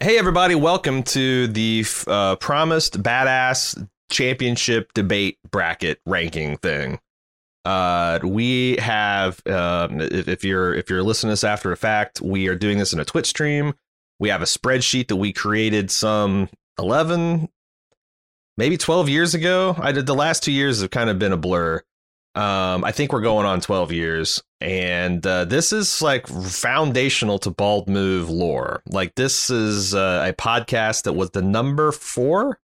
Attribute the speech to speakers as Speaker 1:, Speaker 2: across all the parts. Speaker 1: Hey, everybody, welcome to the uh, promised badass championship debate bracket ranking thing. Uh, we have, um, if, if you're if you're listening to this after the fact, we are doing this in a Twitch stream. We have a spreadsheet that we created some 11, maybe 12 years ago. I did the last two years have kind of been a blur. Um, I think we're going on 12 years, and uh, this is like foundational to Bald Move lore. Like this is uh, a podcast that was the number four,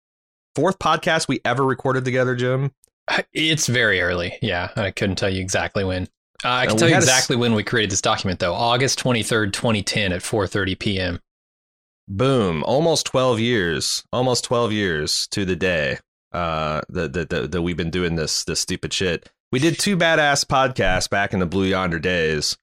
Speaker 1: fourth podcast we ever recorded together, Jim.
Speaker 2: It's very early. Yeah, I couldn't tell you exactly when. Uh, I can
Speaker 1: And
Speaker 2: tell
Speaker 1: we
Speaker 2: you
Speaker 1: had a s-
Speaker 2: exactly when we created this document, though. August twenty third, twenty ten, at four thirty p.m.
Speaker 1: Boom! Almost 12 years, almost 12 years to the day uh, that that that that we've been doing this this stupid shit. We did two badass podcasts back in the Blue Yonder days.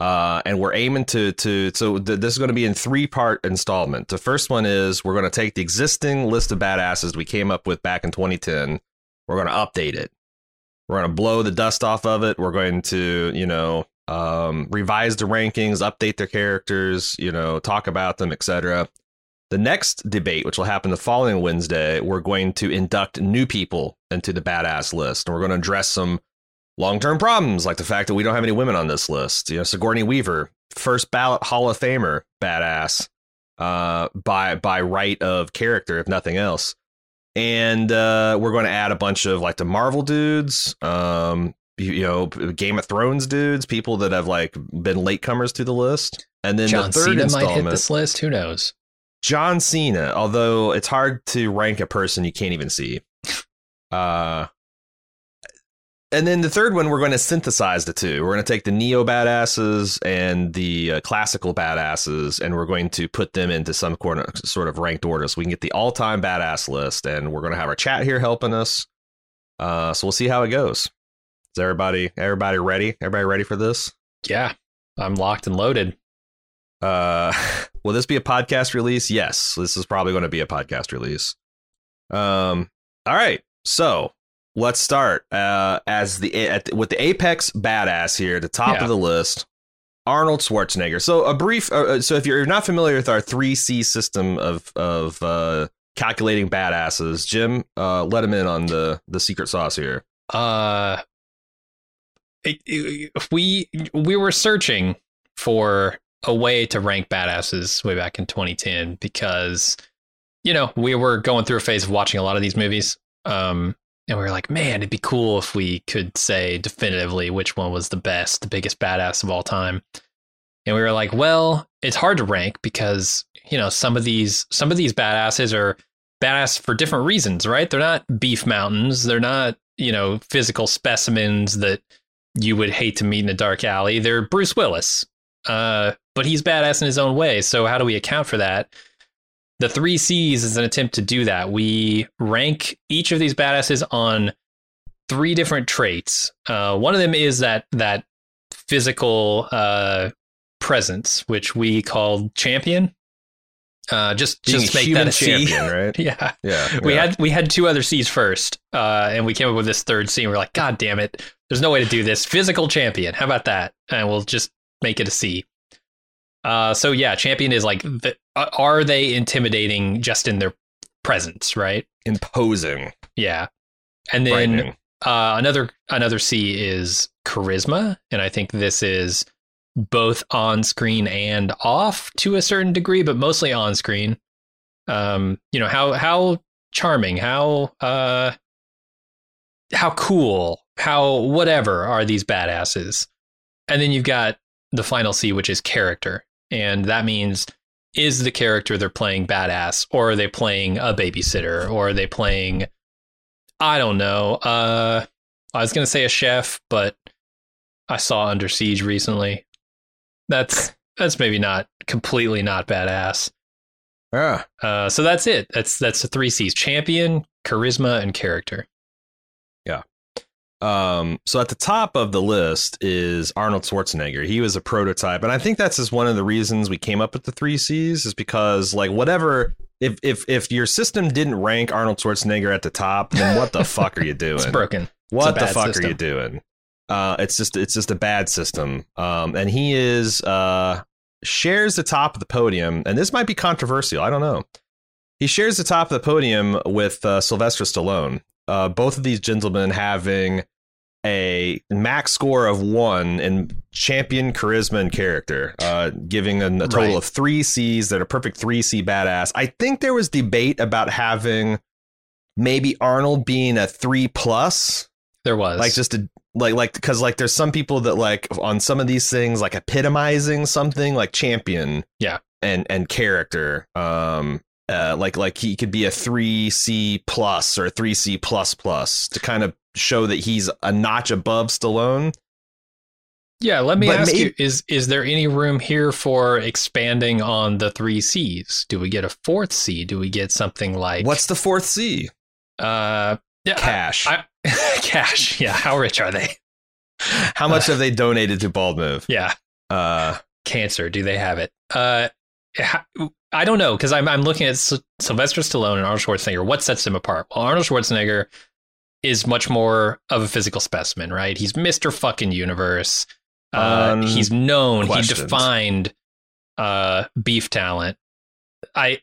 Speaker 1: uh, and we're aiming to to so th- this is going to be in three part installment. The first one is we're going to take the existing list of badasses we came up with back in 2010. We're going to update it. We're going to blow the dust off of it. We're going to you know um, revise the rankings, update their characters, you know, talk about them, etc. The next debate, which will happen the following Wednesday, we're going to induct new people into the badass list, and we're going to address some long-term problems like the fact that we don't have any women on this list. You know, Sigourney Weaver, first ballot Hall of Famer, badass, uh, by by right of character, if nothing else. And uh, we're going to add a bunch of like the Marvel dudes, um, you, you know, Game of Thrones dudes, people that have like been latecomers to the list. And then
Speaker 2: John
Speaker 1: the third
Speaker 2: Cena might
Speaker 1: installment,
Speaker 2: hit this list. Who knows?
Speaker 1: John Cena, although it's hard to rank a person you can't even see. Uh and then the third one, we're going to synthesize the two. We're going to take the neo badasses and the uh, classical badasses, and we're going to put them into some corner, sort of ranked order, so we can get the all-time badass list. And we're going to have our chat here helping us. Uh, so we'll see how it goes. Is everybody everybody ready? Everybody ready for this?
Speaker 2: Yeah, I'm locked and loaded.
Speaker 1: Uh, will this be a podcast release? Yes, this is probably going to be a podcast release. Um, all right, so let's start. Uh, as the at the- with the apex badass here, the top
Speaker 2: Yeah.
Speaker 1: of the list, Arnold Schwarzenegger. So a brief. uh, Uh, so if you're not familiar with our three C system of of uh, calculating badasses, Jim, uh, let him in on the the secret sauce here.
Speaker 2: Uh, it- it- we we were searching for a way to rank badasses way back in 2010 because you know we were going through a phase of watching a lot of these movies um and we were like man it'd be cool if we could say definitively which one was the best the biggest badass of all time and we were like well it's hard to rank because you know some of these some of these badasses are badass for different reasons right they're not beef mountains they're not you know physical specimens that you would hate to meet in a dark alley they're bruce willis uh, but he's badass in his own way. So how do we account for that? The three C's is an attempt to do that. We rank each of these badasses on three different traits. Uh, one of them is that that physical uh, presence, which we called champion. Uh, just
Speaker 1: Being
Speaker 2: just
Speaker 1: a
Speaker 2: make
Speaker 1: human
Speaker 2: that a C.
Speaker 1: champion, right?
Speaker 2: yeah
Speaker 1: Yeah,
Speaker 2: we
Speaker 1: yeah.
Speaker 2: had we had two other C's first, uh, and we came up with this third C. And we're like, God damn it! There's no way to do this. Physical champion. How about that? And we'll just make it a C. Uh, so yeah, champion is like, the, uh, are they intimidating just in their presence, right?
Speaker 1: imposing,
Speaker 2: Yeah, and then
Speaker 1: frightening.
Speaker 2: uh, another another C is charisma, and I think this is both on screen and off to a certain degree, but mostly on screen. Um, you know how how charming, how uh, how cool, how whatever are these badasses, and then you've got the final C, which is character, and that means is the character they're playing badass, or are they playing a babysitter, or are they playing I don't know. Uh, I was gonna say a chef, but I saw Under Siege recently. That's that's maybe not completely not badass.
Speaker 1: Yeah.
Speaker 2: Uh, so that's it. That's that's the three C's: champion, charisma, and character.
Speaker 1: Um, so at the top of the list is Arnold Schwarzenegger. He was a prototype, and I think that's just one of the reasons we came up with the three C's is because like whatever if if if your system didn't rank Arnold Schwarzenegger at the top, then what the fuck are you
Speaker 2: It's
Speaker 1: doing?
Speaker 2: broken.
Speaker 1: What the
Speaker 2: bad
Speaker 1: fuck are
Speaker 2: system.
Speaker 1: you doing? Uh, it's just it's just a bad system. Um, and he is uh shares the top of the podium, and this might be controversial. I don't know. He shares the top of the podium with uh, Sylvester Stallone. Uh, both of these gentlemen having a max score of one in champion charisma and character, uh, giving an, a total
Speaker 2: Right.
Speaker 1: of three C's that are perfect three C badass. I think there was debate about having maybe Arnold being a three plus,
Speaker 2: There was
Speaker 1: like just a like like because like there's some people that like on some of these things like epitomizing something like champion,
Speaker 2: Yeah.
Speaker 1: and and character, um. Uh, like like he could be a 3c plus or 3c plus plus to kind of show that he's a notch above stallone
Speaker 2: yeah. Let me
Speaker 1: but
Speaker 2: ask
Speaker 1: may-
Speaker 2: you: is is there any room here for expanding on the three C's? Do we get a fourth C? Do we get something like
Speaker 1: what's the fourth c
Speaker 2: uh yeah, I-
Speaker 1: cash
Speaker 2: I- cash? Yeah. How rich are they?
Speaker 1: how much have they donated to bald move
Speaker 2: Yeah.
Speaker 1: uh
Speaker 2: cancer do they have it uh ha- i don't know because I'm, I'm looking at S- sylvester stallone and arnold schwarzenegger what sets them apart well arnold schwarzenegger is much more of a physical specimen right he's mr fucking universe uh,
Speaker 1: Um,
Speaker 2: he's known
Speaker 1: questions.
Speaker 2: he defined uh beef talent i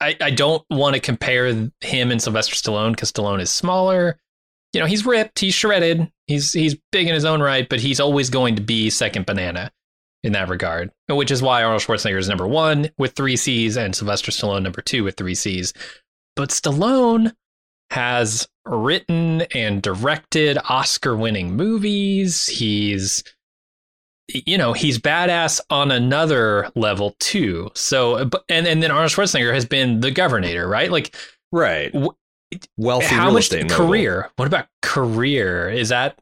Speaker 2: i, I don't want to compare him and sylvester stallone because stallone is smaller you know he's ripped he's shredded he's he's big in his own right but he's always going to be second banana in that regard, which is why Arnold Schwarzenegger is number one with three C's and Sylvester Stallone number two with three C's. But Stallone has written and directed Oscar winning movies. He's, you know, he's badass on another level too. So, but- and, and then Arnold Schwarzenegger has been the governor, right? Like,
Speaker 1: right
Speaker 2: W-
Speaker 1: wealthy
Speaker 2: how
Speaker 1: real
Speaker 2: much
Speaker 1: estate mogul.
Speaker 2: career? What about career? Is that.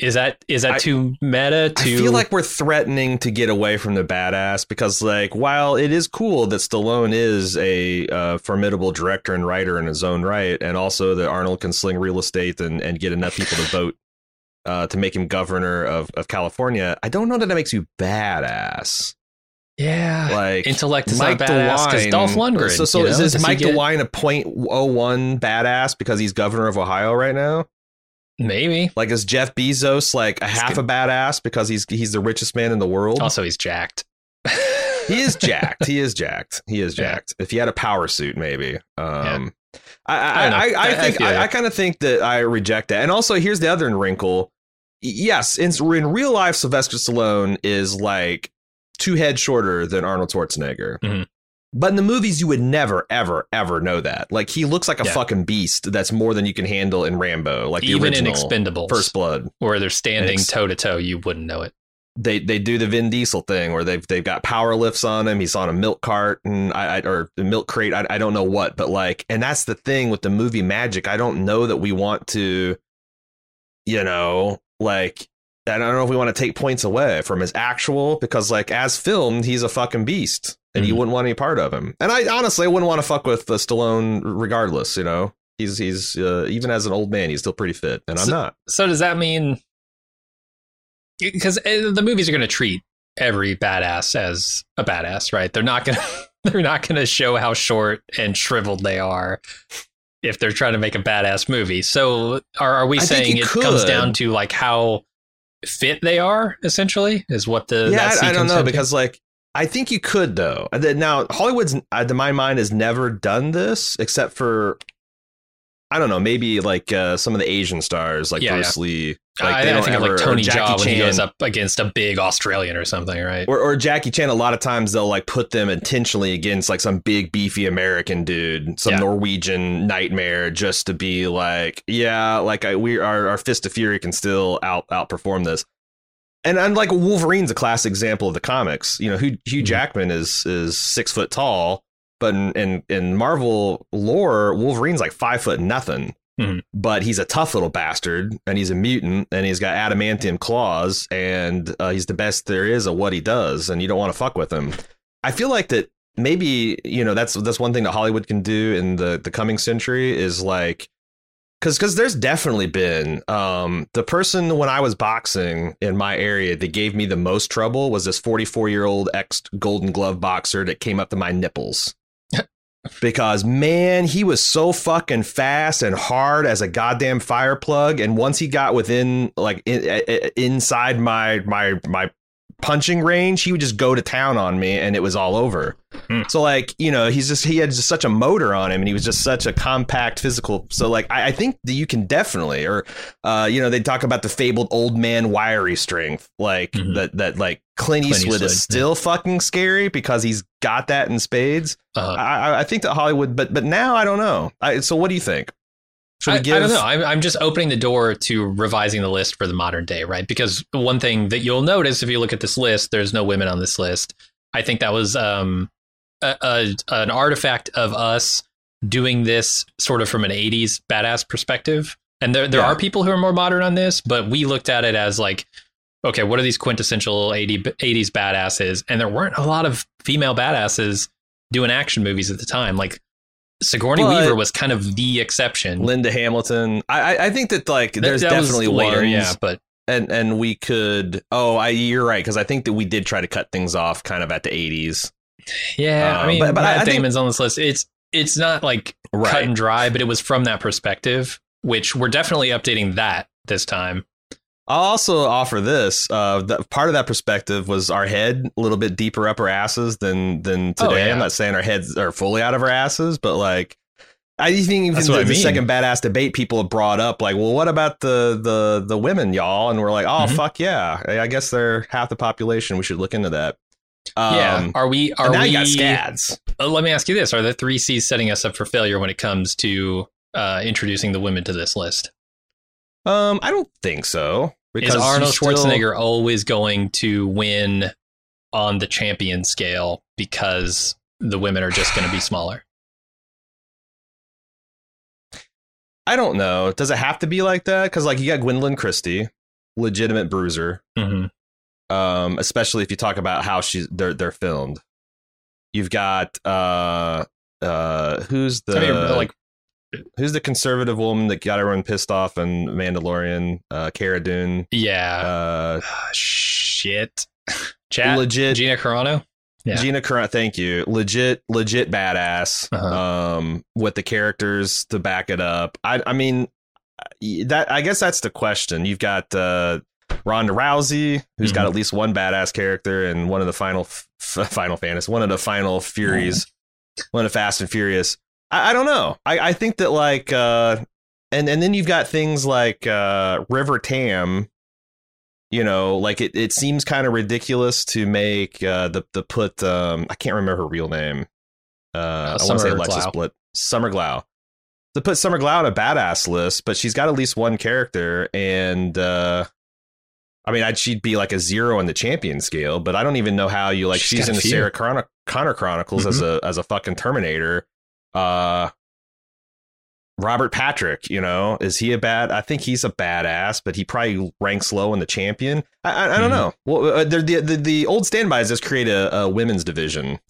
Speaker 2: Is that is that
Speaker 1: I-
Speaker 2: too meta?
Speaker 1: I
Speaker 2: Too
Speaker 1: feel like we're threatening to get away from the badass because, like, while it is cool that Stallone is a uh, formidable director and writer in his own right, and also that Arnold can sling real estate and, and get enough people to vote uh, to make him governor of, of California, I don't know that it makes you badass.
Speaker 2: yeah.
Speaker 1: Like,
Speaker 2: intellect is not badass because Dolph Lundgren.
Speaker 1: So, so
Speaker 2: you
Speaker 1: is
Speaker 2: know?
Speaker 1: this
Speaker 2: Does he
Speaker 1: Mike
Speaker 2: get-
Speaker 1: DeWine a .01 badass because he's governor of Ohio right now?
Speaker 2: Maybe.
Speaker 1: Like, is Jeff Bezos like a
Speaker 2: He's Oh,
Speaker 1: half
Speaker 2: good.
Speaker 1: a badass because he's he's the richest man in the world?
Speaker 2: Also, he's jacked.
Speaker 1: he is jacked. He is jacked. He is
Speaker 2: Yeah.
Speaker 1: jacked. If he had a power suit, maybe. Um, I, I, I, I,
Speaker 2: I know. I- I
Speaker 1: think
Speaker 2: feel you.
Speaker 1: I, I kind of think that I reject that. And also, here's the other wrinkle. Y- Yes, in, in real life, Sylvester Stallone is like two heads shorter than Arnold Schwarzenegger.
Speaker 2: Mhm.
Speaker 1: But in the movies, you would never, ever, ever know that. Like he looks like a
Speaker 2: Yeah.
Speaker 1: fucking beast. That's more than you can handle in Rambo. Like the
Speaker 2: Even in
Speaker 1: original
Speaker 2: Expendables,
Speaker 1: First Blood.
Speaker 2: where they're standing
Speaker 1: Ex-
Speaker 2: toe to toe, you wouldn't know it.
Speaker 1: they they do the Vin Diesel thing where they've they've got power lifts on him. He's on a milk cart and I, I or a milk crate. I, I don't know what, but like, and that's the thing with the movie magic. I don't know that we want to, you know, like. I don't know if we want to take points away from his actual because, like, as filmed, he's a fucking beast, and you
Speaker 2: Mhm.
Speaker 1: wouldn't want any part of him. And I honestly I wouldn't want to fuck with uh, Stallone, regardless. You know, he's he's uh, even as an old man, he's still pretty fit, and I'm
Speaker 2: So-
Speaker 1: not.
Speaker 2: So does that mean? Because the movies are going to treat every badass as a badass, right? They're not going. to They're not going to show how short and shriveled they are if they're trying to make a badass movie. So are are we
Speaker 1: I think
Speaker 2: saying
Speaker 1: you
Speaker 2: it comes
Speaker 1: could.
Speaker 2: down to like how fit they are? Essentially, is what the
Speaker 1: yeah,
Speaker 2: that
Speaker 1: I, I don't
Speaker 2: sequence
Speaker 1: know
Speaker 2: had to-
Speaker 1: because like I think you could though. And then Now Hollywood's uh, to my mind has never done this except for I don't know maybe like uh, some of the Asian stars like
Speaker 2: Yeah,
Speaker 1: Bruce Lee.
Speaker 2: I,
Speaker 1: they
Speaker 2: I
Speaker 1: don't
Speaker 2: think of like
Speaker 1: ever- or
Speaker 2: Tony
Speaker 1: Jackie
Speaker 2: Jaw when he
Speaker 1: Chan.
Speaker 2: goes up against a big Australian or something, right?
Speaker 1: Or, or Jackie Chan, a lot of times they'll like put them intentionally against like some big beefy American dude, some
Speaker 2: Yeah.
Speaker 1: Norwegian nightmare, just to be like, yeah, like I, we our, our fist of fury can still out outperform this. And and like Wolverine's a classic example of the comics. You know, Hugh, Hugh
Speaker 2: Mhm.
Speaker 1: Jackman is is six foot tall, but in, in in Marvel lore, Wolverine's like five foot nothing.
Speaker 2: Mhm.
Speaker 1: But he's a tough little bastard, and he's a mutant, and he's got adamantium claws, and uh, he's the best there is at what he does, and you don't want to fuck with him. I feel like that maybe you know that's that's one thing that Hollywood can do in the the coming century is like because because there's definitely been um, the person when I was boxing in my area that gave me the most trouble was this 44 year old ex Golden Glove boxer that came up to my nipples. Because man, he was so fucking fast and hard as a goddamn fire plug. And once he got within like in, i- inside my my my punching range, he would just go to town on me, and it was all over.
Speaker 2: Hmm.
Speaker 1: So like you know, he's just he had just such a motor on him, and he was just such a compact physical. So like I, I think that you can definitely, or uh, you know, they talk about the fabled old man wiry strength, like
Speaker 2: Mhm.
Speaker 1: that that like Clint
Speaker 2: Clint
Speaker 1: Eastwood, is
Speaker 2: Eastwood, yeah.
Speaker 1: still fucking scary because he's got that in spades.
Speaker 2: Uh,
Speaker 1: I, I- I think that Hollywood, but but now I don't know. I, so what do you think? Should
Speaker 2: I,
Speaker 1: we give?
Speaker 2: I don't know. I'm, I'm just opening the door to revising the list for the modern day, right? Because one thing that you'll notice if you look at this list, there's no women on this list. I think that was um, a, a, an artifact of us doing this sort of from an 80s badass perspective. And there, there
Speaker 1: Yeah.
Speaker 2: are people who are more modern on this, but we looked at it as like, okay, what are these quintessential 80, 80s badasses? And there weren't a lot of female badasses doing action movies at the time. Like Sigourney
Speaker 1: But-
Speaker 2: Weaver was kind of the exception.
Speaker 1: Linda Hamilton. I, I I think that like
Speaker 2: That-
Speaker 1: there's
Speaker 2: that was
Speaker 1: definitely
Speaker 2: later,
Speaker 1: ones
Speaker 2: yeah, but
Speaker 1: and and we could oh I you're right because I think that we did try to cut things off kind of at the 80s
Speaker 2: yeah,
Speaker 1: Um,
Speaker 2: I mean,
Speaker 1: but- but I-
Speaker 2: Matt
Speaker 1: I think-
Speaker 2: Damon's on this list. It's it's not like cut and dry, but it was from that perspective, which we're definitely updating that this time.
Speaker 1: I'll also offer this uh the, part of that perspective was our head a little bit deeper up our asses than than
Speaker 2: Oh,
Speaker 1: today
Speaker 2: yeah.
Speaker 1: I'm not saying our heads are fully out of our asses but like I think even
Speaker 2: That's
Speaker 1: the,
Speaker 2: what I
Speaker 1: the
Speaker 2: mean.
Speaker 1: second badass debate people have brought up like well what about the the the women y'all and we're like oh
Speaker 2: Mhm.
Speaker 1: fuck yeah I guess they're half the population we should look into that um,
Speaker 2: yeah, are we? Are
Speaker 1: and now
Speaker 2: we?
Speaker 1: you got scads
Speaker 2: uh, let me ask you this: Are the three C's setting us up for failure when it comes to uh, introducing the women to this list?
Speaker 1: um I don't think so
Speaker 2: Is Arnold
Speaker 1: you still-
Speaker 2: Schwarzenegger always going to win on the champion scale because the women are just going to be smaller?
Speaker 1: I don't know. Does it have to be like that? Because like you got Gwendolyn Christie, legitimate bruiser.
Speaker 2: Mm-hmm.
Speaker 1: Um, especially if you talk about how she's they're they're filmed. You've got uh uh who's the
Speaker 2: I mean, like
Speaker 1: who's the conservative woman that got everyone pissed off in Mandalorian? Uh, Cara Dune.
Speaker 2: yeah,
Speaker 1: Uh,
Speaker 2: Ah, shit. Chat.
Speaker 1: legit
Speaker 2: Gina Carano. Yeah.
Speaker 1: Gina Carano, thank you. Legit, legit badass.
Speaker 2: Uh-huh.
Speaker 1: Um, with the characters to back it up. I, I mean, that I guess that's the question. You've got uh, Ronda Rousey, who's got
Speaker 2: Mhm.
Speaker 1: at least one badass character and one of the final, f- Final Fantasy, one of the Final Furies, one of the Fast and Furious. I, I don't know. I, I think that like, uh, and and then you've got things like uh, River Tam, you know, like it, it seems kind of ridiculous to make uh, the the put um I can't remember her real name. Uh, I want to say
Speaker 2: Summer
Speaker 1: Alexis
Speaker 2: Glau.
Speaker 1: Blit Summer Glau. To put Summer Glau on a badass list, but she's got at least one character, and uh, I mean, I'd, she'd be like a zero on the champion scale. But I don't even know how you like.
Speaker 2: She's
Speaker 1: She's,
Speaker 2: got
Speaker 1: in
Speaker 2: a
Speaker 1: the
Speaker 2: few. Mm-hmm.
Speaker 1: Sarah Connor, Connor Chronicles as a as a fucking Terminator. Uh, Robert Patrick, you know, is he a bad? I think he's a badass, but he probably ranks low in the champion. I, I, I don't
Speaker 2: Mhm.
Speaker 1: know. Well, uh, the, the the the old standbys just create a, a women's division,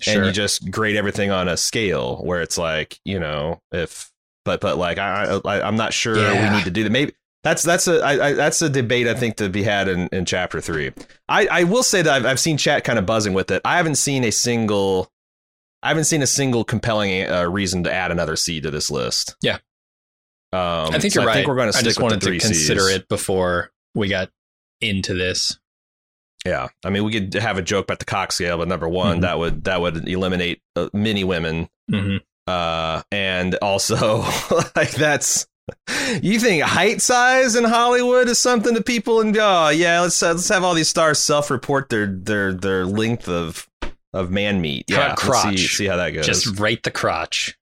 Speaker 2: Sure.
Speaker 1: and you just grade everything on a scale where it's like, you know, if but but like I, I I'm not sure
Speaker 2: Yeah.
Speaker 1: we need to do that. Maybe that's that's a I, I, that's a debate I think to be had in, in chapter three. I, I will say that I've, I've seen chat kind of buzzing with it. I haven't seen a single. I haven't seen a single compelling uh, reason to add another C to this list.
Speaker 2: Yeah.
Speaker 1: um,
Speaker 2: I think
Speaker 1: so
Speaker 2: you're right.
Speaker 1: I think we're going to
Speaker 2: I
Speaker 1: stick
Speaker 2: just
Speaker 1: with the
Speaker 2: wanted
Speaker 1: three
Speaker 2: to consider
Speaker 1: Cs.
Speaker 2: it before we got into this.
Speaker 1: Yeah, I mean, we could have a joke about the cock scale, but number one,
Speaker 2: Mhm.
Speaker 1: that would that would eliminate uh, many women
Speaker 2: Mm-hmm.
Speaker 1: uh and also like that's you think height size in Hollywood is something to people and oh yeah let's let's have all these stars self report their their their length of of man meat
Speaker 2: How about
Speaker 1: yeah let's see,
Speaker 2: crotch?
Speaker 1: see how that goes
Speaker 2: Just rate the crotch.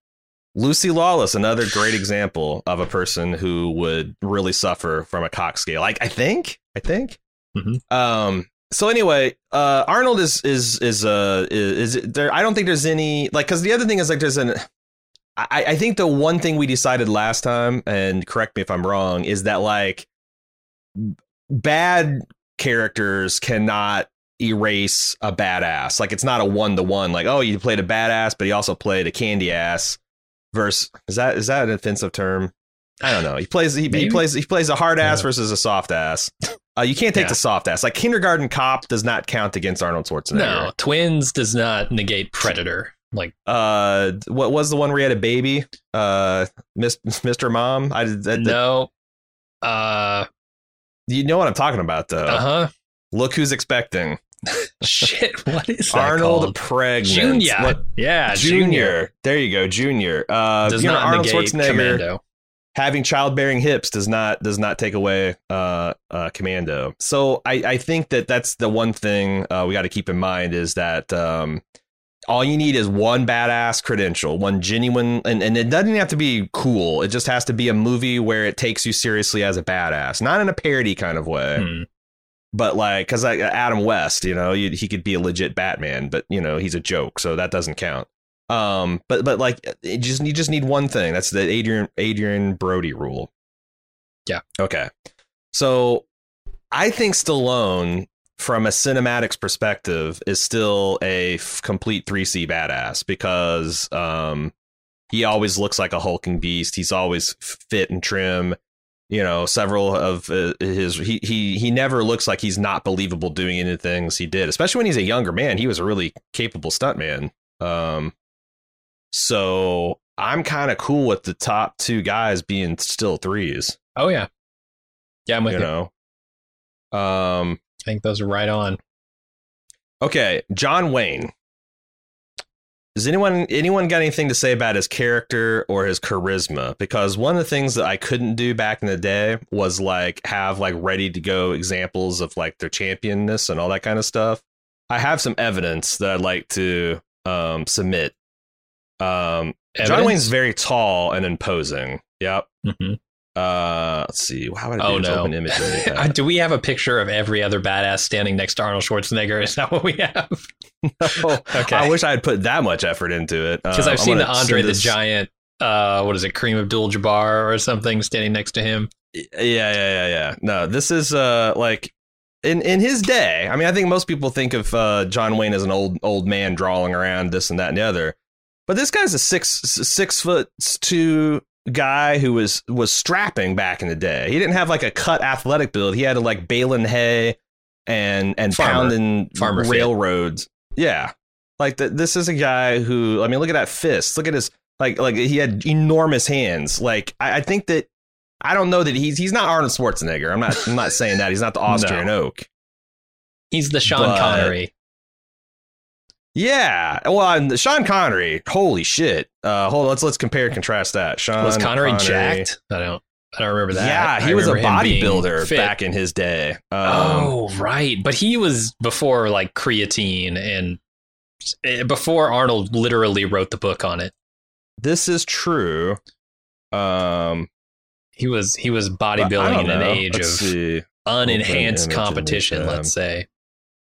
Speaker 1: Lucy Lawless another great example of a person who would really suffer from a cock scale like I think I think
Speaker 2: Mhm.
Speaker 1: um so anyway, uh, Arnold is is is uh is, is there. I don't think there's any like because the other thing is like there's an. I, I think the one thing we decided last time, and correct me if I'm wrong, is that like b- bad characters cannot erase a badass. Like it's not a one to one. Like oh, you played a badass, but he also played a candy ass. Versus is that is that an offensive term? I don't know. He plays he, he
Speaker 2: Maybe.
Speaker 1: plays he plays a hard ass
Speaker 2: Yeah.
Speaker 1: versus a soft ass. Uh, you can't take
Speaker 2: Yeah.
Speaker 1: the soft ass. Like kindergarten cop does not count against Arnold Schwarzenegger.
Speaker 2: No, twins does not negate predator. Like
Speaker 1: Uh, what was the one where he had a baby? Uh, Miss, Mr. Mom. I that, that-
Speaker 2: no. Uh
Speaker 1: you know what I'm talking about though.
Speaker 2: uh huh.
Speaker 1: Look who's expecting.
Speaker 2: Shit, what is that
Speaker 1: Arnold
Speaker 2: called?
Speaker 1: Pregnant.
Speaker 2: Junior.
Speaker 1: What-
Speaker 2: Yeah,
Speaker 1: junior. There you go, Junior. Uh,
Speaker 2: Does
Speaker 1: you know,
Speaker 2: not
Speaker 1: Arnold
Speaker 2: negate
Speaker 1: Schwarzenegger
Speaker 2: commando.
Speaker 1: having childbearing hips does not does not take away uh, uh, Commando. So I, I think that that's the one thing uh, we got to keep in mind is that um, all you need is one badass credential, one genuine, and, and it doesn't have to be cool. It just has to be a movie where it takes you seriously as a badass, not in a parody kind of way.
Speaker 2: Hmm.
Speaker 1: But like, because like Adam West, you know, you, he could be a legit Batman, but you know, he's a joke, so that doesn't count. Um, but but like, it just you just need one thing. That's the Adrian Adrian Brody rule.
Speaker 2: Yeah.
Speaker 1: Okay. So, I think Stallone, from a cinematics perspective, is still a f- complete three C badass because um, he always looks like a hulking beast. He's always fit and trim you know several of uh, his he he he never looks like he's not believable doing any things he did especially when he's a younger man he was a really capable stuntman um so i'm kind of cool with the top two guys being still threes
Speaker 2: Oh yeah. Yeah, I'm with
Speaker 1: you
Speaker 2: you.
Speaker 1: know um
Speaker 2: I think those are right on.
Speaker 1: okay john wayne does anyone anyone got anything to say about his character or his charisma? Because one of the things that I couldn't do back in the day was like have like ready to go examples of like their championness and all that kind of stuff. I have some evidence that I'd like to um, submit. Um, John Wayne's very tall and imposing. Yep.
Speaker 2: hmm
Speaker 1: Uh, let's see. How would I do
Speaker 2: Oh
Speaker 1: this
Speaker 2: no!
Speaker 1: open image? and do that?
Speaker 2: Do we have a picture of every other badass standing next to Arnold Schwarzenegger? Is that what we have?
Speaker 1: No.
Speaker 2: Okay.
Speaker 1: I wish I had put that much effort into it
Speaker 2: Because
Speaker 1: Um,
Speaker 2: I've seen
Speaker 1: I'm
Speaker 2: the
Speaker 1: gonna send
Speaker 2: Andre the
Speaker 1: this-
Speaker 2: Giant. Uh, what is it? Kareem Abdul-Jabbar or something standing next to him.
Speaker 1: yeah yeah yeah yeah no this is uh like in in his day i mean i think most people think of uh john wayne as an old old man drawing around this and that and the other but this guy's a six six foot two guy who was was strapping back in the day he didn't have like a cut athletic build he had to like baling hay and and
Speaker 2: Farmer.
Speaker 1: pounding
Speaker 2: Farmer fit.
Speaker 1: railroads yeah like the, this is a guy who i mean look at that fist look at his like like he had enormous hands like i, I think that I don't know that he's he's not Arnold Schwarzenegger. I'm not I'm not saying that he's not the Austrian oak.
Speaker 2: He's the Sean
Speaker 1: But-
Speaker 2: Connery.
Speaker 1: Yeah. Well, and Sean Connery. Holy shit. Uh, hold. On, let's let's compare and contrast that. Sean
Speaker 2: Was Connery, jacked? I don't. I don't remember that.
Speaker 1: Yeah,
Speaker 2: I
Speaker 1: he was a
Speaker 2: remember him being
Speaker 1: bodybuilder
Speaker 2: fit.
Speaker 1: back in his day. Um,
Speaker 2: oh right, but he was before like creatine and eh, before Arnold literally wrote the book on it.
Speaker 1: this is true. Um,
Speaker 2: He was he was
Speaker 1: I- I
Speaker 2: bodybuilding
Speaker 1: don't
Speaker 2: in an
Speaker 1: know.
Speaker 2: age
Speaker 1: Let's
Speaker 2: of
Speaker 1: see.
Speaker 2: unenhanced
Speaker 1: image
Speaker 2: competition.
Speaker 1: and, um,
Speaker 2: Let's say.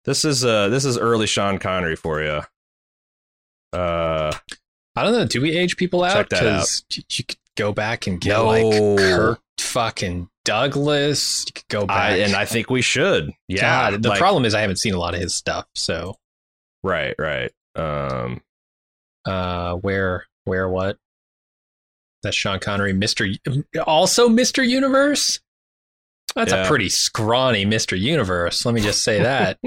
Speaker 1: This is uh this is early Sean Connery for you. Uh,
Speaker 2: I don't know. Do we age people
Speaker 1: Check
Speaker 2: out?
Speaker 1: that out.
Speaker 2: Because you could go back and get
Speaker 1: No.
Speaker 2: like Kirk fucking Douglas. You could go back.
Speaker 1: I, and I think we should. Yeah.
Speaker 2: God, the
Speaker 1: like-
Speaker 2: problem is I haven't seen a lot of his stuff. So
Speaker 1: Right. Right. Um.
Speaker 2: uh, where, where, what? That's Sean Connery, Mister. Also, Mister Universe. That's
Speaker 1: Yeah.
Speaker 2: a pretty scrawny Mister Universe. Let me just say that.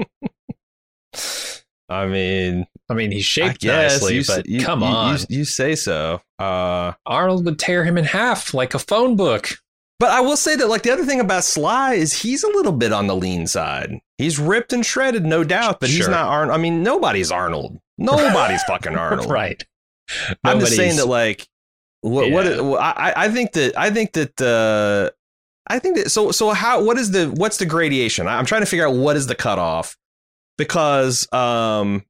Speaker 1: I mean,
Speaker 2: I mean, he's shaped
Speaker 1: I guess
Speaker 2: nicely,
Speaker 1: you s-
Speaker 2: but
Speaker 1: you-
Speaker 2: come
Speaker 1: you- you-
Speaker 2: on,
Speaker 1: You, say so. Uh,
Speaker 2: Arnold would tear him in half like a phone book.
Speaker 1: but I will say that, like, the other thing about Sly is he's a little bit on the lean side. He's ripped and shredded, no doubt, but he's
Speaker 2: Sure.
Speaker 1: not Arnold. I mean, nobody's Arnold. Nobody's fucking Arnold.
Speaker 2: right.
Speaker 1: I'm just saying
Speaker 2: Nobody's-
Speaker 1: that, like, what, what
Speaker 2: Yeah.
Speaker 1: what? I, I think that I think that uh, I think that so so how what is the what's the gradation? I- I'm trying to figure out what is the cutoff because um,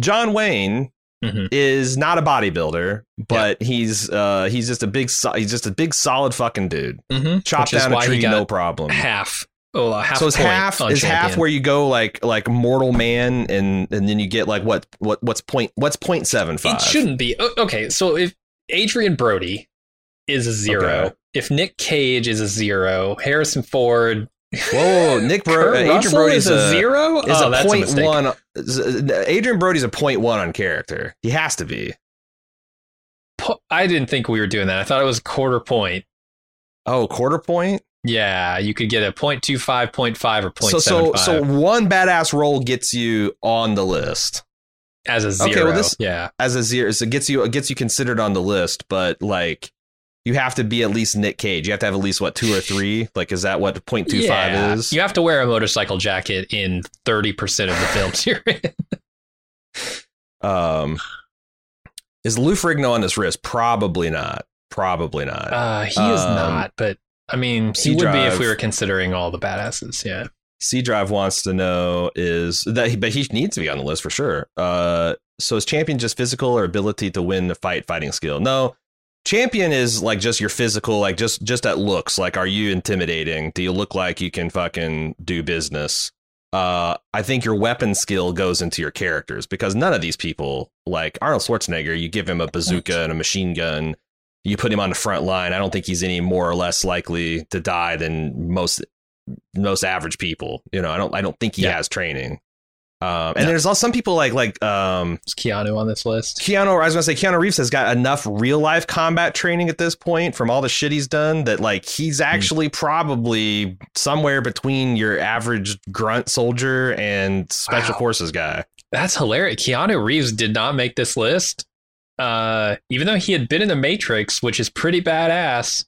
Speaker 1: John Wayne
Speaker 2: Mhm.
Speaker 1: is not a bodybuilder, but he's uh, he's just a big so- he's just a big solid fucking dude.
Speaker 2: Mhm.
Speaker 1: Chop
Speaker 2: Which is
Speaker 1: down a
Speaker 2: why he
Speaker 1: tree,
Speaker 2: got
Speaker 1: no problem.
Speaker 2: half. Oh, a half.
Speaker 1: um, so it's
Speaker 2: point
Speaker 1: half
Speaker 2: on
Speaker 1: is half
Speaker 2: champion.
Speaker 1: where you go like like mortal man and and then you get like what what what's point what's point seven five.
Speaker 2: it shouldn't be. O- Okay, so if Adrian Brody is a zero,
Speaker 1: Okay.
Speaker 2: if Nick Cage is a zero, Harrison Ford
Speaker 1: Whoa, Nick Bro-
Speaker 2: Kurt
Speaker 1: uh, Adrian
Speaker 2: Russell
Speaker 1: Brody's
Speaker 2: is a,
Speaker 1: a
Speaker 2: zero.
Speaker 1: is
Speaker 2: oh,
Speaker 1: a
Speaker 2: that's a
Speaker 1: point
Speaker 2: mistake.
Speaker 1: one. is- uh, Adrian Brody's a point one on character. He has to be.
Speaker 2: Po- I didn't think we were doing that. I thought it was a quarter point.
Speaker 1: Oh, quarter point.
Speaker 2: Yeah, you could get a 0.25, 0.5, or 0.75
Speaker 1: So so so one badass roll gets you on the list
Speaker 2: as a zero.
Speaker 1: okay, well, this-
Speaker 2: yeah,
Speaker 1: as a zero. So it gets you it gets you considered on the list, but like you have to be at least Nick Cage. You have to have at least what two or three. Like is that what 0.25
Speaker 2: Yeah.
Speaker 1: is?
Speaker 2: You have to wear a motorcycle jacket in 30% of the films you're in.
Speaker 1: Um, is Lou Ferrigno on this wrist? Probably not. Probably not.
Speaker 2: Uh, he is
Speaker 1: Um,
Speaker 2: not, but I mean, he
Speaker 1: Sea
Speaker 2: would be if
Speaker 1: Drive.
Speaker 2: we were considering all the badasses. Yeah.
Speaker 1: C Drive wants to know is that, he, but he needs to be on the list for sure. Uh, so is champion just physical or ability to win the fight, fighting skill? No, champion is like just your physical, like just just at looks. Like, are you intimidating? Do you look like you can fucking do business? Uh, I think your weapon skill goes into your characters because none of these people, like Arnold Schwarzenegger, you give him a bazooka and a machine gun, you put him on the front line. I don't think he's any more or less likely to die than most most average people. You know, I don't I don't think he
Speaker 2: Yeah.
Speaker 1: has training. Um, and
Speaker 2: No.
Speaker 1: there's also some people like like um,
Speaker 2: Is Keanu on this list?
Speaker 1: Keanu. I was gonna say Keanu Reeves has got enough real life combat training at this point from all the shit he's done that like
Speaker 2: Hmm.
Speaker 1: he's actually probably somewhere between your average grunt soldier and special
Speaker 2: Wow.
Speaker 1: forces guy.
Speaker 2: That's hilarious. Keanu Reeves did not make this list. Uh, even though he had been in the Matrix, which is pretty badass,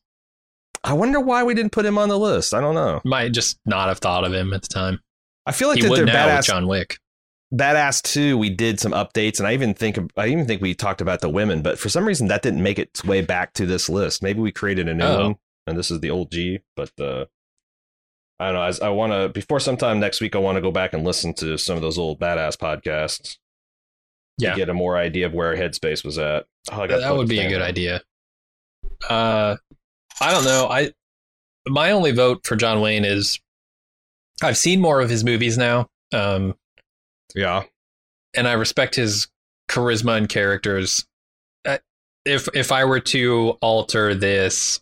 Speaker 1: I wonder why we didn't put him on the list. I don't know.
Speaker 2: might just not have thought of him at the time.
Speaker 1: I feel like
Speaker 2: He
Speaker 1: that
Speaker 2: would
Speaker 1: they're
Speaker 2: now with
Speaker 1: badass
Speaker 2: John Wick.
Speaker 1: Badass 2, we did some updates, and I even think I even think we talked about the women, but for some reason that didn't make its way back to this list. Maybe we created a new
Speaker 2: Oh.
Speaker 1: one, and this is the old G. But uh, I don't know. I, I want to before sometime next week. I want to go back and listen to some of those old badass podcasts.
Speaker 2: Yeah.
Speaker 1: to get a more idea of where our headspace was at. Oh, I got
Speaker 2: that would be a
Speaker 1: fucking
Speaker 2: good
Speaker 1: fan.
Speaker 2: idea. Uh, I don't know. I my only vote for John Wayne is I've seen more of his movies now, um,
Speaker 1: Yeah,
Speaker 2: and I respect his charisma and characters. Uh, If if I were to alter this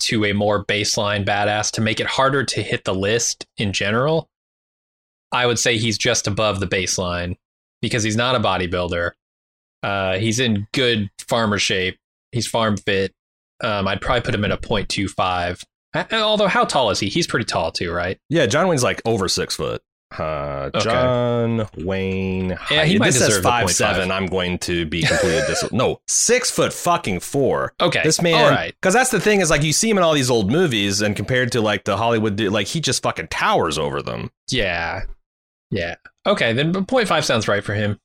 Speaker 2: to a more baseline badass to make it harder to hit the list in general, I would say he's just above the baseline because he's not a bodybuilder. Uh, he's in good farmer shape. He's farm fit. Um, I'd probably put him at a 0.25. Uh, Although, how tall is he? He's pretty tall too, right?
Speaker 1: yeah. John Wayne's like over six foot. Uh,
Speaker 2: Okay.
Speaker 1: John Wayne.
Speaker 2: Yeah, he
Speaker 1: Hyde.
Speaker 2: might
Speaker 1: this says
Speaker 2: deserve the
Speaker 1: five
Speaker 2: 0.5.
Speaker 1: seven. I'm going to be completely dis. No, six foot fucking four.
Speaker 2: Okay.
Speaker 1: This man,
Speaker 2: All right.
Speaker 1: because that's the thing is like you see him in all these old movies, and compared to like the Hollywood, dude, like he just fucking towers over them.
Speaker 2: Yeah. Yeah. Okay. Then 0.5 sounds right for him.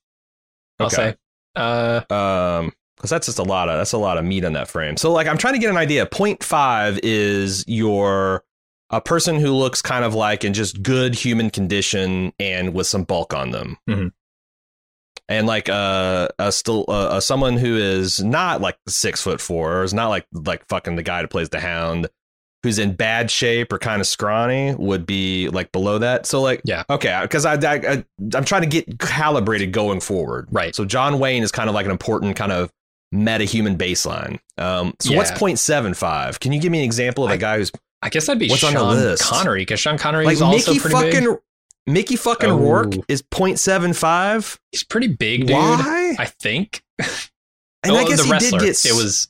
Speaker 2: I'll
Speaker 1: Okay.
Speaker 2: say. Uh,
Speaker 1: Um, because that's just a lot of that's a lot of meat on that frame. So like I'm trying to get an idea. 0.5 is your a person who looks kind of like in just good human condition and with some bulk on them.
Speaker 2: Mhm.
Speaker 1: And like uh, a still uh, uh, someone who is not like six foot four, or is not like like fucking the guy who plays the hound, who's in bad shape or kind of scrawny would be like below that. So like
Speaker 2: Yeah.
Speaker 1: okay, because I, I, I I'm trying to get calibrated going forward.
Speaker 2: Right.
Speaker 1: So John Wayne is kind of like an important kind of meta human baseline. Um, so what's
Speaker 2: Yeah.
Speaker 1: 0.75? Can you give me an example of a
Speaker 2: I-
Speaker 1: guy who's
Speaker 2: I guess that'd be
Speaker 1: What's on
Speaker 2: Sean
Speaker 1: the list?
Speaker 2: Connery because Sean Connery
Speaker 1: like
Speaker 2: is also
Speaker 1: Mickey
Speaker 2: pretty
Speaker 1: fucking
Speaker 2: big.
Speaker 1: Mickey fucking
Speaker 2: Oh.
Speaker 1: Rourke is 0.75?
Speaker 2: He's pretty big, dude.
Speaker 1: Why?
Speaker 2: I think.
Speaker 1: and I
Speaker 2: Oh,
Speaker 1: guess
Speaker 2: the
Speaker 1: he
Speaker 2: wrestler.
Speaker 1: did get
Speaker 2: it was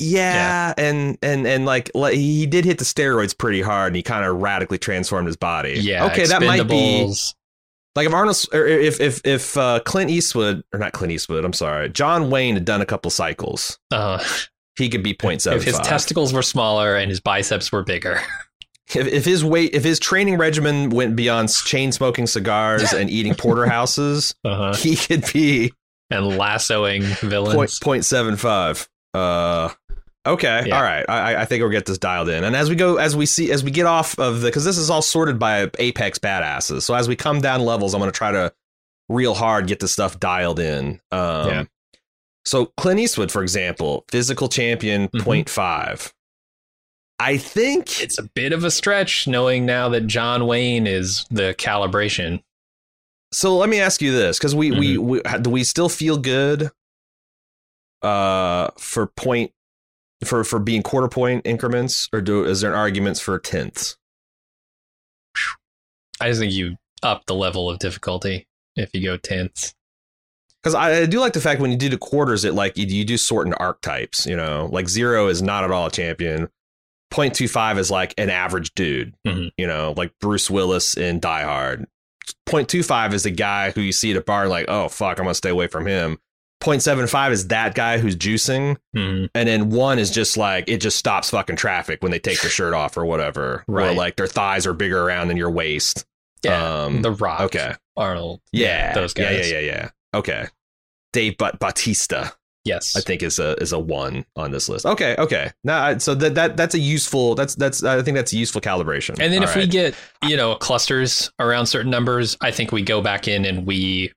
Speaker 1: yeah, and and and like, like he did hit the steroids pretty hard, and he kind of radically transformed his body.
Speaker 2: yeah.
Speaker 1: okay, that might be
Speaker 2: Expendables.
Speaker 1: Like if Arnold, or if if if uh, Clint Eastwood, or not Clint Eastwood, I'm sorry, John Wayne had done a couple cycles,
Speaker 2: Uh,
Speaker 1: he could be 0.75.
Speaker 2: if his testicles were smaller and his biceps were bigger,
Speaker 1: if, if his weight, if his training regimen went beyond s- chain smoking cigars and eating porterhouses,
Speaker 2: uh-huh.
Speaker 1: he could be
Speaker 2: and lassoing villains.
Speaker 1: point, 0.75. Uh, okay,
Speaker 2: Yeah.
Speaker 1: all right. I, I- I think we'll get this dialed in. And as we go, as we see, as we get off of the, because this is all sorted by apex badasses. So as we come down levels, I'm going to try to real hard get this stuff dialed in. Um,
Speaker 2: Yeah.
Speaker 1: So Clint Eastwood, for example, physical champion,
Speaker 2: Mhm.
Speaker 1: 0.5. I think
Speaker 2: It's a bit of a stretch knowing now that John Wayne is the calibration.
Speaker 1: so let me ask you this because we, we we do we still feel good uh for point for for being quarter point increments or do is there an arguments for tenths
Speaker 2: I just think you up the level of difficulty if you go tenths.
Speaker 1: Because I I do like the fact when you do the quarters, it like you- you do sort in archetypes. You know, like zero is not at all a champion. 0.25 is like an average dude.
Speaker 2: Mhm.
Speaker 1: You know, like Bruce Willis in Die Hard. 0.25 is the guy who you see at a bar, like, oh fuck, I'm gonna stay away from him. 0.75 is that guy who's juicing,
Speaker 2: Mhm.
Speaker 1: and then one is just like it just stops fucking traffic when they take their shirt off or whatever, or
Speaker 2: Right.
Speaker 1: like their thighs are bigger around than your waist.
Speaker 2: Yeah,
Speaker 1: Um,
Speaker 2: The Rock.
Speaker 1: okay.
Speaker 2: Arnold.
Speaker 1: Yeah,
Speaker 2: those
Speaker 1: yeah,
Speaker 2: guys.
Speaker 1: Yeah, yeah, yeah, Okay. Dave but Batista,
Speaker 2: Yes.
Speaker 1: I think is a is a one on this list. Okay, okay. Now, I- so that that that's a useful. That's that's I think that's a useful calibration.
Speaker 2: And then
Speaker 1: All
Speaker 2: if we
Speaker 1: right.
Speaker 2: get, you know, clusters around certain numbers, I think we go back in and we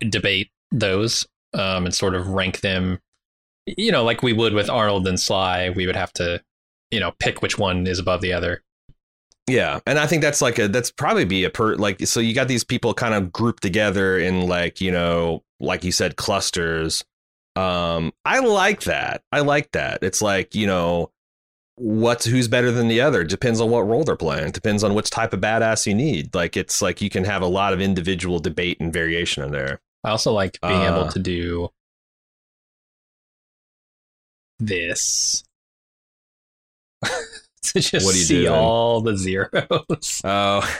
Speaker 2: debate those um, and sort of rank them, you know, like we would with Arnold and Sly. We would have to, you know, pick which one is above the other.
Speaker 1: yeah, and I think that's like a that's probably be a per like so you got these people kind of grouped together in like you know like you said clusters. Um, I like that. I like that. It's like you know what's who's better than the other depends on what role they're playing depends on which type of badass you need like it's like you can have a lot of individual debate and variation in there
Speaker 2: I also like being
Speaker 1: Uh.
Speaker 2: able to do this. to just
Speaker 1: What do you
Speaker 2: see
Speaker 1: do then?
Speaker 2: all the zeros.
Speaker 1: Oh,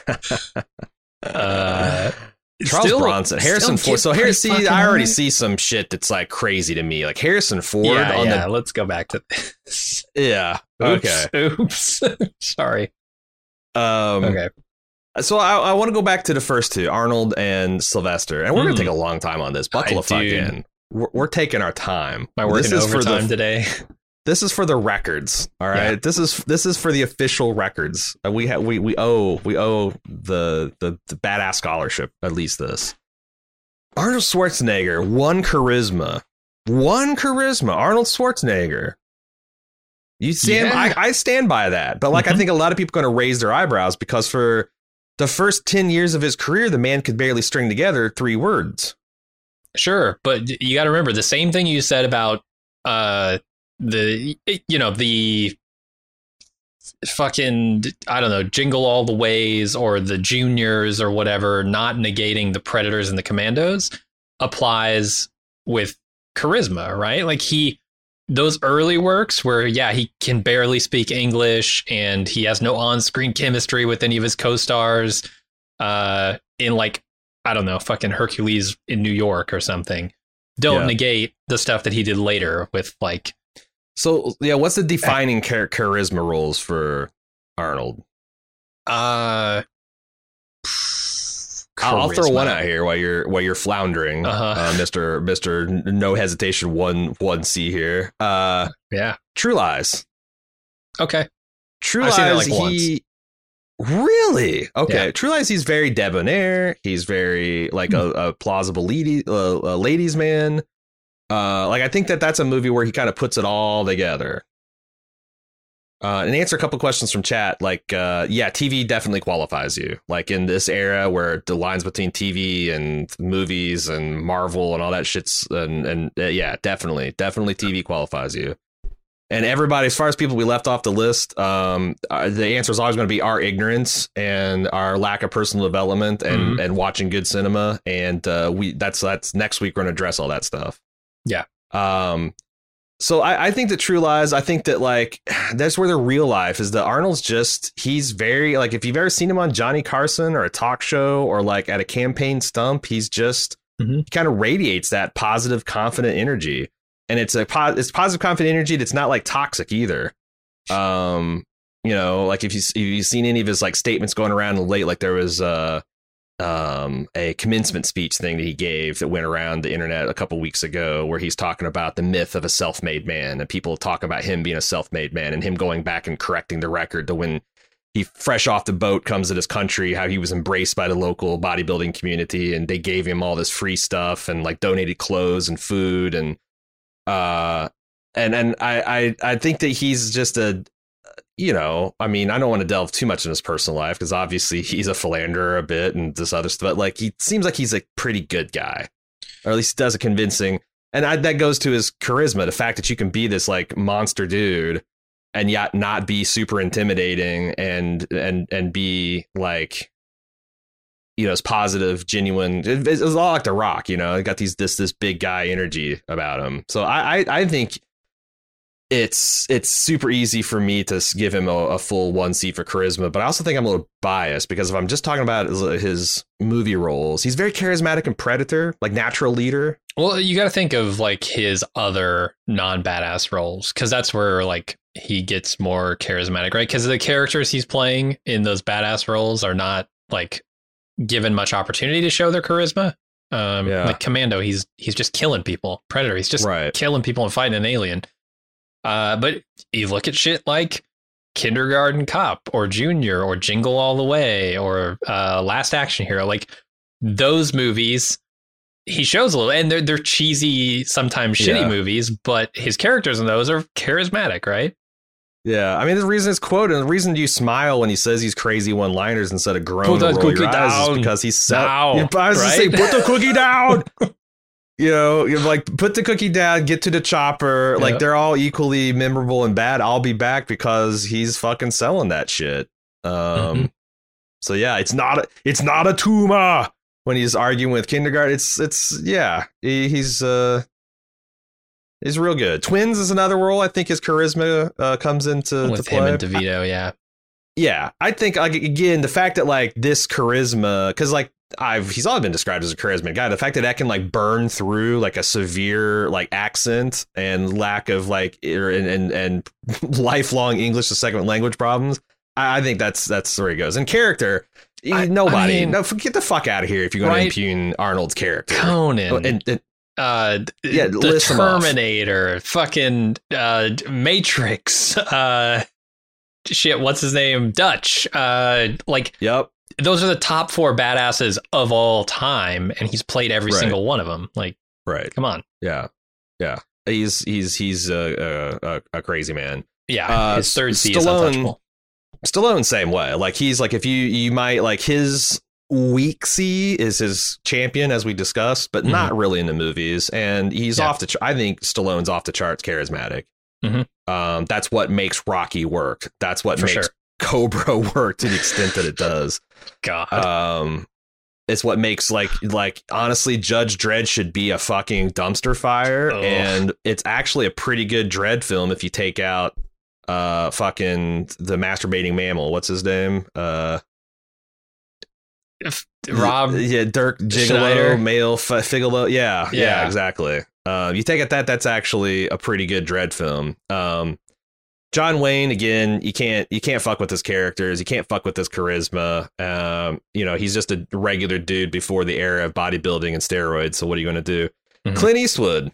Speaker 2: Uh,
Speaker 1: Charles
Speaker 2: Still-
Speaker 1: Bronson, Harrison
Speaker 2: still
Speaker 1: Ford.
Speaker 2: get
Speaker 1: So
Speaker 2: pretty
Speaker 1: Harrison,
Speaker 2: fucking
Speaker 1: I already
Speaker 2: high.
Speaker 1: see some shit that's like crazy to me. Like Harrison Ford
Speaker 2: Yeah,
Speaker 1: on
Speaker 2: yeah. Let's go back to this.
Speaker 1: the yeah. Okay.
Speaker 2: Oops. Sorry.
Speaker 1: Um,
Speaker 2: Okay.
Speaker 1: So I, I want to go back to the first two, Arnold and Sylvester, and we're gonna
Speaker 2: Mm.
Speaker 1: take a long time on this. Buckle
Speaker 2: I-
Speaker 1: the fuck
Speaker 2: dude.
Speaker 1: in. We're, we're taking our time.
Speaker 2: My work
Speaker 1: this
Speaker 2: in
Speaker 1: is for
Speaker 2: overtime
Speaker 1: the
Speaker 2: today.
Speaker 1: this is for the records. All
Speaker 2: Yeah.
Speaker 1: right. This is this is for the official records. Uh, We have we we owe we owe the the, the badass scholarship at least this. Arnold Schwarzenegger, one charisma, one charisma. Arnold Schwarzenegger. You stand.
Speaker 2: Yeah.
Speaker 1: I, I stand by that. But like, I
Speaker 2: Mhm.
Speaker 1: think a lot of people are going to raise their eyebrows because for the first ten years of his career, the man could barely string together three words.
Speaker 2: Sure, but y- you got to remember the same thing you said about uh the you know the fucking I don't know jingle all the ways or the juniors or whatever not negating the predators and the commandos applies with charisma, right? Like he those early works where yeah, he can barely speak English and he has no on-screen chemistry with any of his co-stars uh in like I don't know, fucking Hercules in New York or something. Don't
Speaker 1: Yeah.
Speaker 2: negate the stuff that he did later with like
Speaker 1: So yeah, what's the defining char- charisma rules for Arnold?
Speaker 2: uh
Speaker 1: I'll- I'll throw one
Speaker 2: charisma.
Speaker 1: out here while you're while you're floundering, uh
Speaker 2: Uh-huh.
Speaker 1: Mister Mister. No hesitation, one one C here. Uh,
Speaker 2: Yeah.
Speaker 1: True Lies.
Speaker 2: Okay.
Speaker 1: True
Speaker 2: I've
Speaker 1: Lies.
Speaker 2: seen that, like,
Speaker 1: he really okay. True Lies. He's very debonair. He's very like a, a plausible lady, uh, a ladies man. Uh, like I think that that's a movie where he kind of puts it all together. Uh, and answer a couple questions from chat. Like, uh, yeah, TV definitely qualifies you. Like in this era where the lines between TV and movies and Marvel and all that shits and and uh, yeah, definitely, definitely TV qualifies you. And everybody, as far as people we left off the list, um, uh, the answer is always going to be our ignorance and our lack of personal development and
Speaker 2: Mhm.
Speaker 1: and watching good cinema. And uh, we that's that's next week we're going to address all that stuff.
Speaker 2: Yeah.
Speaker 1: Um, so I, I think that True Lies, I think that like that's where the real life is. That Arnold's just he's very like if you've ever seen him on Johnny Carson or a talk show or like at a campaign stump, he's just
Speaker 2: Mhm.
Speaker 1: he kind of radiates that positive, confident energy, and it's a po- it's positive, confident energy that's not like toxic either. Um, you know, like if you if you've seen any of his like statements going around late, like there was uh um, a commencement speech thing that he gave that went around the internet a couple weeks ago, where he's talking about the myth of a self-made man, and people talk about him being a self-made man, and him going back and correcting the record to when he fresh off the boat comes to this country, how he was embraced by the local bodybuilding community, and they gave him all this free stuff and like donated clothes and food and uh and and I I I think that he's just a you know, I mean, I don't want to delve too much in his personal life because obviously he's a philanderer a bit and this other stuff. But like, he seems like he's a pretty good guy, or at least does a convincing. And I, that goes to his charisma, the fact that you can be this like monster dude and yet not be super intimidating and and and be like you know, is positive, genuine. It, it's a lot like The Rock, you know. It got these this this big guy energy about him. So I I, I think it's it's super easy for me to s- give him a, a full one C for charisma, but I also think I'm a little biased because if I'm just talking about his, his movie roles, he's very charismatic and predator, like natural leader.
Speaker 2: Well, you got to think of like his other non badass roles because that's where like he gets more charismatic, right? Because the characters he's playing in those badass roles are not like given much opportunity to show their charisma. Um,
Speaker 1: Yeah.
Speaker 2: Like Commando, he's he's just killing people. Predator, he's just
Speaker 1: right.
Speaker 2: killing people and fighting an alien. Uh, but you look at shit like Kindergarten Cop or Junior or Jingle All the Way or uh, Last Action Hero, like those movies, he shows a little, and they're they're cheesy, sometimes shitty
Speaker 1: Yeah.
Speaker 2: movies, but his characters in those are charismatic, right?
Speaker 1: Yeah, I mean, the reason it's quoted, and the reason you smile when he says these crazy one-liners instead of groan
Speaker 2: Put
Speaker 1: or
Speaker 2: that
Speaker 1: roll your
Speaker 2: cookie
Speaker 1: eyes
Speaker 2: down.
Speaker 1: is because he's so.
Speaker 2: Now,
Speaker 1: Yeah, but I was just saying,
Speaker 2: right?
Speaker 1: put the cookie down. you know, you're like, put the cookie down, get to the chopper.
Speaker 2: Yeah.
Speaker 1: Like they're all equally memorable and bad. I'll be back because he's fucking selling that shit. Um,
Speaker 2: Mhm.
Speaker 1: so yeah, it's not a, it's not a tumor when he's arguing with kindergarten. It's it's yeah, he, he's uh. He's real good. Twins is another role I think his charisma uh, comes into to
Speaker 2: With
Speaker 1: play
Speaker 2: him and DeVito, yeah.
Speaker 1: yeah i think like again the fact that like this charisma because like i've he's always been described as a charismatic guy the fact that that can like burn through like a severe like accent and lack of like er, and and, and lifelong english as second language problems I, I think that's that's where he goes in character eh,
Speaker 2: I- I
Speaker 1: nobody
Speaker 2: mean-
Speaker 1: no f- get the fuck out of here if you're going
Speaker 2: Right.
Speaker 1: to impugn arnold's character
Speaker 2: Conan.
Speaker 1: Oh, and, and
Speaker 2: uh th-
Speaker 1: Yeah,
Speaker 2: the
Speaker 1: list 'em off.
Speaker 2: terminator fucking uh matrix uh shit what's his name dutch uh like
Speaker 1: yep
Speaker 2: those are the top four badasses of all time and he's played every
Speaker 1: Right.
Speaker 2: single one of them like
Speaker 1: right
Speaker 2: come on
Speaker 1: yeah yeah he's he's he's a a, a, a crazy man
Speaker 2: yeah
Speaker 1: Uh,
Speaker 2: his third c is
Speaker 1: Stallone-
Speaker 2: untouchable
Speaker 1: Stallone same way. Like he's like if you you might like his weak C is his champion as we discussed, but
Speaker 2: Mhm.
Speaker 1: not really in the movies. And he's
Speaker 2: Yeah.
Speaker 1: off the. Ch- I think Stallone's off the charts charismatic.
Speaker 2: Mhm.
Speaker 1: Um, that's what makes Rocky work. That's what
Speaker 2: for
Speaker 1: makes
Speaker 2: sure
Speaker 1: Cobra work to the extent that it does.
Speaker 2: god
Speaker 1: Um, it's what makes like like honestly, Judge Dredd should be a fucking dumpster fire,
Speaker 2: Ugh.
Speaker 1: and it's actually a pretty good Dredd film if you take out uh fucking the masturbating mammal. What's his name? Uh,
Speaker 2: rob
Speaker 1: yeah, Dirk Gigolo,
Speaker 2: Schneider.
Speaker 1: male f- Figolo. Yeah, yeah,
Speaker 2: Yeah.
Speaker 1: exactly. Uh, you take it that that's actually a pretty good dread film. Um, John Wayne again, you can't you can't fuck with his characters, you can't fuck with his charisma. Um, you know he's just a regular dude before the era of bodybuilding and steroids. So what are you gonna do?
Speaker 2: Mhm.
Speaker 1: Clint Eastwood.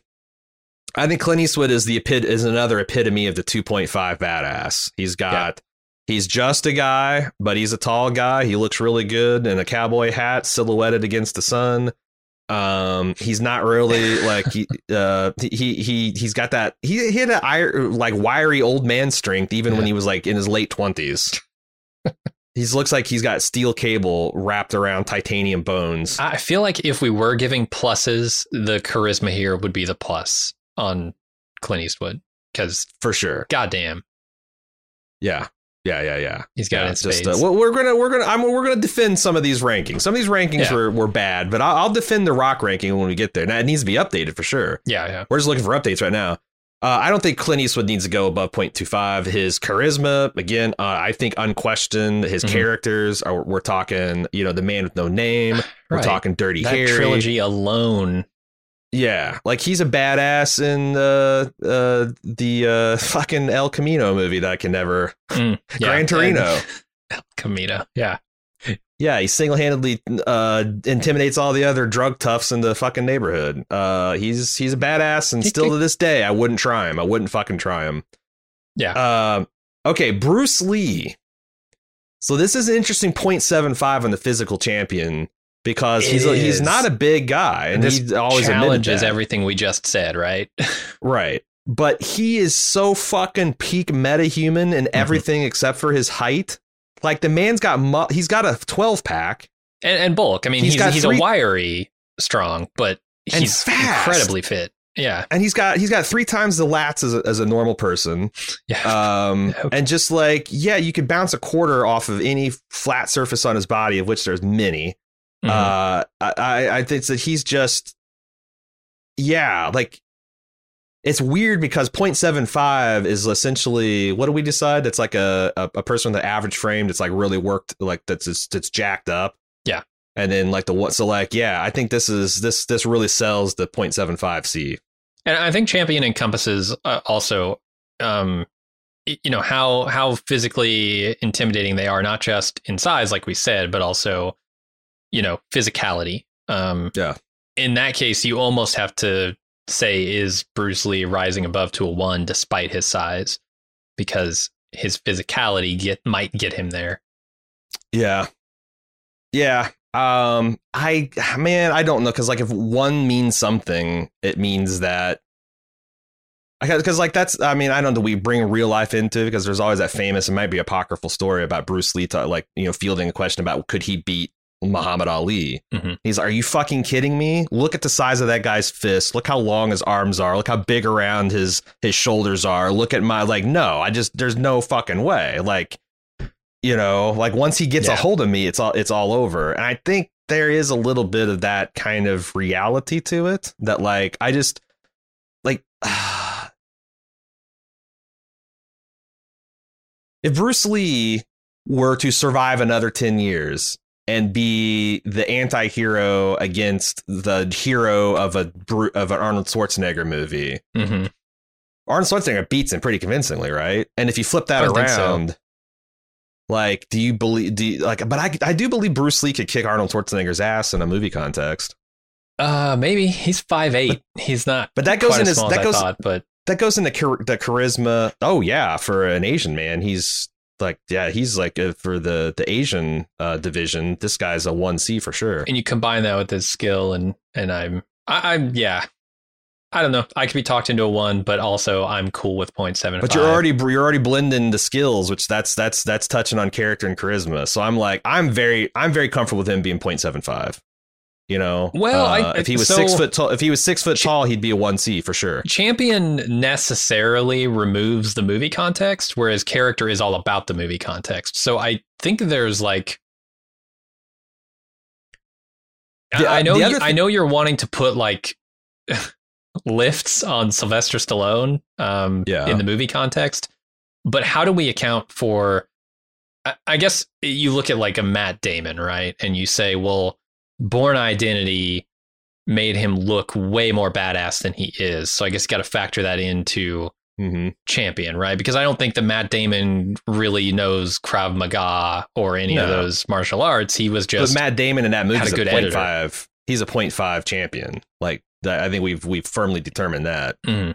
Speaker 1: I think Clint Eastwood is the epit- is another epitome of the 2.5 badass. He's got He's just a guy, but he's a tall guy. He looks really good in a cowboy hat, silhouetted against the sun. Um, he's not really like he uh he he he's got that he he had that ir- like wiry old man strength even when
Speaker 2: Yeah.
Speaker 1: he was like in his late twenties. he looks like he's got steel cable wrapped around titanium bones.
Speaker 2: i feel like if we were giving pluses the charisma here would be the plus on clint eastwood because
Speaker 1: for sure.
Speaker 2: goddamn
Speaker 1: Yeah, yeah, yeah, yeah.
Speaker 2: he's got
Speaker 1: Yeah,
Speaker 2: it in spades.
Speaker 1: uh, well, we're gonna we're gonna I'm, we're gonna defend some of these rankings. Some of these rankings
Speaker 2: Yeah.
Speaker 1: were were bad, but I'll, I'll defend the rock ranking when we get there. Now it needs to be updated for sure.
Speaker 2: yeah yeah
Speaker 1: We're just looking for updates right now. Uh, I don't think Clint Eastwood needs to go above 0.25. His charisma, again, uh, I think unquestioned. His
Speaker 2: Mhm.
Speaker 1: characters, are, we're talking, you know, the man with no name. We're
Speaker 2: Right.
Speaker 1: talking Dirty
Speaker 2: that
Speaker 1: Harry.
Speaker 2: trilogy alone
Speaker 1: Yeah, like he's a badass in the uh, the uh, fucking El Camino movie that I can never.
Speaker 2: Mm, yeah.
Speaker 1: Gran Torino.
Speaker 2: And- Camino. Yeah.
Speaker 1: Yeah, he single handedly uh, intimidates all the other drug toughs in the fucking neighborhood. Uh, he's he's a badass, and still to this day, I wouldn't try him. I wouldn't fucking try him.
Speaker 2: Yeah.
Speaker 1: Um, okay, Bruce Lee. So this is an interesting 0.75 on the physical champion because
Speaker 2: It
Speaker 1: he's a,
Speaker 2: is.
Speaker 1: he's not a big guy, and
Speaker 2: This
Speaker 1: he always admitted
Speaker 2: Challenges
Speaker 1: that.
Speaker 2: everything we just said, right?
Speaker 1: Right. But he is so fucking peak metahuman
Speaker 2: Mm-hmm.
Speaker 1: in everything except for his height. Like the man's got mu- he's got a 12 pack.
Speaker 2: And, and bulk. I mean,
Speaker 1: He's
Speaker 2: he's he's,
Speaker 1: got three-
Speaker 2: a wiry strong, but
Speaker 1: And
Speaker 2: he's
Speaker 1: fast.
Speaker 2: incredibly fit. Yeah.
Speaker 1: and he's got he's got three times the lats as a, as a normal person
Speaker 2: Yeah.
Speaker 1: um
Speaker 2: Okay.
Speaker 1: and just like yeah you could bounce a quarter off of any flat surface on his body of which there's many
Speaker 2: Mhm.
Speaker 1: Uh, I- I I think that he's just, yeah, like it's weird because 0.75 is essentially what do we decide? That's like a, a, a person with an average frame that's like really worked, like that's that's- that's jacked up.
Speaker 2: Yeah.
Speaker 1: And then like the what? So like yeah, I think this is this this really sells the 0.75 C.
Speaker 2: And I think champion encompasses uh, also, um, y- you know how how physically intimidating they are, not just in size, like we said, but also, you know, physicality. Um,
Speaker 1: Yeah.
Speaker 2: In that case, you almost have to say is Bruce Lee rising above to a one despite his size, because his physicality get might get him there.
Speaker 1: Yeah. Yeah. Um I man, I don't know cuz like if one means something, it means that because like that's I mean I don't know we bring real life into it because there's always that famous it might be apocryphal story about Bruce Lee ta- like you know fielding a question about could he beat Muhammad Ali
Speaker 2: Mhm.
Speaker 1: he's are you fucking kidding me look at the size of that guy's fist look how long his arms are look how big around his his shoulders are look at my like no I just there's no fucking way like you know like once he gets a
Speaker 2: Yeah.
Speaker 1: hold of me it's all it's all over and I think there is a little bit of that kind of reality to it that like I just like if Bruce Lee were to survive another 10 years and be the anti-hero against the hero of a Bru- of an Arnold Schwarzenegger movie
Speaker 2: Mm-hmm.
Speaker 1: Arnold Schwarzenegger beats him pretty convincingly, right? And if you flip that
Speaker 2: I would think so.
Speaker 1: around, like, do you believe? Do you, like? But I, I do believe Bruce Lee could kick Arnold Schwarzenegger's ass in a movie context.
Speaker 2: Uh, maybe he's five eight. He's not.
Speaker 1: But that goes
Speaker 2: quite
Speaker 1: in
Speaker 2: as
Speaker 1: his
Speaker 2: small as
Speaker 1: that
Speaker 2: I
Speaker 1: goes
Speaker 2: thought, but
Speaker 1: that goes into char- the charisma. Oh yeah, for an Asian man, he's like yeah, he's like uh, for the the Asian uh, division. This guy's a one C for sure.
Speaker 2: and you combine that with his skill and and I'm I, I'm yeah. I don't know. I could be talked into a one, but also I'm cool with 0.75.
Speaker 1: But you're already you're already blending the skills, which that's that's that's touching on character and charisma. So I'm like I'm very I'm very comfortable with him being 0.75. You know, Uh,
Speaker 2: Well, I-
Speaker 1: if he was
Speaker 2: so-
Speaker 1: six foot tall, if he was six foot tall, he'd be a one C for sure.
Speaker 2: champion necessarily removes the movie context, whereas character is all about the movie context. So I think there's like I-
Speaker 1: The- uh,
Speaker 2: I know
Speaker 1: the
Speaker 2: you-
Speaker 1: other
Speaker 2: I
Speaker 1: thing-
Speaker 2: know you're wanting to put like lifts on Sylvester Stallone um,
Speaker 1: Yeah.
Speaker 2: in the movie context, but how do we account for? I, I guess you look at like a Matt Damon, right? And you say, well, Born Identity made him look way more badass than he is. So I guess you got to factor that into
Speaker 1: hmm
Speaker 2: champion, right? Because I don't think that Matt Damon really knows Krav Maga or any of
Speaker 1: No.
Speaker 2: those martial arts. He was
Speaker 1: But
Speaker 2: just
Speaker 1: Matt Damon in that movie
Speaker 2: had a
Speaker 1: is a
Speaker 2: good
Speaker 1: point
Speaker 2: editor.
Speaker 1: five. He's a point five champion. Like that, I think we've we've firmly determined that.
Speaker 2: Mhm.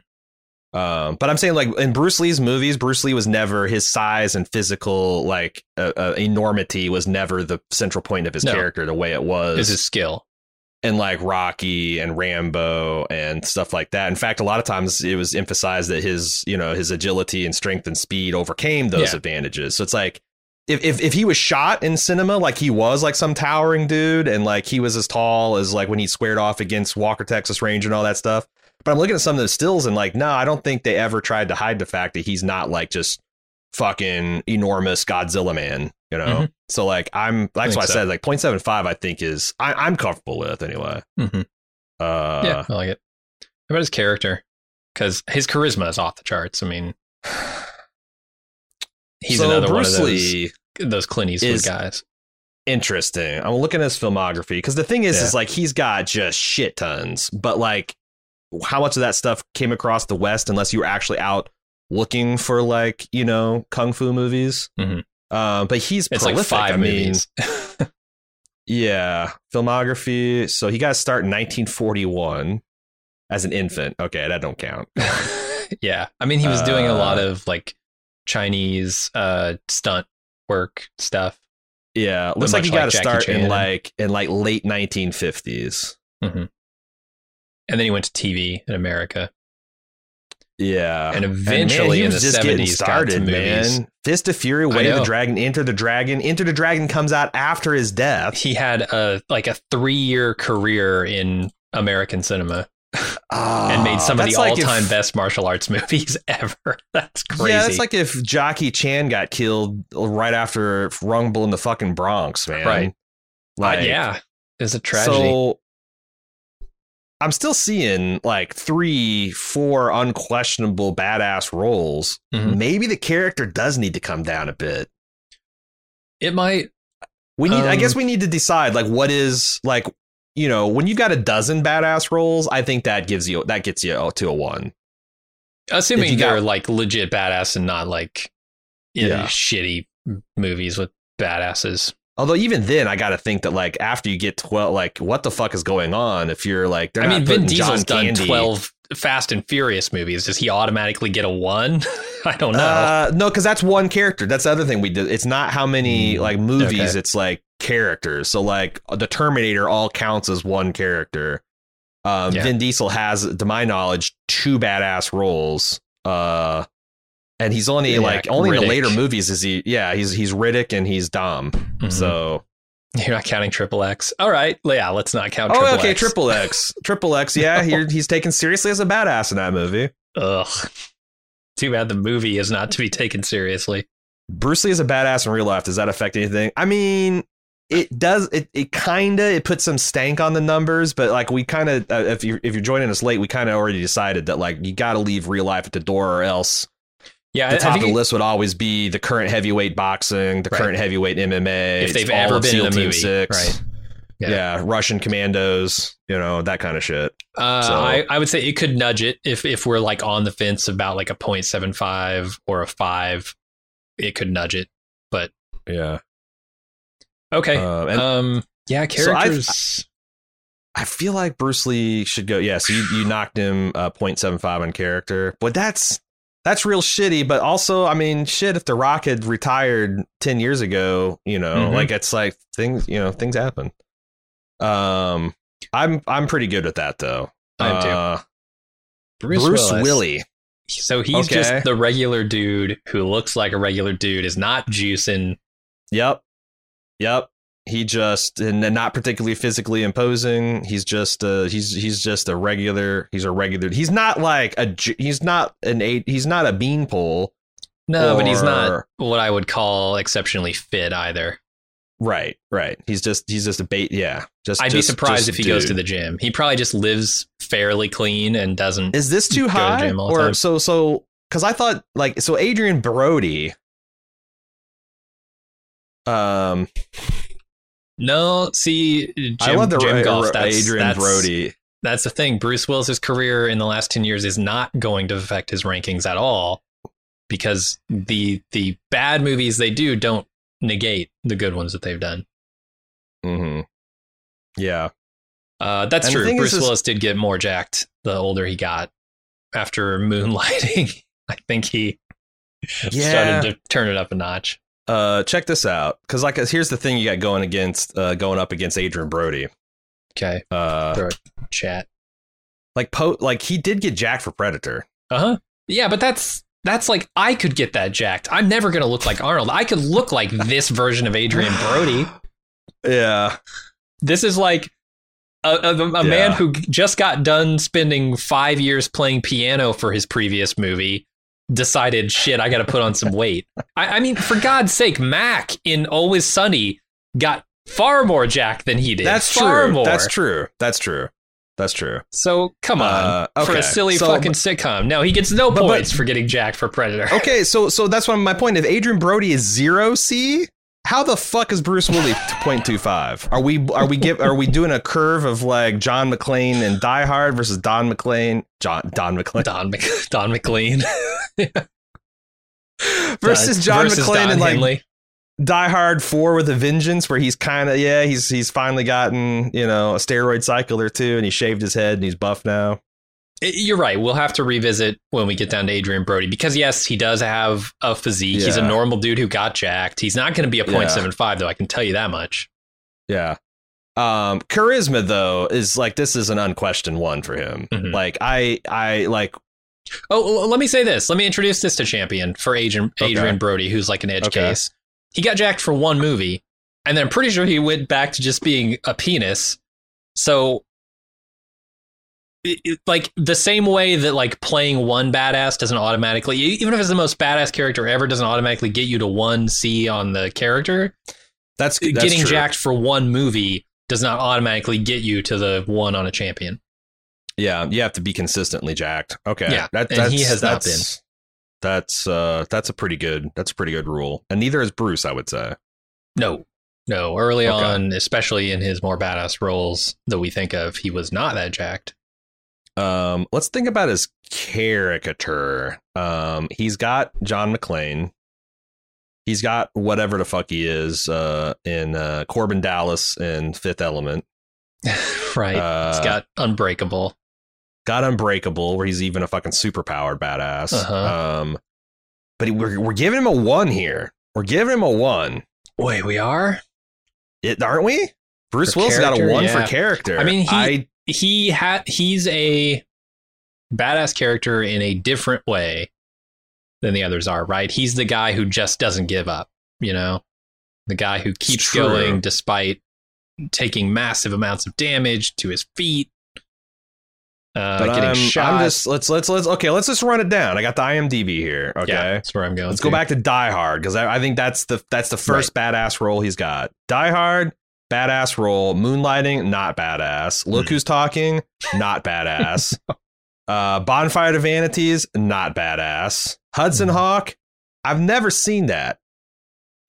Speaker 1: Um, but I'm saying like in Bruce Lee's movies, Bruce Lee was never his size and physical like uh, uh, enormity was never the central point of his
Speaker 2: No.
Speaker 1: character the way it was.
Speaker 2: is his skill.
Speaker 1: and like Rocky and Rambo and stuff like that. In fact, a lot of times it was emphasized that his, you know, his agility and strength and speed overcame those
Speaker 2: Yeah.
Speaker 1: advantages. So it's like if, if if he was shot in cinema like he was like some towering dude and like he was as tall as like when he squared off against Walker Texas Ranger and all that stuff. But I'm looking at some of the stills and like, no, I don't think they ever tried to hide the fact that he's not like just fucking enormous Godzilla man, you know?
Speaker 2: Mhm.
Speaker 1: So like I'm that's
Speaker 2: think
Speaker 1: why I
Speaker 2: so.
Speaker 1: said like 0.75 I think is I, I'm comfortable with anyway.
Speaker 2: Mhm.
Speaker 1: Uh
Speaker 2: yeah, I like it. How about his character? Because his charisma is off the charts. I mean, he's
Speaker 1: so
Speaker 2: another
Speaker 1: Bruce
Speaker 2: one of those,
Speaker 1: Lee,
Speaker 2: those Clint Eastwood
Speaker 1: is-
Speaker 2: guys.
Speaker 1: interesting. I'm looking at his filmography because the thing is,
Speaker 2: Yeah.
Speaker 1: is like he's got just shit tons, but like how much of that stuff came across the West unless you were actually out looking for like you know kung fu movies.
Speaker 2: Mhm.
Speaker 1: Uh, but he's
Speaker 2: It's like
Speaker 1: prolific.
Speaker 2: five
Speaker 1: I mean,
Speaker 2: movies.
Speaker 1: Yeah, filmography. So he got to start in 1941 as an infant. Okay, that don't count.
Speaker 2: yeah, I mean, he was doing a lot
Speaker 1: Uh,
Speaker 2: of like Chinese uh, stunt work stuff.
Speaker 1: Yeah, looks like
Speaker 2: much
Speaker 1: he got
Speaker 2: like
Speaker 1: to
Speaker 2: Jackie
Speaker 1: start in
Speaker 2: Chan.
Speaker 1: like in like late 1950s.
Speaker 2: And then he went to TV in America.
Speaker 1: Yeah,
Speaker 2: And eventually in the 70s got to movies.
Speaker 1: Fist of Fury,
Speaker 2: I
Speaker 1: Way of the
Speaker 2: know.
Speaker 1: Dragon, Enter the Dragon. Enter the Dragon comes out after his death.
Speaker 2: He had a like a three year career in American cinema
Speaker 1: Ah,
Speaker 2: and made some of the all time best martial arts movies ever. That's crazy.
Speaker 1: Yeah, that's like if Jockey Chan got killed right after Rumble in the fucking Bronx, man.
Speaker 2: Right.
Speaker 1: Like,
Speaker 2: yeah, It's a tragedy.
Speaker 1: So I'm still seeing like three, four unquestionable badass roles.
Speaker 2: Mhm.
Speaker 1: Maybe the character does need to come down a bit.
Speaker 2: It might.
Speaker 1: We need I
Speaker 2: Um,
Speaker 1: guess we need to decide like what is like you know, when you've got a dozen badass roles, I think that gives you that gets you to a one. If
Speaker 2: Assuming
Speaker 1: you got-
Speaker 2: they're like legit badass and not like you know,
Speaker 1: Yeah.
Speaker 2: shitty movies with badasses.
Speaker 1: Although even then, I gotta think that like after you get twelve, like what the fuck is going on? If you're like, they're
Speaker 2: I
Speaker 1: not
Speaker 2: mean, Vin
Speaker 1: putting
Speaker 2: Diesel's
Speaker 1: John Candy.
Speaker 2: done twelve Fast and Furious movies. Does he automatically get a one? I don't know. Oh.
Speaker 1: Uh, no, because that's one character. That's the other thing we did. It's not how many
Speaker 2: Mm,
Speaker 1: like movies.
Speaker 2: okay.
Speaker 1: It's like characters. So like the Terminator all counts as one character. Um,
Speaker 2: Yeah.
Speaker 1: Vin Diesel has, to my knowledge, two badass roles. Uh, and he's only
Speaker 2: Yeah,
Speaker 1: like only in the
Speaker 2: Riddick.
Speaker 1: later movies is he. Yeah, he's he's Riddick and he's Dom.
Speaker 2: Mhm.
Speaker 1: So
Speaker 2: you're not counting Triple X. All right, yeah, let's not count.
Speaker 1: oh,
Speaker 2: Triple
Speaker 1: okay,
Speaker 2: X.
Speaker 1: Triple X, Triple X. Yeah, he- he's taken seriously as a badass in that movie.
Speaker 2: Ugh. Too bad the movie is not to be taken seriously.
Speaker 1: Bruce Lee is a badass in real life. Does that affect anything? I mean, it does. It it kinda it puts some stank on the numbers, but like we kind of uh, if you if you're joining us late, we kind of already decided that like you got to leave real life at the door, or else
Speaker 2: Yeah, I-
Speaker 1: the
Speaker 2: I
Speaker 1: top of
Speaker 2: think
Speaker 1: the list would always be the current heavyweight boxing, the
Speaker 2: Right.
Speaker 1: current heavyweight MMA.
Speaker 2: If they've
Speaker 1: all
Speaker 2: ever
Speaker 1: of
Speaker 2: been in
Speaker 1: SEAL
Speaker 2: a
Speaker 1: Team
Speaker 2: movie,
Speaker 1: Six.
Speaker 2: right.
Speaker 1: Yeah.
Speaker 2: Yeah.
Speaker 1: Russian commandos, you know that kind of shit.
Speaker 2: Uh,
Speaker 1: So-
Speaker 2: I, I would say it could nudge it if if we're like on the fence about like a 0.75 or a five, it could nudge it.
Speaker 1: Yeah,
Speaker 2: Okay.
Speaker 1: um, and
Speaker 2: um. Yeah.
Speaker 1: So I've-
Speaker 2: Characters.
Speaker 1: I feel like Bruce Lee should go. Yes, you, you knocked him uh, 0.75 on character, but that's that's real shitty. But also, I mean, shit, if The Rock had retired 10 years ago, you know,
Speaker 2: Mhm.
Speaker 1: like it's like things, you know, things happen. Um, I'm I'm pretty good at that though.
Speaker 2: I do.
Speaker 1: Uh, Bruce, Willie.
Speaker 2: So he's
Speaker 1: Okay.
Speaker 2: just the regular dude who looks like a regular dude is not juicing.
Speaker 1: Yep, yep. He just and then not particularly physically imposing. He's just uh he's he's just a regular. He's a regular. He's not like a ju- he's not an eight. He's not a beanpole.
Speaker 2: No, but he's not
Speaker 1: or-
Speaker 2: what I would call exceptionally fit either.
Speaker 1: Right, right. He's just he's just a bait. Yeah, just.
Speaker 2: I'd be
Speaker 1: just-
Speaker 2: surprised
Speaker 1: just
Speaker 2: if he goes to
Speaker 1: dude.
Speaker 2: the gym. He probably just lives fairly clean and doesn't.
Speaker 1: Is this
Speaker 2: go
Speaker 1: too
Speaker 2: to
Speaker 1: high?
Speaker 2: gym all the
Speaker 1: or
Speaker 2: time.
Speaker 1: so so? Because I thought like so Adrian Brody. Um,
Speaker 2: No, see, Jim,
Speaker 1: I love the
Speaker 2: Jim
Speaker 1: Ra-
Speaker 2: Goff,
Speaker 1: Ra-
Speaker 2: that's-
Speaker 1: Adrian
Speaker 2: that's-
Speaker 1: Brody.
Speaker 2: that's the thing. Bruce Willis's career in the last 10 years is not going to affect his rankings at all because the the bad movies they do don't negate the good ones that they've done.
Speaker 1: hmm Yeah.
Speaker 2: Uh, that's
Speaker 1: And the
Speaker 2: true.
Speaker 1: thing is,
Speaker 2: Bruce
Speaker 1: is-
Speaker 2: Willis did get more jacked the older he got after moonlighting. I think he
Speaker 1: Yeah.
Speaker 2: started to turn it up a notch.
Speaker 1: Uh, check this out, because like uh, here's the thing you got going against uh, going up against Adrian Brody.
Speaker 2: Okay.
Speaker 1: Uh,
Speaker 2: Chat.
Speaker 1: like po- like he did get jacked for Predator.
Speaker 2: Uh-huh. Yeah, but that's that's like I could get that jacked. I'm never gonna look like Arnold. I could look like this version of Adrian Brody.
Speaker 1: Yeah,
Speaker 2: This is like a, a, a man
Speaker 1: Yeah.
Speaker 2: who just got done spending five years playing piano for his previous movie. Decided, shit, I got to put on some weight. I, I mean, for God's sake, Mac in Always Sunny got far more jack than he did.
Speaker 1: that's
Speaker 2: far
Speaker 1: true.
Speaker 2: More.
Speaker 1: That's true. That's true. That's true.
Speaker 2: So come on,
Speaker 1: Uh,
Speaker 2: for
Speaker 1: okay.
Speaker 2: a silly
Speaker 1: So-
Speaker 2: fucking sitcom. No, he gets no
Speaker 1: But- but-
Speaker 2: points for getting jacked for Predator.
Speaker 1: Okay, so so that's what my point. If Adrian Brody is zero C, how the fuck is Bruce Willie 0.25? Are we are we give are we doing a curve of like John McClane and Die Hard versus Don McClane, John Don McClane
Speaker 2: Don Mc, Don McLean
Speaker 1: versus John
Speaker 2: versus
Speaker 1: McClane
Speaker 2: Don
Speaker 1: and like
Speaker 2: Henley.
Speaker 1: Die Hard Four with a Vengeance, where he's kind of yeah he's he's finally gotten you know a steroid cycle or two and he shaved his head and he's buff now.
Speaker 2: I- You're right. We'll have to revisit when we get down to Adrian Brody because yes, he does have a physique. He's a
Speaker 1: Yeah.
Speaker 2: normal dude who got jacked. He's not going to be a
Speaker 1: Yeah.
Speaker 2: 0.75 though. I can tell you that much.
Speaker 1: Yeah. Um, charisma though is like this is an unquestioned one for him.
Speaker 2: Mhm.
Speaker 1: Like I I like
Speaker 2: Oh, l- let me say this. Let me introduce this to Champion for Adrian
Speaker 1: Okay.
Speaker 2: Adrian Brody, who's like an edge
Speaker 1: Okay.
Speaker 2: case. He got jacked for one movie, and then I'm pretty sure he went back to just being a penis. So, it- it- like the same way that like playing one badass doesn't automatically, e- even if it's the most badass character ever, doesn't automatically get you to one C on the character.
Speaker 1: that's, that's
Speaker 2: getting
Speaker 1: true.
Speaker 2: jacked for one movie does not automatically get you to the one on a champion.
Speaker 1: Yeah, you have to be consistently jacked. Okay.
Speaker 2: Yeah,
Speaker 1: That,
Speaker 2: and he has not
Speaker 1: that's- That's uh that's a pretty good that's a pretty good rule. And neither is Bruce, I would say.
Speaker 2: No, no. Early
Speaker 1: Okay.
Speaker 2: on, especially in his more badass roles that we think of, he was not that jacked.
Speaker 1: Um let's think about his caricature. Um he's got John McClane. He's got whatever the fuck he is uh in uh Corbin Dallas in Fifth Element.
Speaker 2: right.
Speaker 1: Uh,
Speaker 2: He's got Unbreakable.
Speaker 1: got Unbreakable, where he's even a fucking superpowered badass.
Speaker 2: Uh-huh.
Speaker 1: Um, but he- we're we're giving him a one here. We're giving him a one,
Speaker 2: Wait, we are.
Speaker 1: it, aren't we? Bruce
Speaker 2: For
Speaker 1: Willis got a
Speaker 2: character,
Speaker 1: one
Speaker 2: yeah.
Speaker 1: for character.
Speaker 2: I mean, he-
Speaker 1: I,
Speaker 2: he had he's a badass character in a different way than the others are right he's the guy who just doesn't give up you know the guy who keeps
Speaker 1: true.
Speaker 2: going despite taking massive amounts of damage to his feet uh
Speaker 1: but
Speaker 2: getting
Speaker 1: um, I'm,
Speaker 2: shot
Speaker 1: I'm just let's let's let's okay, let's just run it down. I got the IMDb here. Okay,
Speaker 2: yeah that's where i'm going
Speaker 1: let's go
Speaker 2: to.
Speaker 1: back to Die Hard because I, I think that's the that's the first badass role he's got. Die Hard, badass role. Moonlighting, not badass. Look
Speaker 2: Mhm.
Speaker 1: who's talking, not badass. uh, Bonfire to Vanities, not badass. Hudson
Speaker 2: Mhm.
Speaker 1: Hawk, I've never seen that.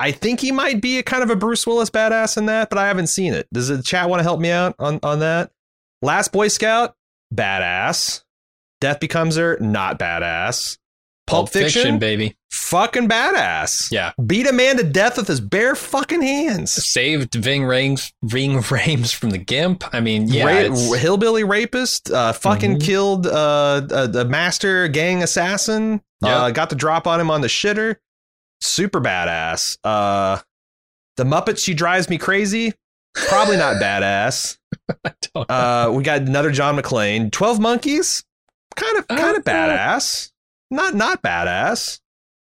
Speaker 1: I think he might be a kind of a Bruce Willis badass in that, but I haven't seen it. Does the chat want to help me out on, on that? Last Boy Scout, badass. Death Becomes Her, not badass. Pulp, Fiction
Speaker 2: baby
Speaker 1: fucking badass.
Speaker 2: Yeah.
Speaker 1: Beat a man to death with his bare fucking hands.
Speaker 2: saved ving rames ving rames from the gimp i mean yeah
Speaker 1: Ra-
Speaker 2: it's-
Speaker 1: hillbilly rapist, uh, fucking
Speaker 2: Mhm.
Speaker 1: killed uh, uh, the master gang assassin, uh, got the drop on him on the shitter. Super badass. Uh, the Muppet, She Drives Me Crazy, probably not badass.
Speaker 2: I don't know.
Speaker 1: Uh, we got another John McClane. 12 Monkeys, kind of kind of
Speaker 2: Uh,
Speaker 1: badass. Not not badass.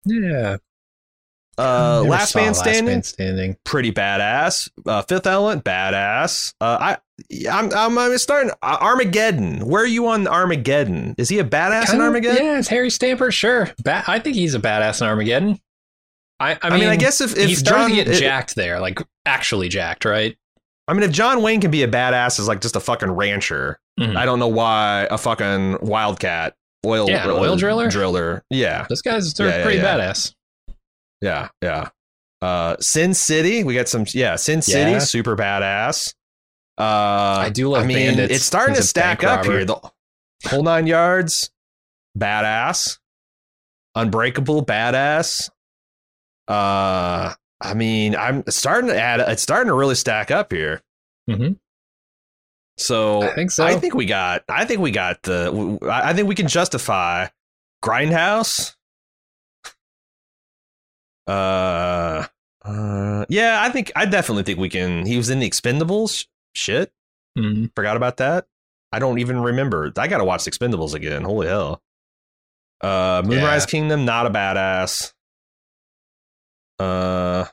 Speaker 2: yeah
Speaker 1: Uh,
Speaker 2: Never
Speaker 1: Last
Speaker 2: saw
Speaker 1: Man
Speaker 2: last
Speaker 1: Standing,
Speaker 2: man standing
Speaker 1: pretty badass. Uh, Fifth Element, badass. Uh, I, I'm, I'm, I'm starting uh, Armageddon. Where are you on Armageddon? Is he a badass in
Speaker 2: Kind of-
Speaker 1: Armageddon?
Speaker 2: Yeah, it's Harry Stamper. Sure, ba- I think he's a badass in Armageddon. I, I,
Speaker 1: I, mean, I guess if um, if
Speaker 2: he started
Speaker 1: John,
Speaker 2: to get
Speaker 1: i-
Speaker 2: jacked there, like actually jacked, right?
Speaker 1: I mean, if John Wayne can be a badass as like just a fucking rancher,
Speaker 2: Mhm.
Speaker 1: I don't know why a fucking wildcat oil
Speaker 2: Yeah, an oil driller?
Speaker 1: driller. Yeah,
Speaker 2: Those guys are
Speaker 1: Yeah, yeah,
Speaker 2: pretty
Speaker 1: yeah.
Speaker 2: badass.
Speaker 1: yeah, yeah. Uh, Sin City, we got some. Yeah, Sin City,
Speaker 2: Yeah.
Speaker 1: super badass. Uh,
Speaker 2: I do love
Speaker 1: I mean,
Speaker 2: bandits.
Speaker 1: it's starting
Speaker 2: He's
Speaker 1: to
Speaker 2: a bank
Speaker 1: stack up
Speaker 2: robber.
Speaker 1: here. The whole nine yards, badass, unbreakable, badass. Uh, I mean, I'm starting to add. It's starting to really stack up here.
Speaker 2: Mhm.
Speaker 1: So
Speaker 2: I think so.
Speaker 1: I think we got. I think we got the. w- w- I I think we can justify Grindhouse. Uh, uh, yeah. I think I definitely think we can. He was in the Expendables. Shit,
Speaker 2: Mhm.
Speaker 1: forgot about that. I don't even remember. I gotta watch Expendables again. Holy hell. Uh, Moonrise
Speaker 2: Yeah.
Speaker 1: Kingdom, not a badass. Uh,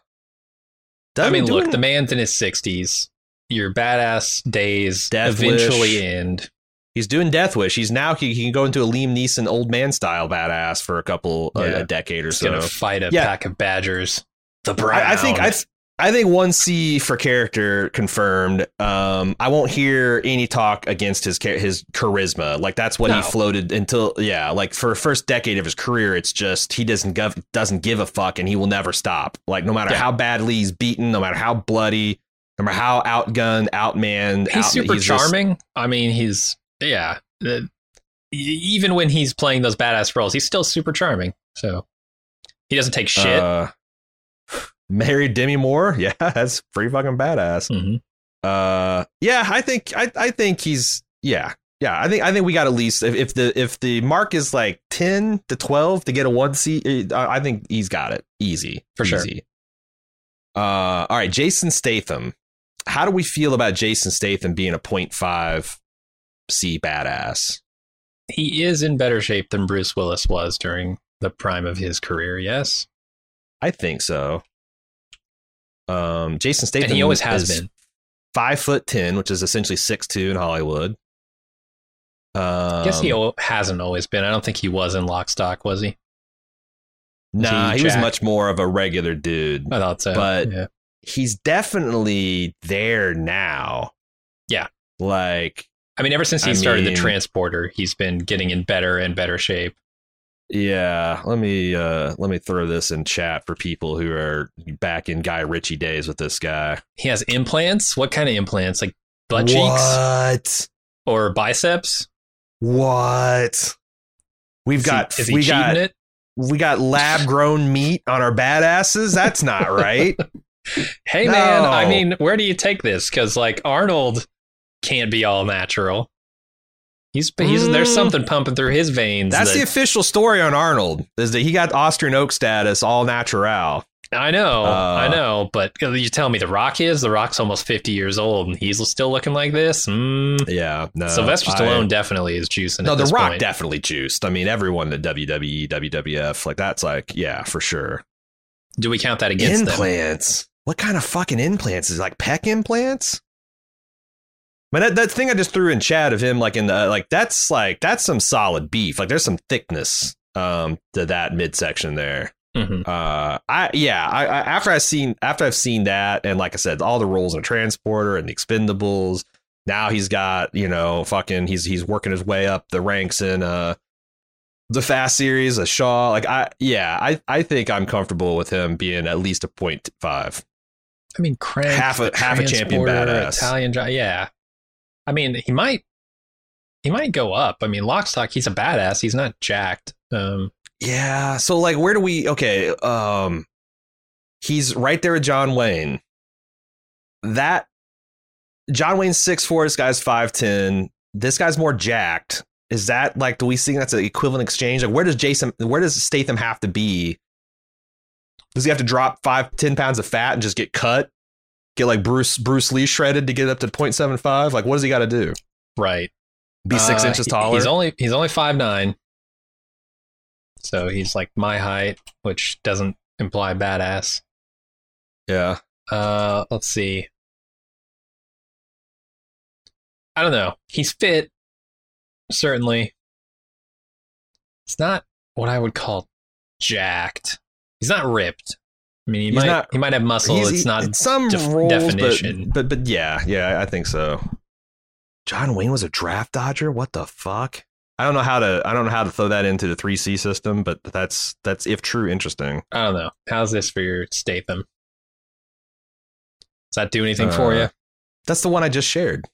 Speaker 2: I mean,
Speaker 1: doesn't do
Speaker 2: look,
Speaker 1: an-
Speaker 2: the man's in his sixties. Your badass days
Speaker 1: Death
Speaker 2: eventually
Speaker 1: Wish.
Speaker 2: end.
Speaker 1: He's doing Death Wish. He's now he, he can go into a Liam Neeson old man style badass for a couple uh,
Speaker 2: Yeah.
Speaker 1: a decade or
Speaker 2: He's
Speaker 1: so.
Speaker 2: gonna fight a
Speaker 1: Yeah.
Speaker 2: pack of badgers. The brown.
Speaker 1: I, I think I, th- I think one C for character confirmed. Um, I won't hear any talk against his cha- his charisma. Like that's what he
Speaker 2: No.
Speaker 1: floated until yeah. Like for the first decade of his career, it's just he doesn't gov- doesn't give a fuck and he will never stop. Like no matter
Speaker 2: Yeah.
Speaker 1: how badly he's beaten, no matter how bloody, no matter how outgunned, outmanned,
Speaker 2: he's
Speaker 1: out-
Speaker 2: super
Speaker 1: just-
Speaker 2: charming. I mean, he's yeah. Uh, e- even when he's playing those badass roles, he's still super charming. So he doesn't take shit.
Speaker 1: Uh, married Demi Moore. Yeah, that's pretty fucking badass.
Speaker 2: Mhm.
Speaker 1: Uh, yeah, I think I, I think he's yeah yeah I think I think we got at least if, if the if the mark is like ten to twelve to get a one C, uh, I I think he's got it easy
Speaker 2: For sure.
Speaker 1: Easy. Uh, all right, Jason Statham. How do we feel about Jason Statham being a 0.5 C badass?
Speaker 2: He is in better shape than Bruce Willis was during the prime of his career. Yes,
Speaker 1: I think so. Um, Jason Statham.
Speaker 2: and he always has
Speaker 1: is
Speaker 2: been.
Speaker 1: five foot ten, which is essentially six two in Hollywood. Um,
Speaker 2: I guess he al- hasn't always been. I don't think he was in Lock, Stock, was he?
Speaker 1: Nah,
Speaker 2: he
Speaker 1: he was
Speaker 2: jacked?
Speaker 1: much more of a regular dude.
Speaker 2: I thought so.
Speaker 1: But-
Speaker 2: yeah.
Speaker 1: he's definitely there now.
Speaker 2: Yeah.
Speaker 1: Like
Speaker 2: I mean, ever since he
Speaker 1: I
Speaker 2: started
Speaker 1: mean-
Speaker 2: the transporter, he's been getting in better and better shape.
Speaker 1: yeah, let me uh let me throw this in chat for people who are back in Guy Ritchie days with this guy.
Speaker 2: He has implants. What kind of implants? Like butt cheeks
Speaker 1: What?
Speaker 2: or biceps?
Speaker 1: What? We've
Speaker 2: Is he-
Speaker 1: got
Speaker 2: is he
Speaker 1: we
Speaker 2: cheating
Speaker 1: got
Speaker 2: it?
Speaker 1: we got lab grown meat on our badasses. That's not right.
Speaker 2: Hey man, I
Speaker 1: No.
Speaker 2: mean, where do you take this? Because like Arnold can't be all natural. He's he's there's
Speaker 1: Mm.
Speaker 2: something pumping through his veins.
Speaker 1: That's the
Speaker 2: that,
Speaker 1: official story on Arnold is that he got Austrian oak status all natural.
Speaker 2: I know,
Speaker 1: Uh,
Speaker 2: I know, but you tell me the Rock is the Rock's almost fifty years old and he's still looking like this. Mm.
Speaker 1: Yeah, no,
Speaker 2: Sylvester
Speaker 1: Uh, I-
Speaker 2: Stallone definitely is juicing.
Speaker 1: No,
Speaker 2: at
Speaker 1: The
Speaker 2: this
Speaker 1: Rock
Speaker 2: point.
Speaker 1: definitely juiced. I mean, everyone at E, WWE, WWF, like that's like yeah, for sure.
Speaker 2: Do we count that against them?
Speaker 1: implants. What kind of fucking implants is it like pec implants? But that, that thing I just threw in chat of him, like in the uh, like, that's like that's some solid beef. Like there's some thickness um to that midsection there.
Speaker 2: Mhm.
Speaker 1: uh i yeah I, I after i've seen after i've seen that and like i said all the roles in a transporter and the expendables now he's got you know fucking he's he's working his way up the ranks in uh the fast series a shaw like i yeah i i think i'm comfortable with him being at least a point five
Speaker 2: I mean, Crank,
Speaker 1: Half a-
Speaker 2: the
Speaker 1: half a champion
Speaker 2: Transporter,
Speaker 1: badass.
Speaker 2: Italian Gi- Yeah, I mean, he might, he might go up. I mean, Lockstock, he's a badass. He's not jacked. Um,
Speaker 1: yeah so like where do we okay um he's right there with john wayne that John Wayne's six four, this guy's five ten. This guy's more jacked. Is that like do we think that's an equivalent exchange? Like where does Jason where does Statham have to be? Does he have to drop five, 10 pounds of fat and just get cut? Get like Bruce Bruce Lee shredded to get up to 0.75? Like what does he gotta do?
Speaker 2: right.
Speaker 1: Be six
Speaker 2: Uh,
Speaker 1: inches
Speaker 2: he-
Speaker 1: taller.
Speaker 2: He's only he's only five nine. So he's like my height, which doesn't imply badass.
Speaker 1: yeah.
Speaker 2: Uh, let's see. I don't know. He's fit, certainly. It's not what I would call jacked. He's not ripped. I mean, he
Speaker 1: He's
Speaker 2: might
Speaker 1: not-
Speaker 2: he might have muscle.
Speaker 1: He's-
Speaker 2: it's not.
Speaker 1: in some
Speaker 2: def-
Speaker 1: roles, but-
Speaker 2: definition.
Speaker 1: But, but yeah, yeah, I think so. John Wayne was a draft dodger. What the fuck? I don't know how to I don't know how to throw that into the three C system, but that's that's if true interesting.
Speaker 2: I don't know. How's this for your Statham? Does that do anything for
Speaker 1: Uh,
Speaker 2: you?
Speaker 1: That's the one I just shared.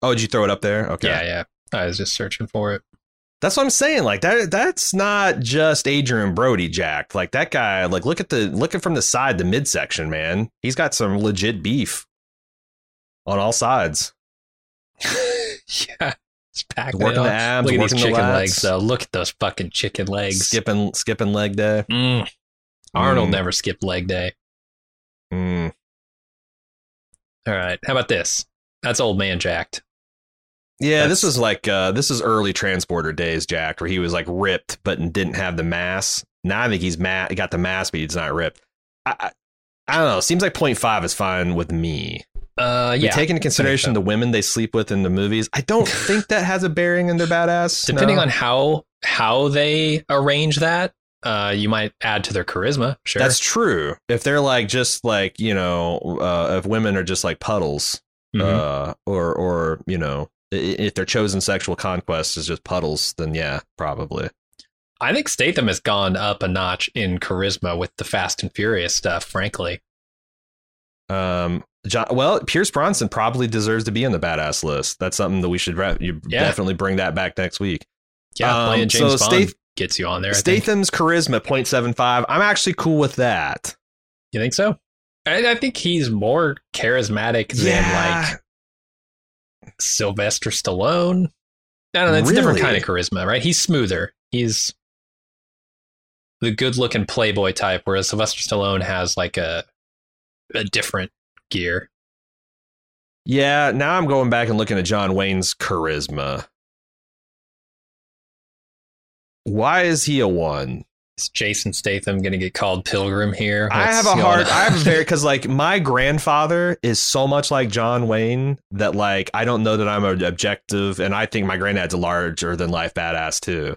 Speaker 1: Oh, did you throw it up there? Okay,
Speaker 2: Yeah, yeah. I was just searching for it.
Speaker 1: that's what I'm saying. Like that that's not just Adrian Brody jacked. Like that guy. Like look at the looking from the side, the midsection, man. He's got some legit beef on all sides.
Speaker 2: yeah, it's packed.
Speaker 1: Working the abs,
Speaker 2: Look at these
Speaker 1: working the
Speaker 2: chicken
Speaker 1: lats.
Speaker 2: legs, though. Look at those fucking chicken legs.
Speaker 1: Skipping skipping leg day.
Speaker 2: Mm. Arnold
Speaker 1: Mm.
Speaker 2: never skipped leg day.
Speaker 1: Mm.
Speaker 2: All right. How about this? That's old man jacked.
Speaker 1: Yeah,
Speaker 2: That's-
Speaker 1: this was like uh, this is early transporter days, Jack, where he was like ripped but didn't have the mass. Now I think he's ma- got the mass, but he's not ripped. I, I, I don't know. Seems like 0.5 is fine with me.
Speaker 2: Uh,
Speaker 1: We
Speaker 2: yeah.
Speaker 1: take into consideration
Speaker 2: so.
Speaker 1: the women they sleep with in the movies. I don't think that has a bearing in their badass.
Speaker 2: Depending
Speaker 1: no.
Speaker 2: on how how they arrange that, uh, you might add to their charisma. Sure.
Speaker 1: that's true. If they're like just like you know, uh, if women are just like puddles,
Speaker 2: Mhm.
Speaker 1: uh, or or you know, i- i- if their chosen sexual conquest is just puddles, then yeah, probably.
Speaker 2: I think Statham has gone up a notch in charisma with the Fast and Furious stuff. Frankly,
Speaker 1: Um, John, well, Pierce Bronson probably deserves to be on the badass list. That's something that we should re- you
Speaker 2: Yeah.
Speaker 1: definitely bring that back next week.
Speaker 2: yeah,
Speaker 1: Um,
Speaker 2: playing
Speaker 1: so
Speaker 2: James Bond
Speaker 1: Stath-
Speaker 2: gets you on there. I think.
Speaker 1: Statham's charisma 0.75. I'm actually cool with that.
Speaker 2: You think so? I, I think he's more charismatic than like Sylvester Stallone. I don't know. It's a different kind
Speaker 1: Really?
Speaker 2: of charisma, right? He's smoother. He's the good-looking playboy type, whereas Sylvester Stallone has like a a different gear.
Speaker 1: yeah. Now I'm going back and looking at John Wayne's charisma. Why is he a one?
Speaker 2: Is Jason Statham going to get called Pilgrim here?
Speaker 1: I
Speaker 2: What's
Speaker 1: have a
Speaker 2: going
Speaker 1: hard.
Speaker 2: on?
Speaker 1: I have a very because like my grandfather is so much like John Wayne that like I don't know that I'm an objective, and I think my granddad's a larger than life badass too.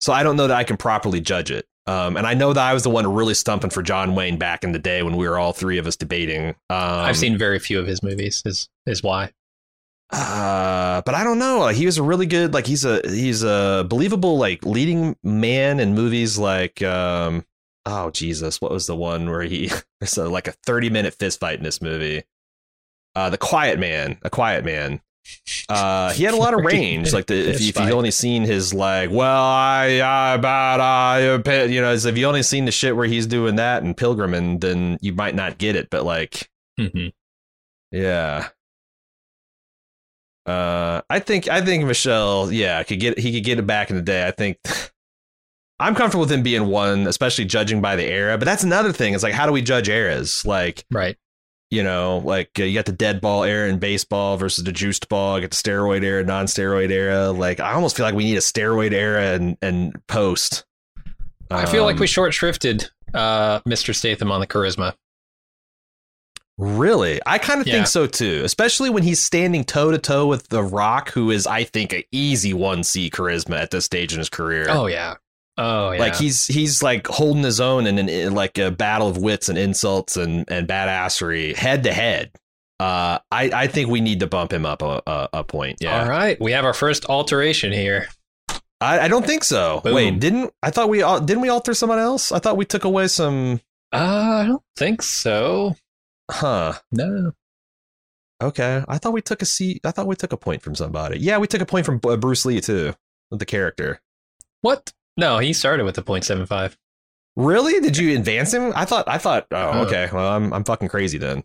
Speaker 1: So I don't know that I can properly judge it. Um, and I know that I was the one really stumping for John Wayne back in the day when we were all three of us debating. Um,
Speaker 2: I've seen very few of his movies. Is is why
Speaker 1: uh, but I don't know. Like, he was a really good, like he's a he's a believable like leading man in movies like um oh Jesus, what was the one where he it's a, like a thirty minute fist fight in this movie? Uh, the Quiet Man, a Quiet Man. Uh, he had a lot of range. Like the, if, you, if you've only seen his like, well, I, I about I, you know, if you only seen the shit where he's doing that and pilgriming, then you might not get it. But like,
Speaker 2: Mhm.
Speaker 1: yeah. Uh, I think I think Michelle, yeah, could get he could get it back in the day. I think I'm comfortable with him being one, especially judging by the era. But that's another thing. It's like, how do we judge eras? Like,
Speaker 2: right.
Speaker 1: you know, like uh, you got the dead ball era in baseball versus the juiced ball. I got the steroid era, non-steroid era. Like I almost feel like we need a steroid era and and post.
Speaker 2: I feel like
Speaker 1: Um,
Speaker 2: we short shrifted uh, Mr. Statham on the charisma.
Speaker 1: really. I kind of
Speaker 2: Yeah.
Speaker 1: think so too, especially when he's standing toe to toe with The Rock, who is, I think, an easy one C charisma at this stage in his career.
Speaker 2: Oh yeah. Oh yeah.
Speaker 1: Like he's he's like holding his own in, an, in like a battle of wits and insults and and badassery head to head. Uh, I I think we need to bump him up a a, a point. Yeah.
Speaker 2: All right, we have our first alteration here.
Speaker 1: I, I don't think so.
Speaker 2: Boom.
Speaker 1: Wait, didn't I thought we all didn't we alter someone else? I thought we took away some.
Speaker 2: Uh, I don't think so.
Speaker 1: Huh.
Speaker 2: No.
Speaker 1: Okay. I thought we took a seat. I thought we took a point from somebody. Yeah, we took a point from uh, Bruce Lee too. with The character.
Speaker 2: What? No, he started with the .75.
Speaker 1: Really? Did you advance him? I thought. I thought.
Speaker 2: Huh.
Speaker 1: Oh, okay. Well, I'm I'm fucking crazy then.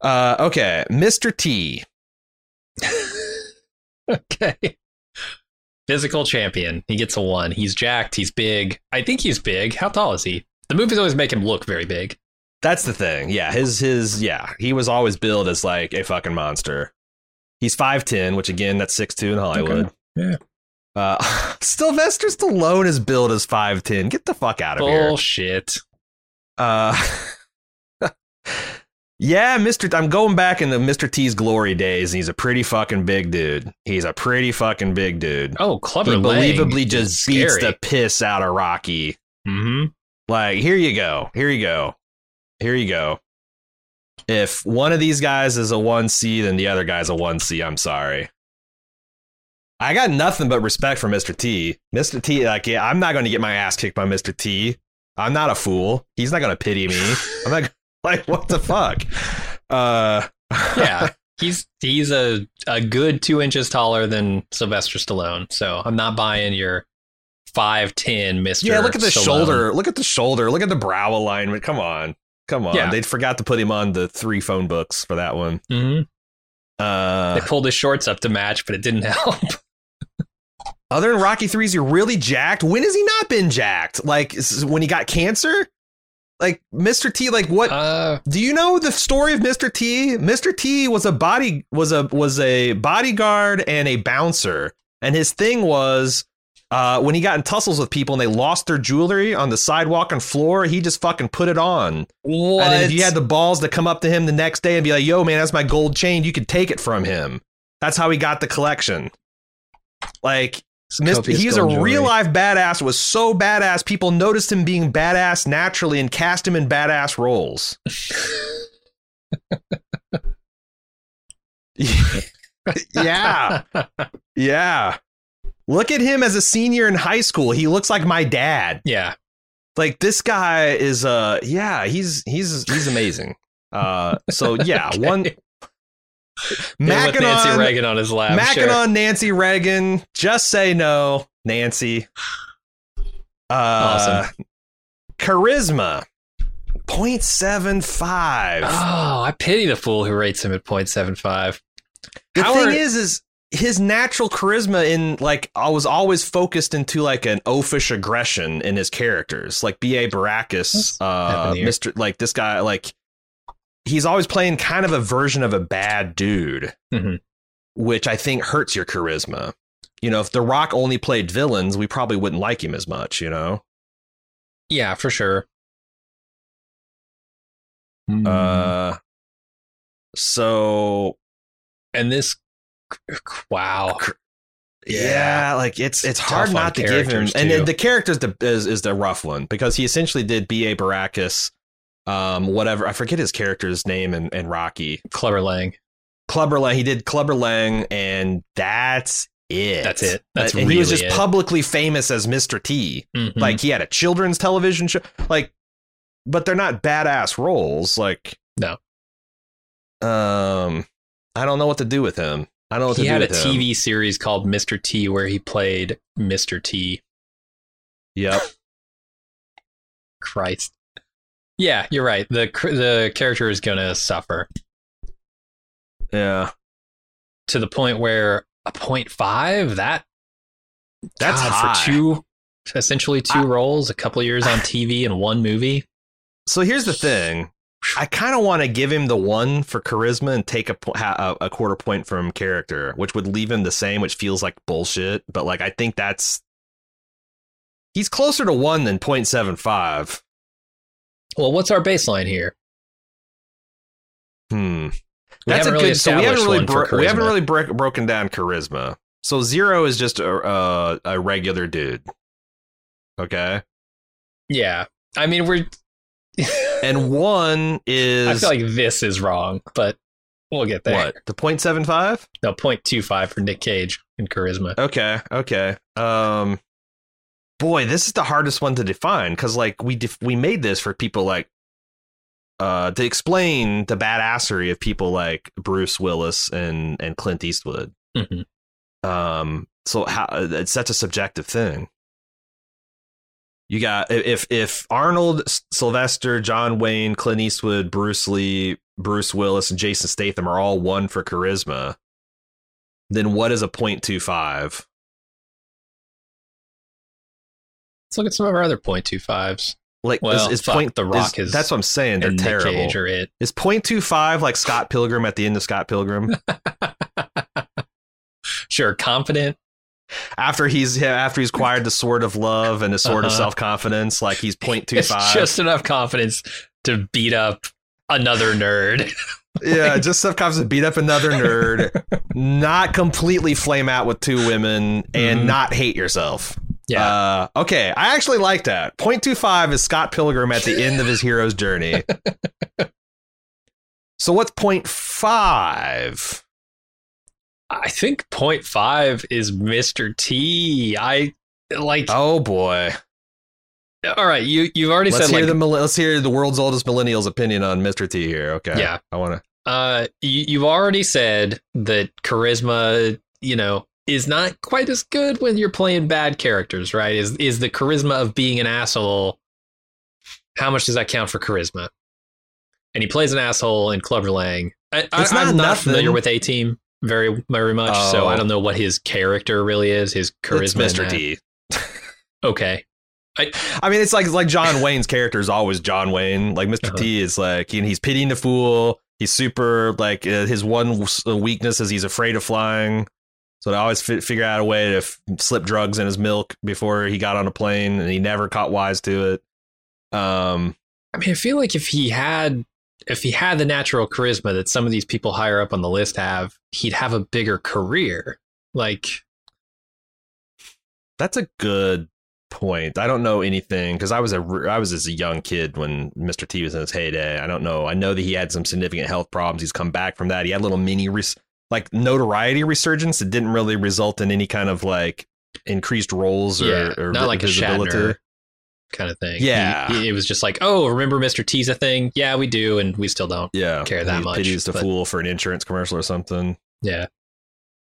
Speaker 1: Uh, okay, Mr. T.
Speaker 2: Okay. Physical champion. He gets a one. He's jacked. He's big. I think he's big. How tall is he? The movies always make him look very big.
Speaker 1: That's the thing. Yeah, his his yeah, he was always billed as like a fucking monster. He's five ten, which again, that's six two in Hollywood.
Speaker 2: Yeah.
Speaker 1: Uh, Sylvester Stallone is billed as five ten. Get the fuck out of here.
Speaker 2: Bullshit.
Speaker 1: Uh, yeah, Mister. I'm going back into Mister T's glory days, and he's a pretty fucking big dude. He's a pretty fucking big dude.
Speaker 2: Oh, clever.
Speaker 1: he
Speaker 2: Lang
Speaker 1: believably
Speaker 2: is
Speaker 1: just
Speaker 2: scary.
Speaker 1: beats the piss out of Rocky.
Speaker 2: Mhm.
Speaker 1: Like, here you go. Here you go. Here you go. If one of these guys is a 1C, then the other guy's a 1C. I'm sorry. I got nothing but respect for Mr. T. Mr. T, like, yeah, I'm not going to get my ass kicked by Mr. T. I'm not a fool. He's not going to pity me. I'm not like, what the fuck? Uh,
Speaker 2: yeah. He's he's a, a good two inches taller than Sylvester Stallone. So I'm not buying your five ten Mr.
Speaker 1: yeah, look at the
Speaker 2: Stallone.
Speaker 1: shoulder. Look at the shoulder. Look at the brow alignment. Come on. Come on.
Speaker 2: Yeah.
Speaker 1: They forgot to put him on the three phone books for that one.
Speaker 2: Mhm.
Speaker 1: Uh,
Speaker 2: They pulled his shorts up to match, but it didn't help.
Speaker 1: Other than Rocky threes, you're really jacked. When has he not been jacked? Like s- when he got cancer? Like Mr. T, like what?
Speaker 2: Uh,
Speaker 1: do you know the story of Mr. T? Mr. T was a body was a was a bodyguard and a bouncer, and his thing was uh, when he got in tussles with people and they lost their jewelry on the sidewalk and floor, he just fucking put it on.
Speaker 2: what?
Speaker 1: And then if you had the balls to come up to him the next day and be like, "Yo, man, that's my gold chain," you could take it from him. That's how he got the collection. Like, Mr.
Speaker 2: copious
Speaker 1: he was a
Speaker 2: gold jewelry.
Speaker 1: real life badass. Was so badass, people noticed him being badass naturally and cast him in badass roles. yeah, yeah. Look at him as a senior in high school. He looks like my dad.
Speaker 2: yeah.
Speaker 1: like this guy is uh yeah he's he's he's amazing uh so yeah
Speaker 2: Okay.
Speaker 1: one
Speaker 2: Yeah, with Nancy
Speaker 1: Mackinon-
Speaker 2: Reagan on his lap.
Speaker 1: Macking
Speaker 2: sure.
Speaker 1: on Nancy Reagan. Just say no, Nancy. Uh,
Speaker 2: Awesome.
Speaker 1: Charisma. 0.75.
Speaker 2: Oh, I pity the fool who rates him at 0.75.
Speaker 1: the
Speaker 2: how
Speaker 1: thing
Speaker 2: are-
Speaker 1: is, is his natural charisma in like I was always focused into like an oafish aggression in his characters, like B.A. Baracus,
Speaker 2: That's
Speaker 1: uh,
Speaker 2: happened here.
Speaker 1: Mister, like this guy, like he's always playing kind of a version of a bad dude,
Speaker 2: Mhm.
Speaker 1: which I think hurts your charisma. You know, if The Rock only played villains, we probably wouldn't like him as much. You know,
Speaker 2: Yeah, for sure. Mm-hmm.
Speaker 1: uh, so
Speaker 2: and this, wow.
Speaker 1: Yeah, like it's it's hard
Speaker 2: tough on
Speaker 1: not to give him.
Speaker 2: characters,
Speaker 1: And
Speaker 2: too.
Speaker 1: then the character's the is, is the rough one because he essentially did B.A. Baracus, um, whatever I forget his character's name and and Rocky
Speaker 2: Clever Lang.
Speaker 1: Clubber Lang. He did Clubber Lang, and that's it.
Speaker 2: That's it. That's
Speaker 1: and he was
Speaker 2: really
Speaker 1: just
Speaker 2: it.
Speaker 1: publicly famous as Mr. T.
Speaker 2: Mhm.
Speaker 1: Like he had a children's television show. Like, but they're not badass roles. Like
Speaker 2: No.
Speaker 1: Um, I don't know what to do with him. I don't know what
Speaker 2: he
Speaker 1: to do
Speaker 2: had a
Speaker 1: with him.
Speaker 2: TV series called Mr. T where he played Mr. T.
Speaker 1: Yep.
Speaker 2: Christ. Yeah, you're right. The cr- the character is going to suffer
Speaker 1: Yeah.
Speaker 2: to the point where a 0.5 that
Speaker 1: That's
Speaker 2: God,
Speaker 1: high.
Speaker 2: for two essentially two
Speaker 1: I-
Speaker 2: roles, a couple years on TV and one movie.
Speaker 1: So here's the thing. I kind of want to give him the one for charisma and take a, po- ha- a a quarter point from character, which would leave him the same, which feels like bullshit. But like, I think that's he's closer to one than 0.75.
Speaker 2: Well, what's our baseline here?
Speaker 1: Hmm.
Speaker 2: We
Speaker 1: that's
Speaker 2: haven't
Speaker 1: a
Speaker 2: really
Speaker 1: good. So we haven't
Speaker 2: established
Speaker 1: really
Speaker 2: one for
Speaker 1: bro- we haven't
Speaker 2: charisma.
Speaker 1: really bro- broken down charisma. So zero is just a uh, a regular dude. Okay,
Speaker 2: Yeah. I mean, we're
Speaker 1: and one
Speaker 2: I
Speaker 1: is
Speaker 2: feel like this is wrong, but we'll get there.
Speaker 1: what the 0.75?
Speaker 2: No, 0.25 for Nick Cage and charisma.
Speaker 1: Okay, okay. Um boy, this is the hardest one to define cuz like we def- we made this for people like uh to explain the badassery of people like Bruce Willis and and Clint Eastwood.
Speaker 2: Mhm.
Speaker 1: Um so how it's such a subjective thing. You got i- if if Arnold, S- Sylvester, John Wayne, Clint Eastwood, Bruce Lee, Bruce Willis, and Jason Statham are all one for charisma, then what is a 0.25?
Speaker 2: Let's look at some of our other 0.25s.
Speaker 1: Like
Speaker 2: Well,
Speaker 1: is, is
Speaker 2: fuck,
Speaker 1: point
Speaker 2: The Rock is-
Speaker 1: that's what I'm saying. They're
Speaker 2: and Nick
Speaker 1: terrible.
Speaker 2: Cage are it.
Speaker 1: is 0.25 like Scott Pilgrim at the end of Scott Pilgrim
Speaker 2: Sure, confident.
Speaker 1: after he's yeah, after he's acquired the sword of love and the sword of
Speaker 2: Uh-huh.
Speaker 1: self confidence like he's
Speaker 2: It's
Speaker 1: 0.25
Speaker 2: just enough confidence to beat up another nerd.
Speaker 1: yeah just self confidence beat up another nerd not completely flame out with two women and
Speaker 2: Mhm.
Speaker 1: not hate yourself
Speaker 2: Yeah.
Speaker 1: Uh, okay, I actually like that. 0.25 is Scott Pilgrim at the end of his hero's journey. so what's 0.5?
Speaker 2: I think 0.5 is Mr. T. I like
Speaker 1: Oh boy.
Speaker 2: all right, you you've already
Speaker 1: let's
Speaker 2: said
Speaker 1: hear
Speaker 2: like
Speaker 1: the millen- let's hear the world's oldest millennial's opinion on Mr. T here. Okay.
Speaker 2: Yeah.
Speaker 1: I want to.
Speaker 2: uh you, you've already said that charisma you know is not quite as good when you're playing bad characters right is is the charisma of being an asshole how much does that count for charisma and he plays an asshole in clever lang I, I,
Speaker 1: It's not
Speaker 2: i'm not
Speaker 1: nothing.
Speaker 2: familiar with a team very very much so
Speaker 1: Oh.
Speaker 2: i don't know what his character really is his
Speaker 1: It's
Speaker 2: charisma in
Speaker 1: Mr.
Speaker 2: that.
Speaker 1: T.
Speaker 2: okay
Speaker 1: I mean, it's like like John Wayne's character is always John Wayne. Like
Speaker 2: Uh-huh.
Speaker 1: mister T is like, you know, he's pitying the fool. He's super like uh, his one w- s- weakness is he's afraid of flying. So they always fi- figure out a way to f- slip drugs in his milk before he got on a plane, and he never caught wise to it. Um,
Speaker 2: I mean, I feel like if he had if he had the natural charisma that some of these people higher up on the list have, he'd have a bigger career. Like,
Speaker 1: that's a good point. I don't know anything because I was a r- I was as a young kid when Mr. T was in his heyday. I don't know. I know that he had some significant health problems. He's come back from that. He had a little mini res- like notoriety resurgence. It didn't really result in any kind of like increased roles or,
Speaker 2: yeah,
Speaker 1: or
Speaker 2: not
Speaker 1: vi-
Speaker 2: like a
Speaker 1: visibility.
Speaker 2: Shatner. kind of thing.
Speaker 1: Yeah.
Speaker 2: He- he- it was just like, oh, remember Mr. T's a thing? Yeah, we do, and we still don't.
Speaker 1: Yeah,
Speaker 2: care that
Speaker 1: he
Speaker 2: much,
Speaker 1: Pities the
Speaker 2: but-
Speaker 1: fool for an insurance commercial or something.
Speaker 2: Yeah,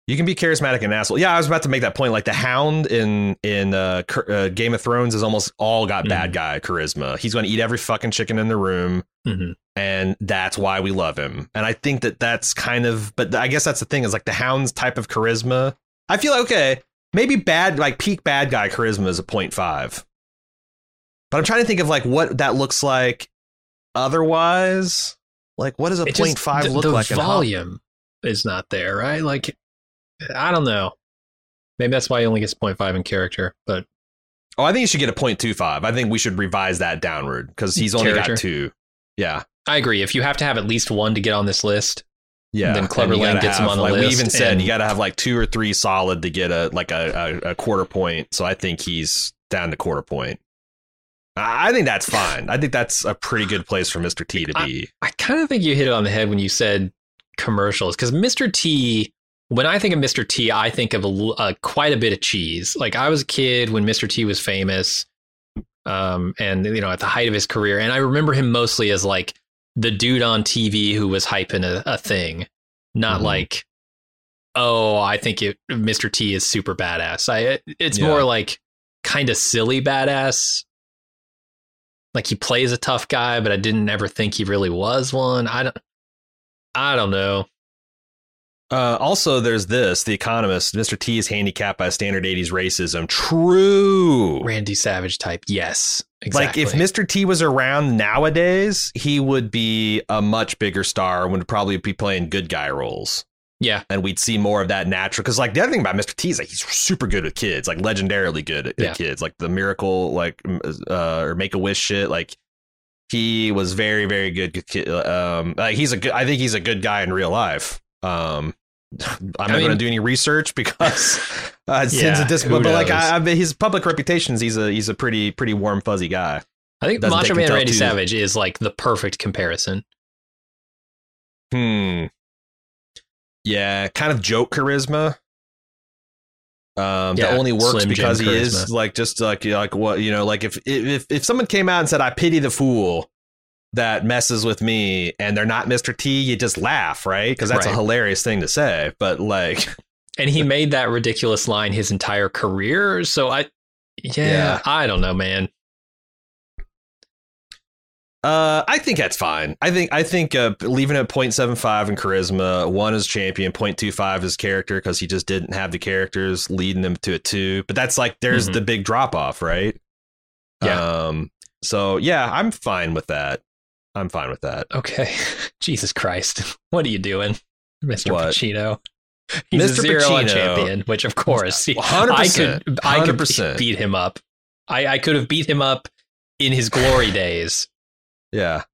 Speaker 1: You can be charismatic and an asshole. Yeah, I was about to make that point. Like the Hound in in uh, Cur- uh, Game of Thrones is almost all got
Speaker 2: Mm.
Speaker 1: bad guy charisma. He's going to eat every fucking chicken in the room,
Speaker 2: Mhm.
Speaker 1: and that's why we love him. And I think that that's kind of, but I guess that's the thing is like the Hound's type of charisma. I feel like okay, maybe bad like peak bad guy charisma is a 0.5. but I'm trying to think of like what that looks like otherwise. Like what does a
Speaker 2: It just-
Speaker 1: 0.5
Speaker 2: the-
Speaker 1: look
Speaker 2: the
Speaker 1: like? in Hound?
Speaker 2: volume is not there, right? Like, I don't know. Maybe that's why he only gets 0.5 in character, but
Speaker 1: Oh, I think you should get a 0.25. I think we should revise that downward because he's only
Speaker 2: Character.
Speaker 1: got two. Yeah.
Speaker 2: I agree. If you have to have at least one to get on this list,
Speaker 1: Yeah.
Speaker 2: Then Clever
Speaker 1: And you
Speaker 2: Lang
Speaker 1: gotta
Speaker 2: gets him
Speaker 1: have,
Speaker 2: on the
Speaker 1: like, We
Speaker 2: list
Speaker 1: even said
Speaker 2: and-
Speaker 1: you got to have like two or three solid to get a like a, a, a quarter point. So I think he's down to quarter point. I I think that's fine. I think that's a pretty good place for Mr. T to be.
Speaker 2: I kind of think you hit it on the head when you said commercials because Mr. T. When I think of Mr. T, I think of a, l- uh, quite a bit of cheese. Like I was a kid when Mr. T was famous, um, and you know at the height of his career, and I remember him mostly as like the dude on TV who was hyping a, a thing, not
Speaker 1: Mhm.
Speaker 2: like, oh, I think it, Mr. T is super badass. I it's
Speaker 1: Yeah.
Speaker 2: more like kind of silly badass like he plays a tough guy, but I didn't ever think he really was one. I don't I don't know.
Speaker 1: Uh, also, there's this The Economist Mr. T is handicapped by standard 80s racism. True.
Speaker 2: Randy Savage type. Yes. Exactly.
Speaker 1: Like if Mr. T was around nowadays, he would be a much bigger star and would probably be playing good guy roles.
Speaker 2: Yeah.
Speaker 1: And we'd see more of that natural. Cause like the other thing about Mr. T is like he's super good with kids, like legendarily good at, at
Speaker 2: Yeah.
Speaker 1: kids, like the miracle, like, m- uh, or make a wish shit. Like he was very, very good. with ki- Um, like he's a good, I think he's a good guy in real life. Um, I'm not
Speaker 2: mean-
Speaker 1: going to do any research because uh, since
Speaker 2: Yeah,
Speaker 1: at this
Speaker 2: who
Speaker 1: but, but like
Speaker 2: knows?
Speaker 1: I, I mean, his public reputations, he's a he's a pretty pretty warm fuzzy guy.
Speaker 2: I think
Speaker 1: doesn't
Speaker 2: Macho
Speaker 1: take
Speaker 2: Man
Speaker 1: until
Speaker 2: Randy
Speaker 1: Tuesday.
Speaker 2: Savage is like the perfect comparison.
Speaker 1: Hmm. Yeah, kind of joke charisma. Um,
Speaker 2: Yeah,
Speaker 1: that only works
Speaker 2: Slim Jim
Speaker 1: because he
Speaker 2: charisma.
Speaker 1: is like just like like what you know like if if if someone came out and said I pity the fool that messes with me and they're not Mr. T, you just laugh right because that's a
Speaker 2: Right.
Speaker 1: hilarious thing to say. But like
Speaker 2: And he made that ridiculous line his entire career. So I yeah,
Speaker 1: Yeah.
Speaker 2: I don't know, man.
Speaker 1: Uh, I think that's fine. I think I think uh, leaving it at 0.75 in charisma, one is champion, 0.25 is character because he just didn't have the characters leading him to a two. But that's like there's
Speaker 2: Mhm.
Speaker 1: the big drop off, right?
Speaker 2: Yeah.
Speaker 1: Um. So yeah, I'm fine with that. I'm fine with that.
Speaker 2: Okay. Jesus Christ. What are you doing? Mr.
Speaker 1: What?
Speaker 2: Pacino. He's
Speaker 1: Mr.
Speaker 2: a zero on
Speaker 1: Pacino.
Speaker 2: champion, which of course he-
Speaker 1: 100%,
Speaker 2: I could I could
Speaker 1: 100%.
Speaker 2: beat him up. I, I could have beat him up in his glory days.
Speaker 1: Yeah.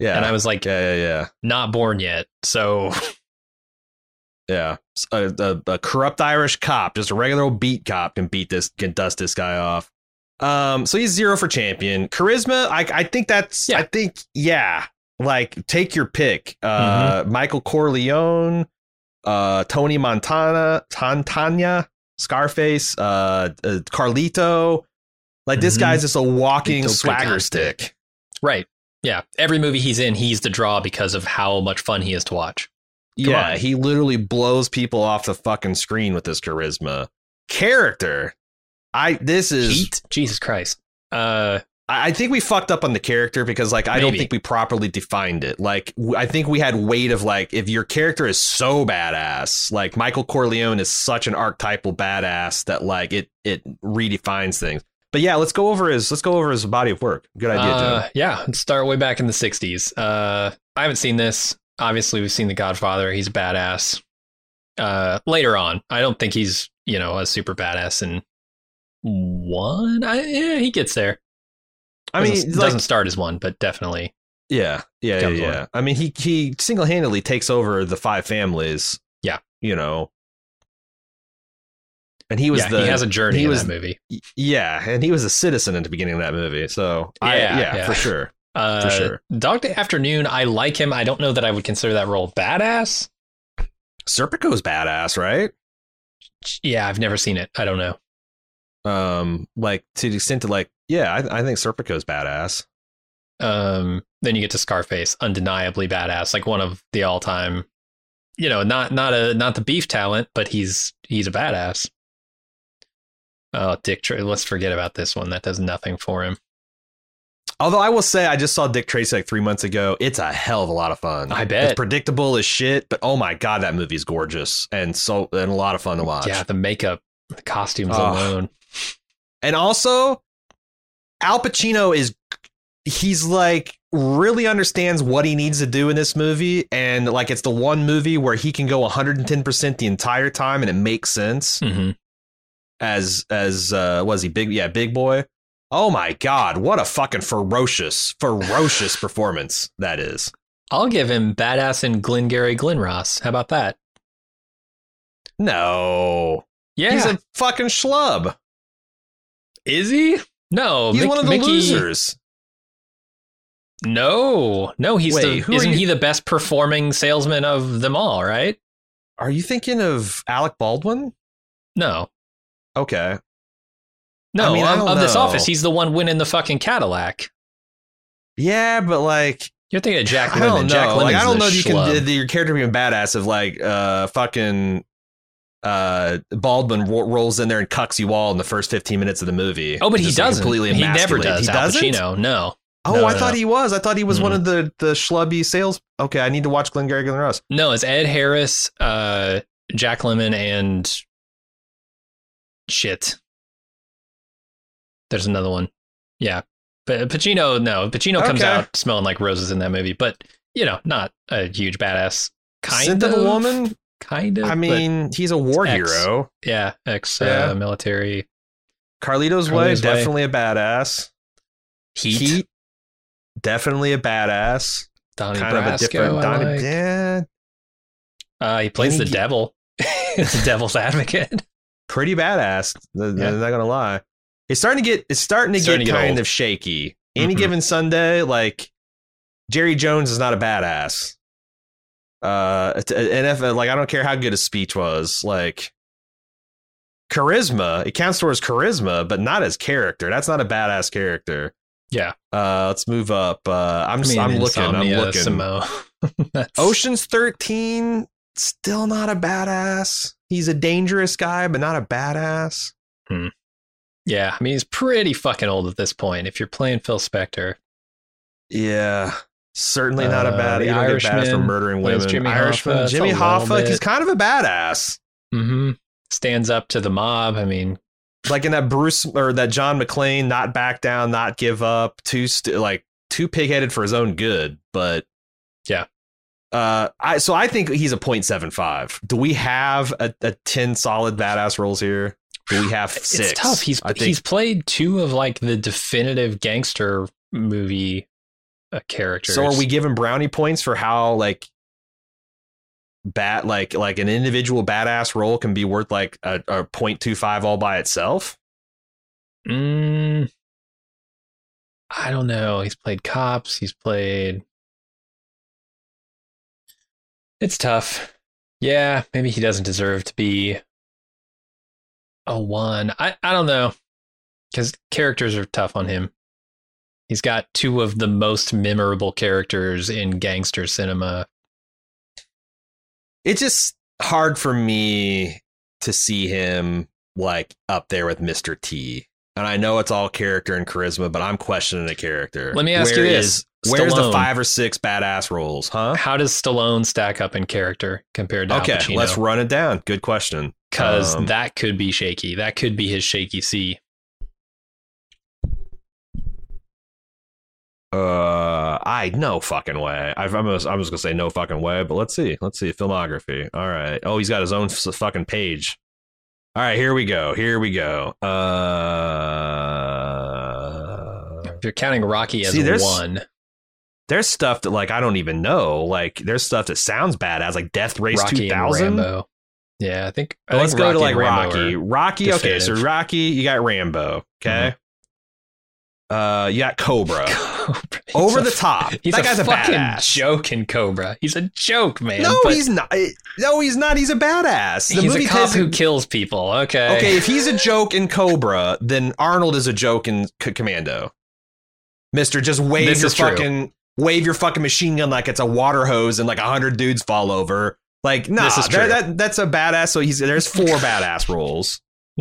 Speaker 1: Yeah.
Speaker 2: And I was like,
Speaker 1: yeah. Yeah. Yeah.
Speaker 2: not born yet. So
Speaker 1: Yeah, S- a, a, a corrupt Irish cop, just a regular old beat cop, can beat this, can dust this guy off. Um, so he's zero for champion charisma. I, I think that's,
Speaker 2: Yeah.
Speaker 1: I think, yeah, like take your pick. Uh, Michael Corleone, uh, Tony Montana, Tantana, Scarface, uh, uh Carlito. Like this
Speaker 2: Mhm.
Speaker 1: guy's just a walking
Speaker 2: Little
Speaker 1: swagger
Speaker 2: Pecado.
Speaker 1: stick.
Speaker 2: right. Yeah. Every movie he's in, he's the draw because of how much fun he is to watch. Come
Speaker 1: yeah,
Speaker 2: on.
Speaker 1: he literally blows people off the fucking screen with his charisma. Character. I this is
Speaker 2: Heat? Jesus Christ. Uh
Speaker 1: I I think we fucked up on the character because like I don't
Speaker 2: Maybe.
Speaker 1: think we properly defined it. Like w- I think we had weight of like if your character is so badass, like Michael Corleone is such an archetypal badass that like it it redefines things. But yeah, let's go over his let's go over his body of work. Good idea,
Speaker 2: Uh,
Speaker 1: Joe.
Speaker 2: yeah, let's start way back in the '60s. Uh, I haven't seen this. Obviously, we've seen The Godfather. He's badass. Uh, later on, I don't think he's you know a super badass in one. I, yeah, he gets there.
Speaker 1: I mean,
Speaker 2: doesn't,
Speaker 1: like,
Speaker 2: doesn't start as one, but definitely.
Speaker 1: Yeah, yeah, yeah,
Speaker 2: Comes
Speaker 1: yeah. I mean, he he single handedly takes over the five families.
Speaker 2: Yeah.
Speaker 1: you know, and he was
Speaker 2: yeah,
Speaker 1: the
Speaker 2: he has a journey
Speaker 1: he
Speaker 2: in
Speaker 1: was-
Speaker 2: that movie.
Speaker 1: yeah, and he was a citizen at the beginning of that movie. So I,
Speaker 2: Yeah,
Speaker 1: yeah,
Speaker 2: yeah.
Speaker 1: for sure.
Speaker 2: Uh,
Speaker 1: sure.
Speaker 2: Dog Day Afternoon. I like him. I don't know that I would consider that role badass.
Speaker 1: Serpico's badass, right?
Speaker 2: Yeah, I've never seen it. I don't know.
Speaker 1: Um, like to the extent that like Yeah, I, I think Serpico's badass.
Speaker 2: Um, then you get to Scarface, undeniably badass, like one of the all time. You know, not not a not the beef talent, but he's he's a badass. Oh, Dick, Tra- let's forget about this one. That does nothing for him.
Speaker 1: Although I will say, I just saw Dick Tracy like three months ago. It's a hell of a lot of fun.
Speaker 2: I bet.
Speaker 1: it's predictable as shit, but oh my god, that movie's gorgeous and so and a lot of fun to watch.
Speaker 2: Yeah, the makeup, the costumes
Speaker 1: Oh.
Speaker 2: alone.
Speaker 1: And also, Al Pacino is he's like really understands what he needs to do in this movie and like it's the one movie where he can go 110% the entire time and it makes sense
Speaker 2: Mm-hmm.
Speaker 1: as as uh was he big yeah big boy oh my god what a fucking ferocious ferocious performance that is
Speaker 2: I'll give him badass and Glengarry Glen Ross. How about that?
Speaker 1: no
Speaker 2: Yeah,
Speaker 1: he's a fucking schlub
Speaker 2: is he? No,
Speaker 1: he's
Speaker 2: Mick-
Speaker 1: one of the
Speaker 2: Mickey-
Speaker 1: losers
Speaker 2: No, no, he's
Speaker 1: Wait, who
Speaker 2: the
Speaker 1: are
Speaker 2: isn't
Speaker 1: you-
Speaker 2: he the best performing salesman of them all? Right?
Speaker 1: are you thinking of alec baldwin
Speaker 2: No,
Speaker 1: okay
Speaker 2: no,
Speaker 1: I mean, I
Speaker 2: of,
Speaker 1: don't
Speaker 2: of this
Speaker 1: know.
Speaker 2: office, he's the one winning the fucking Cadillac.
Speaker 1: yeah but like
Speaker 2: You're thinking of Jack
Speaker 1: I
Speaker 2: Lemmon.
Speaker 1: don't know.
Speaker 2: Jack
Speaker 1: like,
Speaker 2: Lemmon's
Speaker 1: I don't
Speaker 2: the
Speaker 1: know if you
Speaker 2: schlub.
Speaker 1: can your character being badass if like uh fucking uh Baldwin ro- rolls in there and cucks you all in the first 15 minutes of the movie.
Speaker 2: Oh, but he
Speaker 1: Just, like,
Speaker 2: doesn't.
Speaker 1: completely
Speaker 2: he never
Speaker 1: emasculate.
Speaker 2: does.
Speaker 1: He
Speaker 2: Al
Speaker 1: doesn't?
Speaker 2: Pacino. No,
Speaker 1: Oh,
Speaker 2: No,
Speaker 1: I
Speaker 2: no,
Speaker 1: thought
Speaker 2: no. Mm-hmm.
Speaker 1: he was. I thought he was one of the the schlubby sales. Okay, I need to watch Glenn Gary Glenn Ross.
Speaker 2: no, it's Ed Harris, uh, Jack Lemmon, and shit. There's another one. Yeah, but Pacino. No, Pacino comes
Speaker 1: Okay.
Speaker 2: out smelling like roses in that movie, but you know, not a huge badass. Kind
Speaker 1: Scent
Speaker 2: of
Speaker 1: of a woman.
Speaker 2: Kind of.
Speaker 1: I
Speaker 2: but
Speaker 1: mean, he's a war
Speaker 2: It's X.
Speaker 1: hero.
Speaker 2: yeah, ex
Speaker 1: Yeah.
Speaker 2: Uh, military.
Speaker 1: Carlito's,
Speaker 2: Carlito's Way.
Speaker 1: way, definitely a badass.
Speaker 2: Heat.
Speaker 1: definitely a badass.
Speaker 2: Donnie
Speaker 1: kind
Speaker 2: Brasco.
Speaker 1: of a different.
Speaker 2: I
Speaker 1: Donnie,
Speaker 2: like.
Speaker 1: yeah,
Speaker 2: Uh, he plays the
Speaker 1: He-
Speaker 2: devil. the devil's advocate.
Speaker 1: pretty badass. th- th-
Speaker 2: Yeah.
Speaker 1: I'm not gonna lie. It's starting to get it's starting to
Speaker 2: Starting
Speaker 1: get
Speaker 2: to get
Speaker 1: kind
Speaker 2: old.
Speaker 1: of shaky. Any
Speaker 2: Mhm.
Speaker 1: given Sunday, like Jerry Jones is not a badass. Uh, t- and if like I don't care how good his speech was, like charisma, it counts towards charisma, but not as character. That's not a badass character.
Speaker 2: Yeah.
Speaker 1: Uh, let's move up. Uh, I'm
Speaker 2: I mean,
Speaker 1: am looking. I'm
Speaker 2: Insomnia,
Speaker 1: looking.
Speaker 2: Samo. That's-
Speaker 1: Ocean's 13, still not a badass. He's a dangerous guy, but not a badass.
Speaker 2: Yeah, I mean he's pretty fucking old at this point. If you're playing Phil Spector,
Speaker 1: Yeah. Certainly not a
Speaker 2: Uh,
Speaker 1: bad.
Speaker 2: the
Speaker 1: you don't get badass for
Speaker 2: Irishman
Speaker 1: murdering
Speaker 2: plays
Speaker 1: women.
Speaker 2: Jimmy
Speaker 1: Irishman,
Speaker 2: Hoffa. It's
Speaker 1: Jimmy
Speaker 2: a little
Speaker 1: Hoffa,
Speaker 2: bit-
Speaker 1: he's kind of a badass.
Speaker 2: mm-hmm. stands up to the mob. I mean,
Speaker 1: Like in that Bruce or that John McClane, not back down, not give up, too st- like too pigheaded for his own good, but
Speaker 2: Yeah.
Speaker 1: Uh, I so I think he's a 0.75. Do we have a, a 10 solid badass roles here? Do we have six?
Speaker 2: it's tough. He's
Speaker 1: I think-
Speaker 2: he's played two of like the definitive gangster movie uh, characters.
Speaker 1: So are we giving brownie points for how like bat like like an individual badass role can be worth like a, a 0.25 all by itself?
Speaker 2: Mm, I don't know. He's played cops. He's played. It's tough. Yeah, maybe he doesn't deserve to be a one. I, I don't know. Because characters are tough on him. He's got two of the most memorable characters in gangster cinema.
Speaker 1: It's just hard for me to see him like up there with Mr. T. And I know it's all character and charisma, but I'm questioning a character.
Speaker 2: Let me ask you this,
Speaker 1: is- where's the
Speaker 2: Stallone.
Speaker 1: five or six badass roles, huh?
Speaker 2: How does Stallone stack up in character compared to Al
Speaker 1: Okay,
Speaker 2: Pacino?
Speaker 1: let's run it down. Good question.
Speaker 2: because
Speaker 1: Um,
Speaker 2: that could be shaky. That could be his shaky C.
Speaker 1: Uh, I no fucking way. i I'm just, I'm just gonna say no fucking way. But let's see, let's see filmography. All right. Oh, he's got his own s- fucking page. All right, here we go. Here we go. Uh,
Speaker 2: If you're counting Rocky as
Speaker 1: See, there's-
Speaker 2: one,
Speaker 1: there's stuff that like I don't even know. Like there's stuff that sounds badass, like Death Race
Speaker 2: Rocky and
Speaker 1: 2000.
Speaker 2: Rambo. Yeah, I think. I
Speaker 1: Let's
Speaker 2: think
Speaker 1: go to like
Speaker 2: and Rambo
Speaker 1: Rocky.
Speaker 2: are-
Speaker 1: Rocky. Okay, so
Speaker 2: definitive.
Speaker 1: Rocky, you got Rambo. Okay. Uh, you got Cobra. Over the top.
Speaker 2: Mm-hmm. He's
Speaker 1: that
Speaker 2: a
Speaker 1: guy's a
Speaker 2: fucking
Speaker 1: badass.
Speaker 2: joke in Cobra. He's a joke, man.
Speaker 1: no,
Speaker 2: but
Speaker 1: he's not. eh, No, he's not. He's a badass. The
Speaker 2: he's
Speaker 1: movie
Speaker 2: a cop
Speaker 1: doesn't-
Speaker 2: who kills people. Okay.
Speaker 1: Okay, if he's a joke in Cobra, then Arnold is a joke in C- Commando. Mister, just wave
Speaker 2: This
Speaker 1: your
Speaker 2: is true.
Speaker 1: fucking wave your fucking machine gun like it's a water hose and like a hundred dudes fall over. Like, nah,
Speaker 2: This is
Speaker 1: that-
Speaker 2: true.
Speaker 1: that- that's a badass. So he's there's four badass roles.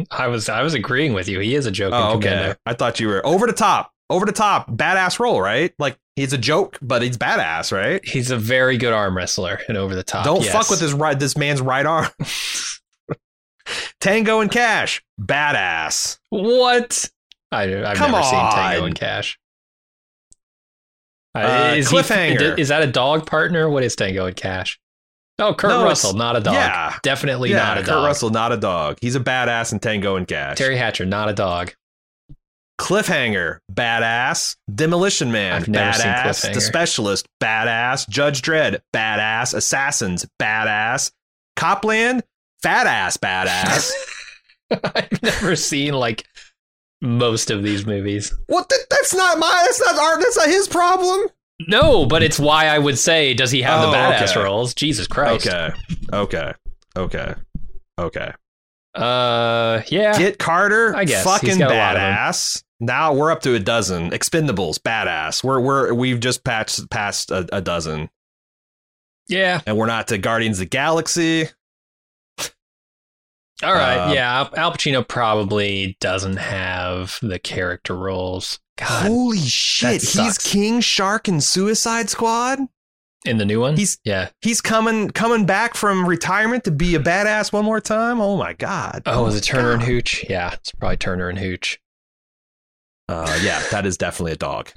Speaker 2: I was I was agreeing with you. He is a joke
Speaker 1: Oh,
Speaker 2: in
Speaker 1: okay.
Speaker 2: Commando.
Speaker 1: I thought you were over the top, over the top, badass role, right? Like he's a joke, but he's badass, right?
Speaker 2: He's a very good arm wrestler and over the top.
Speaker 1: Don't
Speaker 2: Ah, yes.
Speaker 1: fuck with this right, this man's right arm. Tango and Cash, badass.
Speaker 2: What? I, I've
Speaker 1: Come
Speaker 2: never seen Tango
Speaker 1: on.
Speaker 2: and Cash. Uh,
Speaker 1: Uh,
Speaker 2: he-
Speaker 1: Cliffhanger.
Speaker 2: is that a dog partner? What is Tango and Cash? Oh, Kurt
Speaker 1: No, it's-
Speaker 2: Russell, not a dog.
Speaker 1: Yeah,
Speaker 2: Definitely not a
Speaker 1: Kurt
Speaker 2: dog.
Speaker 1: Russell, not a dog. He's a badass in Tango and Cash.
Speaker 2: Terry Hatcher, not a dog.
Speaker 1: Cliffhanger, badass. Demolition Man,
Speaker 2: I've never seen
Speaker 1: badass.
Speaker 2: Cliffhanger.
Speaker 1: The Specialist, badass. Judge Dredd, badass. Assassins, badass. Copland, fat ass, badass.
Speaker 2: I've never seen like most of these movies.
Speaker 1: what? That, that's not my. That's not our. That's not his problem.
Speaker 2: No, but it's why I would say, does he have
Speaker 1: Oh,
Speaker 2: the badass
Speaker 1: okay.
Speaker 2: roles? Jesus Christ.
Speaker 1: Okay. Okay. Okay. Okay.
Speaker 2: Uh, yeah.
Speaker 1: Get Carter,
Speaker 2: I guess. He's
Speaker 1: fucking
Speaker 2: got a lot of 'em.
Speaker 1: badass. Now we're up to a dozen. Expendables, badass. We're we're we've just patched past a, a dozen.
Speaker 2: yeah.
Speaker 1: and we're not to Guardians of the Galaxy.
Speaker 2: All right,
Speaker 1: Uh,
Speaker 2: yeah, Al, Al Pacino probably doesn't have the character roles. God,
Speaker 1: Holy shit, he's
Speaker 2: sucks.
Speaker 1: King Shark in Suicide Squad.
Speaker 2: in the new one,
Speaker 1: He's-
Speaker 2: yeah.
Speaker 1: He's coming coming back from retirement to be a badass one more time. Oh my god.
Speaker 2: Oh, is
Speaker 1: my
Speaker 2: it Turner and
Speaker 1: God.
Speaker 2: Hooch? Yeah, it's probably Turner and Hooch.
Speaker 1: Uh, yeah, that is definitely a dog.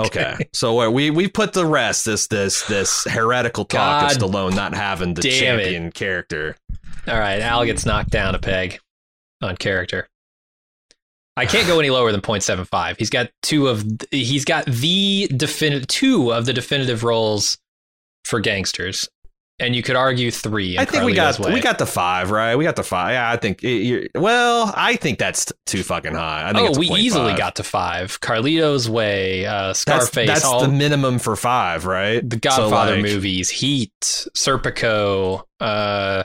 Speaker 1: okay. so uh, we we put the rest this this this heretical talk of
Speaker 2: God
Speaker 1: Stallone not having the
Speaker 2: damn it.
Speaker 1: champion character.
Speaker 2: All right, Al gets knocked down a peg on character. I can't go any lower than 0.75. He's got two of th- he's got the definitive two of the definitive roles for gangsters, and you could argue three. in
Speaker 1: I think we got
Speaker 2: Carlito's Way.
Speaker 1: we got the five right. We got the five. Yeah, I think. It, you're, well, I think that's too fucking high. I think it's
Speaker 2: Oh,
Speaker 1: a
Speaker 2: we easily
Speaker 1: 0.5.
Speaker 2: got to five. Carlito's Way, uh,
Speaker 1: That's,
Speaker 2: Scarface.
Speaker 1: that's
Speaker 2: all
Speaker 1: the minimum for five, right?
Speaker 2: the
Speaker 1: So,
Speaker 2: Godfather
Speaker 1: like,
Speaker 2: movies, Heat, Serpico, uh,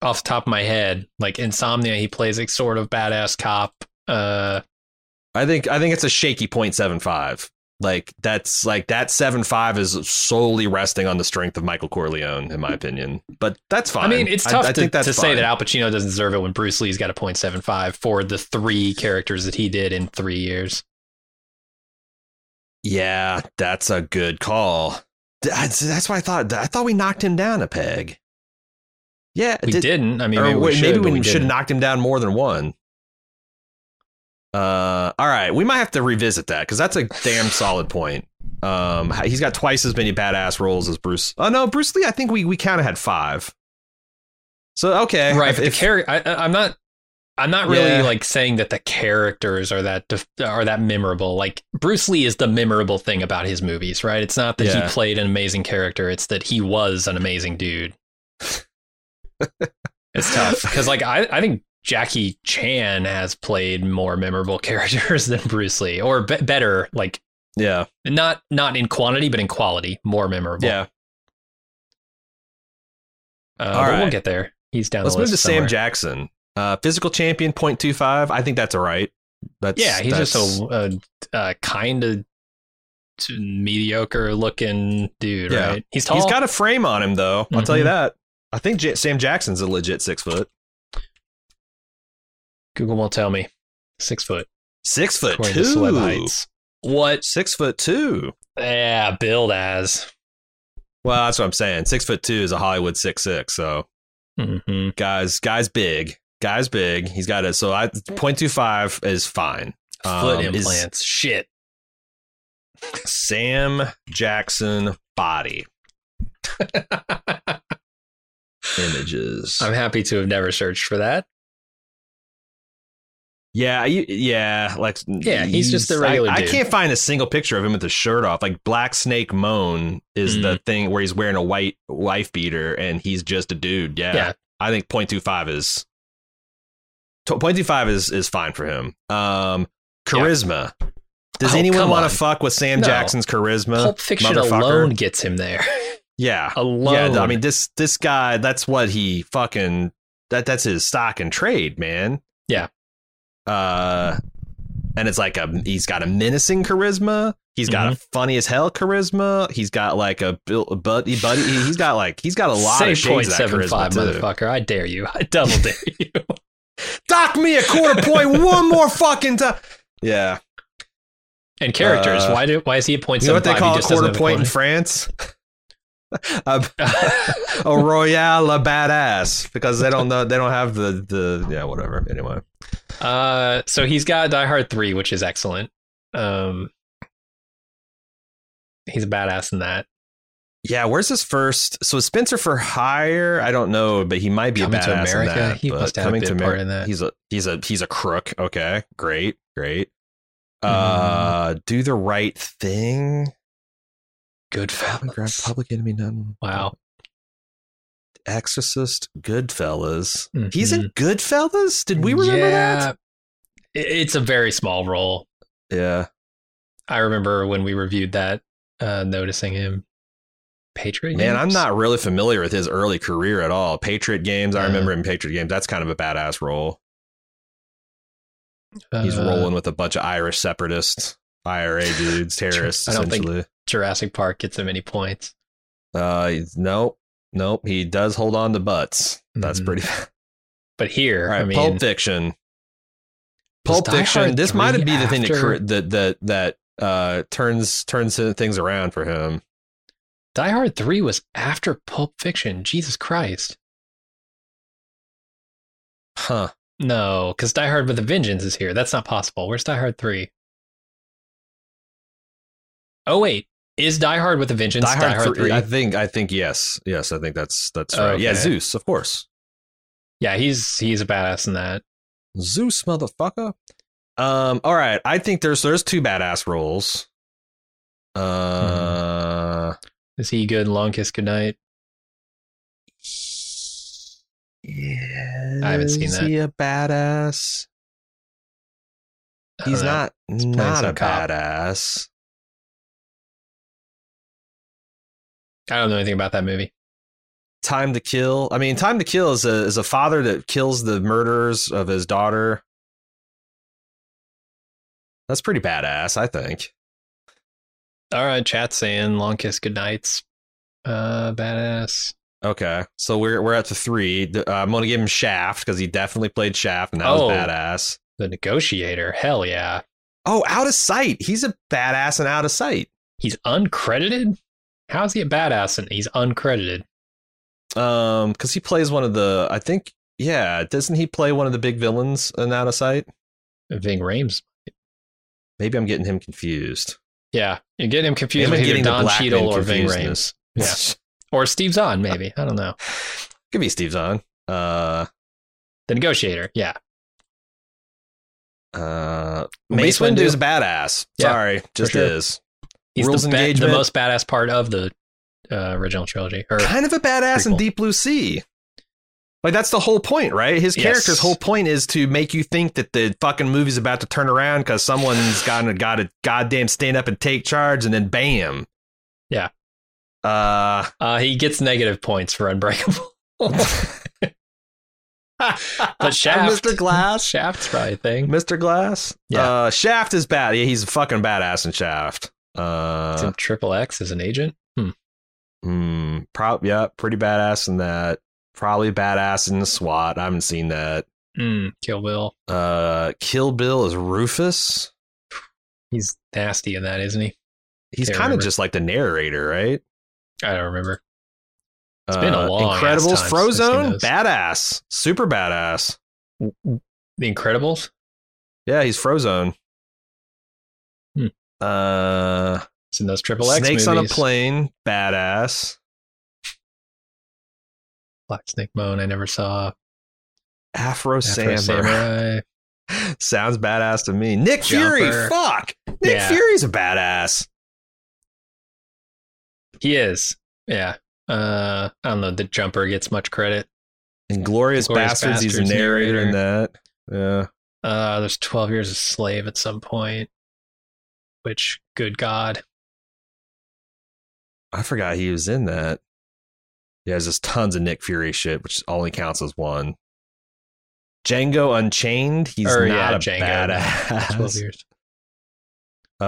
Speaker 2: off the top of my head, like Insomnia, he plays a sort of badass cop. Uh,
Speaker 1: I think I think it's a shaky point seven five. Like that's like that seven five is solely resting on the strength of Michael Corleone, in my opinion. But that's fine.
Speaker 2: I mean, it's tough
Speaker 1: I,
Speaker 2: to,
Speaker 1: think that's
Speaker 2: to say
Speaker 1: fine.
Speaker 2: that Al Pacino doesn't deserve it when Bruce Lee's got a 0.75 for the three characters that he did in three years.
Speaker 1: Yeah, that's a good call. That's, that's what I thought. I thought we knocked him down a peg. Yeah,
Speaker 2: We
Speaker 1: did-
Speaker 2: did, not I mean,
Speaker 1: or
Speaker 2: maybe we
Speaker 1: wait,
Speaker 2: should.
Speaker 1: maybe
Speaker 2: but
Speaker 1: we
Speaker 2: we
Speaker 1: should
Speaker 2: didn't.
Speaker 1: have knocked him down more than one. Uh, all right, we might have to revisit that because that's a damn solid point. Um, he's got twice as many badass roles as Bruce. Oh no, Bruce Lee. I think we we kind of had five. So okay,
Speaker 2: right
Speaker 1: if-
Speaker 2: but the
Speaker 1: if-
Speaker 2: character i'm not i'm not really
Speaker 1: Yeah.
Speaker 2: like saying that the characters are that def- are that memorable like bruce lee is the memorable thing about his movies right it's not that
Speaker 1: Yeah.
Speaker 2: he played an amazing character it's that he was an amazing dude it's tough because like I, I think jackie chan has played more memorable characters than bruce lee or be- better like
Speaker 1: yeah,
Speaker 2: not not in quantity but in quality more memorable
Speaker 1: yeah.
Speaker 2: uh,
Speaker 1: All
Speaker 2: but we'll
Speaker 1: right.
Speaker 2: get there he's down
Speaker 1: Let's
Speaker 2: the
Speaker 1: move
Speaker 2: list
Speaker 1: to
Speaker 2: somewhere.
Speaker 1: Sam Jackson, uh, physical champion 0.25. I think that's all right. That's
Speaker 2: Yeah, he's
Speaker 1: that's,
Speaker 2: just a, a, a kind of mediocre looking dude,
Speaker 1: Yeah.
Speaker 2: right? He's tall.
Speaker 1: He's got a frame on him though. I'll tell you
Speaker 2: Mhm.
Speaker 1: that. I think J- Sam Jackson's a legit six foot.
Speaker 2: Google won't tell me. Six foot.
Speaker 1: Six foot
Speaker 2: According
Speaker 1: two.
Speaker 2: to celeb heights. What?
Speaker 1: Six foot two.
Speaker 2: Yeah, build as.
Speaker 1: Well, that's what I'm saying. Six foot two is a Hollywood six six. So
Speaker 2: hmm
Speaker 1: guys, guys, big, guys, big. He's got it. So I point two five is fine.
Speaker 2: Foot
Speaker 1: Um, is
Speaker 2: implants. Shit.
Speaker 1: Sam Jackson body images.
Speaker 2: I'm happy to have never searched for that.
Speaker 1: yeah, you, yeah, like
Speaker 2: Yeah, he's just a
Speaker 1: I-
Speaker 2: regular
Speaker 1: I,
Speaker 2: dude.
Speaker 1: can't find a single picture of him with the shirt off. Like Black Snake Moan is
Speaker 2: Mm.
Speaker 1: the thing where he's wearing a white wife beater and he's just a dude. Yeah,
Speaker 2: Yeah.
Speaker 1: I think 0.25 is. to- 0.25 is is fine for him. Um, charisma. Does
Speaker 2: Oh,
Speaker 1: anyone
Speaker 2: come
Speaker 1: want
Speaker 2: on.
Speaker 1: to fuck with Sam
Speaker 2: No.
Speaker 1: Jackson's charisma?
Speaker 2: Pulp Fiction
Speaker 1: motherfucker?
Speaker 2: alone gets him there.
Speaker 1: Yeah.
Speaker 2: Alone.
Speaker 1: Yeah, I mean this this guy, that's what he fucking that that's his stock and trade, man.
Speaker 2: Yeah.
Speaker 1: Uh and it's like a he's got a menacing charisma. He's got
Speaker 2: Mm-hmm.
Speaker 1: a funny as hell charisma. He's got like a bill- buddy buddy. he- He's got like he's got a lot
Speaker 2: Say
Speaker 1: of shades of that
Speaker 2: 0.75,
Speaker 1: charisma too.
Speaker 2: motherfucker. I dare you. I double dare you.
Speaker 1: Dock me a quarter point one more fucking time. Yeah.
Speaker 2: And characters.
Speaker 1: Uh,
Speaker 2: why do? Why is he a point
Speaker 1: You know what they
Speaker 2: seven
Speaker 1: call
Speaker 2: five?
Speaker 1: a quarter point in France? a, a royale, a badass, because they don't know they don't have the the yeah whatever. Anyway,
Speaker 2: Uh, so he's got Die Hard three, which is excellent. Um, he's a badass in that.
Speaker 1: yeah. Where's his first? So Spencer for hire? I don't know, but he might be
Speaker 2: Coming
Speaker 1: a
Speaker 2: to
Speaker 1: badass in
Speaker 2: America?
Speaker 1: that.
Speaker 2: He
Speaker 1: but
Speaker 2: must have a
Speaker 1: coming
Speaker 2: big
Speaker 1: to
Speaker 2: part
Speaker 1: Ameri-
Speaker 2: in that.
Speaker 1: He's a he's a he's a crook. Okay, great, great.
Speaker 2: Mm-hmm.
Speaker 1: Uh, do the right thing.
Speaker 2: Good
Speaker 1: Grab Public Enemy, none.
Speaker 2: Wow.
Speaker 1: Exorcist, Goodfellas. He's in
Speaker 2: Mhm.
Speaker 1: Goodfellas. Did we remember that?
Speaker 2: that? It's a very small role.
Speaker 1: Yeah.
Speaker 2: I remember when we reviewed that, uh, noticing him. Patriot.
Speaker 1: Man, I'm
Speaker 2: Games?
Speaker 1: not really familiar with his early career at all. Patriot Games, I
Speaker 2: Yeah.
Speaker 1: remember him in Patriot Games. That's kind of a badass role. He's
Speaker 2: Uh,
Speaker 1: rolling with a bunch of Irish separatists, IRA dudes, terrorists,
Speaker 2: I don't think-
Speaker 1: essentially.
Speaker 2: Jurassic Park gets him any points.
Speaker 1: Uh, he's- nope, nope. He does hold on to butts. That's
Speaker 2: Mhm.
Speaker 1: pretty.
Speaker 2: But here,
Speaker 1: All right,
Speaker 2: I mean,
Speaker 1: Pulp Fiction.
Speaker 2: Was
Speaker 1: Pulp
Speaker 2: Die
Speaker 1: Fiction.
Speaker 2: Hard
Speaker 1: This might
Speaker 2: three
Speaker 1: be the thing that
Speaker 2: after-
Speaker 1: cr- that that that uh turns turns things around for him.
Speaker 2: Die Hard 3 was after Pulp Fiction. Jesus Christ.
Speaker 1: Huh.
Speaker 2: No, because Die Hard with a Vengeance is here. That's not possible. Where's Die Hard 3? Oh, wait. Is Die Hard with a Vengeance Die Hard, 3?
Speaker 1: I think I think yes. Yes, I think that's that's
Speaker 2: Oh,
Speaker 1: right. Yeah,
Speaker 2: okay.
Speaker 1: Zeus, of course.
Speaker 2: yeah, he's he's a badass in that.
Speaker 1: Zeus, motherfucker. Um, all right. I think there's there's two badass roles.
Speaker 2: Hmm.
Speaker 1: Uh
Speaker 2: Is he good in Long Kiss Goodnight?
Speaker 1: yeah,
Speaker 2: I haven't seen
Speaker 1: is
Speaker 2: that.
Speaker 1: he a badass?
Speaker 2: I don't
Speaker 1: He's
Speaker 2: know.
Speaker 1: not
Speaker 2: Uh, playing
Speaker 1: not
Speaker 2: some
Speaker 1: a
Speaker 2: cop.
Speaker 1: badass.
Speaker 2: I don't know anything about that movie.
Speaker 1: Time to kill. I mean, time to kill is a is a father that kills the murderers of his daughter. That's pretty badass, I think.
Speaker 2: All right, chat saying Long Kiss Goodnight's uh, badass.
Speaker 1: Okay, so we're we're up to three. The- uh, I'm gonna give him Shaft because he definitely played Shaft, and that
Speaker 2: Oh.
Speaker 1: was badass.
Speaker 2: The Negotiator. Hell yeah.
Speaker 1: Oh, out of sight. He's a badass and out of sight.
Speaker 2: He's uncredited? How is he a badass and he's uncredited?
Speaker 1: Um, because he plays one of the. I think. Yeah, doesn't he play one of the big villains in Out of Sight?
Speaker 2: Ving Rhames.
Speaker 1: Maybe I'm getting him confused.
Speaker 2: Yeah, you're getting him confused
Speaker 1: Maybe I'm
Speaker 2: with either
Speaker 1: getting the
Speaker 2: Don
Speaker 1: black
Speaker 2: Cheadle
Speaker 1: man
Speaker 2: or Ving
Speaker 1: confused in
Speaker 2: Rhames
Speaker 1: this.
Speaker 2: Yeah. or Steve Zahn, maybe. I don't know.
Speaker 1: could be Steve Zahn. Uh,
Speaker 2: The Negotiator. Yeah,
Speaker 1: uh, Mace
Speaker 2: Mace
Speaker 1: Windu
Speaker 2: Windu.
Speaker 1: is a badass.
Speaker 2: Yeah,
Speaker 1: Sorry, just
Speaker 2: sure.
Speaker 1: is.
Speaker 2: he's
Speaker 1: Rules
Speaker 2: the, ba- the
Speaker 1: engagement.
Speaker 2: most badass part of the uh, original trilogy. Or
Speaker 1: Kind of a badass in
Speaker 2: Prequel.
Speaker 1: Deep Blue Sea. Like that's the whole point, right? His
Speaker 2: Yes.
Speaker 1: character's whole point is to make you think that the fucking movie's about to turn around because someone's gotten got to goddamn stand up and take charge, and then bam.
Speaker 2: Yeah.
Speaker 1: Uh,
Speaker 2: uh, he gets negative points for Unbreakable. but Shaft,
Speaker 1: Mr. Glass.
Speaker 2: Shaft's probably a thing.
Speaker 1: Mr. Glass.
Speaker 2: Yeah.
Speaker 1: Uh, Shaft is bad. Yeah, he's a fucking badass in Shaft. Uh,
Speaker 2: Some Triple X is an agent. Hmm.
Speaker 1: hmm, prob- yeah, pretty badass in that. Probably badass in the SWAT. I haven't seen that.
Speaker 2: Mm, Kill Bill.
Speaker 1: Uh, Kill Bill is Rufus.
Speaker 2: He's nasty in that, isn't he?
Speaker 1: He's
Speaker 2: Can't
Speaker 1: kind of
Speaker 2: remember.
Speaker 1: just like the narrator, right? Uh,
Speaker 2: I don't remember. been a long ass
Speaker 1: Incredibles,
Speaker 2: time since I've seen
Speaker 1: Frozone,
Speaker 2: those.
Speaker 1: badass, super badass.
Speaker 2: The Incredibles.
Speaker 1: Yeah, he's Frozone.
Speaker 2: Hmm.
Speaker 1: Uh,
Speaker 2: It's in those Triple X
Speaker 1: Snakes
Speaker 2: movies.
Speaker 1: on a plane, badass.
Speaker 2: Black Snake Moan. I never saw.
Speaker 1: Afro,
Speaker 2: Afro
Speaker 1: Samurai.
Speaker 2: Samurai.
Speaker 1: Sounds badass to me. Nick Fury,
Speaker 2: Jumper.
Speaker 1: fuck. Nick
Speaker 2: Yeah.
Speaker 1: Fury's a badass.
Speaker 2: He is. Yeah. Uh, I don't know. The jumper gets much credit.
Speaker 1: Inglorious
Speaker 2: Inglourious
Speaker 1: Bastards, he's a
Speaker 2: Basterds
Speaker 1: narrator in that. Yeah.
Speaker 2: Uh, there's 12 years a slave at some point, which, good God.
Speaker 1: I forgot he was in that. Yeah, there's just tons of Nick Fury shit, which only counts as one. Django Unchained. He's
Speaker 2: Or,
Speaker 1: not
Speaker 2: yeah,
Speaker 1: a
Speaker 2: Django. 12
Speaker 1: badass.
Speaker 2: years.
Speaker 1: Uh,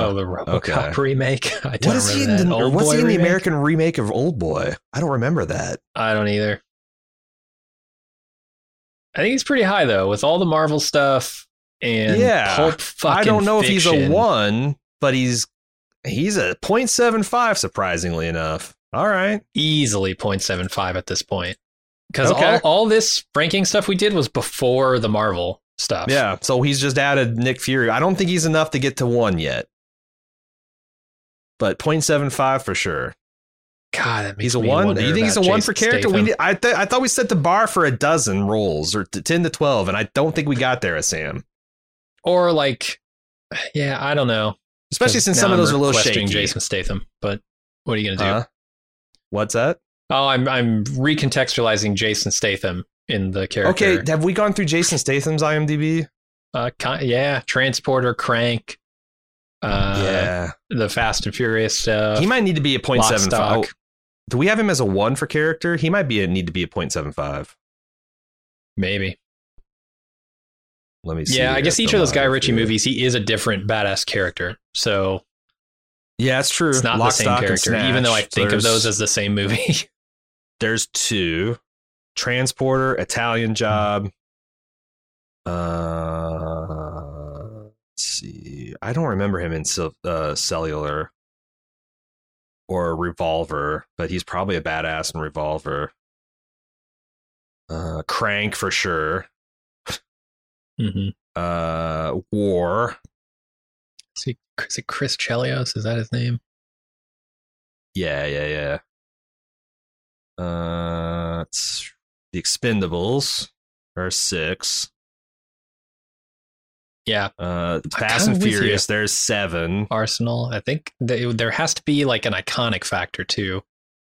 Speaker 2: oh, the
Speaker 1: okay.
Speaker 2: Robocop remake. I don't
Speaker 1: what is he in?
Speaker 2: remember that.
Speaker 1: The, or
Speaker 2: Old
Speaker 1: what's
Speaker 2: Boy
Speaker 1: he in the
Speaker 2: remake?
Speaker 1: American remake of Old Boy? I don't remember that.
Speaker 2: I don't either. I think he's pretty high though, with all the Marvel stuff and
Speaker 1: Yeah.
Speaker 2: Pulp fucking
Speaker 1: I don't know if he's a
Speaker 2: Fiction.
Speaker 1: one, but he's he's a 0.75, surprisingly enough. All right.
Speaker 2: Easily 0.75 at this point. Because
Speaker 1: Okay.
Speaker 2: all, all this ranking stuff we did was before the Marvel stuff.
Speaker 1: Yeah. So he's just added Nick Fury. I don't think he's enough to get to one yet. But 0.75 for sure.
Speaker 2: God, that makes
Speaker 1: He's a
Speaker 2: me
Speaker 1: one.
Speaker 2: wonder
Speaker 1: Do you think he's a
Speaker 2: about
Speaker 1: one for
Speaker 2: Jason
Speaker 1: character? We
Speaker 2: Statham.
Speaker 1: need, I th- I thought we set the bar for a dozen roles or t- ten to twelve, and I don't think we got there, Sam.
Speaker 2: or like, yeah, I don't know.
Speaker 1: Especially
Speaker 2: 'Cause
Speaker 1: since
Speaker 2: now
Speaker 1: some of
Speaker 2: I'm
Speaker 1: those are a little
Speaker 2: questioning
Speaker 1: shaky. Uh-huh.
Speaker 2: Jason Statham, but what are you gonna do?
Speaker 1: Huh? What's that?
Speaker 2: Oh, I'm I'm recontextualizing Jason Statham in the character.
Speaker 1: Okay, have we gone through Jason Statham's IMDb?
Speaker 2: Uh, ki yeah, Transporter, Crank, uh, the Fast and Furious stuff.
Speaker 1: he might need to be a point
Speaker 2: Lock,
Speaker 1: seven five. Oh,
Speaker 2: Stock.
Speaker 1: do we have him as a one for character? He might be a, need to be a point seven five.
Speaker 2: maybe.
Speaker 1: Let me see.
Speaker 2: Yeah, I
Speaker 1: here.
Speaker 2: guess each of those Guy
Speaker 1: Filmography.
Speaker 2: Ritchie movies, he is a different badass character. So
Speaker 1: Yeah, that's true.
Speaker 2: it's not
Speaker 1: Lock,
Speaker 2: the same
Speaker 1: Stock, and
Speaker 2: character, even though I
Speaker 1: Snatch.
Speaker 2: think of
Speaker 1: There's-
Speaker 2: those as the same movie.
Speaker 1: there's two transporter italian job uh let's see i don't remember him in cel- uh, cellular or revolver but he's probably a badass in revolver uh crank for sure
Speaker 2: mm-hmm.
Speaker 1: uh war
Speaker 2: is, he, is it Chris Chelios? Is that his name?
Speaker 1: yeah yeah yeah uh it's the expendables are six
Speaker 2: Yeah,
Speaker 1: Uh,
Speaker 2: I'm
Speaker 1: Fast
Speaker 2: kinda
Speaker 1: and
Speaker 2: with
Speaker 1: Furious, there's seven.
Speaker 2: Arsenal. I think th- there has to be like an iconic factor too.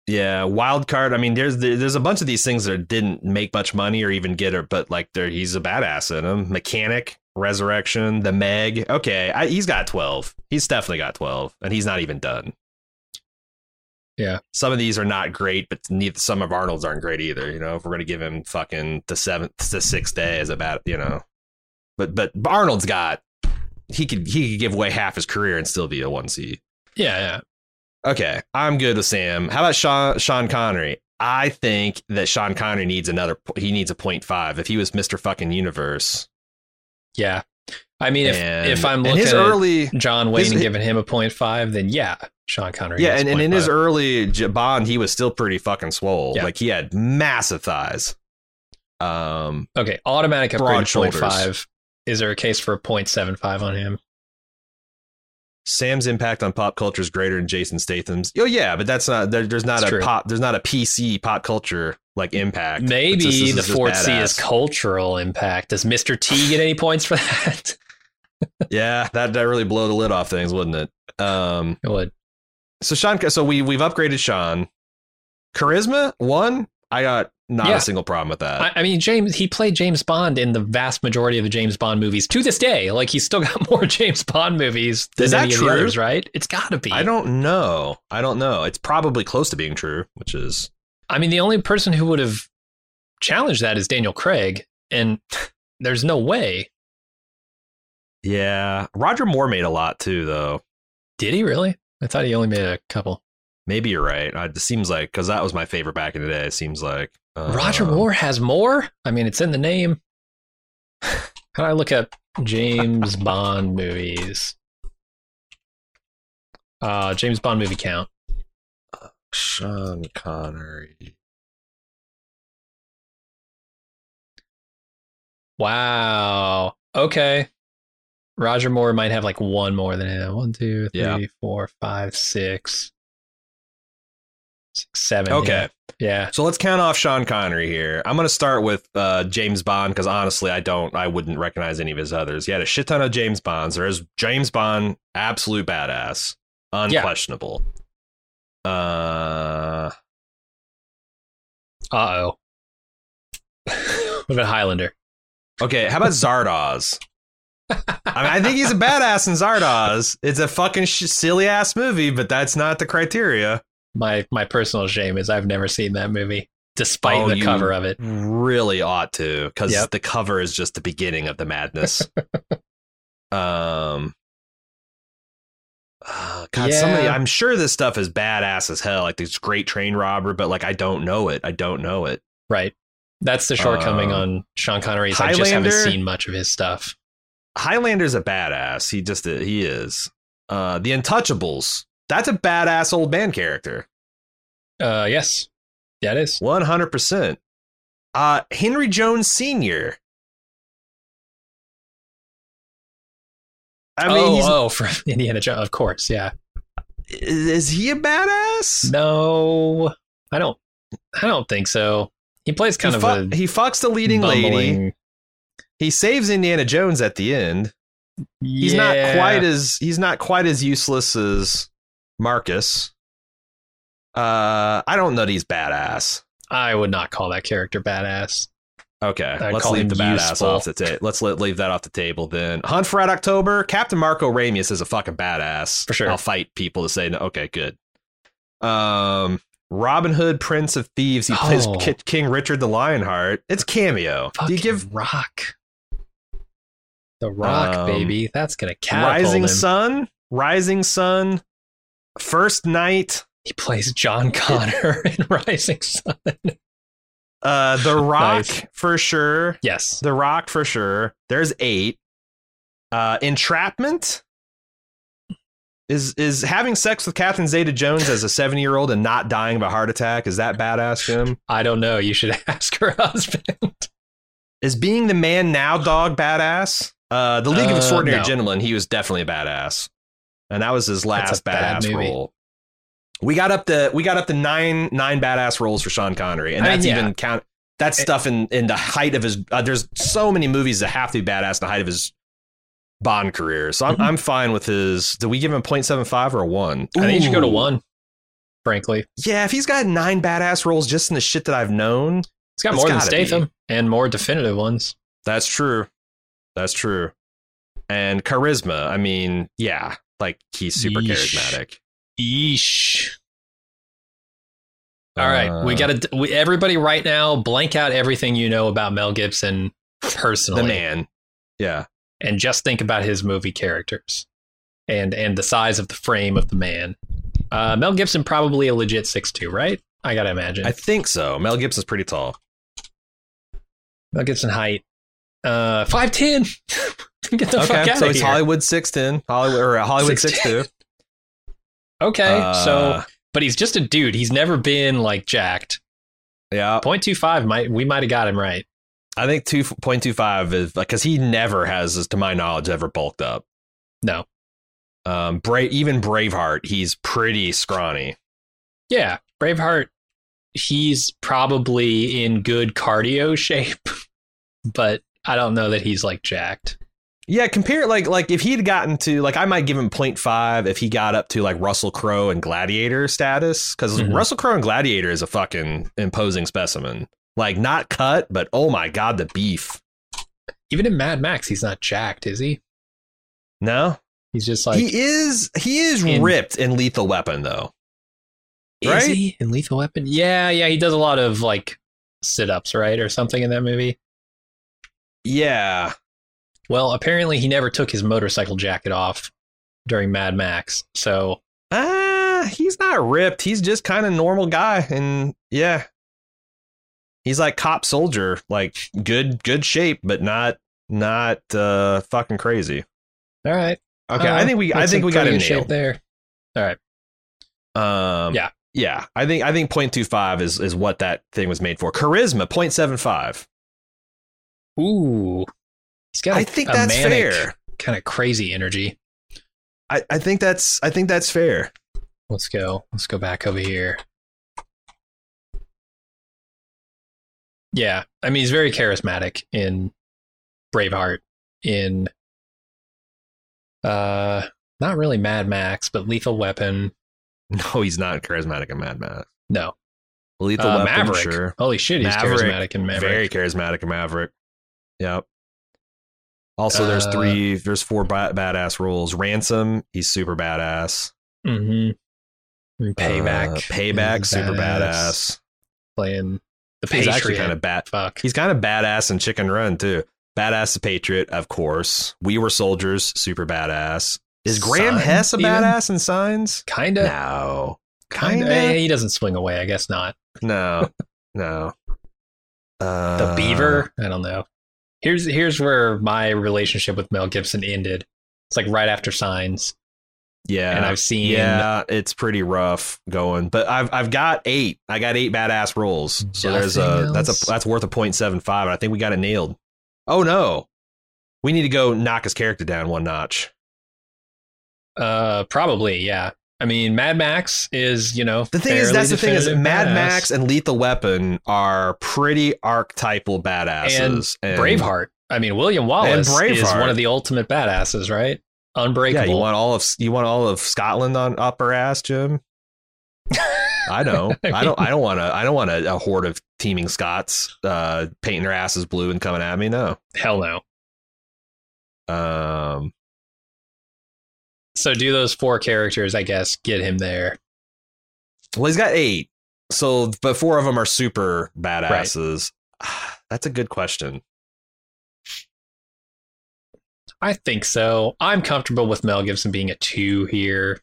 Speaker 1: Yeah, Wild Card. I mean, there's there's a bunch of these things that didn't make much money or even get it, but like there he's a badass in them. Mechanic, Resurrection, The Meg. Okay, I, he's got twelve. He's definitely got twelve, and he's not even done.
Speaker 2: Yeah.
Speaker 1: some of these are not great, but neither some of Arnold's aren't great either. You know, if we're gonna give him fucking the seventh, the sixth day is about you know, but but Arnold's got he could he could give away half his career and still be a one seed.
Speaker 2: Yeah, yeah.
Speaker 1: Okay, I'm good with Sam. How about Sean, Sean Connery? I think that Sean Connery needs another. He needs a point five. If he was Mister Fucking Universe,
Speaker 2: Yeah. I mean, if,
Speaker 1: and,
Speaker 2: if I'm
Speaker 1: and
Speaker 2: looking
Speaker 1: his
Speaker 2: at
Speaker 1: early,
Speaker 2: John Wayne
Speaker 1: his-
Speaker 2: and giving him a point five, then yeah, Sean Connery.
Speaker 1: yeah, and,
Speaker 2: gets
Speaker 1: and in
Speaker 2: 0.5.
Speaker 1: his early J- Bond, he was still pretty fucking swole.
Speaker 2: Yeah.
Speaker 1: Like he had massive thighs. Um,
Speaker 2: Okay, automatic
Speaker 1: Broad
Speaker 2: upgrade to
Speaker 1: shoulders.
Speaker 2: 0.5. Is there a case for a 0.75 on him?
Speaker 1: Sam's impact on pop culture is greater than Jason Statham's. Oh yeah, but that's not there, there's not
Speaker 2: It's
Speaker 1: a
Speaker 2: true.
Speaker 1: pop there's not a PC pop culture like impact.
Speaker 2: Maybe
Speaker 1: It's just- this
Speaker 2: the
Speaker 1: just
Speaker 2: fourth C is
Speaker 1: badass.
Speaker 2: cultural impact. Does Mr. T get any points for that?
Speaker 1: yeah, that that really blow the lid off things, wouldn't it? Um,
Speaker 2: It would.
Speaker 1: so Sean, so we we've upgraded Sean. Charisma one, I got not
Speaker 2: Yeah.
Speaker 1: a single problem with that.
Speaker 2: I, I mean, James, he played James Bond in the vast majority of the James Bond movies to this day. Like, he's still got more James Bond movies than
Speaker 1: Is that
Speaker 2: any of
Speaker 1: true?
Speaker 2: the others, right? It's got to be.
Speaker 1: I, don't know. I don't know. It's probably close to being true, which is
Speaker 2: I mean, the only person who would have challenged that is Daniel Craig, and there's no way.
Speaker 1: yeah. Roger Moore made a lot too, though.
Speaker 2: Did he really? I thought he only made a couple.
Speaker 1: Maybe you're right. I- It seems like because that was my favorite back in the day. It seems like Uh,
Speaker 2: Roger Moore has more? I mean, it's in the name. How do I look up James Bond movies? Uh, James Bond movie count.
Speaker 1: Uh, Sean Connery.
Speaker 2: Wow. Okay. Roger Moore might have like one more than him. One, two,
Speaker 1: Yeah.
Speaker 2: three, four, five, six, six, seven.
Speaker 1: Okay.
Speaker 2: Yeah.
Speaker 1: So let's count off Sean Connery here. I'm going to start with uh, James Bond because honestly, I don't, I wouldn't recognize any of his others. He had a shit ton of James Bonds. There is James Bond, absolute badass, unquestionable. Uh,
Speaker 2: yeah. Uh oh. what about Highlander?
Speaker 1: Okay, how about Zardoz? I mean, I think he's a badass in Zardoz. It's a fucking sh- silly ass movie, but that's not the criteria.
Speaker 2: My my personal shame is I've never seen that movie, despite
Speaker 1: Oh,
Speaker 2: the
Speaker 1: you-
Speaker 2: cover of it.
Speaker 1: Really ought to, because
Speaker 2: Yep.
Speaker 1: the cover is just the beginning of the madness. um. uh, God, somebody.
Speaker 2: Yeah.
Speaker 1: I'm sure this stuff is badass as hell. Like this great train robber, but like I don't know it. I don't know it.
Speaker 2: Right. That's the shortcoming
Speaker 1: Uh,
Speaker 2: on Sean Connery. Is I just haven't
Speaker 1: Highlander?
Speaker 2: seen much of his stuff.
Speaker 1: Highlander's a badass. He just he is. Uh, the Untouchables. That's a badass old man character.
Speaker 2: Uh, yes, yeah, it is.
Speaker 1: One hundred percent. Uh, Henry Jones Senior. I mean,
Speaker 2: oh,
Speaker 1: he's-
Speaker 2: oh, from Indiana Jones, of course. Yeah.
Speaker 1: is he a badass?
Speaker 2: No, I don't. I don't think so. He plays kind
Speaker 1: he,
Speaker 2: of
Speaker 1: fu-
Speaker 2: a
Speaker 1: he fucks the leading lady.
Speaker 2: bumbling-
Speaker 1: He saves Indiana Jones at the end. He's not
Speaker 2: Yeah.
Speaker 1: quite as he's not quite as useless as Marcus. Uh, I don't know that he's badass.
Speaker 2: I would not call that character badass.
Speaker 1: Okay,
Speaker 2: I'd
Speaker 1: let's
Speaker 2: call
Speaker 1: leave
Speaker 2: him
Speaker 1: the badass
Speaker 2: useful.
Speaker 1: off the table. Let's let, leave that off the table then. Hunt for Red October. Captain Marco Ramius is a fucking badass.
Speaker 2: For sure.
Speaker 1: I'll fight people to say no. Okay, good. Um, Robin Hood, Prince of Thieves. He plays
Speaker 2: Oh.
Speaker 1: Ki- King Richard the Lionheart. It's cameo. Do
Speaker 2: Fucking
Speaker 1: you give
Speaker 2: Rock. The Rock,
Speaker 1: Um,
Speaker 2: baby. That's gonna catapult
Speaker 1: Rising
Speaker 2: him.
Speaker 1: Sun? Rising Sun. First Night.
Speaker 2: He plays John Connor in Rising Sun.
Speaker 1: Uh, The Rock
Speaker 2: Nice.
Speaker 1: for sure.
Speaker 2: Yes.
Speaker 1: The Rock for sure. There's eight. Uh, entrapment is is having sex with Catherine Zeta Jones as a seventy year old and not dying of a heart attack. Is that badass, Jim?
Speaker 2: I don't know. You should ask her husband.
Speaker 1: Is being the man now dog badass? Uh, the League of
Speaker 2: Uh,
Speaker 1: Extraordinary
Speaker 2: no.
Speaker 1: Gentlemen. He was definitely a badass, and that was his
Speaker 2: That's a
Speaker 1: last
Speaker 2: bad
Speaker 1: badass
Speaker 2: movie.
Speaker 1: role. We got up to we got up to nine nine badass roles for Sean Connery, and
Speaker 2: I mean,
Speaker 1: that's
Speaker 2: yeah.
Speaker 1: even count. That's
Speaker 2: It-
Speaker 1: stuff in in the height of his. Uh, there's so many movies that have to be badass in the height of his Bond career. So I'm
Speaker 2: Mhm.
Speaker 1: I'm fine with his. Do we give him 0.75 or a one?
Speaker 2: I think you should go to
Speaker 1: Ooh.
Speaker 2: one. Frankly,
Speaker 1: Yeah, if he's got nine badass roles just in the shit that I've known,
Speaker 2: it's got
Speaker 1: It's
Speaker 2: more than
Speaker 1: gotta be.
Speaker 2: Statham and more definitive ones.
Speaker 1: That's true. That's true. And charisma, I mean, yeah, like he's super
Speaker 2: Yeesh.
Speaker 1: charismatic.
Speaker 2: Yeesh. All right, we
Speaker 1: Uh,
Speaker 2: got to we, everybody right now blank out everything you know about Mel Gibson
Speaker 1: the
Speaker 2: personally
Speaker 1: man. Yeah.
Speaker 2: and just think about his movie characters and and the size of the frame of the man. Uh, Mel Gibson probably a legit 6'2", right? I got to imagine.
Speaker 1: I think so. Mel Gibson's pretty tall.
Speaker 2: Mel Gibson height uh 5'10. Get the fuck out
Speaker 1: so
Speaker 2: of
Speaker 1: he's
Speaker 2: here.
Speaker 1: Hollywood 6'10, Hollywood or uh, Hollywood
Speaker 2: 6'10.
Speaker 1: 6'2.
Speaker 2: okay, so
Speaker 1: Uh,
Speaker 2: but he's just a dude. He's never been like jacked.
Speaker 1: yeah,
Speaker 2: 0.25 might we might have got him right.
Speaker 1: I think 2.25 is because he never has, as to my knowledge, ever bulked up.
Speaker 2: No.
Speaker 1: Um, Bra- even Braveheart, he's pretty scrawny.
Speaker 2: Yeah, Braveheart. He's probably in good cardio shape, but I don't know that he's like jacked.
Speaker 1: Yeah, compare like like if he'd gotten to like I might give him 0.5 if he got up to like Russell Crowe and Gladiator status because
Speaker 2: Mhm.
Speaker 1: Russell Crowe and Gladiator is a fucking imposing specimen. Like not cut, but oh my god, the beef.
Speaker 2: Even in Mad Max, he's not jacked, is he?
Speaker 1: No,
Speaker 2: He's just like
Speaker 1: he is he is
Speaker 2: In-
Speaker 1: ripped in Lethal Weapon though.
Speaker 2: is
Speaker 1: right?
Speaker 2: he in Lethal Weapon? Yeah, yeah, he does a lot of like sit ups, right, or something in that movie.
Speaker 1: Yeah,
Speaker 2: Well, apparently he never took his motorcycle jacket off during Mad Max, so
Speaker 1: ah, he's not ripped. He's just kind of normal guy, and yeah, he's like cop soldier, like good good shape, but not not uh fucking crazy.
Speaker 2: all right.
Speaker 1: Okay,
Speaker 2: Uh,
Speaker 1: I think we I
Speaker 2: that's
Speaker 1: think
Speaker 2: a
Speaker 1: we got
Speaker 2: pretty
Speaker 1: him
Speaker 2: good shape
Speaker 1: nailed.
Speaker 2: there.
Speaker 1: Um,
Speaker 2: Yeah.
Speaker 1: yeah. I think I think 0.25 is is what that thing was made for. Charisma 0.75.
Speaker 2: Ooh, he's got. I
Speaker 1: I think that's fair.
Speaker 2: Kind of crazy energy.
Speaker 1: I, I think that's I think that's fair.
Speaker 2: Let's go. Let's go back over here. Yeah, I mean he's very charismatic in Braveheart, in uh not really Mad Max, but Lethal Weapon.
Speaker 1: No, he's not charismatic in Mad Max.
Speaker 2: No,
Speaker 1: Lethal Weapon,
Speaker 2: uh, Maverick.
Speaker 1: sure.
Speaker 2: Holy shit, he's
Speaker 1: Maverick,
Speaker 2: charismatic in Maverick.
Speaker 1: Very charismatic in Maverick. Yep. Also, there's
Speaker 2: Uh,
Speaker 1: three, there's four ba- badass roles. Ransom, he's super badass.
Speaker 2: Mm-hmm. Payback.
Speaker 1: Uh, payback,
Speaker 2: is
Speaker 1: super badass.
Speaker 2: Playing the
Speaker 1: He's
Speaker 2: Patriot.
Speaker 1: actually kind of bad.
Speaker 2: Fuck.
Speaker 1: He's kind of badass in Chicken Run too. Badass the Patriot, of course. We were soldiers, super badass. Is Graham
Speaker 2: Signs,
Speaker 1: Hess a
Speaker 2: even?
Speaker 1: badass in Signs?
Speaker 2: Kind of.
Speaker 1: No,
Speaker 2: kind
Speaker 1: kind
Speaker 2: of.
Speaker 1: of.
Speaker 2: He doesn't swing away. I guess not.
Speaker 1: No, no. Uh,
Speaker 2: The Beaver. I don't know. Here's here's where my relationship with Mel Gibson ended. It's like right after Signs,
Speaker 1: Yeah,
Speaker 2: and I've seen
Speaker 1: yeah, it's pretty rough going. But I've I've got eight. I got eight badass rolls. So there's a
Speaker 2: Nothing
Speaker 1: that's
Speaker 2: else?
Speaker 1: a that's worth a point seven five. And I think we got it nailed. Oh no, we need to go knock his character down one notch.
Speaker 2: Uh, probably, yeah. I mean, Mad Max is, you know,
Speaker 1: The thing is,
Speaker 2: fairly
Speaker 1: that's the thing is,
Speaker 2: definitive
Speaker 1: Mad
Speaker 2: badass.
Speaker 1: Max and Lethal Weapon are pretty archetypal badasses. And,
Speaker 2: Braveheart. I mean, William Wallace is
Speaker 1: Braveheart.
Speaker 2: one of the ultimate badasses, right?
Speaker 1: Yeah,
Speaker 2: Unbreakable.
Speaker 1: you want all of you want all of Scotland on up her ass, Jim. I know.
Speaker 2: I
Speaker 1: I don't. I don't want to. I don't want a, a horde of teeming Scots uh, painting their asses blue and coming at me. No.
Speaker 2: Hell no.
Speaker 1: Um.
Speaker 2: So do those four characters, I guess, get him there.
Speaker 1: Well, he's got eight. So, but four of them are super badasses. That's a good question.
Speaker 2: I think so. I'm comfortable with Mel Gibson being a two here.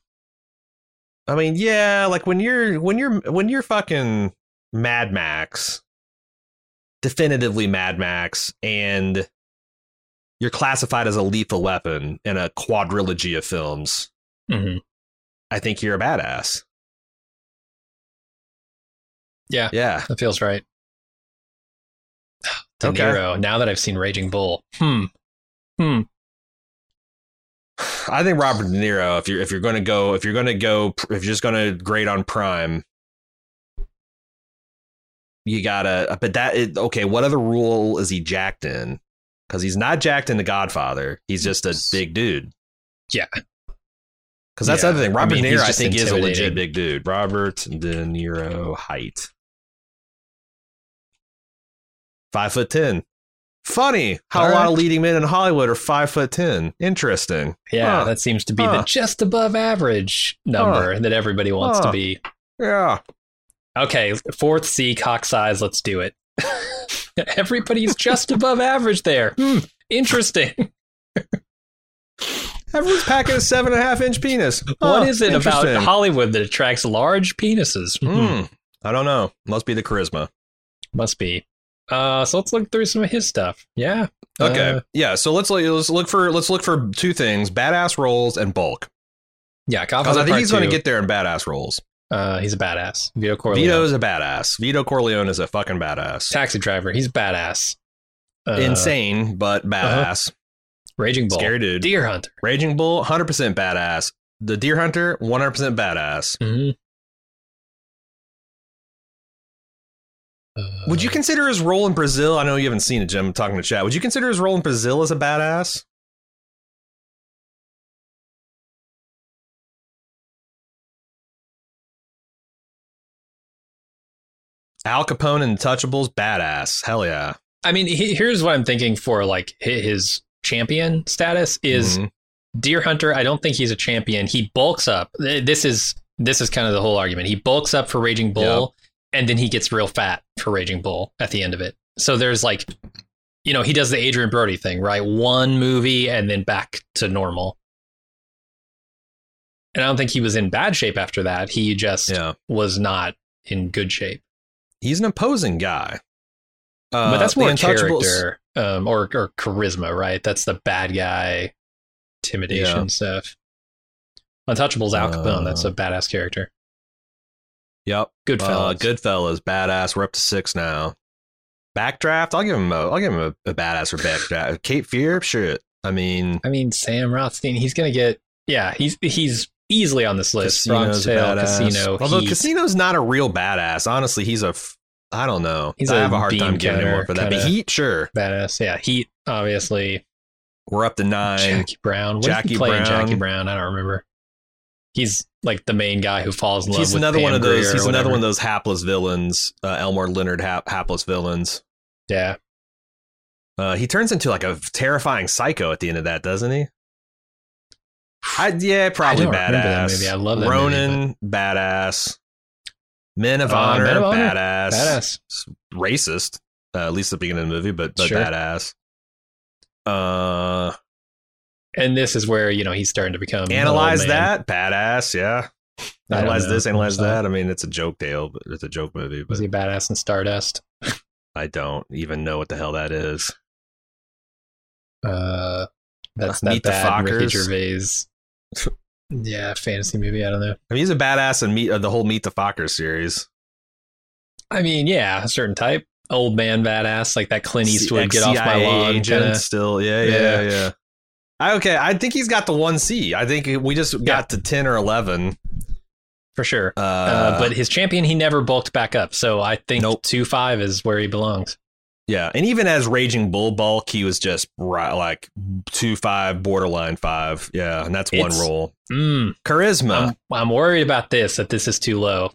Speaker 1: I mean, yeah, like when you're when you're when you're fucking Mad Max, definitively Mad Max, and you're classified as a lethal weapon in a quadrilogy of films.
Speaker 2: Mm-hmm.
Speaker 1: I think you're a badass.
Speaker 2: Yeah.
Speaker 1: Yeah.
Speaker 2: That feels right. De
Speaker 1: Okay.
Speaker 2: Niro, now that I've seen Raging Bull. Hmm. Hmm.
Speaker 1: I think Robert De Niro, if you're if you're gonna go if you're gonna go if you're just gonna grade on prime, you gotta. uh, But that is, okay. What other rule is he jacked in? Because he's not jacked in The Godfather. He's just a big dude.
Speaker 2: Yeah.
Speaker 1: Because that's
Speaker 2: Yeah.
Speaker 1: the other thing.
Speaker 2: I
Speaker 1: Robert
Speaker 2: mean,
Speaker 1: De Niro,
Speaker 2: he's
Speaker 1: I
Speaker 2: just
Speaker 1: think, is a legit
Speaker 2: intimidating.
Speaker 1: big dude. Robert De Niro height, five foot ten. Funny how a
Speaker 2: All
Speaker 1: lot
Speaker 2: right.
Speaker 1: of leading men in Hollywood are five foot ten. Interesting.
Speaker 2: Yeah,
Speaker 1: Huh.
Speaker 2: that seems to be
Speaker 1: Huh.
Speaker 2: the just above average number that everybody wants
Speaker 1: Huh.
Speaker 2: to be.
Speaker 1: Yeah.
Speaker 2: Okay, fourth C cock size. Let's do it. Everybody's just above average there. Hmm, interesting.
Speaker 1: Everyone's packing a seven and a half inch penis.
Speaker 2: what is it about
Speaker 1: interesting.
Speaker 2: Hollywood that attracts large penises? Hmm,
Speaker 1: Hmm. I don't know. Must be the charisma.
Speaker 2: Must be. Uh, so let's look through some of his stuff. Yeah.
Speaker 1: Okay.
Speaker 2: Uh,
Speaker 1: yeah. So let's let's look for let's look for two things: badass roles and bulk.
Speaker 2: yeah. Cock
Speaker 1: Because I think
Speaker 2: Part
Speaker 1: he's going to
Speaker 2: Two.
Speaker 1: get there in badass roles.
Speaker 2: Uh, he's a badass. Vito Corleone.
Speaker 1: Vito is a badass. Vito Corleone is a fucking badass.
Speaker 2: taxi driver. He's badass. Uh, uh-huh.
Speaker 1: Insane, but badass.
Speaker 2: Raging bull.
Speaker 1: Scary dude.
Speaker 2: Deer hunter.
Speaker 1: Raging Bull, hundred percent badass. The Deer Hunter, one hundred percent badass.
Speaker 2: Mhm. Uh,
Speaker 1: Would you consider his role in Brazil? I know you haven't seen it, Jim. I'm talking to chat. Would you consider his role in Brazil as a badass? Al Capone and Touchables, badass. Hell yeah.
Speaker 2: I mean, he, here's what I'm thinking for like hi- his champion status is
Speaker 1: Mhm.
Speaker 2: Deer Hunter. I don't think he's a champion. He bulks up. Th- This is this is kind of the whole argument. He bulks up for Raging Bull, and then he gets real fat for Raging Bull at the end of it. So there's like, you know, he does the Adrian Brody thing, right? One movie and then back to normal. And I don't think he was in bad shape after that. He just
Speaker 1: yeah.
Speaker 2: was not in good shape.
Speaker 1: He's an opposing guy. Uh,
Speaker 2: but that's
Speaker 1: the
Speaker 2: more
Speaker 1: Untouchables-
Speaker 2: character um, or or charisma, right? That's the bad guy intimidation
Speaker 1: Yeah.
Speaker 2: stuff. Untouchables Al Capone. that's a badass character.
Speaker 1: Yep.
Speaker 2: Good fellow.
Speaker 1: Uh, Goodfellas, badass. We're up to six now. Backdraft, I'll give him a, I'll give him a, a badass for backdraft. Cape Fear, shit. I mean,
Speaker 2: I mean, Sam Rothstein. He's gonna get. Yeah, he's he's easily on this list. Bronx
Speaker 1: Casino's a
Speaker 2: Tale,
Speaker 1: badass.
Speaker 2: Casino.
Speaker 1: Although
Speaker 2: Heat.
Speaker 1: Casino's not a real badass. Honestly, he's a, f- I don't know.
Speaker 2: He's
Speaker 1: I
Speaker 2: a
Speaker 1: have a hard
Speaker 2: bean
Speaker 1: time giving him
Speaker 2: cutter
Speaker 1: one for that. But
Speaker 2: kinda-
Speaker 1: Heat, sure.
Speaker 2: badass. Yeah, Heat. Obviously,
Speaker 1: We're up to nine.
Speaker 2: Jackie Brown. What Jackie
Speaker 1: Jackie
Speaker 2: he play in
Speaker 1: Brown.
Speaker 2: Jackie Brown? I don't remember. He's like the main guy who falls in love.
Speaker 1: He's
Speaker 2: with
Speaker 1: another one
Speaker 2: Pam
Speaker 1: of those.
Speaker 2: Grier or
Speaker 1: He's another
Speaker 2: whatever.
Speaker 1: one of those hapless villains. Uh, Elmore Leonard, hap- hapless villains.
Speaker 2: Yeah.
Speaker 1: Uh, he turns into like a terrifying psycho at the end of that, doesn't he? I, yeah, probably
Speaker 2: don't remember that
Speaker 1: badass.
Speaker 2: movie. I love that movie,
Speaker 1: Ronin, badass. Men of
Speaker 2: Uh,
Speaker 1: Honor,
Speaker 2: Men of Honor,
Speaker 1: badass.
Speaker 2: Badass.
Speaker 1: Racist, uh, at least at the beginning of the movie, but, but
Speaker 2: Sure.
Speaker 1: badass. Uh,
Speaker 2: And this is where you know he's starting to become an
Speaker 1: analyze
Speaker 2: old man.
Speaker 1: that, badass. Yeah,
Speaker 2: I don't
Speaker 1: analyze
Speaker 2: know.
Speaker 1: this, analyze
Speaker 2: What's
Speaker 1: that. I mean, it's a joke tale, but it's a joke movie. But
Speaker 2: Was he badass in Stardust?
Speaker 1: I don't even know what the hell that is.
Speaker 2: Uh, that's
Speaker 1: Uh,
Speaker 2: not
Speaker 1: Meet the
Speaker 2: bad. Ricky
Speaker 1: Fockers.
Speaker 2: Gervais. yeah, fantasy movie. I don't know.
Speaker 1: I mean, he's a badass in meet, uh, the whole Meet the Focker series.
Speaker 2: I mean, yeah, a certain type. Old man badass, like that Clint
Speaker 1: uh,
Speaker 2: Eastwood, get off my
Speaker 1: CIA
Speaker 2: lawn.
Speaker 1: agent
Speaker 2: Kinda.
Speaker 1: Still, yeah, yeah, yeah.
Speaker 2: Yeah.
Speaker 1: I, okay, I think he's got the one C. I think we just got to ten or eleven.
Speaker 2: For sure.
Speaker 1: Uh,
Speaker 2: Uh, but his champion, he never bulked back up. So I think
Speaker 1: Nope.
Speaker 2: 2 5 is where he belongs.
Speaker 1: yeah, and even as Raging Bull Bulk, he was just right, like two five, borderline five. Yeah, and that's one
Speaker 2: It's-
Speaker 1: role.
Speaker 2: Mm,
Speaker 1: Charisma.
Speaker 2: I'm, I'm worried about this, that this is too low.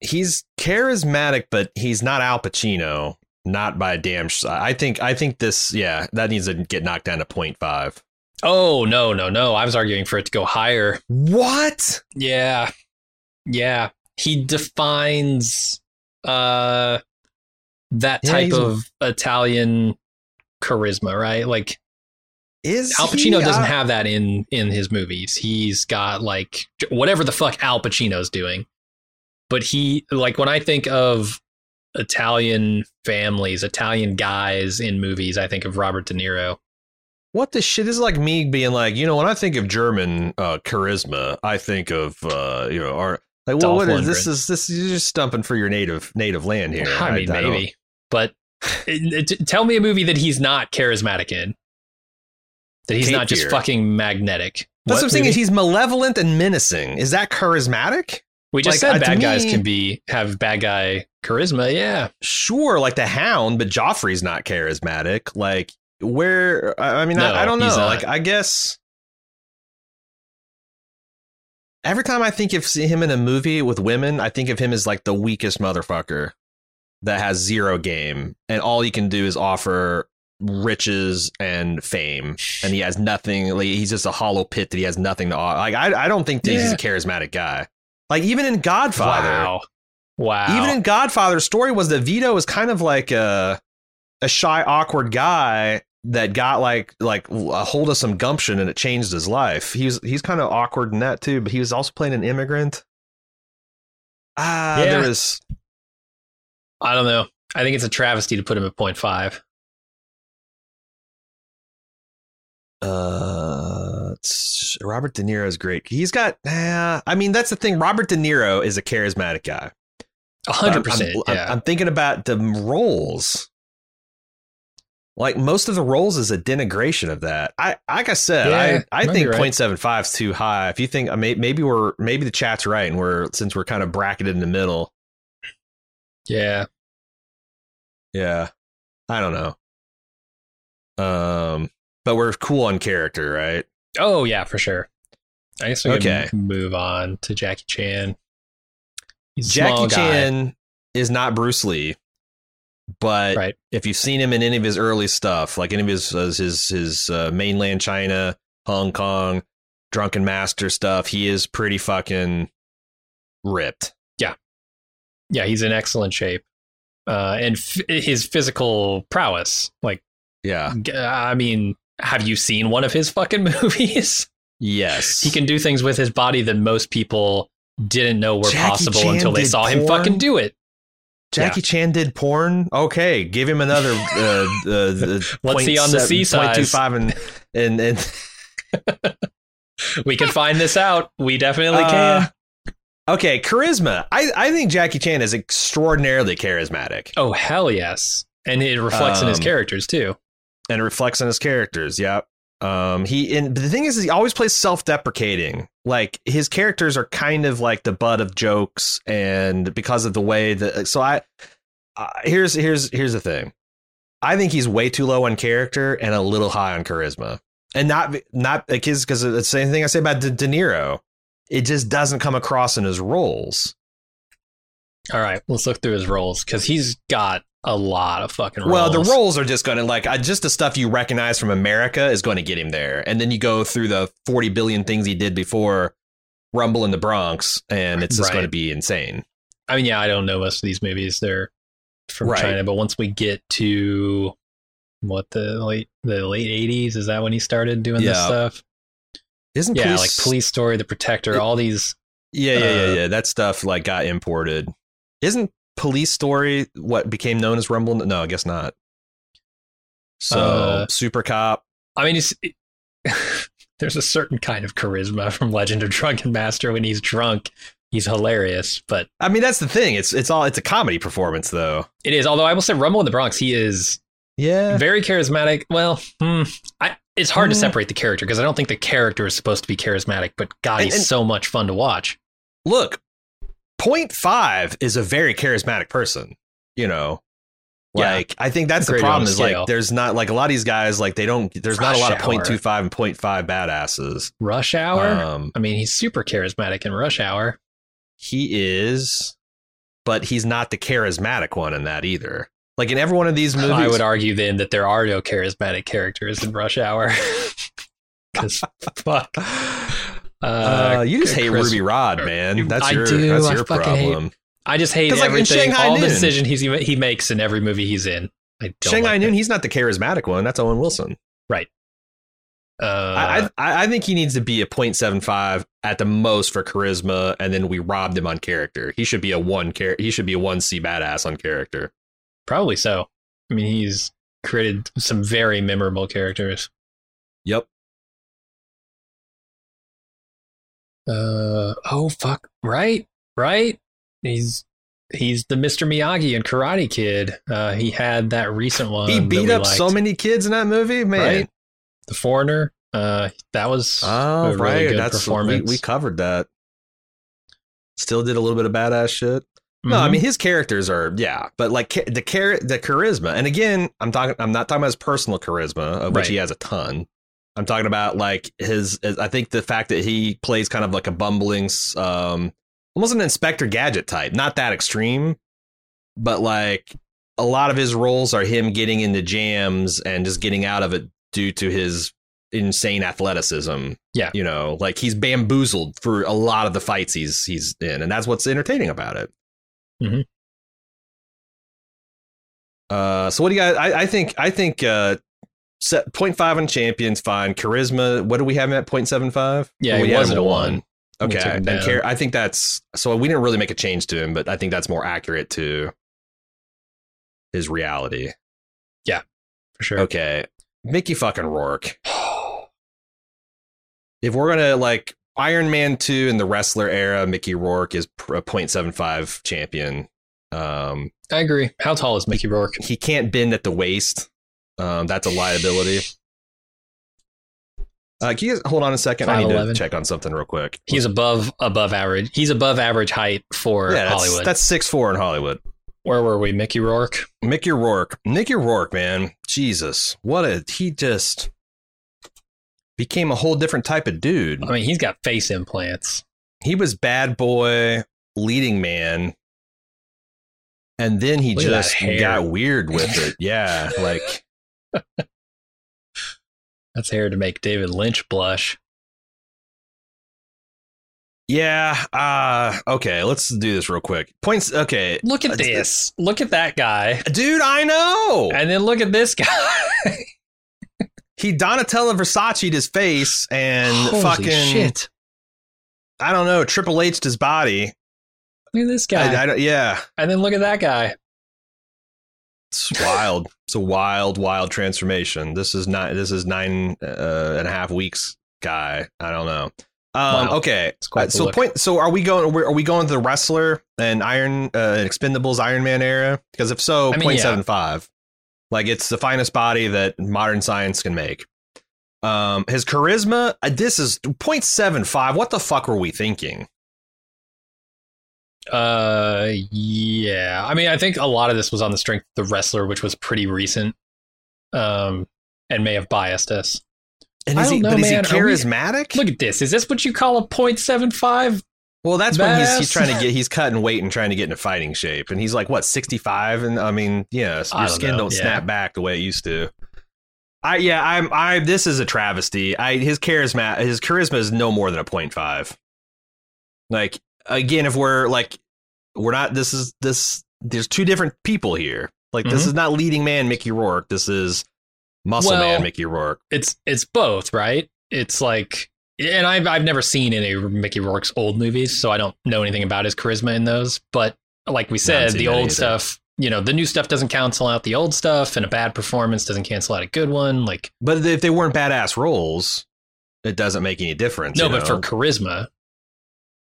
Speaker 1: he's charismatic, but he's not Al Pacino. Not by a damn. Sh- I think. I think this. Yeah, that needs to get knocked down to 0.5.
Speaker 2: Oh, no, no, no. I was arguing for it to go higher.
Speaker 1: What?
Speaker 2: Yeah. Yeah. He defines uh that
Speaker 1: Yeah,
Speaker 2: type
Speaker 1: he's-
Speaker 2: of Italian charisma, right? Like
Speaker 1: Is
Speaker 2: Al Pacino
Speaker 1: he,
Speaker 2: doesn't
Speaker 1: uh,
Speaker 2: have that in in his movies. He's got like j- whatever the fuck Al Pacino's doing. But he like when I think of Italian families, Italian guys in movies, I think of Robert De Niro.
Speaker 1: What the shit This is like me being like, you know, when I think of German uh, charisma, I think of uh, you know, our like, well,
Speaker 2: Dolph
Speaker 1: what is
Speaker 2: Lundgren.
Speaker 1: this? Is this you're just stumping for your native native land here?
Speaker 2: I mean,
Speaker 1: don't-
Speaker 2: maybe. but it- it- tell me a movie that he's not charismatic in. That he's
Speaker 1: Cape
Speaker 2: not just
Speaker 1: Fear.
Speaker 2: fucking magnetic.
Speaker 1: That's what I'm saying.
Speaker 2: movie?
Speaker 1: Is he's malevolent and menacing? Is that charismatic?
Speaker 2: we just
Speaker 1: like,
Speaker 2: said
Speaker 1: uh, to
Speaker 2: bad guys
Speaker 1: me-
Speaker 2: can be have bad guy charisma. Yeah,
Speaker 1: Sure, like the Hound, but Joffrey's not charismatic. Like where? I, I mean,
Speaker 2: No,
Speaker 1: I, I don't know.
Speaker 2: he's not.
Speaker 1: Like I guess. Every time I think of see him in a movie with women, I think of him as like the weakest motherfucker that has zero game and all he can do is offer riches and fame and he has nothing like he's just a hollow pit that he has nothing to offer. Like I I don't think that he's a
Speaker 2: Yeah.
Speaker 1: charismatic guy. Like even in Godfather.
Speaker 2: wow, wow.
Speaker 1: Even in Godfather's story was that Vito was kind of like a a shy, awkward guy that got like like a hold of some gumption and it changed his life. He was he's kind of awkward in that too, but he was also playing an immigrant. Ah,
Speaker 2: Yeah.
Speaker 1: there was
Speaker 2: I don't know. I think it's a travesty to put him at 0.5.
Speaker 1: uh it's- Robert De Niro's great. He's got ah, I mean that's the thing. Robert De Niro is a charismatic guy. But I'm-
Speaker 2: 100%.
Speaker 1: I'm- I'm,
Speaker 2: yeah.
Speaker 1: I'm thinking about the roles. Like most of the roles is a denigration of that. I like I said,
Speaker 2: Yeah,
Speaker 1: I, I
Speaker 2: might be
Speaker 1: think
Speaker 2: right.
Speaker 1: 0.75 is too high. If you think I may, maybe we're maybe the chat's right and we're since we're kind of bracketed in the middle.
Speaker 2: yeah.
Speaker 1: Yeah. I don't know. Um but we're cool on character, right?
Speaker 2: Oh, yeah, for sure. I guess we
Speaker 1: Okay.
Speaker 2: can move on to Jackie Chan. He's a small
Speaker 1: Jackie
Speaker 2: guy.
Speaker 1: Chan is not Bruce Lee, but
Speaker 2: Right.
Speaker 1: if you've seen him in any of his early stuff, like any of his his his, his, uh, mainland China, Hong Kong, Drunken Master stuff, he is pretty fucking ripped.
Speaker 2: Yeah, he's in excellent shape. Uh, and f- his physical prowess. Like,
Speaker 1: Yeah.
Speaker 2: g- I mean, have you seen one of his fucking movies?
Speaker 1: Yes.
Speaker 2: he can do things with his body that most people didn't know were
Speaker 1: Jackie
Speaker 2: possible
Speaker 1: Chan
Speaker 2: until they
Speaker 1: did
Speaker 2: saw him
Speaker 1: porn?
Speaker 2: fucking do it.
Speaker 1: Jackie Chan did porn. Okay, give him another. Uh, uh, Let's
Speaker 2: Let's see on the C size.
Speaker 1: and and and.
Speaker 2: We can find this out. We definitely
Speaker 1: Uh,
Speaker 2: can.
Speaker 1: Okay, charisma. I, I think Jackie Chan is extraordinarily charismatic.
Speaker 2: Oh hell yes, and it reflects in his
Speaker 1: Um,
Speaker 2: characters too.
Speaker 1: and it reflects on his characters. Yep. Um, he and but the thing is, he always plays self-deprecating. Like his characters are kind of like the butt of jokes, and because of the way that. So I, uh, here's here's here's the thing. I think he's way too low on character and a little high on charisma, and not not because because it's the same thing I say about De, De Niro. It just doesn't come across in his roles.
Speaker 2: All right, let's look through his roles because he's got a lot of fucking roles.
Speaker 1: Well, the roles are just going to like I, just the stuff you recognize from America is going to get him there, and then you go through the forty billion things he did before Rumble in the Bronx, and it's just
Speaker 2: Right.
Speaker 1: going to be insane.
Speaker 2: I mean, yeah, I don't know most of these movies. They're from
Speaker 1: Right.
Speaker 2: China, but once we get to what the late the late eighties is that when he started doing this
Speaker 1: Yeah.
Speaker 2: stuff?
Speaker 1: Isn't
Speaker 2: Yeah,
Speaker 1: police,
Speaker 2: like Police Story, The Protector,
Speaker 1: It-
Speaker 2: all these.
Speaker 1: Yeah, yeah, yeah,
Speaker 2: uh,
Speaker 1: yeah. That stuff like got imported. Isn't Police Story what became known as Rumble? in- No, I guess not. So
Speaker 2: Uh,
Speaker 1: Super Cop,
Speaker 2: I mean, it's, it- there's a certain kind of charisma from Legend of Drunken Master when he's drunk. He's hilarious, but
Speaker 1: I mean, that's the thing. It's it's all it's a comedy performance though.
Speaker 2: it is. Although I will say, Rumble in the Bronx, he is
Speaker 1: Yeah.
Speaker 2: very charismatic. Well, hmm, I, it's hard to
Speaker 1: Eh. Mm.
Speaker 2: separate the character because I don't think the character is supposed to be charismatic. But God,
Speaker 1: And-
Speaker 2: he's
Speaker 1: and-
Speaker 2: so much fun to watch.
Speaker 1: Look, point five is a very charismatic person. You know,
Speaker 2: Yeah.
Speaker 1: like I think that's the
Speaker 2: Graded on
Speaker 1: problem
Speaker 2: a
Speaker 1: is
Speaker 2: scale.
Speaker 1: like there's not like a lot of these guys like they don't there's not a lot of
Speaker 2: Rush hour.
Speaker 1: point two five and point five badasses.
Speaker 2: Rush Hour.
Speaker 1: Um,
Speaker 2: I mean, he's super charismatic in Rush Hour.
Speaker 1: he is, but he's not the charismatic one in that either. Like in every one of these movies,
Speaker 2: I would argue then that there are no charismatic characters in Rush Hour. Because fuck. Uh,
Speaker 1: uh, you just hate
Speaker 2: Chris-
Speaker 1: Ruby Rod, man. That's
Speaker 2: I
Speaker 1: your
Speaker 2: do.
Speaker 1: that's
Speaker 2: I
Speaker 1: your
Speaker 2: fucking hate
Speaker 1: problem.
Speaker 2: I just hate
Speaker 1: 'Cause, like, in
Speaker 2: everything.
Speaker 1: Shanghai
Speaker 2: all the
Speaker 1: Noon-
Speaker 2: decision he's he makes in every movie he's in. I don't
Speaker 1: Shanghai
Speaker 2: like
Speaker 1: Noon, he's not the charismatic one. That's Owen Wilson.
Speaker 2: that. Uh,
Speaker 1: I I, I think he needs to be a 0.75 at the most for charisma, and then we robbed him on character. He should be a one char- He should be a one C badass on character.
Speaker 2: probably so. I mean, he's created some very memorable characters.
Speaker 1: Yep.
Speaker 2: Uh oh, fuck! Right, right. He's he's the Mr. Miyagi and Karate Kid. Uh, he had that recent one.
Speaker 1: he
Speaker 2: Um, that
Speaker 1: beat
Speaker 2: we
Speaker 1: up so
Speaker 2: liked.
Speaker 1: many kids in that movie, man.
Speaker 2: Right? The Foreigner. Uh, that was
Speaker 1: Oh,
Speaker 2: a really
Speaker 1: right.
Speaker 2: good
Speaker 1: That's we,
Speaker 2: performance.
Speaker 1: we covered that. Still did a little bit of badass shit. No, I
Speaker 2: Mhm.
Speaker 1: mean his characters are yeah, but like ca- the char- the charisma, and again, I'm talking, I'm not talking about his personal charisma, of which
Speaker 2: Right.
Speaker 1: he has a ton. I'm talking about like his, his- I think the fact that he plays kind of like a bumbling, s- um, almost an Inspector Gadget type, not that extreme, but like a lot of his roles are him getting into jams and just getting out of it due to his insane athleticism.
Speaker 2: Yeah.
Speaker 1: you know, like he's bamboozled for a lot of the fights he's he's in, and that's what's entertaining about it.
Speaker 2: Mhm.
Speaker 1: Uh, so what do you guys? I, I think I think uh, set, 0.5 on champions fine. Charisma. What do we have him at 0.75?
Speaker 2: Yeah,
Speaker 1: we
Speaker 2: he
Speaker 1: had
Speaker 2: was
Speaker 1: him
Speaker 2: at a one. We
Speaker 1: Okay,
Speaker 2: took him
Speaker 1: and
Speaker 2: down.
Speaker 1: char- I think that's so. We didn't really make a change to him, but I think that's more accurate to his reality.
Speaker 2: for sure.
Speaker 1: Okay, Mickey fucking Rourke if we're gonna like Iron Man two in the wrestler era, Mickey Rourke is pr- a .75 champion. Um,
Speaker 2: I agree. How tall is Mickey Rourke?
Speaker 1: he can't bend at the waist. Um, that's a liability. Uh, can you hold on a second? I need
Speaker 2: 5'11".
Speaker 1: to check on something real quick.
Speaker 2: He's above above average. He's above average height for
Speaker 1: yeah, that's,
Speaker 2: Hollywood.
Speaker 1: That's six four in Hollywood.
Speaker 2: Where were we? Mickey Rourke.
Speaker 1: Mickey Rourke, Mickey Rourke, man, Jesus, what a he just became a whole different type of dude.
Speaker 2: I mean, he's got face implants.
Speaker 1: he was bad boy leading man and then he
Speaker 2: Look at that
Speaker 1: just
Speaker 2: hair.
Speaker 1: got weird with it yeah like
Speaker 2: That's hair to make David Lynch blush.
Speaker 1: yeah uh okay let's do this real quick points okay
Speaker 2: Look at
Speaker 1: That's-
Speaker 2: this. Look at that guy.
Speaker 1: dude i know
Speaker 2: And then look at this guy.
Speaker 1: he donatella versace'd his face and
Speaker 2: Holy
Speaker 1: fucking
Speaker 2: shit.
Speaker 1: i don't know triple h'd his body
Speaker 2: Look at this guy.
Speaker 1: I, I don't- yeah
Speaker 2: and then look at that guy.
Speaker 1: it's wild it's a wild wild transformation this is not this is nine uh, and a half weeks guy i don't know um
Speaker 2: Wow.
Speaker 1: okay
Speaker 2: It's quite
Speaker 1: Uh,
Speaker 2: the
Speaker 1: so
Speaker 2: look.
Speaker 1: point. So are we going? Are we going to the wrestler and Iron uh, and Expendables Iron Man era? Because if so,
Speaker 2: I mean,
Speaker 1: point
Speaker 2: yeah.
Speaker 1: seven five. Like it's the finest body that modern science can make. Um, his charisma. Uh, this is point seven five. What the fuck were we thinking?
Speaker 2: Uh, yeah. I mean, I think a lot of this was on the strength of the wrestler, which was pretty recent, um, and may have biased us.
Speaker 1: And
Speaker 2: I
Speaker 1: is he?
Speaker 2: don't know,
Speaker 1: but
Speaker 2: man.
Speaker 1: is
Speaker 2: Are
Speaker 1: he
Speaker 2: we-
Speaker 1: charismatic?
Speaker 2: Look at this. Is this what you call a .75
Speaker 1: Well, that's when he's, he's
Speaker 2: Badass.
Speaker 1: trying to get he's cutting weight and trying to get into fighting shape, and he's like what sixty five, and I mean, yeah, so
Speaker 2: I
Speaker 1: your
Speaker 2: don't
Speaker 1: skin
Speaker 2: know,
Speaker 1: don't
Speaker 2: yeah.
Speaker 1: snap back the way it used to. I yeah, I'm I this is a travesty. I his charisma his charisma is no more than a point five. Like again, if we're like we're not this is this there's two different people here. Like this
Speaker 2: Mhm.
Speaker 1: is not leading man Mickey Rourke. This is muscle
Speaker 2: Well-
Speaker 1: man Mickey Rourke.
Speaker 2: It's it's both, right? It's like, and I've I've never seen any of Mickey Rourke's old movies, so I don't know anything about his charisma in those. But like we said,
Speaker 1: seen
Speaker 2: the
Speaker 1: that
Speaker 2: old
Speaker 1: either.
Speaker 2: stuff, you know, the new stuff doesn't cancel out the old stuff, and a bad performance doesn't cancel out a good one. Like
Speaker 1: But if they weren't badass roles, it doesn't make any difference.
Speaker 2: no,
Speaker 1: you
Speaker 2: but for
Speaker 1: know?
Speaker 2: charisma,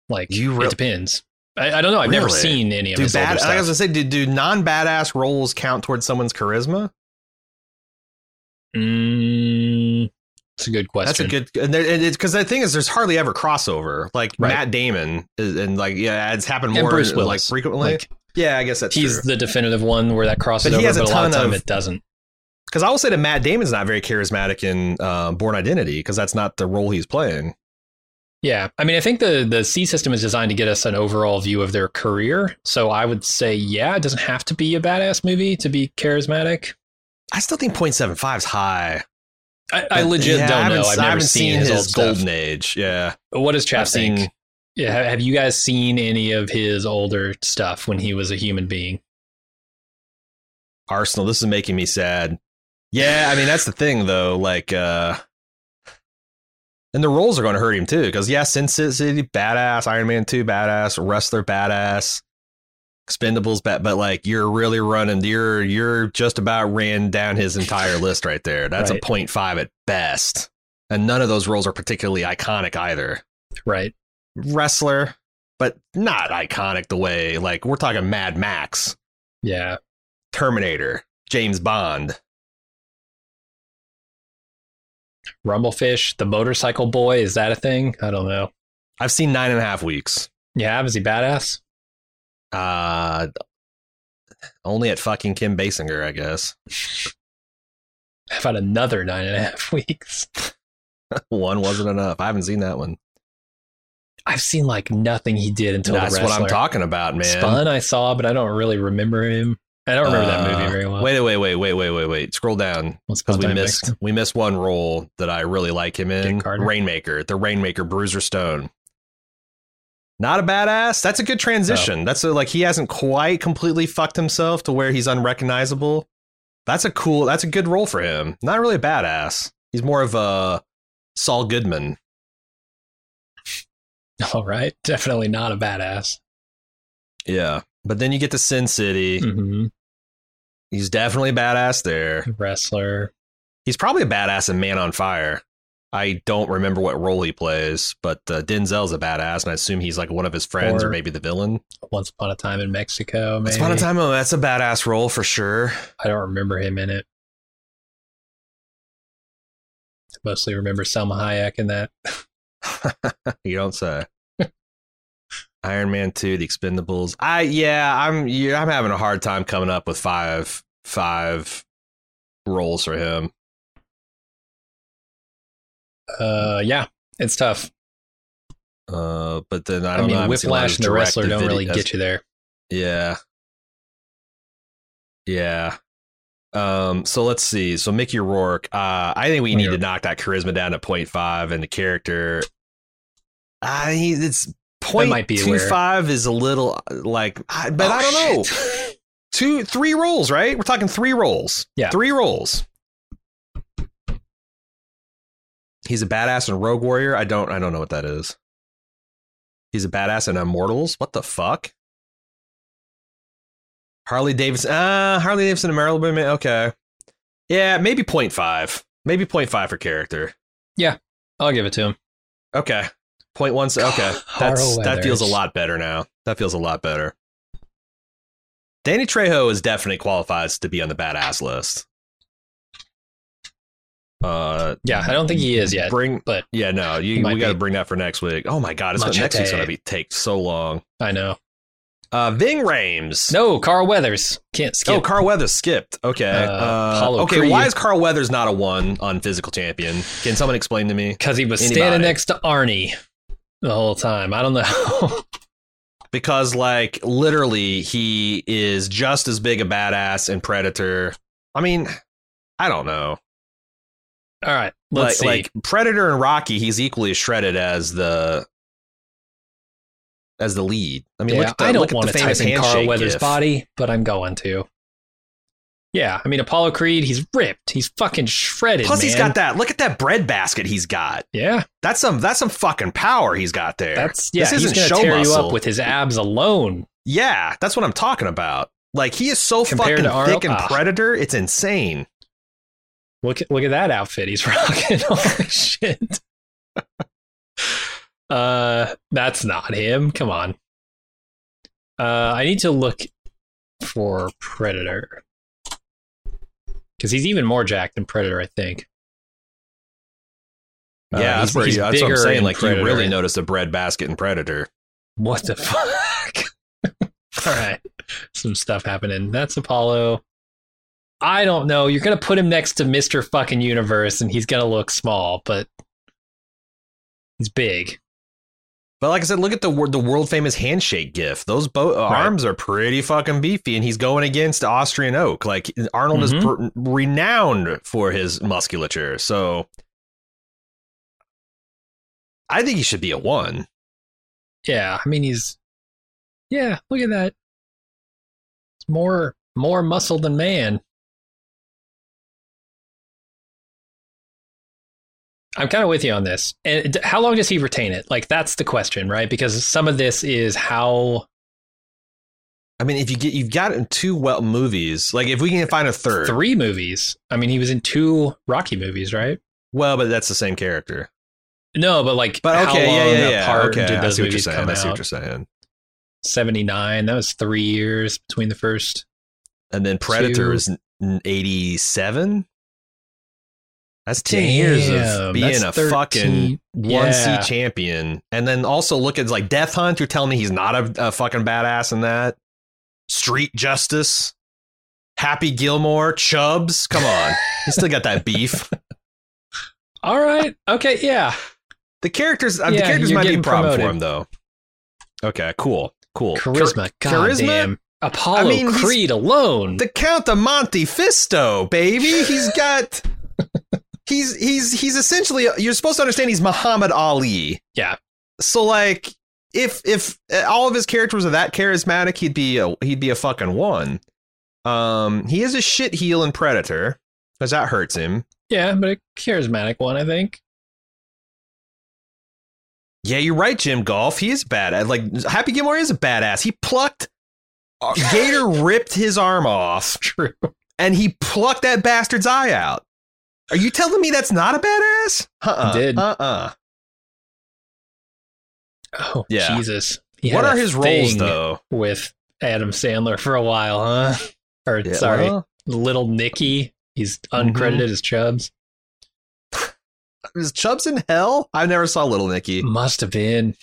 Speaker 2: like
Speaker 1: You re-
Speaker 2: it depends. I, I don't know. I've never
Speaker 1: Really?
Speaker 2: seen any of
Speaker 1: Do
Speaker 2: his older
Speaker 1: bad? Like I was
Speaker 2: stuff.
Speaker 1: gonna say, do, do non badass roles count towards someone's charisma?
Speaker 2: Mm, That's a good question.
Speaker 1: That's a good, and, there, and it's because the thing is, there's hardly ever crossover. Like
Speaker 2: Right.
Speaker 1: Matt Damon, is, and like yeah, it's happened
Speaker 2: And
Speaker 1: more
Speaker 2: Bruce
Speaker 1: like
Speaker 2: Willis.
Speaker 1: frequently.
Speaker 2: Like
Speaker 1: yeah, I guess that's
Speaker 2: he's
Speaker 1: true.
Speaker 2: the definitive one where that crosses
Speaker 1: But he
Speaker 2: over,
Speaker 1: has a
Speaker 2: but a lot of
Speaker 1: ton
Speaker 2: time
Speaker 1: of-
Speaker 2: it doesn't.
Speaker 1: Because I will say that Matt Damon's not very charismatic in uh, Born Identity because that's not the role he's playing.
Speaker 2: Yeah, I mean, I think the the C system is designed to get us an overall view of their career. So I would say, yeah, it doesn't have to be a badass movie to be charismatic.
Speaker 1: I still think 0.75 is high.
Speaker 2: I, I
Speaker 1: But,
Speaker 2: legit
Speaker 1: yeah, I
Speaker 2: don't
Speaker 1: haven't-
Speaker 2: know. I've
Speaker 1: I
Speaker 2: never
Speaker 1: haven't
Speaker 2: seen, his, old
Speaker 1: golden
Speaker 2: stuff.
Speaker 1: age. Yeah,
Speaker 2: What does Chap
Speaker 1: I've seen-
Speaker 2: think? Yeah, ha- have you guys seen any of his older stuff when he was a human being?
Speaker 1: Arsenal. This is making me sad. Yeah, I mean that's the thing though. Like, uh and the roles are going to hurt him too. Because yeah, Sin City, badass. Iron Man two, badass. Wrestler, badass. Expendables, bad. But like, you're really running. You're you're just about ran down his entire list right there. That's
Speaker 2: Right.
Speaker 1: a point five at best. And none of those roles are particularly iconic either
Speaker 2: Right.
Speaker 1: wrestler, but not iconic the way like we're talking Mad Max,
Speaker 2: Yeah.
Speaker 1: Terminator, James Bond.
Speaker 2: Rumblefish, the motorcycle boy, is that a thing? I don't know.
Speaker 1: I've seen nine and a half weeks.
Speaker 2: Yeah, is he badass?
Speaker 1: Uh only at fucking Kim Basinger, I guess.
Speaker 2: I've had another nine and a half weeks.
Speaker 1: One wasn't enough. I haven't seen that one.
Speaker 2: I've seen like nothing he did until
Speaker 1: That's
Speaker 2: the
Speaker 1: what
Speaker 2: wrestler.
Speaker 1: I'm talking about, man.
Speaker 2: Spun I saw, but I don't really remember him. I don't remember that movie
Speaker 1: Uh,
Speaker 2: very well.
Speaker 1: Wait, wait, wait, wait, wait, wait, wait. Scroll down because we missed we missed one role that I really like him in.
Speaker 2: Dick Carter.
Speaker 1: Rainmaker, the Rainmaker, Bruiser Stone. Not a badass. That's a good transition.
Speaker 2: Oh.
Speaker 1: That's a, like he hasn't quite completely fucked himself to where he's unrecognizable. That's a cool. That's a good role for him. Not really a badass. He's more of a Saul Goodman.
Speaker 2: All right, definitely not a badass.
Speaker 1: Yeah. But then you get to Sin City.
Speaker 2: Mhm.
Speaker 1: He's definitely a badass there.
Speaker 2: Wrestler.
Speaker 1: He's probably a badass in Man on Fire. I don't remember what role he plays, but uh, Denzel's a badass, and I assume he's like one of his friends or,
Speaker 2: Or-
Speaker 1: maybe the villain.
Speaker 2: Once upon a time in Mexico. Maybe.
Speaker 1: Once upon a time, oh, that's a badass role for sure.
Speaker 2: I don't remember him in it. I mostly remember Selma Hayek in that.
Speaker 1: you don't say. Iron Man Two, The Expendables. I yeah, I'm yeah, I'm having a hard time coming up with five five roles for him.
Speaker 2: Uh, yeah, it's tough.
Speaker 1: Uh, but then I
Speaker 2: I,
Speaker 1: don't
Speaker 2: mean,
Speaker 1: know. I haven't seen a lot
Speaker 2: Whiplash
Speaker 1: of
Speaker 2: and the wrestler
Speaker 1: directed
Speaker 2: don't really
Speaker 1: videos.
Speaker 2: get you there.
Speaker 1: Yeah. Yeah. Um, so let's see. So Mickey Rourke, uh, I think we need
Speaker 2: Okay.
Speaker 1: to knock that charisma down to 0.5 and the character. I it's
Speaker 2: That might be where-
Speaker 1: 0.25 is a little uh, like I, but
Speaker 2: Oh,
Speaker 1: I don't know.
Speaker 2: shit.
Speaker 1: Two three rolls, right? We're talking three rolls.
Speaker 2: Yeah.
Speaker 1: Three rolls. He's a badass in Rogue Warrior. I don't I don't know what that is. He's a badass in Immortals. What the fuck? Harley Davidson. Uh, Harley Davidson and Marilyn Monroe. Okay. Yeah, maybe 0.5. Maybe 0.5 for character.
Speaker 2: I'll give it to him.
Speaker 1: Okay. 0.1. so- Okay. That's,
Speaker 2: Carl
Speaker 1: that feels a
Speaker 2: Weathers.
Speaker 1: lot better now. That feels a lot better. Danny Trejo is definitely qualifies to be on the badass list. Uh,
Speaker 2: Yeah, I don't think he is yet.
Speaker 1: bring
Speaker 2: but-
Speaker 1: yeah, no,
Speaker 2: He
Speaker 1: you,
Speaker 2: might
Speaker 1: we got to
Speaker 2: be.
Speaker 1: bring that for next week. Oh my god, it's gonna, next week's
Speaker 2: Machete.
Speaker 1: gonna be take so long.
Speaker 2: I know.
Speaker 1: Uh, Ving Rames.
Speaker 2: No, Carl Weathers can't skip.
Speaker 1: Oh, Carl Weathers skipped. Okay.
Speaker 2: Uh,
Speaker 1: Uh,
Speaker 2: Apollo
Speaker 1: okay.
Speaker 2: Creed.
Speaker 1: Why is Carl Weathers not a one on physical champion? Can someone explain to me?
Speaker 2: because he was
Speaker 1: Anybody.
Speaker 2: standing next to Arnie the whole time. I don't know.
Speaker 1: because like literally he is just as big a badass in Predator. I mean, I don't know.
Speaker 2: All right, let's see.
Speaker 1: like, like Predator and Rocky, he's equally as shredded as the as the lead. I mean,
Speaker 2: yeah,
Speaker 1: look at the,
Speaker 2: I
Speaker 1: look
Speaker 2: don't
Speaker 1: at
Speaker 2: want
Speaker 1: the
Speaker 2: to type
Speaker 1: famous
Speaker 2: in Carl
Speaker 1: handshake
Speaker 2: Weathers'
Speaker 1: gif.
Speaker 2: body, but I'm going to. Yeah, I mean Apollo Creed, he's ripped, he's fucking shredded.
Speaker 1: Plus, he's
Speaker 2: man.
Speaker 1: got that. Look at that bread basket he's got.
Speaker 2: Yeah,
Speaker 1: That's some that's some fucking power he's got there.
Speaker 2: that's yeah.
Speaker 1: This
Speaker 2: he's
Speaker 1: isn't
Speaker 2: gonna
Speaker 1: show
Speaker 2: tear you
Speaker 1: muscle.
Speaker 2: up with his abs alone.
Speaker 1: yeah, that's what I'm talking about. Like he is so
Speaker 2: Compared
Speaker 1: fucking
Speaker 2: to Arnold-
Speaker 1: thick and
Speaker 2: ah.
Speaker 1: predator, it's insane.
Speaker 2: Look at look at that outfit he's rocking. Holy shit. Uh that's not him. Come on. Uh I need to look for Predator. Cause he's even more jacked than Predator, I think.
Speaker 1: yeah,
Speaker 2: Uh, he's-
Speaker 1: that's where
Speaker 2: he's
Speaker 1: you, that's what I'm
Speaker 2: bigger
Speaker 1: saying.
Speaker 2: in
Speaker 1: Like
Speaker 2: Predator.
Speaker 1: you really notice a bread basket in Predator.
Speaker 2: What the fuck? All right. Some stuff happening. That's Apollo. I don't know. You're going to put him next to Mr. fucking Universe and he's going to look small, but he's big.
Speaker 1: But like I said, look at the wor- the world famous handshake gif. Those bo- uh, arms are pretty fucking beefy, and he's going against Austrian oak. Like Arnold is per-
Speaker 2: Mm-hmm.
Speaker 1: renowned for his musculature, so I think he should be a one.
Speaker 2: Yeah. I mean, he's, yeah, look at that. It's more, more muscle than man. I'm kind of with you on this. And d- how long does he retain it? Like, that's the question, right? Because some of this is how
Speaker 1: I mean, if you get you've gotten two well movies, like if we can find a third,
Speaker 2: three movies. I mean, he was in two Rocky movies, right?
Speaker 1: well, but that's the same character.
Speaker 2: No, but like,
Speaker 1: But
Speaker 2: how
Speaker 1: okay,
Speaker 2: long
Speaker 1: yeah, yeah, yeah.
Speaker 2: apart
Speaker 1: okay,
Speaker 2: did
Speaker 1: I
Speaker 2: those
Speaker 1: see what you're
Speaker 2: movies
Speaker 1: saying.
Speaker 2: come
Speaker 1: I see what
Speaker 2: out?
Speaker 1: you're saying.
Speaker 2: Seventy nine. That was three years between the first.
Speaker 1: And then Predator
Speaker 2: Two.
Speaker 1: is eighty seven. That's ten years of
Speaker 2: Damn,
Speaker 1: being
Speaker 2: that's
Speaker 1: a
Speaker 2: 13
Speaker 1: fucking one
Speaker 2: Yeah.
Speaker 1: C champion. And then also look at like Death Hunt. You're telling me he's not a, a fucking badass in that. Street Justice, Happy Gilmore, Chubbs. Come on, he's still got that beef.
Speaker 2: All right. Okay. Yeah.
Speaker 1: The characters, uh, the
Speaker 2: Yeah,
Speaker 1: characters
Speaker 2: you're
Speaker 1: might be a
Speaker 2: getting
Speaker 1: problem for
Speaker 2: promoted.
Speaker 1: him though. Okay, cool, cool.
Speaker 2: Charisma.
Speaker 1: Char-
Speaker 2: God
Speaker 1: charisma.
Speaker 2: damn. Apollo
Speaker 1: I mean, he's-
Speaker 2: Creed alone.
Speaker 1: The Count of Monte Fisto, baby. He's got. he's he's he's essentially. You're supposed to understand. He's Muhammad Ali.
Speaker 2: Yeah.
Speaker 1: So like, if if all of his characters are that charismatic, he'd be a he'd be a fucking one. Um, he is a shit heel and predator because that hurts him.
Speaker 2: yeah, but a charismatic one, I think.
Speaker 1: Yeah, you're right, Jim Golf. He is badass. Like Happy Gilmore is a badass. He plucked. uh, Gator ripped his arm off.
Speaker 2: True.
Speaker 1: and he plucked that bastard's eye out. Are you telling me that's not a badass? Uh-uh.
Speaker 2: He did.
Speaker 1: Uh-uh.
Speaker 2: Oh,
Speaker 1: Yeah.
Speaker 2: Jesus. He
Speaker 1: what
Speaker 2: had
Speaker 1: are
Speaker 2: a
Speaker 1: his roles
Speaker 2: thing
Speaker 1: though?
Speaker 2: With Adam Sandler for a while, huh? Or
Speaker 1: Yeah,
Speaker 2: sorry,
Speaker 1: well,
Speaker 2: Little Nicky. He's
Speaker 1: Mhm.
Speaker 2: uncredited as Chubbs.
Speaker 1: is Chubbs in hell? I never saw Little Nicky.
Speaker 2: Must have been.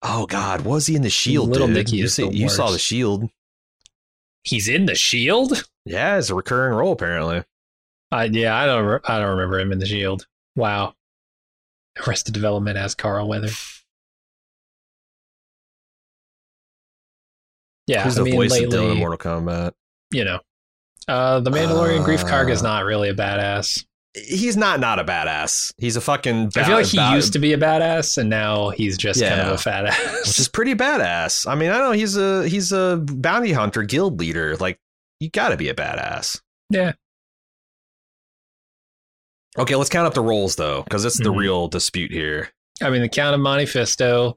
Speaker 1: Oh God, was he in the Shield?
Speaker 2: Little
Speaker 1: dude?
Speaker 2: Nicky
Speaker 1: you,
Speaker 2: is
Speaker 1: see-
Speaker 2: the
Speaker 1: you saw
Speaker 2: worst.
Speaker 1: the Shield.
Speaker 2: He's in the Shield.
Speaker 1: Yeah, it's a recurring role apparently.
Speaker 2: Uh, yeah, I don't. Re- I don't remember him in the Shield. Wow. Arrested Development as Carl Weather. Yeah,
Speaker 1: Who's
Speaker 2: I
Speaker 1: the
Speaker 2: mean,
Speaker 1: voice of Dylan in
Speaker 2: lately,
Speaker 1: Mortal Kombat?
Speaker 2: you know, uh, the Mandalorian Grief Karg is
Speaker 1: Uh,
Speaker 2: not really a badass.
Speaker 1: He's not not a badass. He's a fucking.
Speaker 2: I feel like he
Speaker 1: ba-
Speaker 2: used to be a badass, and now he's just kind of
Speaker 1: Yeah.
Speaker 2: a fat
Speaker 1: which
Speaker 2: ass.
Speaker 1: is pretty badass. I mean, I know he's a he's a bounty hunter, guild leader. Like, you got to be a badass.
Speaker 2: Yeah.
Speaker 1: Okay, let's count up the roles though, because that's the
Speaker 2: Mhm.
Speaker 1: real dispute here.
Speaker 2: I mean, the Count of Monte Fisto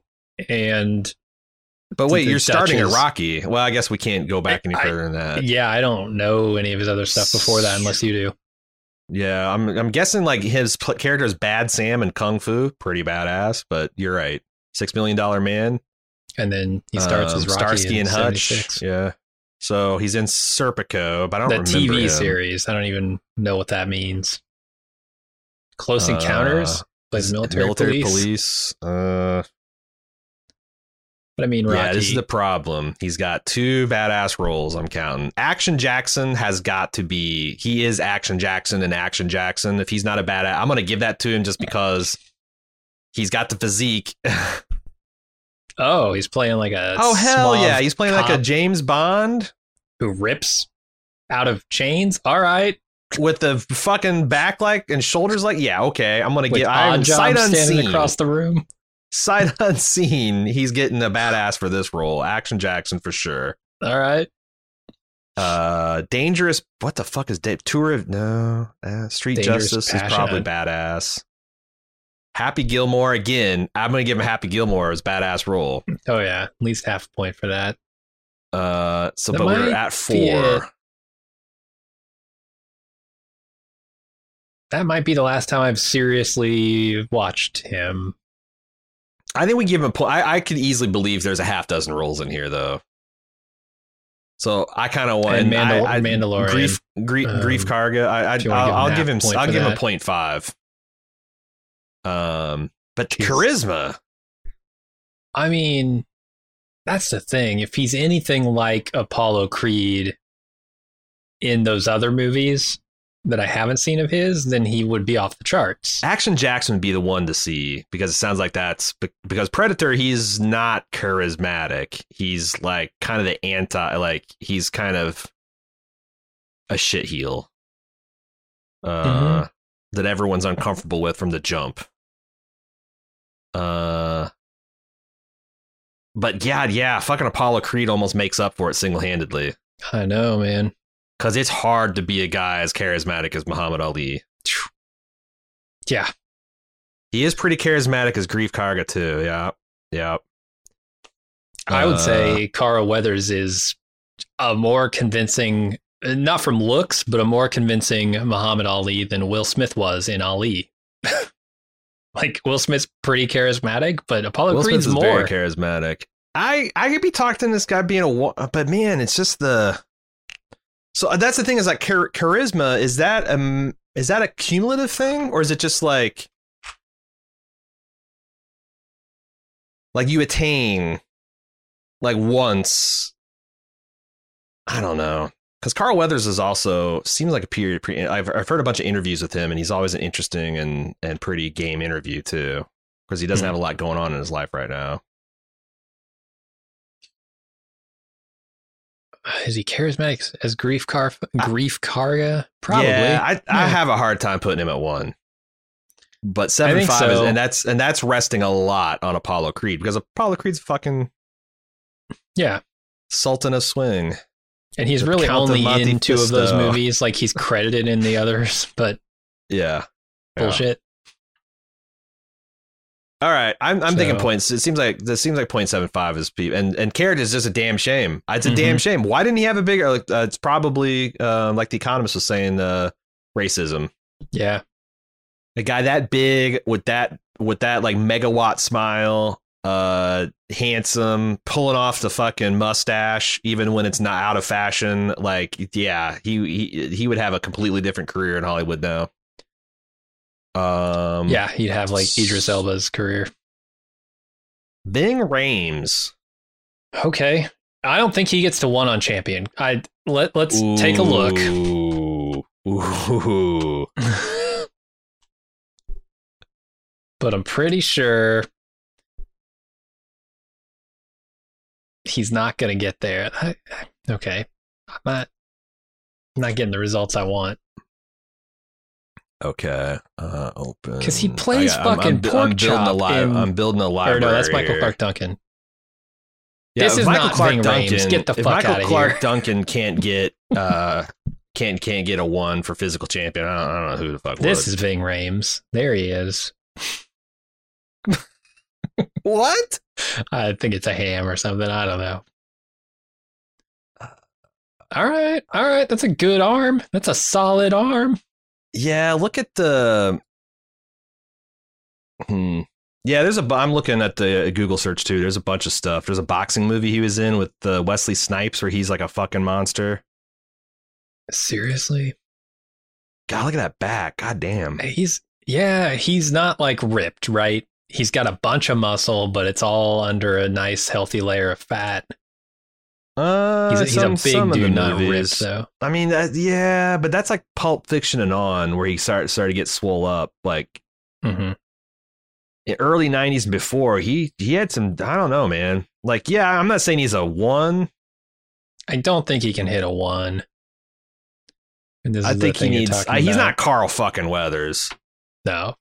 Speaker 2: and
Speaker 1: But
Speaker 2: The-
Speaker 1: wait,
Speaker 2: the
Speaker 1: you're starting at
Speaker 2: Duchess.
Speaker 1: Rocky. Well, I guess we can't go back any
Speaker 2: I-
Speaker 1: further than that.
Speaker 2: yeah, I don't know any of his other stuff before that unless you do.
Speaker 1: Yeah, I'm I'm guessing like his pl- character is Bad Sam and Kung Fu, pretty badass. But you're right, Six Million Dollar Man.
Speaker 2: And then he starts
Speaker 1: um,
Speaker 2: as Rocky
Speaker 1: Starsky
Speaker 2: in
Speaker 1: and Hutch.
Speaker 2: 76.
Speaker 1: Yeah. So he's in Serpico, but I don't
Speaker 2: the
Speaker 1: remember
Speaker 2: TV
Speaker 1: him.
Speaker 2: series. I don't even know what that means. Close
Speaker 1: Uh,
Speaker 2: Encounters, plays
Speaker 1: Is it
Speaker 2: military, police.
Speaker 1: police. Uh,
Speaker 2: But I mean, Rocky.
Speaker 1: yeah, this is the problem. He's got two badass roles. I'm counting. Action Jackson has got to be. He is Action Jackson and Action Jackson. If he's not a badass, I'm gonna give that to him just because he's got the physique.
Speaker 2: Oh, he's playing like a
Speaker 1: oh hell
Speaker 2: suave
Speaker 1: yeah, he's playing like
Speaker 2: cop
Speaker 1: a James Bond
Speaker 2: who rips out of chains. All right,
Speaker 1: with the fucking back like and shoulders like yeah okay I'm gonna
Speaker 2: with
Speaker 1: get I'm
Speaker 2: odd
Speaker 1: sight
Speaker 2: job standing
Speaker 1: unseen
Speaker 2: across the room.
Speaker 1: sight unseen he's getting a badass for this role Action Jackson for sure
Speaker 2: All right,
Speaker 1: uh dangerous what the fuck is da- tour of no uh, street
Speaker 2: Dangerous
Speaker 1: justice
Speaker 2: Passion.
Speaker 1: is probably badass happy gilmore again i'm gonna give him happy gilmore as badass role
Speaker 2: oh yeah, at least half a point for that.
Speaker 1: uh so
Speaker 2: That
Speaker 1: but we're
Speaker 2: might
Speaker 1: at
Speaker 2: be
Speaker 1: four
Speaker 2: it. That might be the last time I've seriously watched him.
Speaker 1: i think we give him a pl- I, I could easily believe there's a half dozen roles in here though so i kind of want
Speaker 2: And Mandal-
Speaker 1: I, I,
Speaker 2: Mandalorian.
Speaker 1: grief grief, grief
Speaker 2: Um,
Speaker 1: carga i, I
Speaker 2: if you wanna give him
Speaker 1: i'll, I'll give him
Speaker 2: half point
Speaker 1: i'll
Speaker 2: for
Speaker 1: give him a
Speaker 2: that.
Speaker 1: point five um but
Speaker 2: Jeez.
Speaker 1: charisma
Speaker 2: I mean, that's the thing. If he's anything like Apollo Creed in those other movies that I haven't seen of his, then he would be off the charts.
Speaker 1: Action Jackson would be the one to see because it sounds like that's be- because Predator he's not charismatic. He's like kind of the anti like he's kind of a shit heel. Uh that everyone's uncomfortable with from the jump. Uh but yeah, yeah, fucking Apollo Creed almost makes up for it single-handedly
Speaker 2: I know, man.
Speaker 1: cuz it's hard to be a guy as charismatic as Muhammad Ali.
Speaker 2: Yeah.
Speaker 1: He is pretty charismatic as Grief Karga too. Yeah, yeah.
Speaker 2: I would
Speaker 1: Uh,
Speaker 2: say Carl Weathers is a more convincing, not from looks, but a more convincing Muhammad Ali than Will Smith was in Ali. like Will Smith's pretty charismatic, but Apollo
Speaker 1: Will Smith
Speaker 2: Creed's
Speaker 1: is very
Speaker 2: more.
Speaker 1: charismatic. I I could be talked into this guy being a wa- but man, it's just the. So uh, that's the thing is like char- charisma is that um is that a cumulative thing or is it just like like you attain like once I don't know because Carl Weathers is also seems like a period. Pre- I've I've heard a bunch of interviews with him, and he's always an interesting and and pretty game interview too, because he doesn't
Speaker 2: Hmm.
Speaker 1: have a lot going on in his life right now.
Speaker 2: Is he charismatic as Grief Car Grief Karga? Probably.
Speaker 1: yeah, I I
Speaker 2: Yeah.
Speaker 1: have a hard time putting him at one. But seven
Speaker 2: think
Speaker 1: five is,
Speaker 2: so.
Speaker 1: and that's and that's resting a lot on Apollo Creed because Apollo Creed's fucking
Speaker 2: yeah.
Speaker 1: Sultan of Swing.
Speaker 2: And he's
Speaker 1: The
Speaker 2: really
Speaker 1: Count of
Speaker 2: only
Speaker 1: Monte
Speaker 2: in two of those
Speaker 1: Cristo.
Speaker 2: movies. Like he's credited in the others, but
Speaker 1: Yeah, Yeah.
Speaker 2: bullshit.
Speaker 1: All right, I'm I'm thinking
Speaker 2: So-
Speaker 1: points. It seems like this seems like point seven five is pe- and and carrot is just a damn shame. It's a
Speaker 2: Mm-hmm.
Speaker 1: damn shame. Why didn't he have a bigger? Like, uh, it's probably uh, like the Economist was saying, uh, racism.
Speaker 2: Yeah.
Speaker 1: A guy that big with that with that like megawatt smile, uh, handsome, pulling off the fucking mustache even when it's not out of fashion. Like, yeah, he he he would have a completely different career in Hollywood now. Um,
Speaker 2: Yeah. He'd have like Idris Elba's career.
Speaker 1: Bing Rames.
Speaker 2: Okay. I don't think he gets to one on champion. I let let's take a look.
Speaker 1: Ooh. Ooh.
Speaker 2: But I'm pretty sure he's not going to get there. I, I- okay. I'm not I'm not getting the results I want
Speaker 1: Okay. Uh, open.
Speaker 2: 'Cause he plays
Speaker 1: I got- I'm-
Speaker 2: fucking
Speaker 1: I'm, bu-
Speaker 2: pork
Speaker 1: I'm building a
Speaker 2: chop
Speaker 1: li-
Speaker 2: in-
Speaker 1: I'm building a
Speaker 2: Or
Speaker 1: library.
Speaker 2: no, that's Michael
Speaker 1: here.
Speaker 2: Clark Duncan.
Speaker 1: Yeah,
Speaker 2: This
Speaker 1: if
Speaker 2: is
Speaker 1: Michael
Speaker 2: not
Speaker 1: Clark
Speaker 2: Ving Rhames.
Speaker 1: Duncan.
Speaker 2: Get the
Speaker 1: if
Speaker 2: fuck
Speaker 1: Michael
Speaker 2: outta
Speaker 1: Clark
Speaker 2: here.
Speaker 1: Duncan can't get uh can't can't get a one for physical champion. I don't, I don't know who the fuck
Speaker 2: This
Speaker 1: would.
Speaker 2: is Ving Rames. There he is.
Speaker 1: what?
Speaker 2: I think it's a ham or something. I don't know.
Speaker 1: Uh,
Speaker 2: All right. All right. That's a good arm. That's a solid arm.
Speaker 1: Yeah, look at the. Hmm. Yeah, there's a. bu- I'm looking at the uh, Google search too. There's a bunch of stuff. There's a boxing movie he was in with uh, Wesley Snipes where he's like a fucking monster.
Speaker 2: Seriously?
Speaker 1: God, look at that back. God damn.
Speaker 2: He's yeah, he's not like ripped, right? He's got a bunch of muscle, but it's all under a nice healthy layer of fat.
Speaker 1: Uh,
Speaker 2: He's a, he's a
Speaker 1: some- some
Speaker 2: big
Speaker 1: of the
Speaker 2: dude, not ripped
Speaker 1: movies.
Speaker 2: though.
Speaker 1: I mean, uh, yeah, but that's
Speaker 2: Mm-hmm.
Speaker 1: like Pulp Fiction and on, where he started started to get swole up. Like,
Speaker 2: hmm
Speaker 1: in early 90s and before he he had some i don't know man like yeah i'm not saying he's a one
Speaker 2: I don't think he can hit a one. And this
Speaker 1: i
Speaker 2: is the
Speaker 1: think he
Speaker 2: thing you're
Speaker 1: needs
Speaker 2: talking
Speaker 1: I, he's
Speaker 2: about.
Speaker 1: not carl fucking weathers
Speaker 2: No,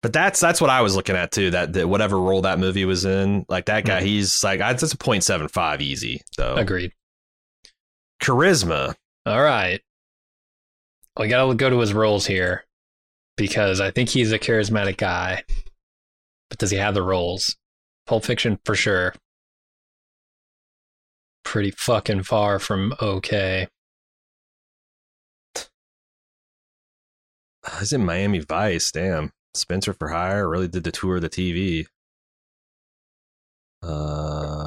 Speaker 1: but that's that's what i was looking at too that, that whatever role that movie was in like that guy he's like I, that's a 0.75 easy though
Speaker 2: Hmm. agreed.
Speaker 1: charisma
Speaker 2: All right. We got to go to his roles here because I think he's a charismatic guy. But does he have the roles? Pulp Fiction for sure. Pretty fucking far from okay.
Speaker 1: uh, he's in miami vice damn spencer for hire really did the tour of the tv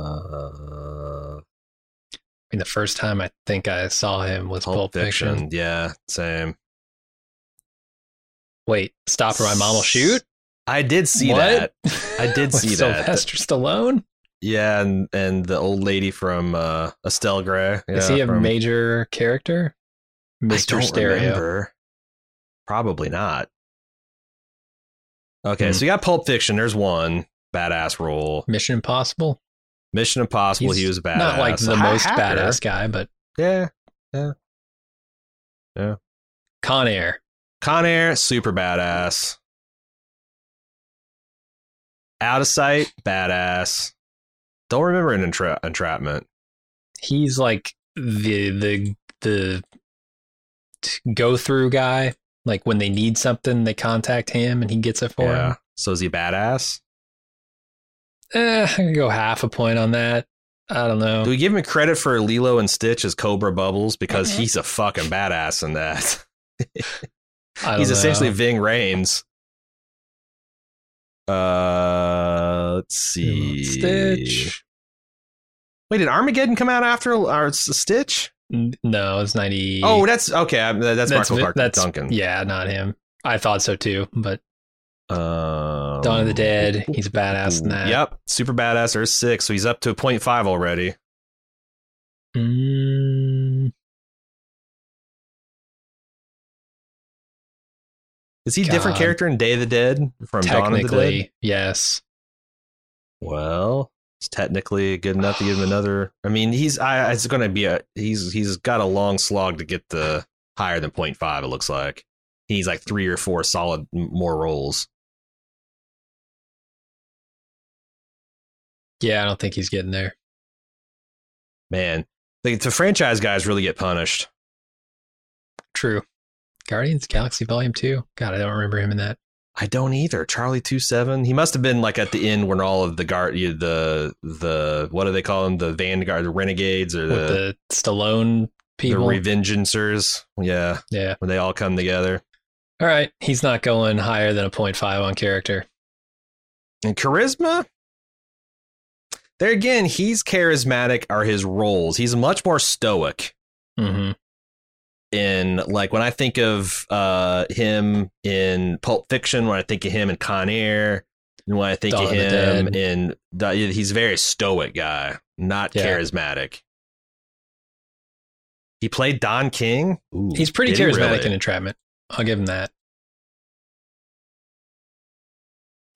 Speaker 1: uh
Speaker 2: I mean, the first time I think I saw him was Pulp, Fiction.
Speaker 1: yeah same
Speaker 2: Wait, stop or my mom will shoot.
Speaker 1: i did see that I did
Speaker 2: With
Speaker 1: see that.
Speaker 2: Sylvester Stallone.
Speaker 1: Yeah, and and the old lady from uh, Estelle Gray.
Speaker 2: Is
Speaker 1: Yeah,
Speaker 2: he a
Speaker 1: from-
Speaker 2: major character?
Speaker 1: I
Speaker 2: Mr.
Speaker 1: don't
Speaker 2: Stereo.
Speaker 1: remember. Probably not. Okay,
Speaker 2: Hmm.
Speaker 1: so you got Pulp Fiction. There's one badass role.
Speaker 2: Mission Impossible.
Speaker 1: Mission Impossible.
Speaker 2: He's
Speaker 1: he was badass.
Speaker 2: Not like the
Speaker 1: Ha-
Speaker 2: most
Speaker 1: hacker.
Speaker 2: badass guy, but
Speaker 1: Yeah.
Speaker 2: Con Air.
Speaker 1: Con Air, super badass. Out of sight, badass. Don't remember an entra- entrapment.
Speaker 2: He's like the the the go through guy. Like when they need something, they contact him and he gets it for
Speaker 1: Yeah. So is he badass?
Speaker 2: them. Eh, I could go half a point on that. I don't know.
Speaker 1: Do we give him credit for Lilo and Stitch as Cobra Bubbles because he's a fucking badass in that?
Speaker 2: I don't
Speaker 1: he's essentially
Speaker 2: know.
Speaker 1: Ving Rhames. Uh, let's see.
Speaker 2: Stitch.
Speaker 1: Wait, did Armageddon come out after or S- Stitch?
Speaker 2: N- No, it's ninety.
Speaker 1: Oh, that's okay. I, that's, Michael
Speaker 2: Vi-
Speaker 1: Clark Duncan.
Speaker 2: Yeah, not him. I thought so too, but
Speaker 1: Um,
Speaker 2: Dawn of the Dead, he's a badass in that.
Speaker 1: Yep, super badass. There's six, so he's up to a point five already.
Speaker 2: Mm,
Speaker 1: Is he a different
Speaker 2: God.
Speaker 1: character in Day of the Dead from Dawn of the Dead?
Speaker 2: technically, yes.
Speaker 1: Well, it's technically good enough to give him another. I mean, he's I, it's going to be a he's he's got a long slog to get the higher than 0.5 It looks like he needs like three or four solid m- more rolls.
Speaker 2: Yeah, I don't think he's getting there.
Speaker 1: Man, like, the franchise guys really get punished.
Speaker 2: True. Guardians of the Galaxy Volume 2. God, I don't remember him in that.
Speaker 1: I don't either. Charlie two seven. He must have been like at the end when all of the guard, you- the the what do they call them? The vanguard, the renegades, or
Speaker 2: With
Speaker 1: the
Speaker 2: the Stallone
Speaker 1: the,
Speaker 2: people.
Speaker 1: revengeancers. Yeah,
Speaker 2: yeah.
Speaker 1: when they all come together.
Speaker 2: All right. He's not going higher than a 0.5 on character.
Speaker 1: And charisma? There again, he's charismatic are his roles. He's much more stoic
Speaker 2: Mm-hmm.
Speaker 1: in like when I think of uh him in Pulp Fiction, when I think of him in Con Air, and when I think
Speaker 2: Dawn
Speaker 1: of
Speaker 2: of the
Speaker 1: him
Speaker 2: Dead.
Speaker 1: in Da- he's a very stoic guy, not
Speaker 2: Yeah.
Speaker 1: charismatic. He played Don King. Ooh,
Speaker 2: He's pretty
Speaker 1: did he
Speaker 2: charismatic
Speaker 1: really?
Speaker 2: in Entrapment. I'll give him that.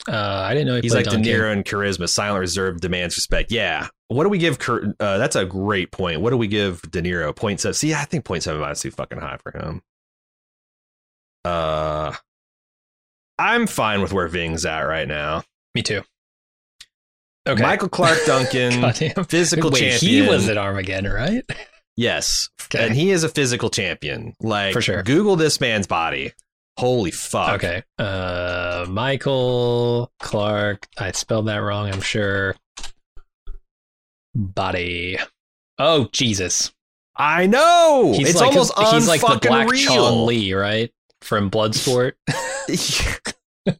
Speaker 2: Uh, I didn't know he
Speaker 1: He's
Speaker 2: played
Speaker 1: like
Speaker 2: Don
Speaker 1: De
Speaker 2: King.
Speaker 1: Niro in charisma, silent reserve demands respect. Yeah. What do we give? Cur- Uh, that's a great point. What do we give De Niro? Point seven. See, I think point seven is too fucking high for him. Uh, I'm fine with where Ving's at right now.
Speaker 2: Me too. Okay.
Speaker 1: Michael Clark Duncan,
Speaker 2: Goddamn.
Speaker 1: physical
Speaker 2: Wait,
Speaker 1: champion.
Speaker 2: he was at Armageddon, right?
Speaker 1: yes,
Speaker 2: Okay.
Speaker 1: and he is a physical champion. Like
Speaker 2: For sure.
Speaker 1: Google this man's body. Holy fuck.
Speaker 2: Okay. Uh, Michael Clark. I spelled that wrong, I'm sure. Body. Oh, Jesus.
Speaker 1: I know.
Speaker 2: He's
Speaker 1: it's
Speaker 2: like
Speaker 1: almost
Speaker 2: he's like the
Speaker 1: unfucking
Speaker 2: black
Speaker 1: real.
Speaker 2: Chun Li, right? From Bloodsport.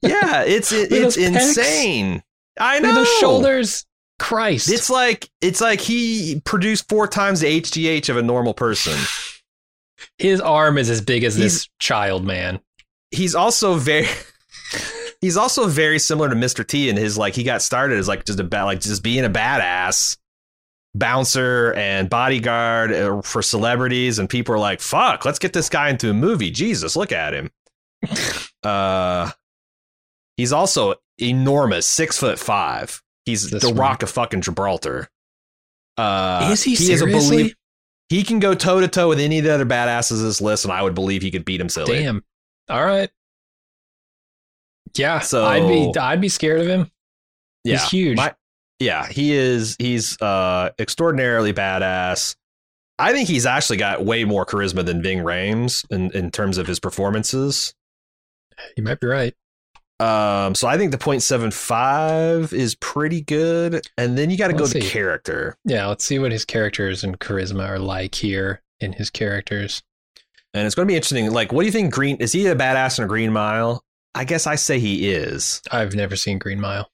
Speaker 1: yeah, it's it,
Speaker 2: Look at
Speaker 1: it's
Speaker 2: those pecs.
Speaker 1: insane. I
Speaker 2: Look
Speaker 1: know
Speaker 2: at those shoulders. Christ.
Speaker 1: It's like it's like he produced four times the HGH of a normal person.
Speaker 2: His arm is as big as
Speaker 1: He's-
Speaker 2: this child, man.
Speaker 1: He's also very he's also very similar to Mr. T in his like he got started as like just a bad like just being a badass bouncer and bodyguard uh, for celebrities and people are like fuck let's get this guy into a movie jesus look at him uh he's also enormous, six foot five. He's
Speaker 2: This
Speaker 1: the
Speaker 2: one.
Speaker 1: rock of fucking Gibraltar. Uh,
Speaker 2: Is he
Speaker 1: a
Speaker 2: seriously?
Speaker 1: belie- He can go toe to toe with any of the other badasses in this list, and I would believe he could beat him silly.
Speaker 2: Damn. All right. Yeah.
Speaker 1: So-
Speaker 2: I'd be I'd be scared of him.
Speaker 1: yeah.
Speaker 2: He's huge.
Speaker 1: My- yeah, he is. He's uh, extraordinarily badass. I think he's actually got way more charisma than Ving Rhames in, in terms of his performances.
Speaker 2: you might be right.
Speaker 1: Um, so I think the 0.75 is pretty good. And then you got to go
Speaker 2: Let's
Speaker 1: to
Speaker 2: see.
Speaker 1: character.
Speaker 2: Yeah, let's see what his characters and charisma are like here in his characters.
Speaker 1: And it's going to be interesting. Like, what do you think? Green is he a badass in a Green Mile? I guess I say he is.
Speaker 2: I've never seen Green Mile.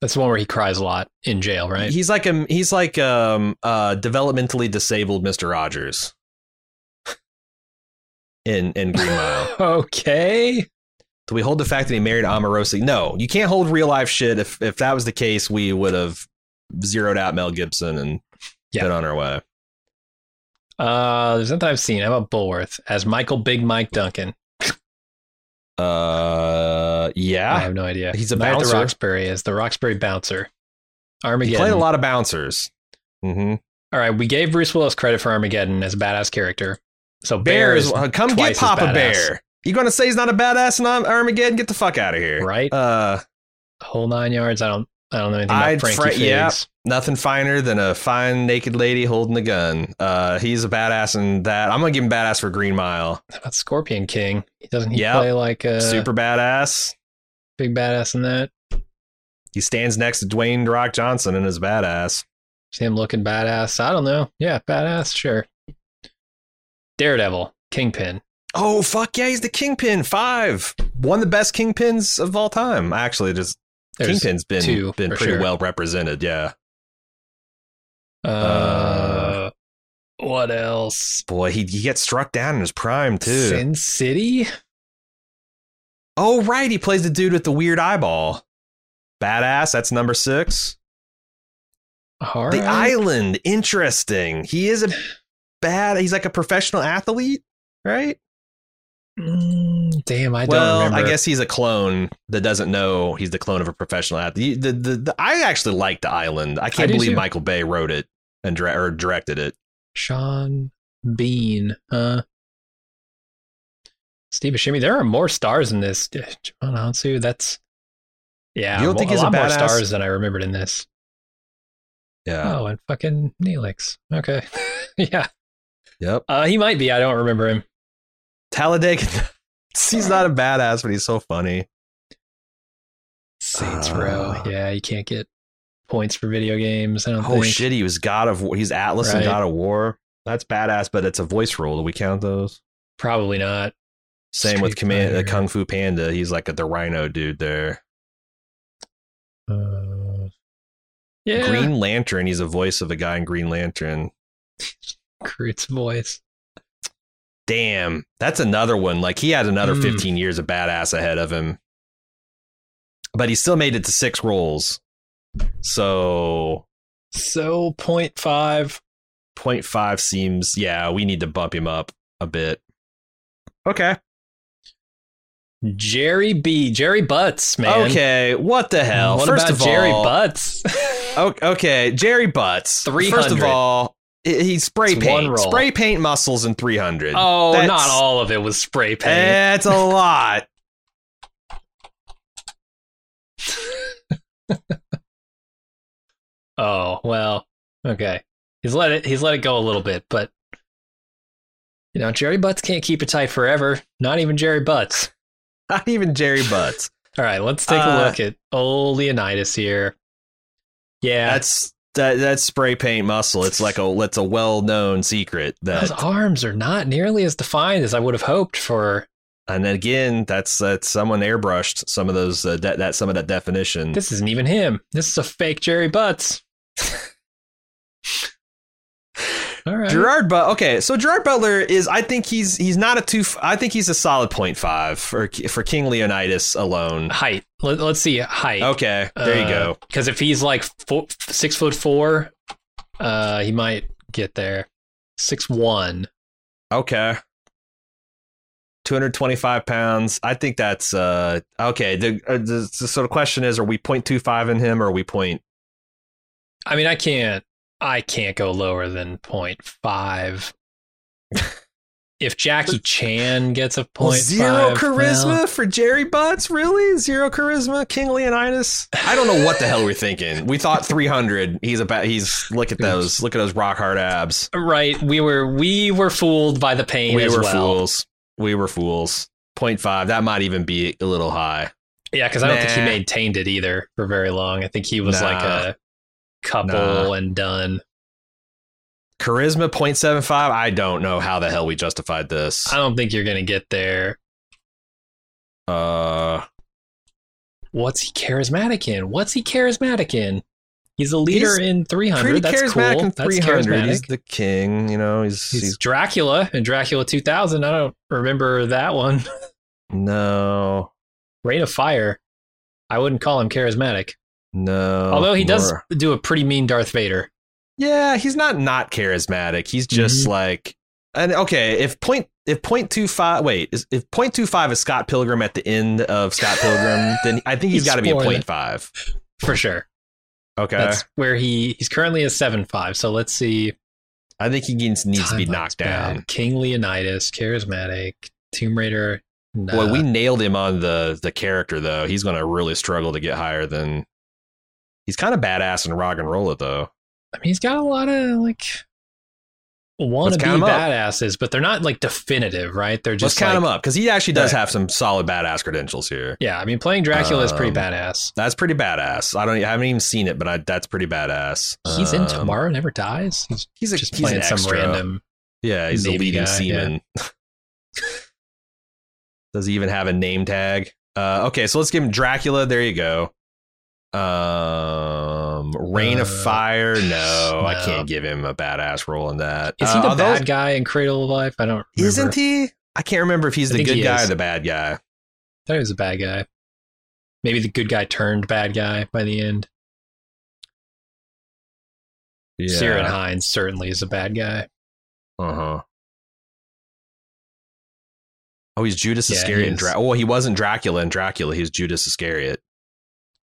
Speaker 2: That's the one where he cries a lot in jail, right?
Speaker 1: He's like a he's like um uh developmentally disabled Mister Rogers. in in Green Mile.
Speaker 2: okay.
Speaker 1: Do we hold the fact that he married Omarosa? No, you can't hold real life shit. If if that was the case, we would have zeroed out Mel Gibson and
Speaker 2: Yeah.
Speaker 1: been on our way.
Speaker 2: Uh, there's nothing I've seen. How about Bullworth as Michael Big Mike Duncan?
Speaker 1: Uh,
Speaker 2: I
Speaker 1: yeah,
Speaker 2: have no idea.
Speaker 1: He's a
Speaker 2: Night at
Speaker 1: bouncer.
Speaker 2: The Roxbury as the Roxbury bouncer.
Speaker 1: he
Speaker 2: Armageddon.
Speaker 1: played a lot of bouncers. Mm-hmm.
Speaker 2: All right, we gave Bruce Willis credit for Armageddon as a badass character. So Bear
Speaker 1: Bears,
Speaker 2: is
Speaker 1: uh, come get
Speaker 2: twice as
Speaker 1: Papa
Speaker 2: badass.
Speaker 1: Bear. You gonna say he's not a badass in Arm- Armageddon? Get the fuck out of here.
Speaker 2: Right.
Speaker 1: Uh,
Speaker 2: whole nine yards. I don't. I don't know anything
Speaker 1: I'd
Speaker 2: about Frankie
Speaker 1: fra-
Speaker 2: Figs.
Speaker 1: yeah. nothing finer than a fine naked lady holding a gun. Uh, he's a badass in that. I'm gonna give him badass for Green Mile.
Speaker 2: How about Scorpion King? He Doesn't he
Speaker 1: Yep.
Speaker 2: play like a
Speaker 1: Super badass.
Speaker 2: big badass in that?
Speaker 1: He stands next to Dwayne "The Rock Johnson and is badass.
Speaker 2: See him looking badass. I don't know. Yeah, badass. Sure. Daredevil, Kingpin.
Speaker 1: Oh fuck yeah, he's the Kingpin five. One of the best Kingpins of all time. Actually, just
Speaker 2: There's
Speaker 1: Kingpin's been
Speaker 2: two,
Speaker 1: been
Speaker 2: for
Speaker 1: pretty
Speaker 2: sure.
Speaker 1: well represented. Yeah,
Speaker 2: Uh,
Speaker 1: Uh,
Speaker 2: what else?
Speaker 1: boy, he he gets struck down in his prime too.
Speaker 2: Sin City.
Speaker 1: oh right, he plays the dude with the weird eyeball. Badass. That's number six.
Speaker 2: All
Speaker 1: the
Speaker 2: right.
Speaker 1: Island. Interesting. He is a bad. He's like a professional athlete, right?
Speaker 2: Mm, damn, I
Speaker 1: well,
Speaker 2: don't remember.
Speaker 1: I guess he's a clone that doesn't know he's the clone of a professional athlete. The, the, the, the- I actually like the island. I can't
Speaker 2: do
Speaker 1: believe
Speaker 2: too.
Speaker 1: Michael Bay wrote it and dire- or directed it.
Speaker 2: Sean Bean, huh? Steve Buscemi. There are more stars in this. John Hansu. That's yeah.
Speaker 1: You don't
Speaker 2: mo-
Speaker 1: think he's a
Speaker 2: lot more
Speaker 1: badass?
Speaker 2: stars than I remembered in this.
Speaker 1: Yeah.
Speaker 2: Oh, and fucking Neelix. Okay, yeah.
Speaker 1: Yep.
Speaker 2: Uh, he might be. I don't remember him.
Speaker 1: Talladega. he's not a badass, but he's so funny.
Speaker 2: Saints
Speaker 1: Uh,
Speaker 2: Row. Yeah, you can't get points for video games. I don't
Speaker 1: Oh
Speaker 2: think.
Speaker 1: shit, he was God of War. He's Atlas and
Speaker 2: Right.
Speaker 1: God of War. That's badass, but it's a voice role. Do we count those?
Speaker 2: Probably not.
Speaker 1: Same with
Speaker 2: Street
Speaker 1: Command uh,
Speaker 2: Fighter.
Speaker 1: Kung Fu Panda. He's like a, the Rhino dude there.
Speaker 2: Uh, yeah.
Speaker 1: Green Lantern. He's a voice of a guy in Green Lantern.
Speaker 2: Groot's voice.
Speaker 1: Damn, that's another one. Like he had another
Speaker 2: Mm.
Speaker 1: 15 years of badass ahead of him, but he still made it to six roles. So
Speaker 2: So point five.
Speaker 1: 0.5 seems, yeah, we need to bump him up a bit. Okay.
Speaker 2: Jerry B. Jerry Butts, man.
Speaker 1: Okay. What the hell?
Speaker 2: What
Speaker 1: First
Speaker 2: about
Speaker 1: of
Speaker 2: Jerry
Speaker 1: all,
Speaker 2: Butts?
Speaker 1: O- Okay, Jerry Butts. First of
Speaker 2: 300.
Speaker 1: all, i- he spray
Speaker 2: It's one
Speaker 1: paint,
Speaker 2: roll.
Speaker 1: spray paint muscles in 300.
Speaker 2: oh,
Speaker 1: That's- Eh.
Speaker 2: not all of it was spray paint.
Speaker 1: That's a lot.
Speaker 2: oh, well. Okay. He's let it he's let it go a little bit, but you know, Jerry Butts can't keep it tight forever. Not even Jerry Butts.
Speaker 1: Not even Jerry Butts.
Speaker 2: All right, let's take
Speaker 1: Uh,
Speaker 2: a look at old Leonidas here. Yeah.
Speaker 1: That's that that's spray paint muscle. It's like a it's a well known secret
Speaker 2: those
Speaker 1: that
Speaker 2: arms are not nearly as defined as I would have hoped for
Speaker 1: and then again that's that's someone airbrushed some of those uh, that that some of that definition.
Speaker 2: This isn't even him. This is a fake Jerry Butts. All right.
Speaker 1: Gerard But okay, so Gerard Butler is I think he's he's not a two I think he's a solid point five for for King Leonidas alone.
Speaker 2: height. Uh, Let, let's see height.
Speaker 1: Okay, there you go.
Speaker 2: Because if he's like four, six foot four, uh, he might get there. Six one.
Speaker 1: Okay. 225 pounds. I think that's uh okay. The, uh, the, the sort of question is: Are we 0.25 in him, or are we point?
Speaker 2: I mean, I can't. I can't go lower than 0.5. if Jackie Chan gets a point
Speaker 1: zero charisma for Jerry Butts, really? Zero charisma, King Leonidas. I don't know what the hell we're thinking. We thought 300. He's about. He's look at those. Look at those rock hard abs.
Speaker 2: right? We were we were fooled by the pain.
Speaker 1: We
Speaker 2: as
Speaker 1: were
Speaker 2: well.
Speaker 1: fools. We were fools. 0.5. That might even be a little high.
Speaker 2: Yeah, because I don't think he
Speaker 1: Nah.
Speaker 2: maintained it either for very long. I think he was like
Speaker 1: Nah.
Speaker 2: a couple
Speaker 1: Nah.
Speaker 2: and done.
Speaker 1: Charisma 0.75. I don't know how the hell we justified this.
Speaker 2: I don't think you're gonna get there.
Speaker 1: Uh,
Speaker 2: What's he charismatic in? What's he charismatic in? He's a leader
Speaker 1: He's
Speaker 2: in 300. That's cool.
Speaker 1: in
Speaker 2: That's
Speaker 1: 300. He's
Speaker 2: charismatic.
Speaker 1: the king. You know, he's,
Speaker 2: He's
Speaker 1: he's
Speaker 2: Dracula in Dracula 2000. I don't remember that one.
Speaker 1: no,
Speaker 2: Rain of Fire. I wouldn't call him charismatic.
Speaker 1: no.
Speaker 2: Although he does
Speaker 1: Oh, more.
Speaker 2: do a pretty mean Darth Vader.
Speaker 1: Yeah, he's not not charismatic. He's
Speaker 2: Mm-hmm.
Speaker 1: just like and okay, if point if point two five wait, is, if point two five is Scott Pilgrim at the end of Scott Pilgrim, then I think he's
Speaker 2: He's
Speaker 1: got to be a
Speaker 2: spoiling
Speaker 1: point
Speaker 2: it.
Speaker 1: five.
Speaker 2: For sure.
Speaker 1: Okay,
Speaker 2: That's where he he's currently a seven five. So let's see.
Speaker 1: I think he needs, needs to be
Speaker 2: Timelines
Speaker 1: knocked
Speaker 2: back.
Speaker 1: down.
Speaker 2: King Leonidas, charismatic, Tomb Raider. Nah.
Speaker 1: Boy, we nailed him on the the character though. He's going to really struggle to get higher than. He's kind of badass in rock and roll though.
Speaker 2: I mean, he's got a lot of like wannabe
Speaker 1: count 'em up.
Speaker 2: badasses, but they're not like definitive, right? They're
Speaker 1: Let's
Speaker 2: just
Speaker 1: count
Speaker 2: like,
Speaker 1: him up because he actually does
Speaker 2: Right.
Speaker 1: have some solid badass credentials here.
Speaker 2: Yeah, I mean, playing Dracula is
Speaker 1: Um,
Speaker 2: pretty badass.
Speaker 1: That's pretty badass. I don't. e, I haven't even seen it, but I, that's pretty badass.
Speaker 2: He's in
Speaker 1: Um,
Speaker 2: Tomorrow Never Dies. He's
Speaker 1: He's a,
Speaker 2: just
Speaker 1: he's an
Speaker 2: playing some
Speaker 1: extra.
Speaker 2: random.
Speaker 1: Yeah, he's the
Speaker 2: Navy
Speaker 1: leading
Speaker 2: guy,
Speaker 1: seaman. Does he even have a name tag? Uh, okay, so let's give him Dracula. There you go. Um, Rain of
Speaker 2: Uh,
Speaker 1: Fire. No, I
Speaker 2: no.
Speaker 1: can't give him a badass role in that.
Speaker 2: Is he
Speaker 1: Uh,
Speaker 2: the
Speaker 1: although-
Speaker 2: bad guy in Cradle of Life? I don't. Remember.
Speaker 1: Isn't he? I can't remember if he's
Speaker 2: I
Speaker 1: the
Speaker 2: think
Speaker 1: good
Speaker 2: he
Speaker 1: guy or
Speaker 2: is.
Speaker 1: the bad guy.
Speaker 2: I thought he was a bad guy. Maybe the good guy turned bad guy by the end. Yeah. Siren Hines certainly is a bad guy.
Speaker 1: Uh huh. Oh, he's Judas
Speaker 2: Yeah, he
Speaker 1: Iscariot. in
Speaker 2: is.
Speaker 1: Dra- oh, he wasn't Dracula in Dracula. He's Judas Iscariot.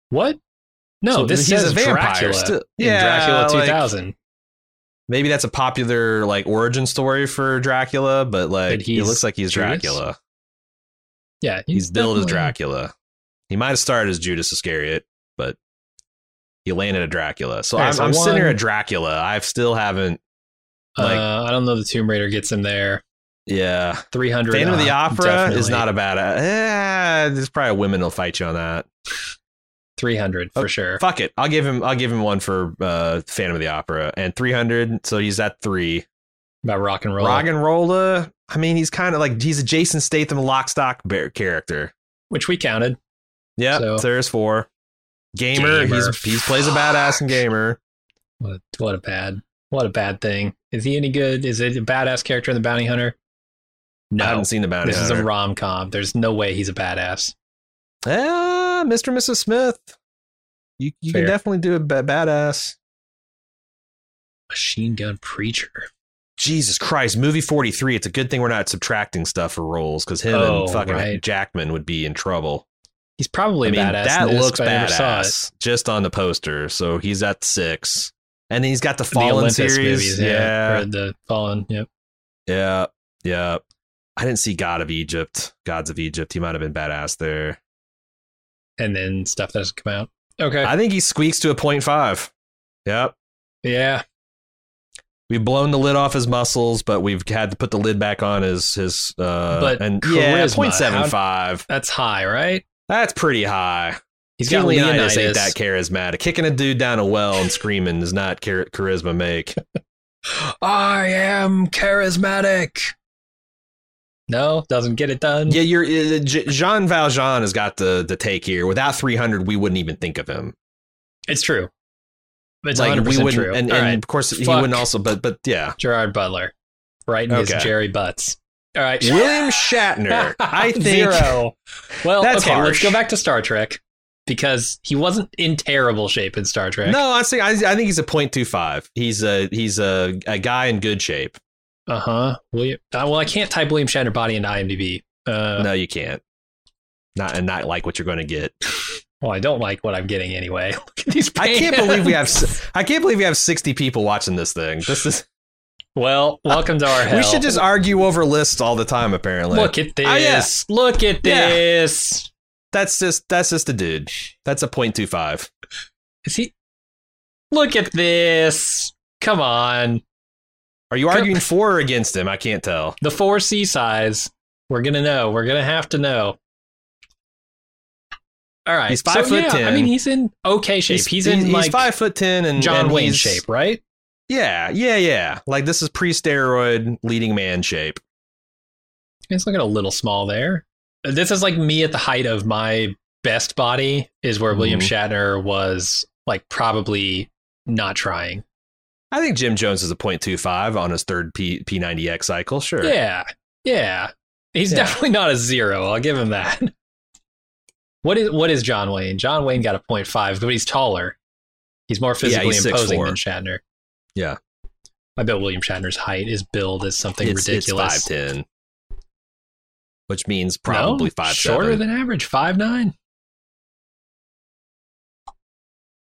Speaker 2: What? No,
Speaker 1: So
Speaker 2: this
Speaker 1: he's
Speaker 2: says
Speaker 1: a vampire
Speaker 2: Dracula
Speaker 1: still-
Speaker 2: in
Speaker 1: Yeah,
Speaker 2: Dracula
Speaker 1: like-
Speaker 2: 2000.
Speaker 1: maybe that's a popular like origin story for Dracula, but like
Speaker 2: That
Speaker 1: he
Speaker 2: he's
Speaker 1: looks like he's
Speaker 2: Judas?
Speaker 1: Dracula.
Speaker 2: yeah,
Speaker 1: He's, billed as
Speaker 2: definitely-
Speaker 1: Dracula. He might have started as Judas Iscariot, but he landed a Dracula. So
Speaker 2: Okay,
Speaker 1: I'm,
Speaker 2: so
Speaker 1: I'm sitting here
Speaker 2: one-
Speaker 1: at Dracula. I still haven't. Like-
Speaker 2: uh, I don't know. The Tomb Raider gets him there.
Speaker 1: Yeah,
Speaker 2: 300.
Speaker 1: Phantom of the
Speaker 2: uh,
Speaker 1: Opera is
Speaker 2: definitely.
Speaker 1: not a bad. Eh, there's probably women will fight you on that.
Speaker 2: 300 for
Speaker 1: Okay.
Speaker 2: sure.
Speaker 1: Fuck it, I'll give him. I'll give him one for uh, Phantom of the Opera and 300. So he's at three.
Speaker 2: About rock and roll.
Speaker 1: Rock and Rolla. I mean, he's kind of like he's a Jason Statham lock stock bear character.
Speaker 2: which we counted.
Speaker 1: Yeah,
Speaker 2: So-
Speaker 1: there's four. Gamer,
Speaker 2: Gamer.
Speaker 1: he's he plays a badass in gamer.
Speaker 2: What a, what a bad, what a bad thing. Is he any good? Is it a badass character in The Bounty Hunter? No.
Speaker 1: I haven't seen the bounty
Speaker 2: this is a
Speaker 1: hunter.
Speaker 2: rom com. There's no way he's a badass.
Speaker 1: ah, Mr. and Mrs. Smith. You you
Speaker 2: Fair.
Speaker 1: can definitely do a ba- badass.
Speaker 2: Machine Gun Preacher.
Speaker 1: Jesus Christ, movie 43. It's a good thing we're not subtracting stuff for roles because him
Speaker 2: Oh,
Speaker 1: and fucking
Speaker 2: right.
Speaker 1: Jackman would be in trouble.
Speaker 2: He's probably
Speaker 1: I
Speaker 2: a
Speaker 1: mean,
Speaker 2: badass.
Speaker 1: that
Speaker 2: in this,
Speaker 1: looks
Speaker 2: but I never saw it.
Speaker 1: badass just on the poster. So he's at six. And then he's got the
Speaker 2: The
Speaker 1: Fallen
Speaker 2: Olympus
Speaker 1: series.
Speaker 2: movies,
Speaker 1: yeah.
Speaker 2: or the Fallen. Yep.
Speaker 1: Yeah, yeah. I didn't see God of Egypt, Gods of Egypt. He might have been badass there.
Speaker 2: And then stuff that doesn't come out. Okay.
Speaker 1: I think he squeaks to a point five. Yep.
Speaker 2: yeah.
Speaker 1: We've blown the lid off his muscles, but we've had to put the lid back on his his uh
Speaker 2: But
Speaker 1: and
Speaker 2: charisma,
Speaker 1: yeah,
Speaker 2: how-
Speaker 1: 0.75.
Speaker 2: That's high, right?
Speaker 1: That's pretty high.
Speaker 2: He's
Speaker 1: King
Speaker 2: got Leonidas.
Speaker 1: ain't that charismatic. Kicking a dude down a well and screaming does not char- charisma make.
Speaker 2: I am charismatic. No, doesn't get it done.
Speaker 1: Yeah, you're uh, J- Jean Valjean has got the the take here. Without 300, we wouldn't even think of him.
Speaker 2: It's true. It's
Speaker 1: like
Speaker 2: 100%
Speaker 1: we wouldn't,
Speaker 2: true.
Speaker 1: and,
Speaker 2: All
Speaker 1: and
Speaker 2: right.
Speaker 1: of course he
Speaker 2: Fuck.
Speaker 1: wouldn't also. But but yeah,
Speaker 2: Gerard Butler, right in his
Speaker 1: Okay.
Speaker 2: Jerry Butts. All right.
Speaker 1: William Shatner. I think
Speaker 2: Zero. Well,
Speaker 1: That's
Speaker 2: okay,
Speaker 1: harsh.
Speaker 2: let's go back to Star Trek because he wasn't in terrible shape in Star Trek.
Speaker 1: No, I think I, I think he's a point two five. He's a he's a, a guy in good shape.
Speaker 2: Uh-huh. Uh huh. William. Uh, well, I can't type William Shatner body into IMDb. Uh,
Speaker 1: no, you can't. Not and not like what you're going to get.
Speaker 2: Well, I don't like what I'm getting anyway. Look at these.
Speaker 1: I can't
Speaker 2: pants.
Speaker 1: believe we have. s- I can't believe we have 60 people watching this thing. This is.
Speaker 2: Well, welcome to our hell.
Speaker 1: We should just argue over lists all the time. Apparently,
Speaker 2: look at this.
Speaker 1: Ah, yeah.
Speaker 2: Look at
Speaker 1: Yeah.
Speaker 2: this.
Speaker 1: that's just that's just a dude. That's a point two five.
Speaker 2: Is he? Look at this. Come on.
Speaker 1: Are you arguing for or against him? I can't tell.
Speaker 2: The four C size. We're gonna know. We're gonna have to know. All right.
Speaker 1: He's five
Speaker 2: so,
Speaker 1: foot
Speaker 2: yeah,
Speaker 1: 10.
Speaker 2: I mean, he's in okay shape. He's, in like
Speaker 1: he's five foot ten and
Speaker 2: John
Speaker 1: and
Speaker 2: Wayne
Speaker 1: he's-
Speaker 2: shape, right?
Speaker 1: Yeah, yeah, yeah. Like this is pre-steroid leading man shape.
Speaker 2: He's looking a little small there. This is like me at the height of my best body. Is where William
Speaker 1: Mhm.
Speaker 2: Shatner was like probably not trying.
Speaker 1: I think Jim Jones is a point two five on his third P P90X cycle. Sure.
Speaker 2: Yeah. Yeah. He's
Speaker 1: Yeah.
Speaker 2: definitely not a zero. I'll give him that. What is what is John Wayne? John Wayne got a 0.5, but he's taller. He's more physically
Speaker 1: he's
Speaker 2: imposing
Speaker 1: 6'4".
Speaker 2: than Shatner.
Speaker 1: Yeah.
Speaker 2: I bet William Shatner's height is billed as something
Speaker 1: it's, It's
Speaker 2: ridiculous.
Speaker 1: five ten, which means
Speaker 2: No,
Speaker 1: probably five
Speaker 2: shorter
Speaker 1: seven.
Speaker 2: than average, five nine.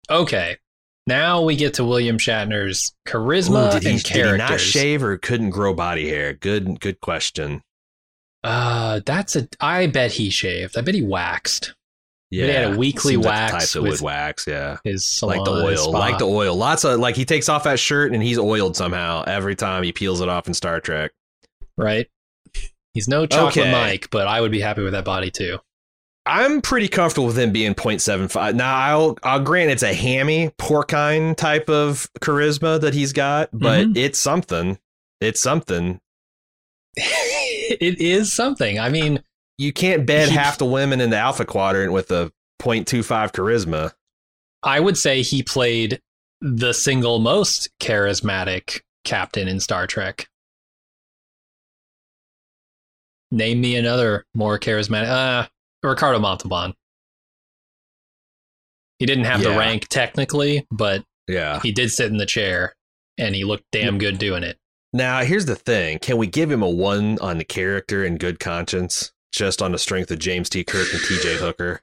Speaker 2: Okay. Now we get to William Shatner's charisma
Speaker 1: Ooh, did, he,
Speaker 2: and
Speaker 1: did he
Speaker 2: characters.
Speaker 1: not shave or couldn't grow body hair? Good, good question.
Speaker 2: Uh, that's a. I bet he shaved. I bet he waxed.
Speaker 1: Yeah,
Speaker 2: he had a weekly
Speaker 1: Seems like the
Speaker 2: wax
Speaker 1: type that
Speaker 2: with-
Speaker 1: would wax. Yeah,
Speaker 2: His salon,
Speaker 1: like the
Speaker 2: his
Speaker 1: oil,
Speaker 2: spa.
Speaker 1: like the oil. Lots of like he takes off that shirt and he's oiled somehow every time he peels it off in Star Trek.
Speaker 2: right. He's no chocolate
Speaker 1: Okay.
Speaker 2: Mike, but I would be happy with that body too.
Speaker 1: I'm pretty comfortable with him being 0.75. Now, I'll I'll grant it's a hammy, porcine type of charisma that he's got, but it's something. It's something.
Speaker 2: it is something. I mean,
Speaker 1: You can't bed
Speaker 2: He-
Speaker 1: half the women in the alpha quadrant with a 0.25 charisma.
Speaker 2: I would say he played the single most charismatic captain in Star Trek. Name me another more charismatic. Uh, Ricardo Montalban. He didn't have the
Speaker 1: Yeah.
Speaker 2: rank technically, but
Speaker 1: Yeah.
Speaker 2: he did sit in the chair and he looked damn good doing it.
Speaker 1: Now, here's the thing. Can we give him a 1 on the character and good conscience just on the strength of James T. Kirk and TJ Hooker?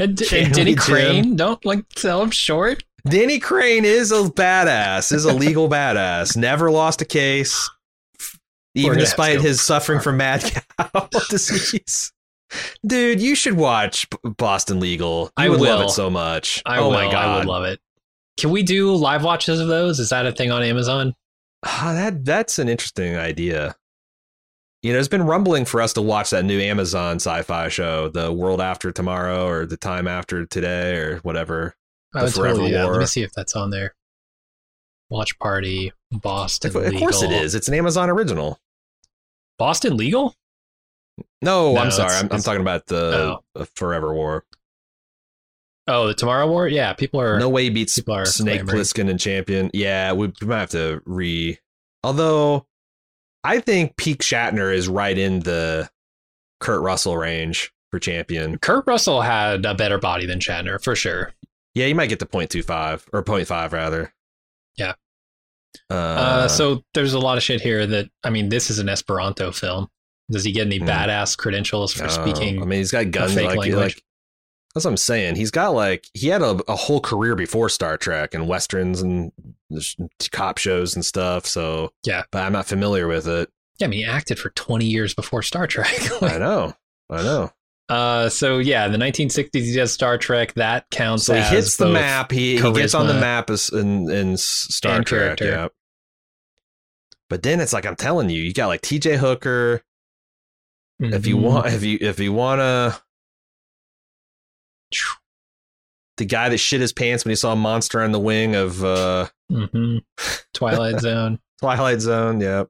Speaker 2: And,
Speaker 1: Can
Speaker 2: and Denny
Speaker 1: we, Jim?
Speaker 2: Crane, don't like sell him short.
Speaker 1: Danny Crane is a badass, is a legal badass. Never lost a case,
Speaker 2: We're
Speaker 1: even
Speaker 2: gonna have to
Speaker 1: despite
Speaker 2: go
Speaker 1: his suffering
Speaker 2: far.
Speaker 1: from mad cow disease. Dude, you should watch B- Boston Legal. You
Speaker 2: I
Speaker 1: would love
Speaker 2: will.
Speaker 1: it so much.
Speaker 2: I
Speaker 1: oh
Speaker 2: will,
Speaker 1: my
Speaker 2: I
Speaker 1: god,
Speaker 2: would love it. Can we do live watches of those? Is that a thing on Amazon?
Speaker 1: Ah, that that's an interesting idea. You know, it's been rumbling for us to watch that new Amazon sci-fi show, The World After Tomorrow, or The Time After Today, or whatever.
Speaker 2: I
Speaker 1: The
Speaker 2: would totally
Speaker 1: Forever
Speaker 2: do that. Let me
Speaker 1: War.
Speaker 2: see if that's on there. Watch Party, Boston
Speaker 1: Of of course, it
Speaker 2: Legal.
Speaker 1: is. It's an Amazon original.
Speaker 2: Boston Legal?
Speaker 1: No,
Speaker 2: No,
Speaker 1: I'm
Speaker 2: it's-
Speaker 1: sorry. I'm, I'm
Speaker 2: it's-
Speaker 1: talking about the uh Forever War.
Speaker 2: Oh, the Tomorrow War? Yeah, people are.
Speaker 1: No way he beats
Speaker 2: people are
Speaker 1: Snake
Speaker 2: clamoring.
Speaker 1: Plissken and Champion. Yeah, we, we might have to re. Although, I think Peak Shatner is right in the Kurt Russell range for Champion.
Speaker 2: Kurt Russell had a better body than Shatner, for sure.
Speaker 1: Yeah, you might get to 0.25 or 0.5 rather.
Speaker 2: Yeah.
Speaker 1: Uh,
Speaker 2: Uh, so there's a lot of shit here that, I mean, this is an Esperanto film. Does he get any
Speaker 1: Hmm.
Speaker 2: badass credentials for
Speaker 1: no,
Speaker 2: speaking?
Speaker 1: Um, I mean, he's got guns
Speaker 2: fake
Speaker 1: like,
Speaker 2: language.
Speaker 1: like that's what I'm saying. He's got like he had a, a whole career before Star Trek and westerns and sh- cop shows and stuff. So
Speaker 2: Yeah.
Speaker 1: but I'm not familiar with it.
Speaker 2: yeah, I mean, he acted for 20 years before Star Trek.
Speaker 1: I know, I know.
Speaker 2: uh, so yeah, in the 1960s, he does Star Trek. That counts
Speaker 1: So he
Speaker 2: as
Speaker 1: hits the
Speaker 2: both-
Speaker 1: map. He, he gets on the
Speaker 2: charisma
Speaker 1: map as in in S- Star
Speaker 2: and
Speaker 1: Trek.
Speaker 2: character.
Speaker 1: Yeah. But then it's like I'm telling you, you got like T.J. Hooker. If you
Speaker 2: Mhm.
Speaker 1: want, if you if you wanna. The guy that shit his pants when he saw a monster on the wing of uh,
Speaker 2: Mhm. Twilight Zone.
Speaker 1: Twilight Zone. Yep.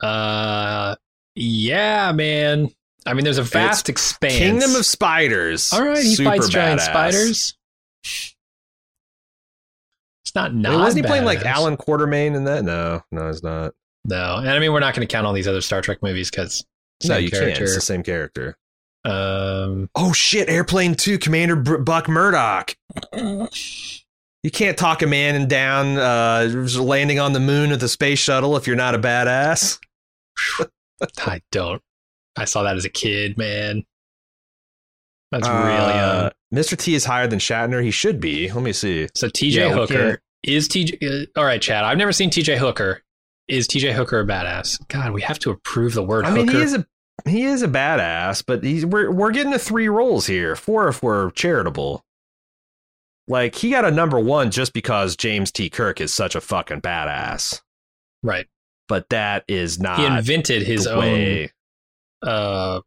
Speaker 2: Uh, yeah, man. I mean, there's a vast expanse.
Speaker 1: Kingdom of Spiders.
Speaker 2: All right, he
Speaker 1: Super
Speaker 2: fights giant
Speaker 1: badass.
Speaker 2: spiders. It's not
Speaker 1: I
Speaker 2: not.
Speaker 1: mean, wasn't he playing like
Speaker 2: badass.
Speaker 1: Alan Quartermain in that? No, no, he's not.
Speaker 2: No, and I mean, we're not going to count all these other Star Trek movies because
Speaker 1: no, you can't. It's the same character.
Speaker 2: Um,
Speaker 1: Oh shit! Airplane Two, Commander Br- Buck Murdoch. You can't talk a man and down uh, landing on the moon of the space shuttle if you're not a badass.
Speaker 2: I don't. I saw that as a kid, man. That's really
Speaker 1: Uh,
Speaker 2: young.
Speaker 1: Mr. T is higher than Shatner. He should be. Let me see.
Speaker 2: So TJ
Speaker 1: yeah, we can't-
Speaker 2: Hooker is TJ. Uh, all right, Chad. I've never seen TJ Hooker. Is TJ Hooker a badass? God, we have to approve the word
Speaker 1: I
Speaker 2: hooker.
Speaker 1: mean, he is a he is a badass, but he's we're we're getting to three roles here, four if we're charitable. Like he got a number one just because James T. Kirk is such a fucking badass,
Speaker 2: right.
Speaker 1: but that is not
Speaker 2: He invented his
Speaker 1: the way-
Speaker 2: own uh,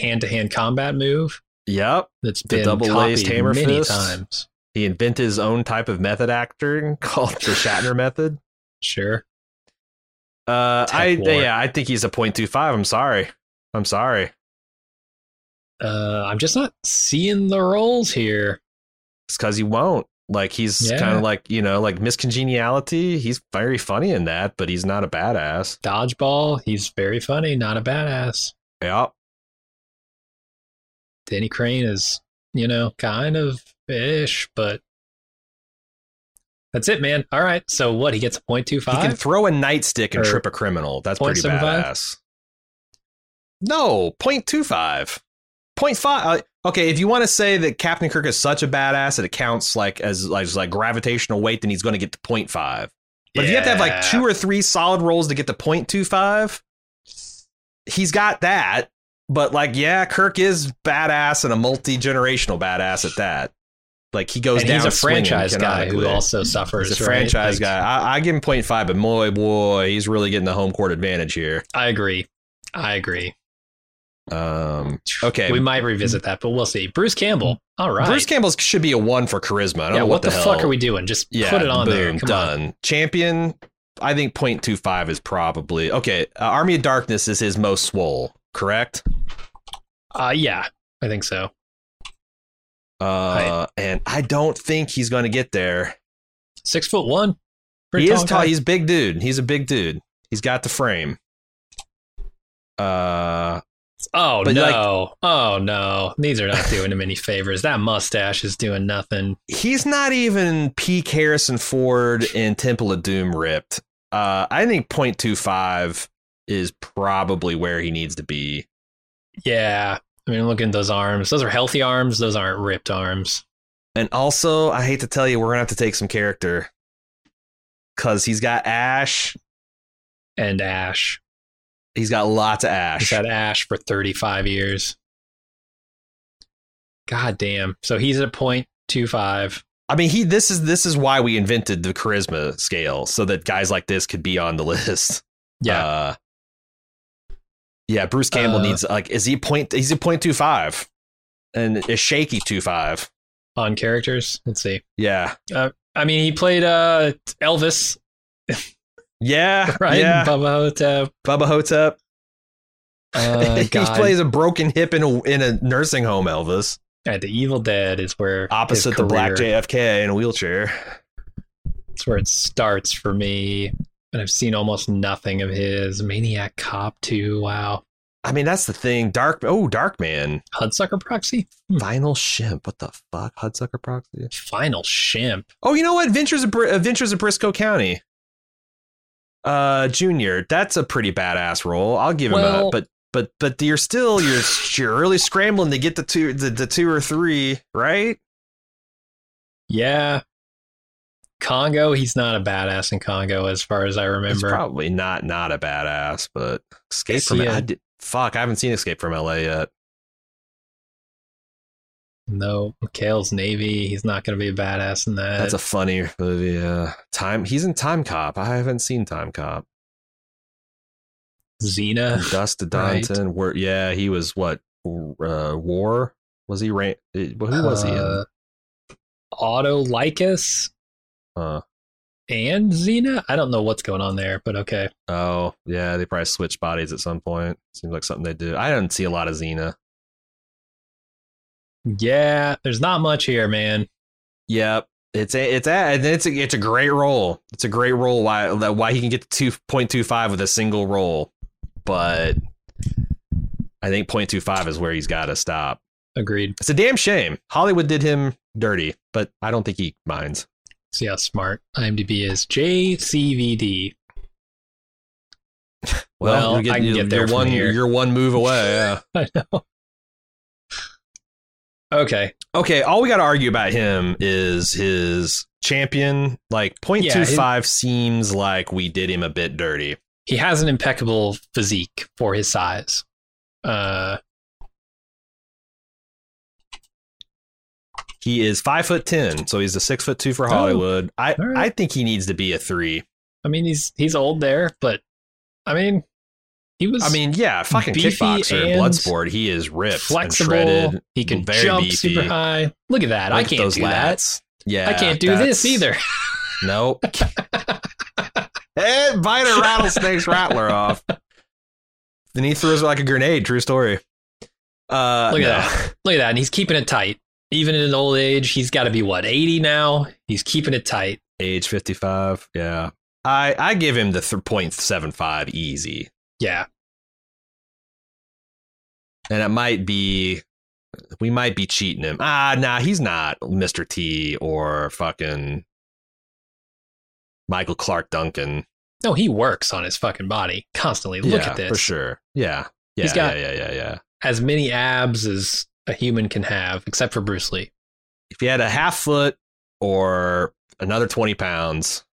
Speaker 2: hand-to-hand combat move
Speaker 1: Yep,
Speaker 2: that's
Speaker 1: The
Speaker 2: been
Speaker 1: double-laced
Speaker 2: copied
Speaker 1: hammer
Speaker 2: many
Speaker 1: fist.
Speaker 2: times.
Speaker 1: he invented his own type of method acting called the Shatner method.
Speaker 2: Sure.
Speaker 1: Uh,
Speaker 2: Tech
Speaker 1: I
Speaker 2: war.
Speaker 1: yeah, I think he's a point two five. I'm sorry, I'm sorry.
Speaker 2: Uh, I'm just not seeing the roles here.
Speaker 1: It's because he won't. Like he's
Speaker 2: Yeah.
Speaker 1: kind of like you know like miscongeniality. He's very funny in that, but he's not a badass.
Speaker 2: Dodgeball. He's very funny. Not a badass.
Speaker 1: Yep.
Speaker 2: Danny Crane is, you know, kind of ish, but that's it, man. All right. So what? He gets a point two
Speaker 1: He can
Speaker 2: five.
Speaker 1: throw a nightstick and
Speaker 2: Or
Speaker 1: trip a criminal. That's
Speaker 2: point
Speaker 1: pretty
Speaker 2: seven five?
Speaker 1: badass. No, 0.25. 0.5. uh, okay, if you want to say that Captain Kirk is such a badass that it counts like as like, as, like gravitational weight, then he's going to get to 0.5. But if you have to have like two or three solid rolls to get to 0.25, he's got that. But like, yeah, Kirk is badass and a multi generational badass at that. Like he goes
Speaker 2: and
Speaker 1: down.
Speaker 2: he's a
Speaker 1: swinging
Speaker 2: franchise guy who
Speaker 1: canonically.
Speaker 2: also suffers.
Speaker 1: He's a
Speaker 2: right?
Speaker 1: franchise
Speaker 2: Like,
Speaker 1: guy. I, I give him 0.5, but boy, boy, he's really getting the home court advantage here.
Speaker 2: I agree. I agree.
Speaker 1: Um, okay.
Speaker 2: We might revisit that, but we'll see. Bruce Campbell. All right.
Speaker 1: Bruce Campbell should be a one for charisma. I don't
Speaker 2: yeah.
Speaker 1: know
Speaker 2: What,
Speaker 1: what
Speaker 2: the,
Speaker 1: hell.
Speaker 2: fuck are we doing? Just
Speaker 1: Yeah,
Speaker 2: put it on
Speaker 1: boom,
Speaker 2: there. Come on.
Speaker 1: done. Champion, I think 0.25 is probably. Okay. Uh, Army of Darkness is his most swole, correct?
Speaker 2: Uh, yeah. I think so.
Speaker 1: Uh,
Speaker 2: Right.
Speaker 1: And I don't think he's going to get there.
Speaker 2: Six foot one.
Speaker 1: he is tall.
Speaker 2: guy.
Speaker 1: He's a big dude. He's a big dude. He's got the frame. Uh,
Speaker 2: Oh
Speaker 1: But,
Speaker 2: no!
Speaker 1: like-
Speaker 2: oh no! These are not doing him any favors. That mustache is doing nothing.
Speaker 1: he's not even peak Harrison Ford in Temple of Doom ripped. Uh, I think 0.25 is probably where he needs to be.
Speaker 2: Yeah, I mean, look at those arms. Those are healthy arms. Those aren't ripped arms.
Speaker 1: And also, I hate to tell you, we're gonna have to take some character because he's got Ash.
Speaker 2: And Ash.
Speaker 1: He's got lots of
Speaker 2: He's
Speaker 1: Ash.
Speaker 2: had Ash for 35 years. God damn. So he's at a point two five.
Speaker 1: I mean, he. This is this is why we invented the charisma scale so that guys like this could be on the list.
Speaker 2: Yeah.
Speaker 1: Uh, yeah, Bruce Campbell
Speaker 2: Uh,
Speaker 1: needs like is he point he's a point two five, and a shaky two five.
Speaker 2: on characters. Let's see.
Speaker 1: Yeah,
Speaker 2: I mean, he played uh Elvis,
Speaker 1: yeah,
Speaker 2: right?
Speaker 1: Yeah,
Speaker 2: Bubba Hotep.
Speaker 1: Bubba Hotep.
Speaker 2: Uh,
Speaker 1: he
Speaker 2: God.
Speaker 1: plays a broken hip in a in a nursing home. Elvis
Speaker 2: Yeah, the Evil Dead is where his
Speaker 1: opposite the black
Speaker 2: career-
Speaker 1: JFK in a wheelchair.
Speaker 2: That's where it starts for me. And I've seen almost nothing of his. Maniac Cop 2. Wow.
Speaker 1: I mean, that's the thing. Dark oh, Dark Man,
Speaker 2: Hudsucker Proxy?
Speaker 1: Vinyl Shimp. What the fuck, Hudsucker Proxy?
Speaker 2: Final Shimp.
Speaker 1: Oh, you know what? Adventures of Br- Adventures of Briscoe County. Uh, Junior, that's a pretty badass role. I'll give him that.
Speaker 2: Well-
Speaker 1: But but but you're still you're you're really scrambling to get the two the, the two or three right.
Speaker 2: Yeah. Congo, he's not a badass in Congo as far as I
Speaker 1: It's
Speaker 2: remember.
Speaker 1: probably not not a badass, but Escape
Speaker 2: Is
Speaker 1: from
Speaker 2: he
Speaker 1: I
Speaker 2: a-
Speaker 1: did, fuck. I haven't seen Escape from L.A. yet.
Speaker 2: no, Kale's Navy, he's not going to be a badass in that.
Speaker 1: That's a funny movie. Uh, time he's in Time Cop. I haven't seen Time Cop.
Speaker 2: Xena.
Speaker 1: Dust
Speaker 2: Right.
Speaker 1: Donton. Where yeah, he was what uh, war was he? Ran- who was he in?
Speaker 2: Uh, Otto Lycus
Speaker 1: Uh,
Speaker 2: and Xena? I don't know what's going on there, but okay.
Speaker 1: Oh, yeah, they probably switched bodies at some point. Seems like something they do. I don't see a lot of Xena.
Speaker 2: Yeah, there's not much here, man.
Speaker 1: Yep. It's a, it's a, and it's a, it's a great role. It's a great role why that- why he can get to 2.25 with a single roll. But I think 0.25 is where he's got to stop.
Speaker 2: Agreed.
Speaker 1: It's a damn shame. Hollywood did him dirty, but I don't think he minds.
Speaker 2: See how smart IMDb is. JCVD. Well, I can get there
Speaker 1: You're
Speaker 2: from
Speaker 1: one,
Speaker 2: here.
Speaker 1: You're one move away. Yeah.
Speaker 2: I know. Okay.
Speaker 1: okay, all we got to argue about him is his champion. Like point
Speaker 2: Yeah,
Speaker 1: two
Speaker 2: it-
Speaker 1: five seems like we did him a bit dirty.
Speaker 2: He has an impeccable physique for his size. Uh,
Speaker 1: He is five foot ten, so he's a six foot two for
Speaker 2: Oh,
Speaker 1: Hollywood. I
Speaker 2: all right.
Speaker 1: I think he needs to be a three.
Speaker 2: I mean, he's he's old there, but I mean, he was.
Speaker 1: I mean, yeah, fucking
Speaker 2: Beefy
Speaker 1: kickboxer,
Speaker 2: and
Speaker 1: bloodsport. He is ripped,
Speaker 2: flexible.
Speaker 1: and shredded.
Speaker 2: he can
Speaker 1: very
Speaker 2: jump
Speaker 1: beefy.
Speaker 2: super high. Look at that!
Speaker 1: Look
Speaker 2: I
Speaker 1: at
Speaker 2: can't
Speaker 1: those
Speaker 2: do
Speaker 1: lats. Yeah,
Speaker 2: that. I can't do this
Speaker 1: that's-
Speaker 2: either.
Speaker 1: Nope. Eh, bite a rattlesnake's rattler off. Then he throws it like a grenade. True story. Uh, no.
Speaker 2: Look at that! Look at that! And he's keeping it tight. Even in old age, he's got to be what eighty now. He's keeping it tight.
Speaker 1: age 55 yeah i i give him the 3.75 easy
Speaker 2: Yeah.
Speaker 1: and it might be we might be cheating him ah nah he's not mr t or fucking michael clark duncan
Speaker 2: No, he works on his fucking body constantly. Look
Speaker 1: yeah,
Speaker 2: at this.
Speaker 1: for sure yeah yeah
Speaker 2: He's got-
Speaker 1: yeah yeah yeah yeah
Speaker 2: As many abs as a human can have, except for Bruce Lee.
Speaker 1: if he had a half foot or another 20 pounds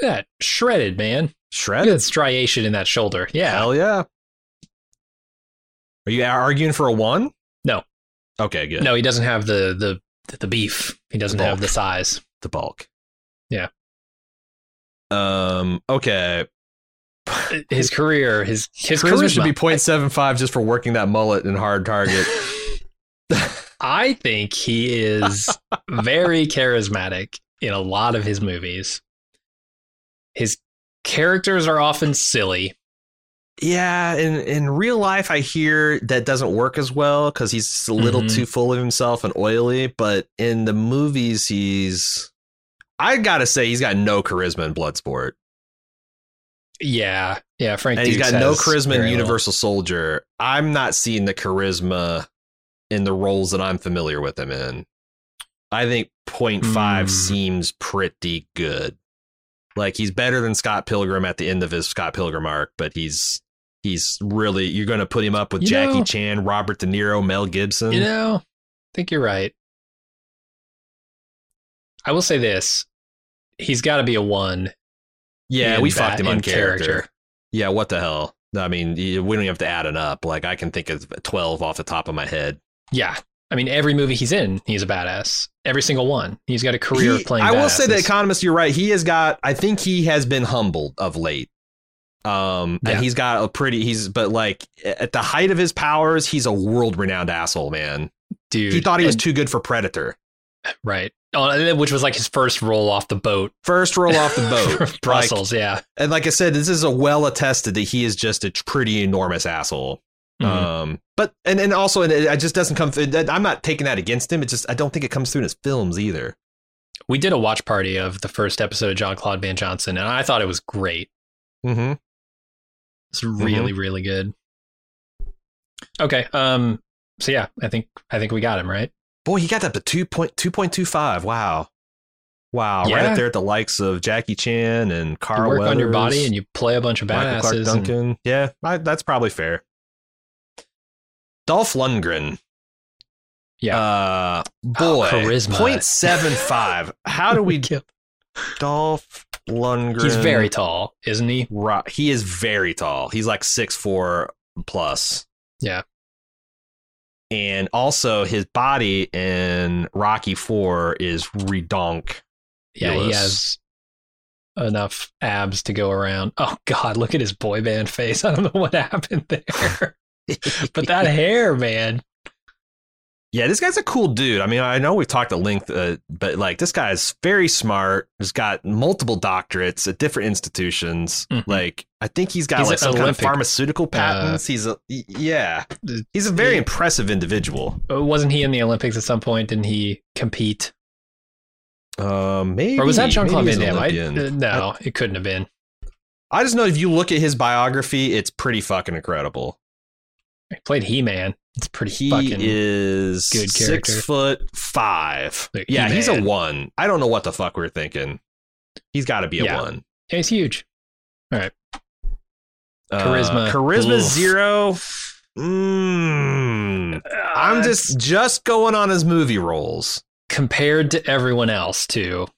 Speaker 2: Look at that shredded man. Look at
Speaker 1: shredded
Speaker 2: that striation in that shoulder. Yeah.
Speaker 1: hell yeah are you arguing for a one
Speaker 2: No.
Speaker 1: okay good
Speaker 2: No, he doesn't have the the the beef. He doesn't
Speaker 1: The
Speaker 2: have
Speaker 1: bulk.
Speaker 2: the size.
Speaker 1: the bulk.
Speaker 2: Yeah.
Speaker 1: Um. Okay.
Speaker 2: His career, his his
Speaker 1: His charisma,
Speaker 2: charisma.
Speaker 1: should be 0.75 just for working that mullet and hard target.
Speaker 2: I think he is very charismatic in a lot of his movies. His characters are often silly.
Speaker 1: yeah. In in real life, I hear that doesn't work as well because he's just a little
Speaker 2: Mhm.
Speaker 1: too full of himself and oily. But in the movies, he's I gotta say he's got no charisma in Bloodsport,
Speaker 2: Yeah, yeah. Frank,
Speaker 1: and he's
Speaker 2: Dukes
Speaker 1: got no
Speaker 2: has
Speaker 1: charisma in
Speaker 2: very little.
Speaker 1: Universal Soldier. I'm not seeing the charisma in the roles that I'm familiar with him in. I think 0.5
Speaker 2: Hmm.
Speaker 1: seems pretty good. Like he's better than Scott Pilgrim at the end of his Scott Pilgrim arc, but he's he's really you're going to put him up with
Speaker 2: You
Speaker 1: Jackie
Speaker 2: know-
Speaker 1: Chan, Robert De Niro, Mel Gibson.
Speaker 2: You know, I think you're right. I will say this: he's got to be a one.
Speaker 1: yeah,
Speaker 2: in
Speaker 1: we
Speaker 2: that-
Speaker 1: fucked him on
Speaker 2: in
Speaker 1: character. Yeah, what the hell? I mean, you- we don't even have to add it up. Like I can think of 12 off the top of my head.
Speaker 2: Yeah, I mean, every movie he's in, he's a badass. Every single one, he's got a career
Speaker 1: He-
Speaker 2: of playing.
Speaker 1: I will say
Speaker 2: badasses.
Speaker 1: that economist, you're right. He has got. I think he has been humbled of late. Um,
Speaker 2: Yeah.
Speaker 1: and he's got a pretty. He's but like at the height of his powers, he's a world renowned asshole, man.
Speaker 2: dude.
Speaker 1: he thought he was
Speaker 2: and-
Speaker 1: too good for Predator.
Speaker 2: right, oh, which was like his first roll off the boat,
Speaker 1: First roll off the boat,
Speaker 2: From Brussels. yeah,
Speaker 1: Like, and like I said, this is a well attested that he is just a pretty enormous asshole.
Speaker 2: Mhm.
Speaker 1: Um, but and and also, and it, it just doesn't come. It, I'm not taking that against him. It just I don't think it comes through in his films either.
Speaker 2: we did a watch party of the first episode of John Claude Van Johnson, and I thought it was great.
Speaker 1: Mm-hmm.
Speaker 2: It's really, really good. Okay, um, so yeah, I think I think we got him right.
Speaker 1: Boy, he got up to 2.2 2.25. Wow. Wow. Right
Speaker 2: Yeah.
Speaker 1: up there at the likes of Jackie Chan and
Speaker 2: You
Speaker 1: Carl
Speaker 2: work on your
Speaker 1: Weathers,
Speaker 2: body and you play a bunch of
Speaker 1: Michael Clark
Speaker 2: badasses. and-
Speaker 1: Duncan. Yeah, I, that's probably fair. Dolph Lundgren.
Speaker 2: Yeah. Oh,
Speaker 1: Uh, boy.
Speaker 2: charisma.
Speaker 1: 0.75. How do we.
Speaker 2: Kill-
Speaker 1: Dolph Lundgren.
Speaker 2: He's very tall, isn't he?
Speaker 1: Ro- he is very tall. He's like six four plus.
Speaker 2: Yeah.
Speaker 1: And also his body in Rocky Four is redonk.
Speaker 2: Yeah, he
Speaker 1: Yes.
Speaker 2: has enough abs to go around. Oh God, look at his boy band face. I don't know what happened there, but that hair, man.
Speaker 1: Yeah, this guy's a cool dude. I mean, I know we've talked at length, uh, but like this guy is very smart. He's got multiple doctorates at different institutions.
Speaker 2: Mhm.
Speaker 1: Like, I think he's got
Speaker 2: He's
Speaker 1: like
Speaker 2: an
Speaker 1: some kind of
Speaker 2: Olympic, uh,
Speaker 1: pharmaceutical patents. he's a y- yeah, he's a very
Speaker 2: yeah.
Speaker 1: impressive individual.
Speaker 2: Uh, Wasn't he in the Olympics at some point? Didn't he compete?
Speaker 1: Um, maybe
Speaker 2: Or was that John
Speaker 1: maybe
Speaker 2: Claude
Speaker 1: he's
Speaker 2: Van
Speaker 1: an
Speaker 2: Damme? I-
Speaker 1: Olympian.
Speaker 2: uh, no, it couldn't have been.
Speaker 1: I just know if you look at his biography, it's pretty fucking incredible.
Speaker 2: He played He Man. It's pretty
Speaker 1: He
Speaker 2: fucking.
Speaker 1: is
Speaker 2: good character.
Speaker 1: six foot five.
Speaker 2: Like,
Speaker 1: yeah, he's a
Speaker 2: He-Man.
Speaker 1: one. I don't know what the fuck we're thinking. He's got to be a
Speaker 2: Yeah.
Speaker 1: one.
Speaker 2: Yeah, he's huge. All right.
Speaker 1: Uh,
Speaker 2: Charisma.
Speaker 1: charisma
Speaker 2: Oof.
Speaker 1: zero. Mm.
Speaker 2: Uh,
Speaker 1: I'm just just going on his movie roles.
Speaker 2: compared to everyone else too,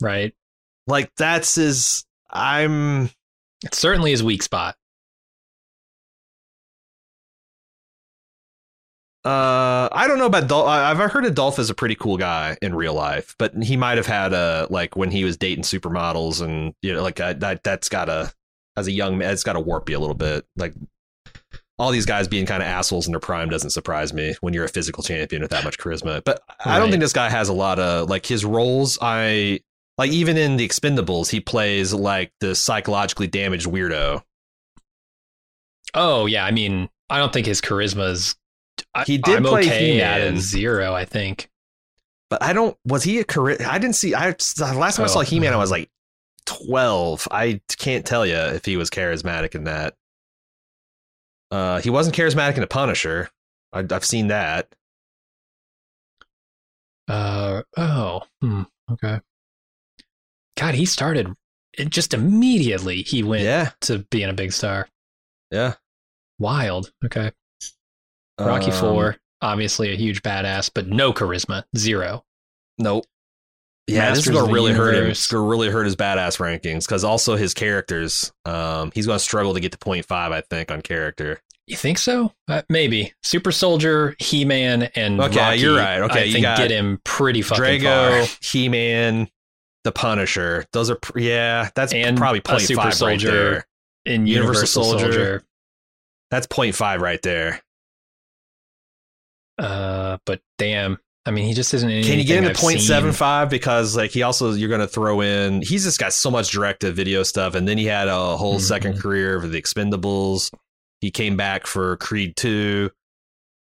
Speaker 2: right?
Speaker 1: Like that's his. I'm.
Speaker 2: It's certainly his weak spot.
Speaker 1: Uh, I don't know about Dolph. I- I've heard Adolf is a pretty cool guy in real life, but he might have had a like when he was dating supermodels, and you know, like I, that. That's gotta as a young man, it's gotta warp you a little bit. Like all these guys being kind of assholes in their prime doesn't surprise me when you're a physical champion with that much charisma. But I don't
Speaker 2: Right.
Speaker 1: think this guy has a lot of like his roles. I like even in the Expendables, he plays like the psychologically damaged weirdo.
Speaker 2: Oh yeah, I mean, I don't think his charisma is. I,
Speaker 1: He did
Speaker 2: I'm
Speaker 1: play
Speaker 2: okay at
Speaker 1: He-Man.
Speaker 2: a zero. I think.
Speaker 1: but I don't. Was he a career? I didn't see. I the last time I
Speaker 2: Oh.
Speaker 1: saw He Man, I was like twelve. I can't tell you if he was charismatic in that. Uh, he wasn't charismatic in the Punisher. I, I've seen that.
Speaker 2: Uh oh. Hmm, okay. God, he started it just immediately. He went
Speaker 1: Yeah,
Speaker 2: to being a big star.
Speaker 1: yeah.
Speaker 2: Wild. Okay. Rocky
Speaker 1: Um,
Speaker 2: Four, obviously a huge badass, but no charisma, zero.
Speaker 1: Nope. Yeah, this
Speaker 2: Masters
Speaker 1: is
Speaker 2: of
Speaker 1: gonna
Speaker 2: the
Speaker 1: really hurt him.
Speaker 2: Universe.
Speaker 1: It's gonna really hurt his badass rankings because also his characters. Um, he's gonna struggle to get to 0.5, I think, on character.
Speaker 2: You think so? Uh, maybe Super Soldier, He Man, and
Speaker 1: Okay,
Speaker 2: Rocky,
Speaker 1: you're right. Okay,
Speaker 2: I
Speaker 1: you
Speaker 2: think
Speaker 1: got
Speaker 2: get him pretty fucking far.
Speaker 1: Drago, He Man, the Punisher. Those are pr- yeah. That's
Speaker 2: And
Speaker 1: probably
Speaker 2: a
Speaker 1: 0.5
Speaker 2: Super
Speaker 1: right
Speaker 2: Soldier.
Speaker 1: there.
Speaker 2: In
Speaker 1: Universal
Speaker 2: Universal,
Speaker 1: Soldier.
Speaker 2: Soldier,
Speaker 1: That's 0.5 right there.
Speaker 2: Uh, but damn, I mean, he just isn't. in
Speaker 1: Can you get
Speaker 2: anything
Speaker 1: into
Speaker 2: I've seen.
Speaker 1: 0.75 because like he also you're going to throw in he's just got so much direct to video stuff and then he had a whole
Speaker 2: Mhm.
Speaker 1: second career for the Expendables. He came back for Creed 2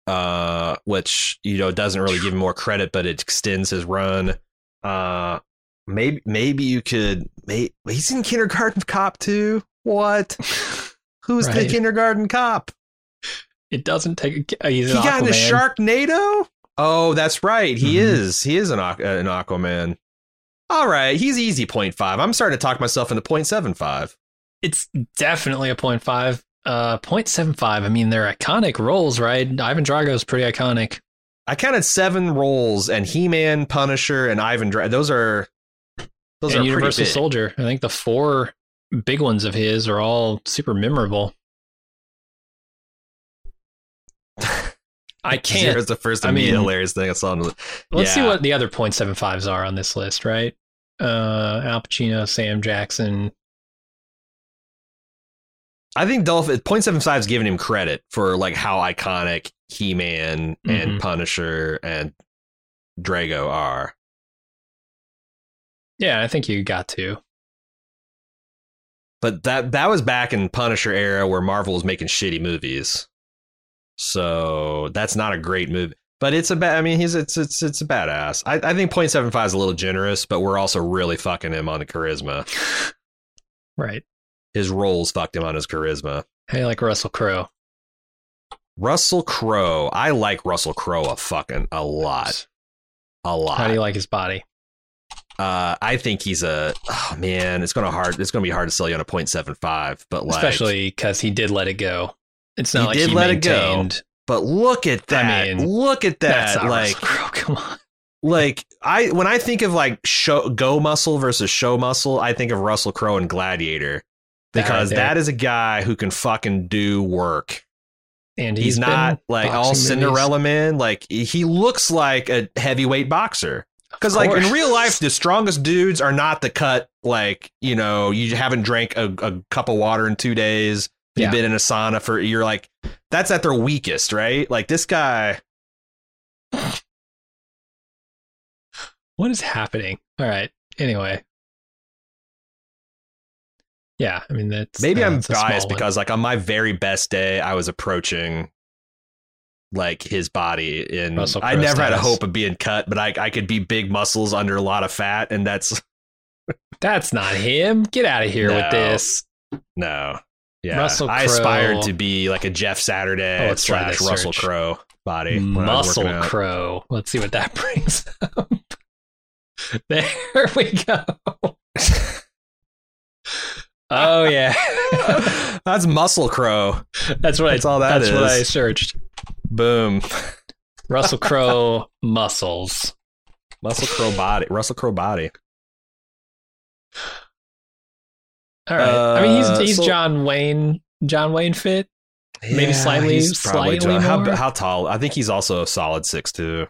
Speaker 1: uh which you know doesn't really give him more credit but it extends his run. Uh maybe maybe you could may, he's in Kindergarten Cop 2. What? Who's the
Speaker 2: Right.
Speaker 1: Kindergarten Cop?
Speaker 2: It doesn't take. A, uh, he's
Speaker 1: he
Speaker 2: an
Speaker 1: got into
Speaker 2: Aquaman.
Speaker 1: Sharknado. Oh, that's right. He
Speaker 2: Mhm.
Speaker 1: is. He is an Aqu- uh, an Aquaman. All right, he's easy 0.5. I'm starting to talk myself into 0.75.
Speaker 2: It's definitely a 0.5. Uh, 0.75. I mean, they're iconic roles, right? Ivan Drago's pretty iconic.
Speaker 1: I counted seven roles, and He-Man, Punisher, and Ivan. Dra- those are those
Speaker 2: and
Speaker 1: are
Speaker 2: Universal
Speaker 1: pretty big.
Speaker 2: Soldier. I think the four big ones of his are all super memorable. I
Speaker 1: Zero
Speaker 2: can't.
Speaker 1: is the first
Speaker 2: I
Speaker 1: immediate
Speaker 2: mean-
Speaker 1: hilarious thing I saw. On the,
Speaker 2: Let's see
Speaker 1: Yeah.
Speaker 2: what the other 0.75s are on this list, right? Uh, Al Pacino, Sam Jackson.
Speaker 1: I think Dolph 0.75 is giving him credit for like how iconic He-Man and
Speaker 2: Mhm.
Speaker 1: Punisher and Drago are.
Speaker 2: Yeah, I think you got to.
Speaker 1: but that that was back in Punisher era where Marvel was making shitty movies. So that's not a great movie, but it's a bad. I mean, he's it's it's it's a badass. I, I think 0.75 is a little generous, but we're also really fucking him on the charisma.
Speaker 2: Right.
Speaker 1: His roles fucked him on his charisma.
Speaker 2: Hey, like Russell Crowe.
Speaker 1: Russell Crowe, I like Russell Crowe a fucking a lot, a lot.
Speaker 2: How do you like his body?
Speaker 1: uh, I think he's a oh man. It's gonna hard. It's gonna be hard to sell you on a 0.75, but like
Speaker 2: Especially because he did let it go. It's not
Speaker 1: He
Speaker 2: like
Speaker 1: did
Speaker 2: he
Speaker 1: let it go.
Speaker 2: maintained.
Speaker 1: But look at that.
Speaker 2: mean,
Speaker 1: look at
Speaker 2: That's
Speaker 1: that.
Speaker 2: not
Speaker 1: like.
Speaker 2: Russell Crowe. Come on.
Speaker 1: like I when I think of like show go muscle versus show muscle, I think of Russell Crowe and Gladiator
Speaker 2: That right
Speaker 1: because
Speaker 2: there.
Speaker 1: that is a guy who can fucking do work.
Speaker 2: And
Speaker 1: He's,
Speaker 2: been
Speaker 1: not like all
Speaker 2: boxing movies.
Speaker 1: Cinderella man. Like he looks like a heavyweight boxer. Because like in
Speaker 2: course.
Speaker 1: real life, the strongest dudes are not the cut. Like you know, you haven't drank a, a cup of water in two days. You've
Speaker 2: Yeah.
Speaker 1: been in a sauna for. You're like that's at their weakest, right? Like this guy.
Speaker 2: What is happening? All right. Anyway. Yeah, I mean that's
Speaker 1: Maybe
Speaker 2: uh,
Speaker 1: I'm
Speaker 2: that's a small
Speaker 1: biased
Speaker 2: one.
Speaker 1: because, like, on my very best day, I was approaching like his body, and
Speaker 2: Russell
Speaker 1: I
Speaker 2: Crowe
Speaker 1: never had a
Speaker 2: status.
Speaker 1: hope of being cut, but I I could be big muscles under a lot of fat, and that's
Speaker 2: that's not him. Get out of here
Speaker 1: No.
Speaker 2: with this.
Speaker 1: no, yeah.
Speaker 2: Russell
Speaker 1: I
Speaker 2: Crowe-
Speaker 1: aspired to be like a Jeff Saturday
Speaker 2: Oh, let's try
Speaker 1: slash
Speaker 2: this
Speaker 1: Russell
Speaker 2: search.
Speaker 1: Crowe body. when I was working
Speaker 2: Muscle
Speaker 1: out.
Speaker 2: Crow. Let's see what that brings up. There we go. Oh yeah,
Speaker 1: That's Muscle Crow.
Speaker 2: that's what
Speaker 1: That's
Speaker 2: I.
Speaker 1: all that
Speaker 2: that's what
Speaker 1: is.
Speaker 2: I searched.
Speaker 1: Boom.
Speaker 2: Russell Crowe muscles.
Speaker 1: Muscle Crow body. Russell Crow body.
Speaker 2: All right. I mean, he's
Speaker 1: Uh,
Speaker 2: he's
Speaker 1: so-
Speaker 2: John Wayne. John Wayne fit. Maybe
Speaker 1: Yeah,
Speaker 2: slightly-
Speaker 1: he's probably
Speaker 2: slightly
Speaker 1: dr-
Speaker 2: more?
Speaker 1: How, how tall? I think he's also a solid six two.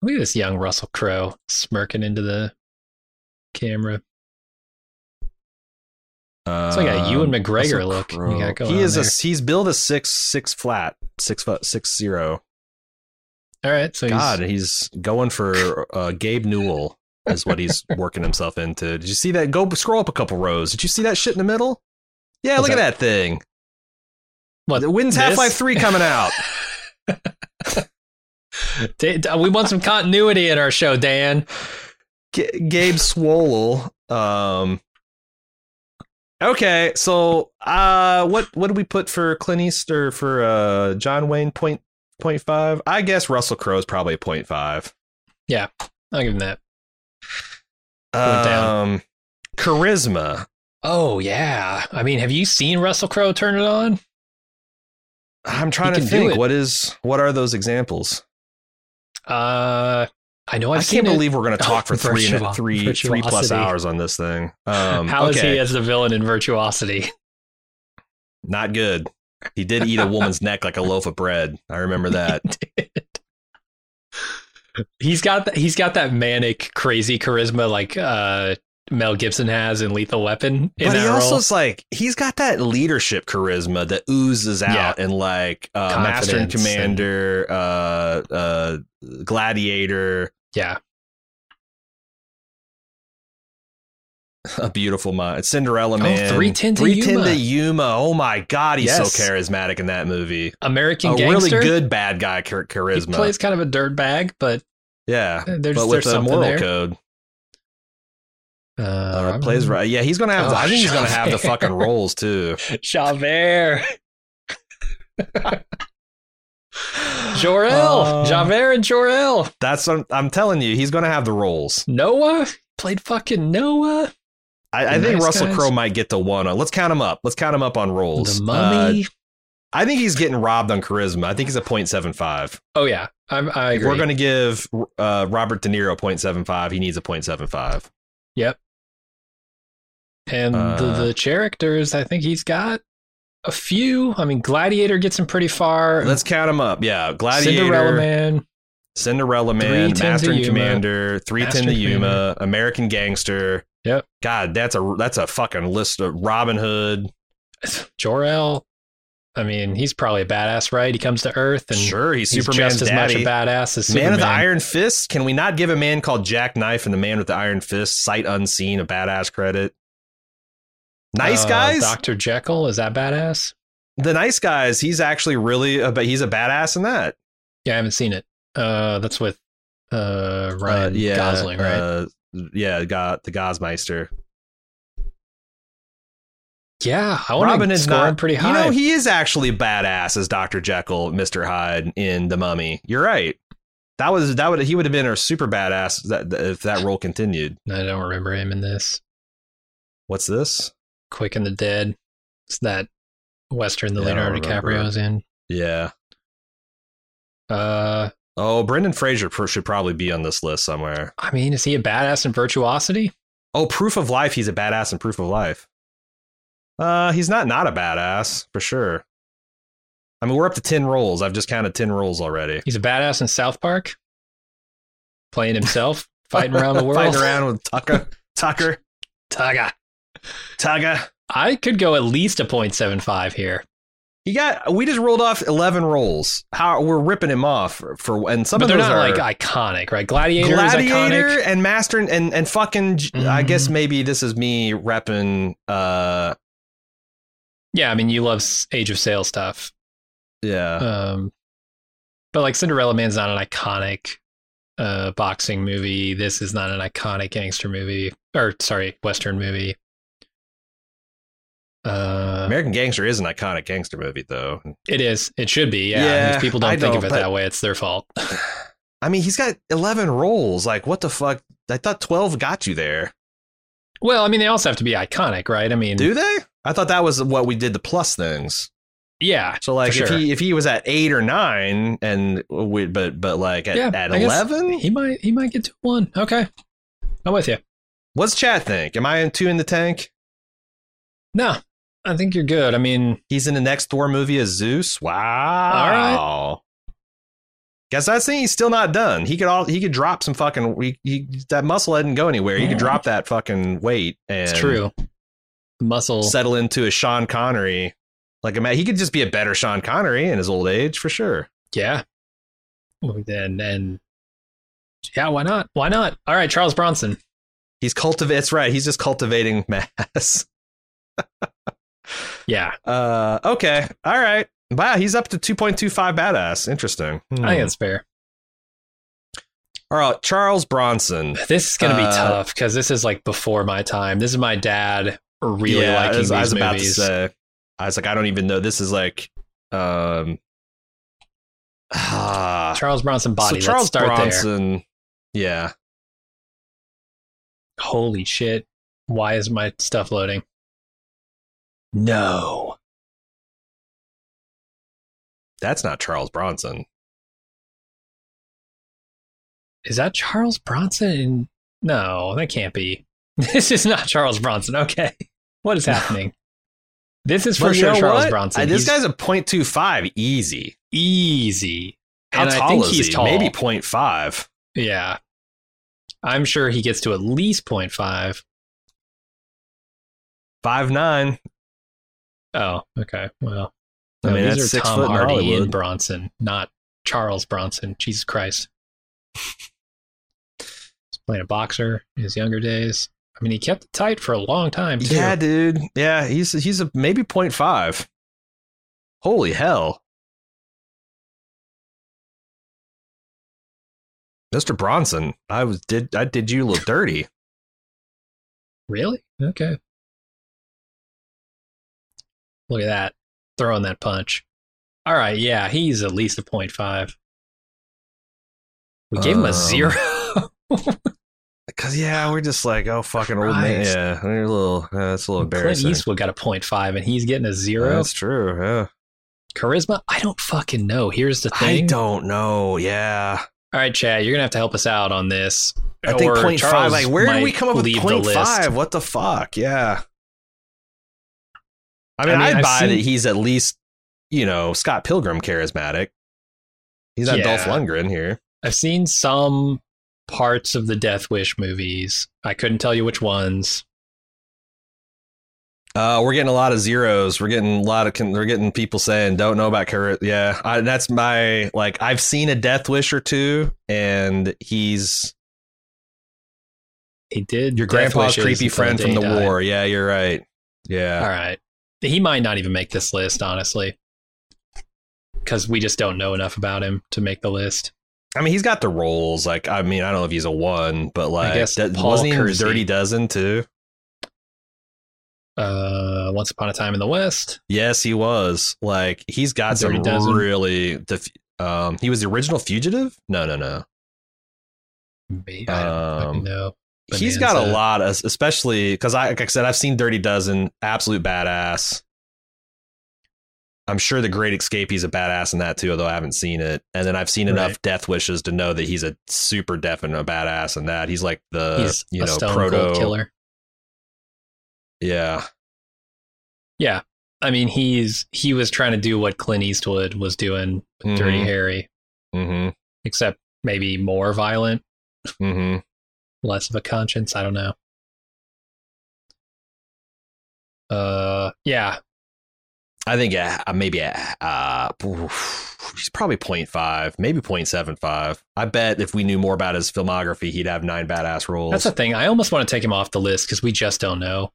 Speaker 2: Look at this young Russell Crowe smirking into the camera. It's like a Ewan
Speaker 1: Um,
Speaker 2: McGregor look you got going
Speaker 1: he
Speaker 2: on
Speaker 1: is
Speaker 2: there.
Speaker 1: a he's built a six six flat six foot six zero.
Speaker 2: All right, so
Speaker 1: God,
Speaker 2: he's
Speaker 1: he's going for uh, Gabe Newell is what he's working himself into. Did you see that? Go scroll up a couple rows. Did you see that shit in the middle? Yeah,
Speaker 2: What's
Speaker 1: look at that thing.
Speaker 2: what
Speaker 1: The When's
Speaker 2: this?
Speaker 1: Half Life Three coming out?
Speaker 2: Da- da- uh, We want some continuity in our show, Dan.
Speaker 1: G- Gabe Swole. Um. Okay, so uh, what what do we put for Clint East or for uh John Wayne point point five? I guess Russell Crowe is probably a point five.
Speaker 2: I'll give him that. Went down.
Speaker 1: Um, charisma.
Speaker 2: Oh yeah. I mean, have you seen Russell Crowe turn it on?
Speaker 1: I'm trying to
Speaker 2: can do
Speaker 1: think.
Speaker 2: it.
Speaker 1: What is what are those examples?
Speaker 2: Uh, I know I've
Speaker 1: I
Speaker 2: seen
Speaker 1: can't
Speaker 2: it.
Speaker 1: believe we're going to talk for three, and
Speaker 2: Virtuo-
Speaker 1: three, three plus
Speaker 2: virtuosity.
Speaker 1: hours on this thing. Um,
Speaker 2: How is
Speaker 1: okay.
Speaker 2: he as the villain in Virtuosity?
Speaker 1: Not good. He did eat a woman's neck like a loaf of bread. I remember that.
Speaker 2: he's got th- he's got that manic, crazy charisma like uh, Mel Gibson has in Lethal Weapon. In
Speaker 1: but
Speaker 2: that
Speaker 1: he
Speaker 2: role.
Speaker 1: also is like he's got that leadership charisma that oozes out in like uh, Master and
Speaker 2: Confidence and-
Speaker 1: Commander, uh, uh, Gladiator,
Speaker 2: yeah,
Speaker 1: A Beautiful Mind, Cinderella
Speaker 2: Oh,
Speaker 1: Man,
Speaker 2: Three Ten to
Speaker 1: 310
Speaker 2: Yuma.
Speaker 1: to Yuma. Oh my god, he's
Speaker 2: Yes.
Speaker 1: so charismatic in that movie.
Speaker 2: American
Speaker 1: a
Speaker 2: Gangster.
Speaker 1: really good bad guy char-
Speaker 2: He
Speaker 1: charisma.
Speaker 2: plays kind of a dirtbag, but
Speaker 1: yeah,
Speaker 2: there's
Speaker 1: but
Speaker 2: there's
Speaker 1: with a
Speaker 2: something
Speaker 1: moral
Speaker 2: there.
Speaker 1: code.
Speaker 2: Uh,
Speaker 1: Uh,
Speaker 2: I'm-
Speaker 1: plays right. Yeah, he's gonna have.
Speaker 2: Oh,
Speaker 1: the, I think he's gonna have the
Speaker 2: Javert.
Speaker 1: fucking roles too.
Speaker 2: Javert. Jorel,
Speaker 1: Uh,
Speaker 2: Javert and Jorel.
Speaker 1: That's what I'm, I'm telling you. He's gonna have the roles.
Speaker 2: Noah played fucking Noah.
Speaker 1: I, I
Speaker 2: The
Speaker 1: think
Speaker 2: nice
Speaker 1: Russell
Speaker 2: guys.
Speaker 1: Crowe might get to one. on- Let's count him up. Let's count him up on roles.
Speaker 2: The
Speaker 1: Uh,
Speaker 2: mummy.
Speaker 1: I think he's getting robbed on charisma. I think he's a 0.75.
Speaker 2: oh yeah, I'm, I
Speaker 1: If
Speaker 2: agree.
Speaker 1: We're gonna give uh, Robert De Niro a 0.75. He needs a 0.75.
Speaker 2: and the,
Speaker 1: uh,
Speaker 2: the characters, I think he's got a few. I mean, Gladiator gets him pretty far.
Speaker 1: Let's count him up. Yeah, Gladiator,
Speaker 2: Cinderella Man.
Speaker 1: Cinderella Man,
Speaker 2: 310 to
Speaker 1: Master and
Speaker 2: Yuma.
Speaker 1: Commander, Three Ten
Speaker 2: Master
Speaker 1: to
Speaker 2: and
Speaker 1: Yuma,
Speaker 2: Commander.
Speaker 1: American Gangster.
Speaker 2: Yep.
Speaker 1: God, that's a that's a fucking list of Robin Hood.
Speaker 2: Jor-El. I mean, he's probably a badass, right? He comes to Earth and
Speaker 1: sure, he's,
Speaker 2: he's
Speaker 1: Superman's
Speaker 2: just as
Speaker 1: daddy.
Speaker 2: much a badass as
Speaker 1: Man
Speaker 2: Superman.
Speaker 1: of the Iron Fist. Can we not give a man called Jack Knife and the Man with the Iron Fist sight unseen a badass credit? Nice
Speaker 2: Uh,
Speaker 1: guys.
Speaker 2: Dr. Jekyll, is that badass?
Speaker 1: the nice guys. He's actually really, a, but he's a badass in that.
Speaker 2: Yeah, I haven't seen it. Uh, that's with uh,
Speaker 1: Uh,
Speaker 2: Ryan
Speaker 1: yeah,
Speaker 2: Gosling, right?
Speaker 1: Uh, yeah, got the Gosmeister.
Speaker 2: yeah, I want
Speaker 1: Robin
Speaker 2: to
Speaker 1: is
Speaker 2: score
Speaker 1: not
Speaker 2: him pretty high.
Speaker 1: You know, he is actually badass as Doctor Jekyll, Mister Hyde in The Mummy. You're right. That was that would he would have been a super badass that, if that role continued.
Speaker 2: I don't remember him in this.
Speaker 1: What's this?
Speaker 2: Quick and the Dead. It's that Western that
Speaker 1: Yeah, I don't
Speaker 2: Leonardo DiCaprio
Speaker 1: remember.
Speaker 2: is in.
Speaker 1: Yeah.
Speaker 2: Uh,
Speaker 1: Oh, Brendan Fraser pr- should probably be on this list somewhere.
Speaker 2: I mean, is he a badass in virtuosity?
Speaker 1: Oh, Proof of Life. He's a badass in Proof of Life. Uh, he's not not a badass for sure. I mean, we're up to ten rolls. I've just counted ten rolls already.
Speaker 2: He's a badass in South Park, playing himself, fighting around the world.
Speaker 1: Fighting around with Tucker, Tucker,
Speaker 2: Taga.
Speaker 1: Tugga.
Speaker 2: I could go at least a 0.75 here.
Speaker 1: He got. We just rolled off eleven rolls. How we're ripping him off for, for and some
Speaker 2: but
Speaker 1: of
Speaker 2: they're
Speaker 1: those
Speaker 2: not
Speaker 1: are
Speaker 2: like iconic, right? Gladiator, is
Speaker 1: Gladiator
Speaker 2: iconic.
Speaker 1: and Master and and, and fucking. j I I
Speaker 2: Mhm.
Speaker 1: guess maybe this is me repping. Uh,
Speaker 2: Yeah, I mean, you love s- Age of Sail stuff.
Speaker 1: yeah.
Speaker 2: Um, but like Cinderella Man's not an iconic uh, boxing movie. This is not an iconic gangster movie, or sorry, Western movie. Uh,
Speaker 1: American Gangster is an iconic gangster movie, though.
Speaker 2: it is. It should be. Yeah.
Speaker 1: Yeah,
Speaker 2: if people don't
Speaker 1: I
Speaker 2: think of
Speaker 1: don't,
Speaker 2: it
Speaker 1: but-
Speaker 2: that way, it's their fault.
Speaker 1: I mean, he's got 11 rolls. Like, what the fuck? I thought 12 got you there.
Speaker 2: Well, I mean, they also have to be iconic, right? I mean,
Speaker 1: Do they? I thought that was what we did the plus things.
Speaker 2: yeah.
Speaker 1: So like
Speaker 2: For
Speaker 1: if
Speaker 2: sure.
Speaker 1: he if he was at eight or nine and we but but like at,
Speaker 2: yeah,
Speaker 1: at
Speaker 2: I guess
Speaker 1: eleven,
Speaker 2: He might he might get to one. Okay. I'm with you.
Speaker 1: what's Chad think? Am I in two in the tank?
Speaker 2: No. I think you're good. I mean,
Speaker 1: He's in the next Thor movie as Zeus. Wow. All right. Guess that thing he's still not done. He could all he could drop some fucking he, he, that muscle didn't go anywhere. He could drop that fucking weight and
Speaker 2: it's true. Muscle.
Speaker 1: settle into a Sean Connery. Like ima- he could just be a better Sean Connery in his old age for sure.
Speaker 2: Yeah. Well, Then and yeah, why not? Why not? All right, Charles Bronson.
Speaker 1: He's cultivating. That's right. He's just cultivating mass.
Speaker 2: Yeah,
Speaker 1: Uh, okay. All right. Wow. He's up to 2.25 badass. Interesting. Hmm.
Speaker 2: I think it's fair.
Speaker 1: All right. Charles Bronson.
Speaker 2: This is gonna be
Speaker 1: Uh,
Speaker 2: tough because this is like before my time. This is my dad really
Speaker 1: Yeah,
Speaker 2: liking
Speaker 1: I was,
Speaker 2: these
Speaker 1: I was about to
Speaker 2: movies.
Speaker 1: say. I was like, I don't even know. This is like, um, ah,
Speaker 2: Charles Bronson body.
Speaker 1: So Charles
Speaker 2: Let's start there.
Speaker 1: Bronson. Yeah.
Speaker 2: Holy shit! Why is my stuff loading? No.
Speaker 1: That's not Charles Bronson.
Speaker 2: Is that Charles Bronson? In- no, that can't be. This is not Charles Bronson. Okay, what is happening? This is for
Speaker 1: But you
Speaker 2: sure
Speaker 1: know
Speaker 2: Charles
Speaker 1: what?
Speaker 2: Bronson.
Speaker 1: Uh, This
Speaker 2: He's-
Speaker 1: guy's a 0.25 easy.
Speaker 2: easy.
Speaker 1: How
Speaker 2: and
Speaker 1: tall
Speaker 2: I think
Speaker 1: is
Speaker 2: he's
Speaker 1: he?
Speaker 2: tall.
Speaker 1: Maybe 0.5.
Speaker 2: Yeah. I'm sure he gets to at least 0.5.
Speaker 1: 5'9.
Speaker 2: Oh, okay. Well,
Speaker 1: I
Speaker 2: no,
Speaker 1: mean,
Speaker 2: these
Speaker 1: that's
Speaker 2: are
Speaker 1: six
Speaker 2: Tom
Speaker 1: foot in
Speaker 2: Hardy
Speaker 1: Hollywood.
Speaker 2: and Bronson, not Charles Bronson. Jesus Christ. he's playing a boxer in his younger days. I mean, he kept it tight for a long time, too.
Speaker 1: Yeah, dude. Yeah, he's he's a maybe 0.5. Holy hell. Mr. Bronson, I was did I did you a little dirty.
Speaker 2: Really? Okay. Look at that. Throwing that punch. All right, yeah, he's at least a point five. We gave him
Speaker 1: Um,
Speaker 2: a zero.
Speaker 1: Cause yeah, we're just like, oh fucking old man.
Speaker 2: Christ.
Speaker 1: Yeah, we're a little uh, that's a little
Speaker 2: Clint
Speaker 1: embarrassing.
Speaker 2: Eastwood got a point five and he's getting a zero.
Speaker 1: that's true. Yeah.
Speaker 2: Charisma? I don't fucking know. Here's the
Speaker 1: I
Speaker 2: thing.
Speaker 1: don't know. Yeah.
Speaker 2: All right, Chad, you're gonna have to help us out on this.
Speaker 1: I think
Speaker 2: Or
Speaker 1: 0.5.
Speaker 2: Charles
Speaker 1: Like, where did
Speaker 2: might
Speaker 1: we come up with
Speaker 2: leave the list.
Speaker 1: 0.5? What the fuck? Yeah. I mean,
Speaker 2: I mean,
Speaker 1: I would
Speaker 2: I've
Speaker 1: buy
Speaker 2: seen-
Speaker 1: that he's at least, you know, Scott Pilgrim charismatic. He's not Dolph
Speaker 2: Yeah.
Speaker 1: Lundgren here.
Speaker 2: I've seen some parts of the Death Wish movies. I couldn't tell you which ones.
Speaker 1: Uh, we're getting a lot of zeros. We're getting a lot of. Con- we're getting people saying don't know about charisma. Yeah, I, that's my like. I've seen a Death Wish or two, and he's
Speaker 2: He did
Speaker 1: your
Speaker 2: Death
Speaker 1: grandpa's
Speaker 2: Wishes
Speaker 1: creepy
Speaker 2: until
Speaker 1: friend
Speaker 2: day
Speaker 1: from the
Speaker 2: he died.
Speaker 1: war. Yeah, you're right. Yeah.
Speaker 2: All right. He might not even make this list, honestly, because we just don't know enough about him to make the list.
Speaker 1: I mean, he's got the roles. Like, I mean, I don't know if he's a one, but like,
Speaker 2: guess
Speaker 1: that-
Speaker 2: Paul
Speaker 1: wasn't he in
Speaker 2: Kersey.
Speaker 1: Dirty Dozen too?
Speaker 2: Uh, Once Upon a Time in the West.
Speaker 1: Yes, he was. Like, he's got
Speaker 2: Dirty
Speaker 1: some
Speaker 2: Dozen.
Speaker 1: really. Def- um, he was the original fugitive. No, no, no.
Speaker 2: Maybe. I don't
Speaker 1: Um,
Speaker 2: fucking know.
Speaker 1: He's got a
Speaker 2: Bonanza.
Speaker 1: lot, of, especially because I, like I said, I've seen Dirty Dozen, absolute badass. I'm sure the Great Escape, he's a badass in that too, although I haven't seen it. And then I've seen enough
Speaker 2: Right.
Speaker 1: Death Wishes to know that he's a super definite badass in that. He's like the
Speaker 2: He's
Speaker 1: you
Speaker 2: a
Speaker 1: know
Speaker 2: stone
Speaker 1: proto
Speaker 2: cold killer.
Speaker 1: Yeah,
Speaker 2: Yeah. I mean, he's he was trying to do what Clint Eastwood was doing with Dirty
Speaker 1: Mhm.
Speaker 2: Harry,
Speaker 1: Mm-hmm.
Speaker 2: except maybe more violent,
Speaker 1: Mm-hmm.
Speaker 2: less of a conscience. I don't know. Uh, yeah,
Speaker 1: I think uh, maybe uh, uh, oof, he's probably 0.5, maybe 0.75. I bet if we knew more about his filmography, he'd have nine badass roles.
Speaker 2: That's the thing. I almost want to take him off the list because we just don't know.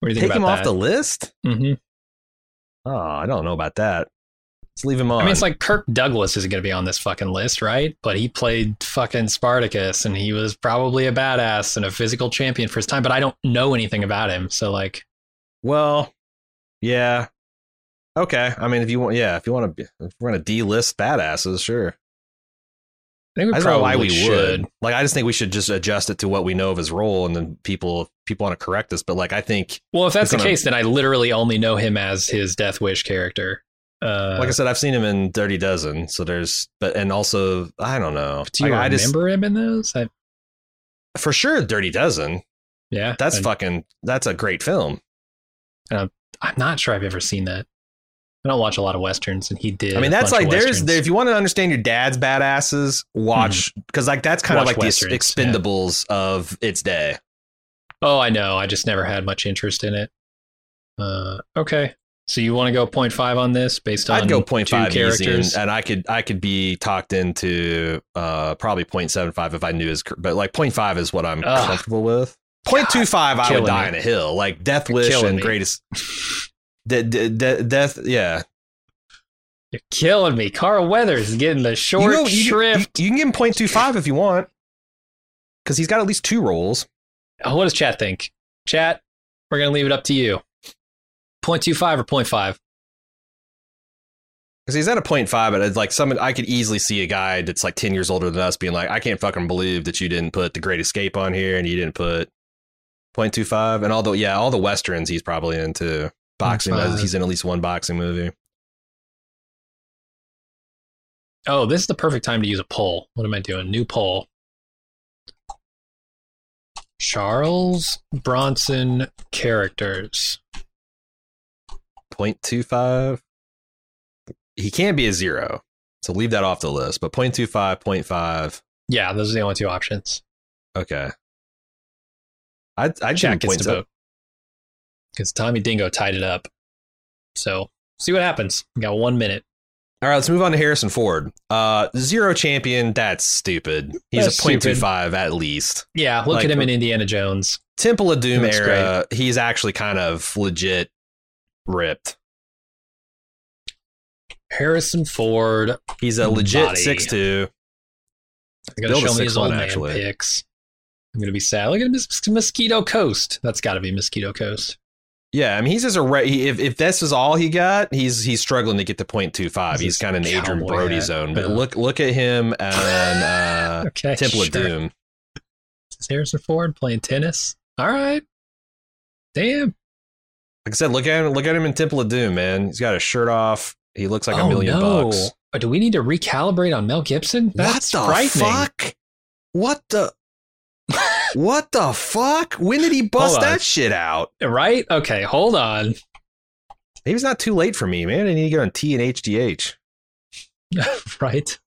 Speaker 2: What do you think
Speaker 1: Take him
Speaker 2: about
Speaker 1: off the list?
Speaker 2: that? hmm
Speaker 1: Oh, I don't know about that. Let's leave him on.
Speaker 2: I mean, it's like Kirk Douglas isn't going to be on this fucking list, right? But he played fucking Spartacus, and he was probably a badass and a physical champion for his time. But I don't know anything about him, so like,
Speaker 1: well, yeah. Okay. I mean, if you want, yeah, if you want to, if we're going to delist badasses, sure.
Speaker 2: I think
Speaker 1: I
Speaker 2: we
Speaker 1: don't know
Speaker 2: probably
Speaker 1: why we
Speaker 2: should.
Speaker 1: would. Like, I just think we should just adjust it to what we know of his role, and then people if people want to correct us. But like, I think,
Speaker 2: Well, if that's
Speaker 1: It's
Speaker 2: the
Speaker 1: gonna-
Speaker 2: case, then I literally only know him as his Death Wish character. Uh,
Speaker 1: like I said, I've seen him in Dirty Dozen, so there's, but and also, I don't know.
Speaker 2: do you
Speaker 1: Like, I just
Speaker 2: remember him in those? I,
Speaker 1: for sure Dirty Dozen.
Speaker 2: yeah,
Speaker 1: That's
Speaker 2: I,
Speaker 1: fucking. That's a great film.
Speaker 2: I'm not sure I've ever seen that. I don't watch a lot of westerns, and he did.
Speaker 1: I mean,
Speaker 2: a
Speaker 1: that's
Speaker 2: bunch
Speaker 1: like
Speaker 2: of
Speaker 1: there's
Speaker 2: Westerns. Hmm.
Speaker 1: there, if you want to understand your dad's badasses, watch because like that's kind
Speaker 2: Watch
Speaker 1: of like
Speaker 2: Westerns,
Speaker 1: the
Speaker 2: yeah.
Speaker 1: ex- Expendables of its day.
Speaker 2: Oh, I know. I just never had much interest in it. Uh, okay. So you want to go 0.5 on this based on
Speaker 1: I'd go 0.5
Speaker 2: two
Speaker 1: easy, and-
Speaker 2: characters?
Speaker 1: and, I could I could be talked into uh, probably 0.75 if I knew his, cur- but like 0.5 is what I'm
Speaker 2: Ugh.
Speaker 1: comfortable with. 0.25 I
Speaker 2: killing
Speaker 1: would die
Speaker 2: me.
Speaker 1: in a hill, like Death Wish
Speaker 2: killing
Speaker 1: and
Speaker 2: me.
Speaker 1: Greatest de- de- de- Death. Yeah,
Speaker 2: You're killing me. Carl Weathers is getting the short
Speaker 1: you, know, you,
Speaker 2: shrift.
Speaker 1: You, you can give him 0.25 if you want, because he's got at least two roles.
Speaker 2: Oh, what does chat think? Chat, we're going to leave it up to you. 0.25 or 0.5?
Speaker 1: Because he's at a point five, but it's like some I could easily see a guy that's like ten years older than us being like, I can't fucking believe that you didn't put the Great Escape on here and you didn't put 0.25. And all the yeah, all the westerns he's probably into boxing.
Speaker 2: 0.5.
Speaker 1: He's in at least one boxing movie.
Speaker 2: Oh, this is the perfect time to use a poll. What am I doing? New poll. Charles Bronson characters.
Speaker 1: 0.25. He can be a zero, so leave that off the list. But 0.25, 0.5.
Speaker 2: Yeah, those are the only two options.
Speaker 1: Okay. I I
Speaker 2: Jack
Speaker 1: check
Speaker 2: gets to
Speaker 1: points up.
Speaker 2: vote because Tommy Dingo tied it up. So see what happens. We got one minute.
Speaker 1: All right, let's move on to Harrison Ford. Uh, zero champion. That's stupid. He's
Speaker 2: That's
Speaker 1: a point two
Speaker 2: stupid.
Speaker 1: five at least.
Speaker 2: Yeah, look
Speaker 1: Like-
Speaker 2: at him in Indiana Jones.
Speaker 1: Temple of Doom
Speaker 2: That's
Speaker 1: era. He's actually kind of legit ripped.
Speaker 2: Harrison Ford.
Speaker 1: He's a legit
Speaker 2: Body.
Speaker 1: six two.
Speaker 2: He's gonna
Speaker 1: Build a
Speaker 2: show me his
Speaker 1: 6'1"
Speaker 2: old man
Speaker 1: actually.
Speaker 2: pics. I'm gonna be sad. Look at Mos- Mosquito Coast. That's got to be Mosquito Coast.
Speaker 1: Yeah, I mean he's just a re- he, if if this is all he got, he's he's struggling to get to point two five.
Speaker 2: This
Speaker 1: He's
Speaker 2: is
Speaker 1: kind of an Adrian
Speaker 2: cowboy
Speaker 1: Brody
Speaker 2: hat.
Speaker 1: zone. But
Speaker 2: Yeah.
Speaker 1: look look at him and uh,
Speaker 2: Okay,
Speaker 1: Temple of
Speaker 2: sure.
Speaker 1: Doom.
Speaker 2: Is Harrison Ford playing tennis? All right. Damn.
Speaker 1: Like I said, look at him look at him in Temple of Doom, man. He's got his shirt off. He looks like a
Speaker 2: Oh,
Speaker 1: million
Speaker 2: no.
Speaker 1: bucks.
Speaker 2: Oh, do we need to recalibrate on Mel Gibson? That's frightening.
Speaker 1: fuck? What the What the fuck? When did he
Speaker 2: Hold
Speaker 1: bust
Speaker 2: on.
Speaker 1: that shit out?
Speaker 2: Right? Okay, hold on.
Speaker 1: Maybe it's not too late for me, man. I need to get on T and HDH.
Speaker 2: right.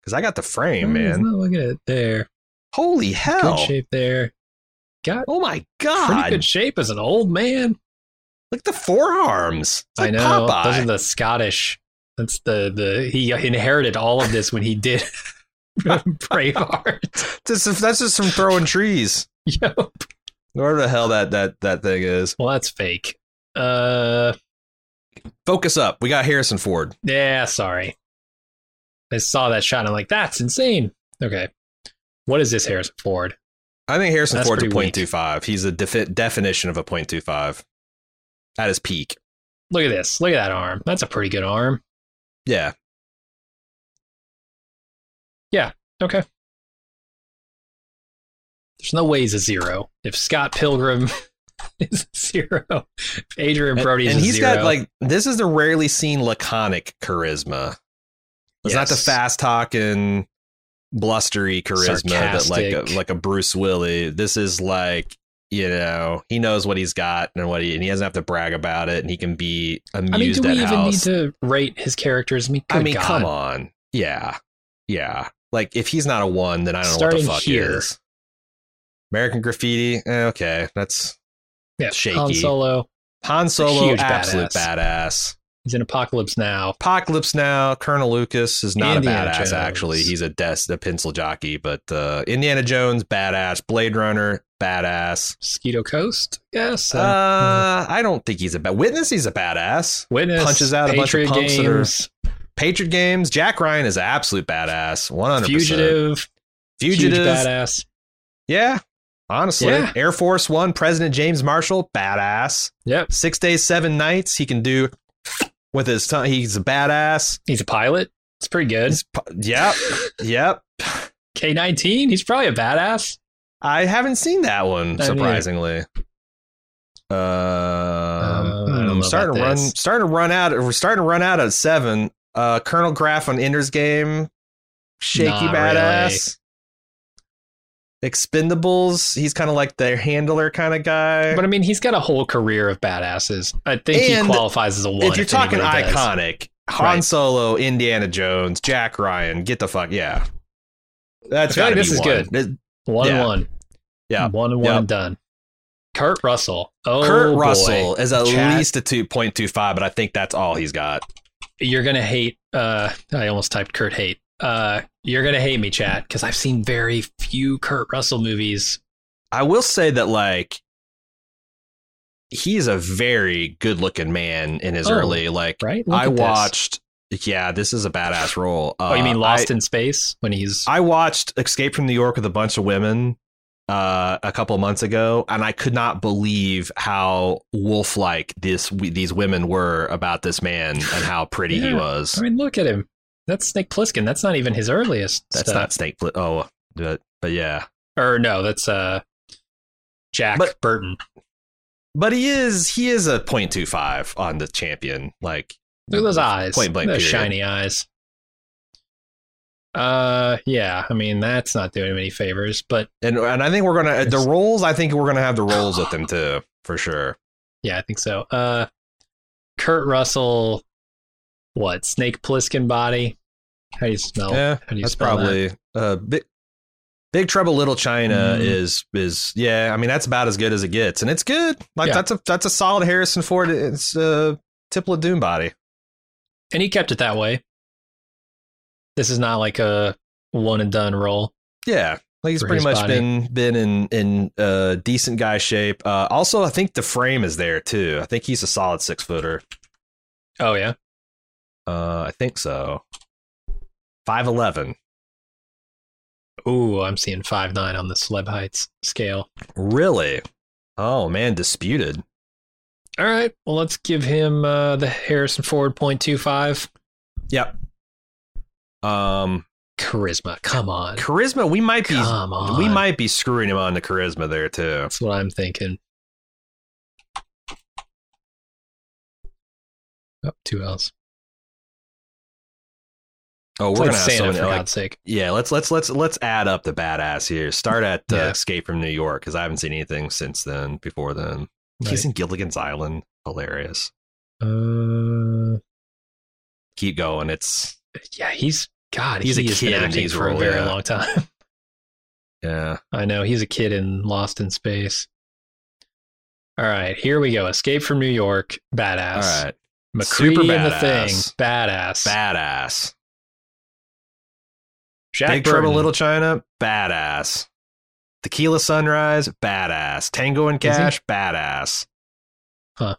Speaker 1: Because I got the frame,
Speaker 2: Oh, he's
Speaker 1: man.
Speaker 2: not looking at it there.
Speaker 1: Holy
Speaker 2: Good
Speaker 1: hell.
Speaker 2: shape there. Got
Speaker 1: Oh my
Speaker 2: pretty
Speaker 1: god.
Speaker 2: good shape as an old man.
Speaker 1: Look at the forearms. It's like
Speaker 2: I know.
Speaker 1: Popeye.
Speaker 2: Those are the Scottish. That's the the he inherited all of this when he did Braveheart.
Speaker 1: This is- that's just from throwing trees.
Speaker 2: Yo.
Speaker 1: Whatever the hell that, that that thing is.
Speaker 2: Well, that's fake. Uh,
Speaker 1: Focus up. We got Harrison Ford.
Speaker 2: yeah. Sorry. I saw that shot. and I'm like, that's insane. Okay. What is this Harrison Ford?
Speaker 1: I think Harrison
Speaker 2: That's
Speaker 1: Ford's a
Speaker 2: pretty weak.
Speaker 1: 0.25. He's a defi- definition of a 0.25 at his peak.
Speaker 2: Look at this. Look at that arm. That's a pretty good arm.
Speaker 1: Yeah.
Speaker 2: Okay. There's no way he's a zero. If Scott Pilgrim is a zero, if Adrian Brody's
Speaker 1: and
Speaker 2: a
Speaker 1: he's
Speaker 2: zero.
Speaker 1: got like this is the rarely seen laconic charisma. It's not the
Speaker 2: Yes.
Speaker 1: fast talking, blustery charisma that like
Speaker 2: Sarcastic.
Speaker 1: a, like a Bruce Willie. This is like you know he knows what he's got and what he and he doesn't have to brag about it and he can be
Speaker 2: I mean,
Speaker 1: amused
Speaker 2: do we
Speaker 1: at
Speaker 2: even
Speaker 1: house.
Speaker 2: need to rate his characters? I mean,
Speaker 1: I mean,
Speaker 2: good
Speaker 1: come
Speaker 2: God.
Speaker 1: on, yeah, yeah. Like if he's not a one, then I don't know
Speaker 2: Starting
Speaker 1: what the fuck
Speaker 2: here.
Speaker 1: is. American Graffiti, eh, okay, that's
Speaker 2: Yeah,
Speaker 1: shaky.
Speaker 2: Han Solo.
Speaker 1: Han Solo,
Speaker 2: huge
Speaker 1: absolute
Speaker 2: badass.
Speaker 1: badass.
Speaker 2: He's in Apocalypse Now.
Speaker 1: Apocalypse Now, Colonel Lucas is not a
Speaker 2: Indiana
Speaker 1: badass,
Speaker 2: Jones.
Speaker 1: actually. He's a des- a pencil jockey, but uh, Indiana Jones, badass. Blade Runner, badass.
Speaker 2: Mosquito Coast. Yes.
Speaker 1: Uh,
Speaker 2: mm-hmm.
Speaker 1: I don't think he's a bad witness. He's a badass.
Speaker 2: Witness
Speaker 1: punches out a bunch of
Speaker 2: Patriot
Speaker 1: punks that are-
Speaker 2: games,
Speaker 1: Patriot Games, Jack Ryan is an absolute badass. 100%.
Speaker 2: fugitive,
Speaker 1: Fugitive.
Speaker 2: huge badass.
Speaker 1: Yeah. Honestly,
Speaker 2: Yeah.
Speaker 1: Air Force One, President James Marshall, badass.
Speaker 2: Yep,
Speaker 1: Six days, seven nights. He can do with his tongue. He's a badass.
Speaker 2: he's a pilot. It's pretty good.
Speaker 1: It's po- yep, yep.
Speaker 2: K nineteen. He's probably a badass.
Speaker 1: I haven't seen that one
Speaker 2: neither. Um,
Speaker 1: surprisingly. Uh,
Speaker 2: I don't
Speaker 1: hmm,
Speaker 2: know
Speaker 1: starting to
Speaker 2: about
Speaker 1: run,
Speaker 2: this.
Speaker 1: starting to run out. We're starting to run out of seven. Uh, Colonel Graf on Ender's Game, shaky
Speaker 2: Not
Speaker 1: badass. Expendables. He's kind of like their handler kind of guy.
Speaker 2: But I mean, he's got a whole career of badasses. I think
Speaker 1: And
Speaker 2: he qualifies as a one.
Speaker 1: if you're talking
Speaker 2: anybody does.
Speaker 1: iconic, Han
Speaker 2: Right.
Speaker 1: Solo, Indiana Jones, Jack Ryan, get the fuck yeah. That's
Speaker 2: I feel like
Speaker 1: gotta
Speaker 2: this
Speaker 1: be
Speaker 2: is
Speaker 1: one.
Speaker 2: good.
Speaker 1: This-
Speaker 2: one
Speaker 1: Yeah.
Speaker 2: and one,
Speaker 1: Yeah.
Speaker 2: one and one
Speaker 1: Yeah.
Speaker 2: and done. Kurt Russell. Oh,
Speaker 1: Kurt
Speaker 2: boy.
Speaker 1: Russell is at
Speaker 2: Chat.
Speaker 1: least a two point two five, but I think that's all he's got.
Speaker 2: You're gonna hate. Uh, I almost typed Kurt hate. Uh, you're gonna hate me, chat, because I've seen very few Kurt Russell movies.
Speaker 1: I will say that like he is a very good looking man in his
Speaker 2: Oh,
Speaker 1: early like
Speaker 2: Right? Look
Speaker 1: I
Speaker 2: at this.
Speaker 1: watched yeah, this is a badass role.
Speaker 2: Oh, you mean
Speaker 1: Uh,
Speaker 2: Lost
Speaker 1: I,
Speaker 2: in Space when he's
Speaker 1: I watched Escape from New York with a bunch of women uh, a couple months ago, and I could not believe how wolf like this we, these women were about this man and how pretty he
Speaker 2: Yeah.
Speaker 1: was.
Speaker 2: I mean, look at him. That's Snake Plissken. That's not even his earliest
Speaker 1: That's
Speaker 2: stuff.
Speaker 1: not snake. Pli- oh, but, but yeah,
Speaker 2: or no, that's uh Jack
Speaker 1: But-
Speaker 2: Burton.
Speaker 1: but he is he is a 0.25 on the champion. Like
Speaker 2: Look at those eyes.
Speaker 1: Point blank.
Speaker 2: Those
Speaker 1: period.
Speaker 2: shiny eyes. Uh yeah, I mean that's not doing him any favors, but
Speaker 1: And and I think we're gonna the
Speaker 2: Yes.
Speaker 1: roles. I think we're gonna have the roles with them too for sure.
Speaker 2: yeah, I think so. Uh Kurt Russell what, Snake Plissken body? How do you smell?
Speaker 1: yeah,
Speaker 2: How do Oh, you
Speaker 1: that's
Speaker 2: spell
Speaker 1: probably
Speaker 2: that?
Speaker 1: uh big. Big Trouble Little China
Speaker 2: Mm.
Speaker 1: is is yeah. I mean that's about as good as it gets, and it's good. Like
Speaker 2: Yeah.
Speaker 1: that's a that's a solid Harrison Ford. It's a Tipla Doom body.
Speaker 2: And he kept it that way. This is not like a one and done role.
Speaker 1: Yeah, like he's
Speaker 2: For
Speaker 1: pretty
Speaker 2: his
Speaker 1: much
Speaker 2: body.
Speaker 1: been been in in uh, decent guy shape. Uh, also, I think the frame is there too. I think he's a solid six footer.
Speaker 2: Oh yeah.
Speaker 1: Uh, I think so. Five eleven.
Speaker 2: Ooh, I'm seeing five nine on the celeb heights scale.
Speaker 1: Really? Oh man, disputed.
Speaker 2: All right, well let's give him uh, the Harrison Ford point two five
Speaker 1: Yep. Um,
Speaker 2: charisma. Come on,
Speaker 1: charisma. We might be
Speaker 2: come on.
Speaker 1: we might be screwing him on the charisma there too.
Speaker 2: That's what I'm thinking. Oh, two L's.
Speaker 1: Oh,
Speaker 2: It's
Speaker 1: we're
Speaker 2: like
Speaker 1: gonna have
Speaker 2: Santa
Speaker 1: someone
Speaker 2: for
Speaker 1: like,
Speaker 2: God's sake.
Speaker 1: yeah. Let's let's let's let's add up the badass here. Start at uh,
Speaker 2: Yeah.
Speaker 1: Escape from New York because I haven't seen anything since then. Before then, he's in Gilligan's Island. Hilarious.
Speaker 2: Uh,
Speaker 1: Keep going. It's
Speaker 2: yeah, he's God.
Speaker 1: He's
Speaker 2: he
Speaker 1: a
Speaker 2: has
Speaker 1: kid
Speaker 2: been
Speaker 1: in
Speaker 2: acting
Speaker 1: these
Speaker 2: for a
Speaker 1: roles,
Speaker 2: very
Speaker 1: yeah.
Speaker 2: long time.
Speaker 1: yeah.
Speaker 2: I know he's a kid in Lost in Space. All right, here we go. Escape from New York,
Speaker 1: All
Speaker 2: badass.
Speaker 1: right.
Speaker 2: McCready
Speaker 1: Super
Speaker 2: and the Thing,
Speaker 1: badass.
Speaker 2: badass.
Speaker 1: Badass.
Speaker 2: Jack
Speaker 1: Big Trouble
Speaker 2: Burton.
Speaker 1: Little China, badass. Tequila Sunrise, badass. Tango and
Speaker 2: he?
Speaker 1: Cash, badass.
Speaker 2: Huh.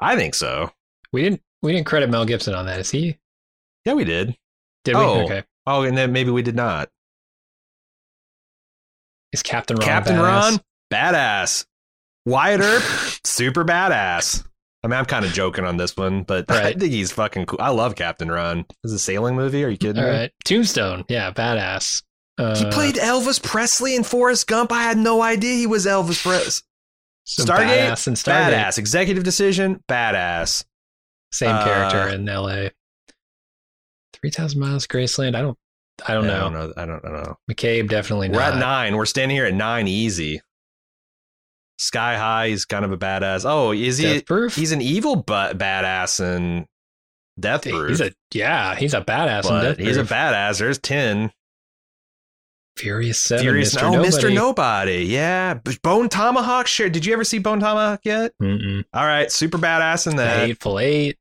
Speaker 1: I think so.
Speaker 2: We didn't we didn't credit Mel Gibson on that. Is he?
Speaker 1: Yeah, we did.
Speaker 2: Did
Speaker 1: Oh.
Speaker 2: we? Okay.
Speaker 1: Oh, and then maybe we did not.
Speaker 2: Is Captain Ron?
Speaker 1: Captain
Speaker 2: badass?
Speaker 1: Ron, badass. Wyatt Earp, super badass. I mean, I'm kind of joking on this one, but I
Speaker 2: Right.
Speaker 1: think he's fucking cool. I love Captain Ron. This is a sailing movie? Are you kidding
Speaker 2: All
Speaker 1: me?
Speaker 2: right. Tombstone. Yeah, badass. Uh,
Speaker 1: He played Elvis Presley in Forrest Gump. I had no idea he was Elvis Presley.
Speaker 2: some
Speaker 1: Stargate?
Speaker 2: Badass and Stargate.
Speaker 1: Badass. Executive decision, badass.
Speaker 2: Same
Speaker 1: Uh,
Speaker 2: character in L.A. Three thousand miles, Graceland. I don't. I don't
Speaker 1: Yeah,
Speaker 2: know.
Speaker 1: I don't know. I don't know.
Speaker 2: McCabe definitely
Speaker 1: We're
Speaker 2: not.
Speaker 1: at nine. We're standing here at nine easy. Sky High is kind of a badass. Oh, is he?
Speaker 2: Death Proof.
Speaker 1: He's an evil but badass and Death Proof.
Speaker 2: He's a yeah. He's a badass. in
Speaker 1: but
Speaker 2: Death
Speaker 1: he's a
Speaker 2: Proof.
Speaker 1: badass. There's ten.
Speaker 2: Furious Seven.
Speaker 1: Furious.
Speaker 2: Mr.
Speaker 1: Oh,
Speaker 2: Nobody.
Speaker 1: Mr. Nobody. Yeah. B- Bone Tomahawk. Sure. Did you ever see Bone Tomahawk yet?
Speaker 2: Mm-mm.
Speaker 1: All right. Super badass in
Speaker 2: The
Speaker 1: that.
Speaker 2: Hateful Eight.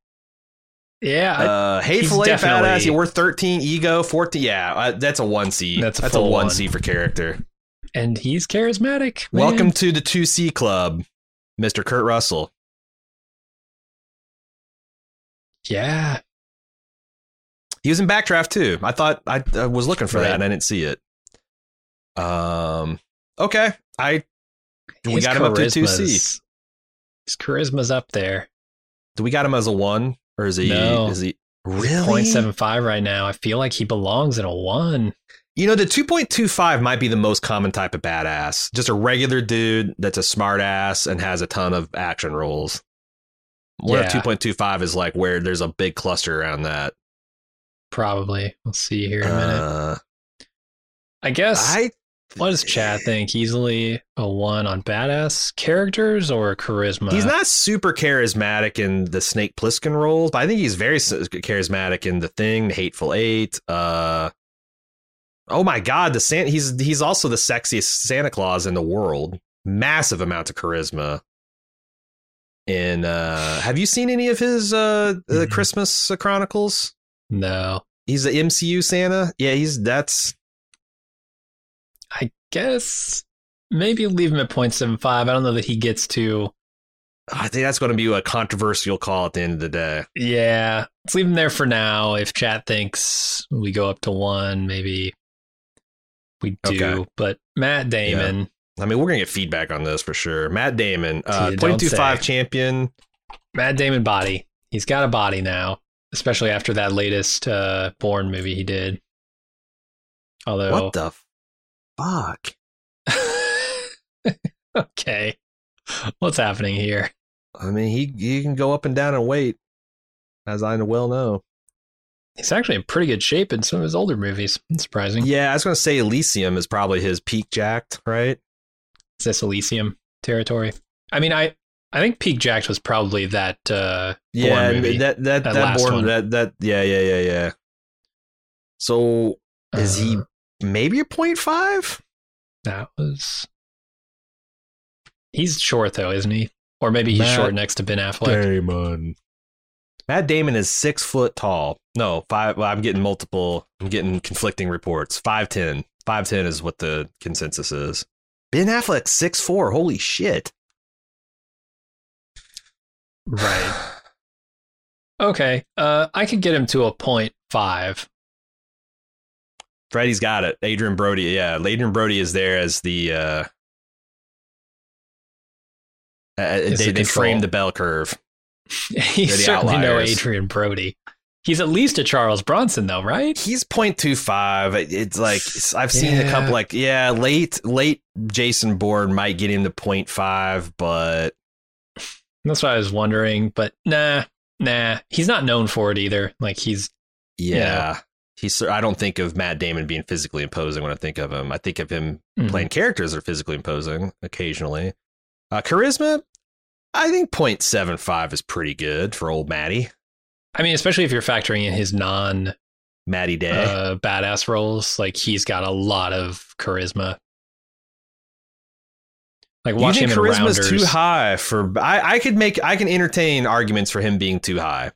Speaker 2: Yeah, I-
Speaker 1: Uh, hateful
Speaker 2: he's
Speaker 1: eight
Speaker 2: definitely-
Speaker 1: badass. You were thirteen ego fourteen. Yeah, uh, that's a one C.
Speaker 2: That's a
Speaker 1: that's a
Speaker 2: full
Speaker 1: one
Speaker 2: one.
Speaker 1: C for character.
Speaker 2: and he's charismatic. man.
Speaker 1: Welcome to the two C club, Mister Kurt Russell.
Speaker 2: Yeah,
Speaker 1: He was in Backdraft too. I thought I, I was looking for that
Speaker 2: Right.
Speaker 1: and I didn't see it. Um. Okay. I. We
Speaker 2: His
Speaker 1: got him up to two C.
Speaker 2: charisma's- His charisma's up there.
Speaker 1: Do we got him as a one or is he?
Speaker 2: No.
Speaker 1: Is he? Really?
Speaker 2: 0.75 right now. I feel like he belongs in a one.
Speaker 1: You know, the 2.25 might be the most common type of badass. Just a regular dude that's a smartass and has a ton of action roles. What
Speaker 2: Yeah.
Speaker 1: if 2.25 is like where there's a big cluster around that?
Speaker 2: Probably. We'll see here in a minute.
Speaker 1: Uh,
Speaker 2: I guess.
Speaker 1: I
Speaker 2: what does Chad think? Easily a one on badass characters or charisma?
Speaker 1: He's not super charismatic in the Snake Plissken roles, but I think he's very s- uh, charismatic in the Thing, the Hateful Eight. Uh, oh my God, the San- he's he's also the sexiest Santa Claus in the world. Massive amounts of charisma. And uh, have you seen any of his uh, uh
Speaker 2: Mhm.
Speaker 1: Christmas Chronicles?
Speaker 2: No.
Speaker 1: He's the MCU Santa. Yeah, he's that's
Speaker 2: I guess maybe leave him at 0.75. I don't know that he gets to.
Speaker 1: I think that's going to be a controversial call at the end of the day.
Speaker 2: Yeah, let's leave him there for now. If chat thinks we go up to one, maybe we do.
Speaker 1: Okay.
Speaker 2: But Matt Damon,
Speaker 1: I mean, we're gonna get feedback on this for sure. Matt Damon, uh,
Speaker 2: You don't
Speaker 1: 0.25
Speaker 2: say.
Speaker 1: champion.
Speaker 2: Matt Damon body. He's got a body now, especially after that latest uh, Born movie he did. Although,
Speaker 1: What the fuck?
Speaker 2: okay, what's happening here?
Speaker 1: I mean, he he can go up and down and wait, as I well know.
Speaker 2: He's actually in pretty good shape in some of his older movies. It's surprising.
Speaker 1: Yeah, I was gonna say Elysium is probably his peak jacked, right?
Speaker 2: Is this Elysium territory? I mean, I I think Peak Jacks was probably that uh,
Speaker 1: Yeah,
Speaker 2: Bourne movie.
Speaker 1: that that
Speaker 2: That
Speaker 1: that,
Speaker 2: last
Speaker 1: Bourne-
Speaker 2: one.
Speaker 1: that that yeah yeah yeah yeah. So is he
Speaker 2: Uh,
Speaker 1: maybe a point five?
Speaker 2: That was. He's short though, isn't he? Or maybe he's
Speaker 1: Matt
Speaker 2: short next to Ben Affleck.
Speaker 1: Damon. Matt Damon is six foot tall. No, five. Well, I'm getting multiple. I'm getting conflicting reports. Five ten. Five ten is what the consensus is. Ben Affleck six four. Holy shit!
Speaker 2: Right. Okay. Uh, I could get him to a point five.
Speaker 1: Freddie's got it. Adrian Brody. Yeah, Adrian Brody is there as the. uh, Uh,
Speaker 2: Is
Speaker 1: they
Speaker 2: the
Speaker 1: they
Speaker 2: control.
Speaker 1: frame the bell curve.
Speaker 2: He's
Speaker 1: They're the
Speaker 2: certainly no
Speaker 1: outliers.
Speaker 2: Adrian Brody. He's at least a Charles Bronson though, right?
Speaker 1: He's 0.25. It- It's like it's- I've seen a
Speaker 2: Yeah.
Speaker 1: couple like yeah, late late Jason Bourne might get him to 0.5, but
Speaker 2: That's what I was wondering. But nah, nah. He's not known for it either. Like he's
Speaker 1: Yeah.
Speaker 2: Yeah.
Speaker 1: He's I don't think of Matt Damon being physically imposing when I think of him. I think of him
Speaker 2: Mhm.
Speaker 1: playing characters that are physically imposing occasionally. Uh, charisma, I think 0.75 is pretty good for old Matty.
Speaker 2: I mean, especially if you're factoring in his non
Speaker 1: Matty Day.
Speaker 2: uh, badass roles, like he's got a lot of charisma. Like
Speaker 1: you
Speaker 2: watch
Speaker 1: think
Speaker 2: him in
Speaker 1: charisma's
Speaker 2: Rounders.
Speaker 1: too high for I, I could make I can entertain arguments for him being too high.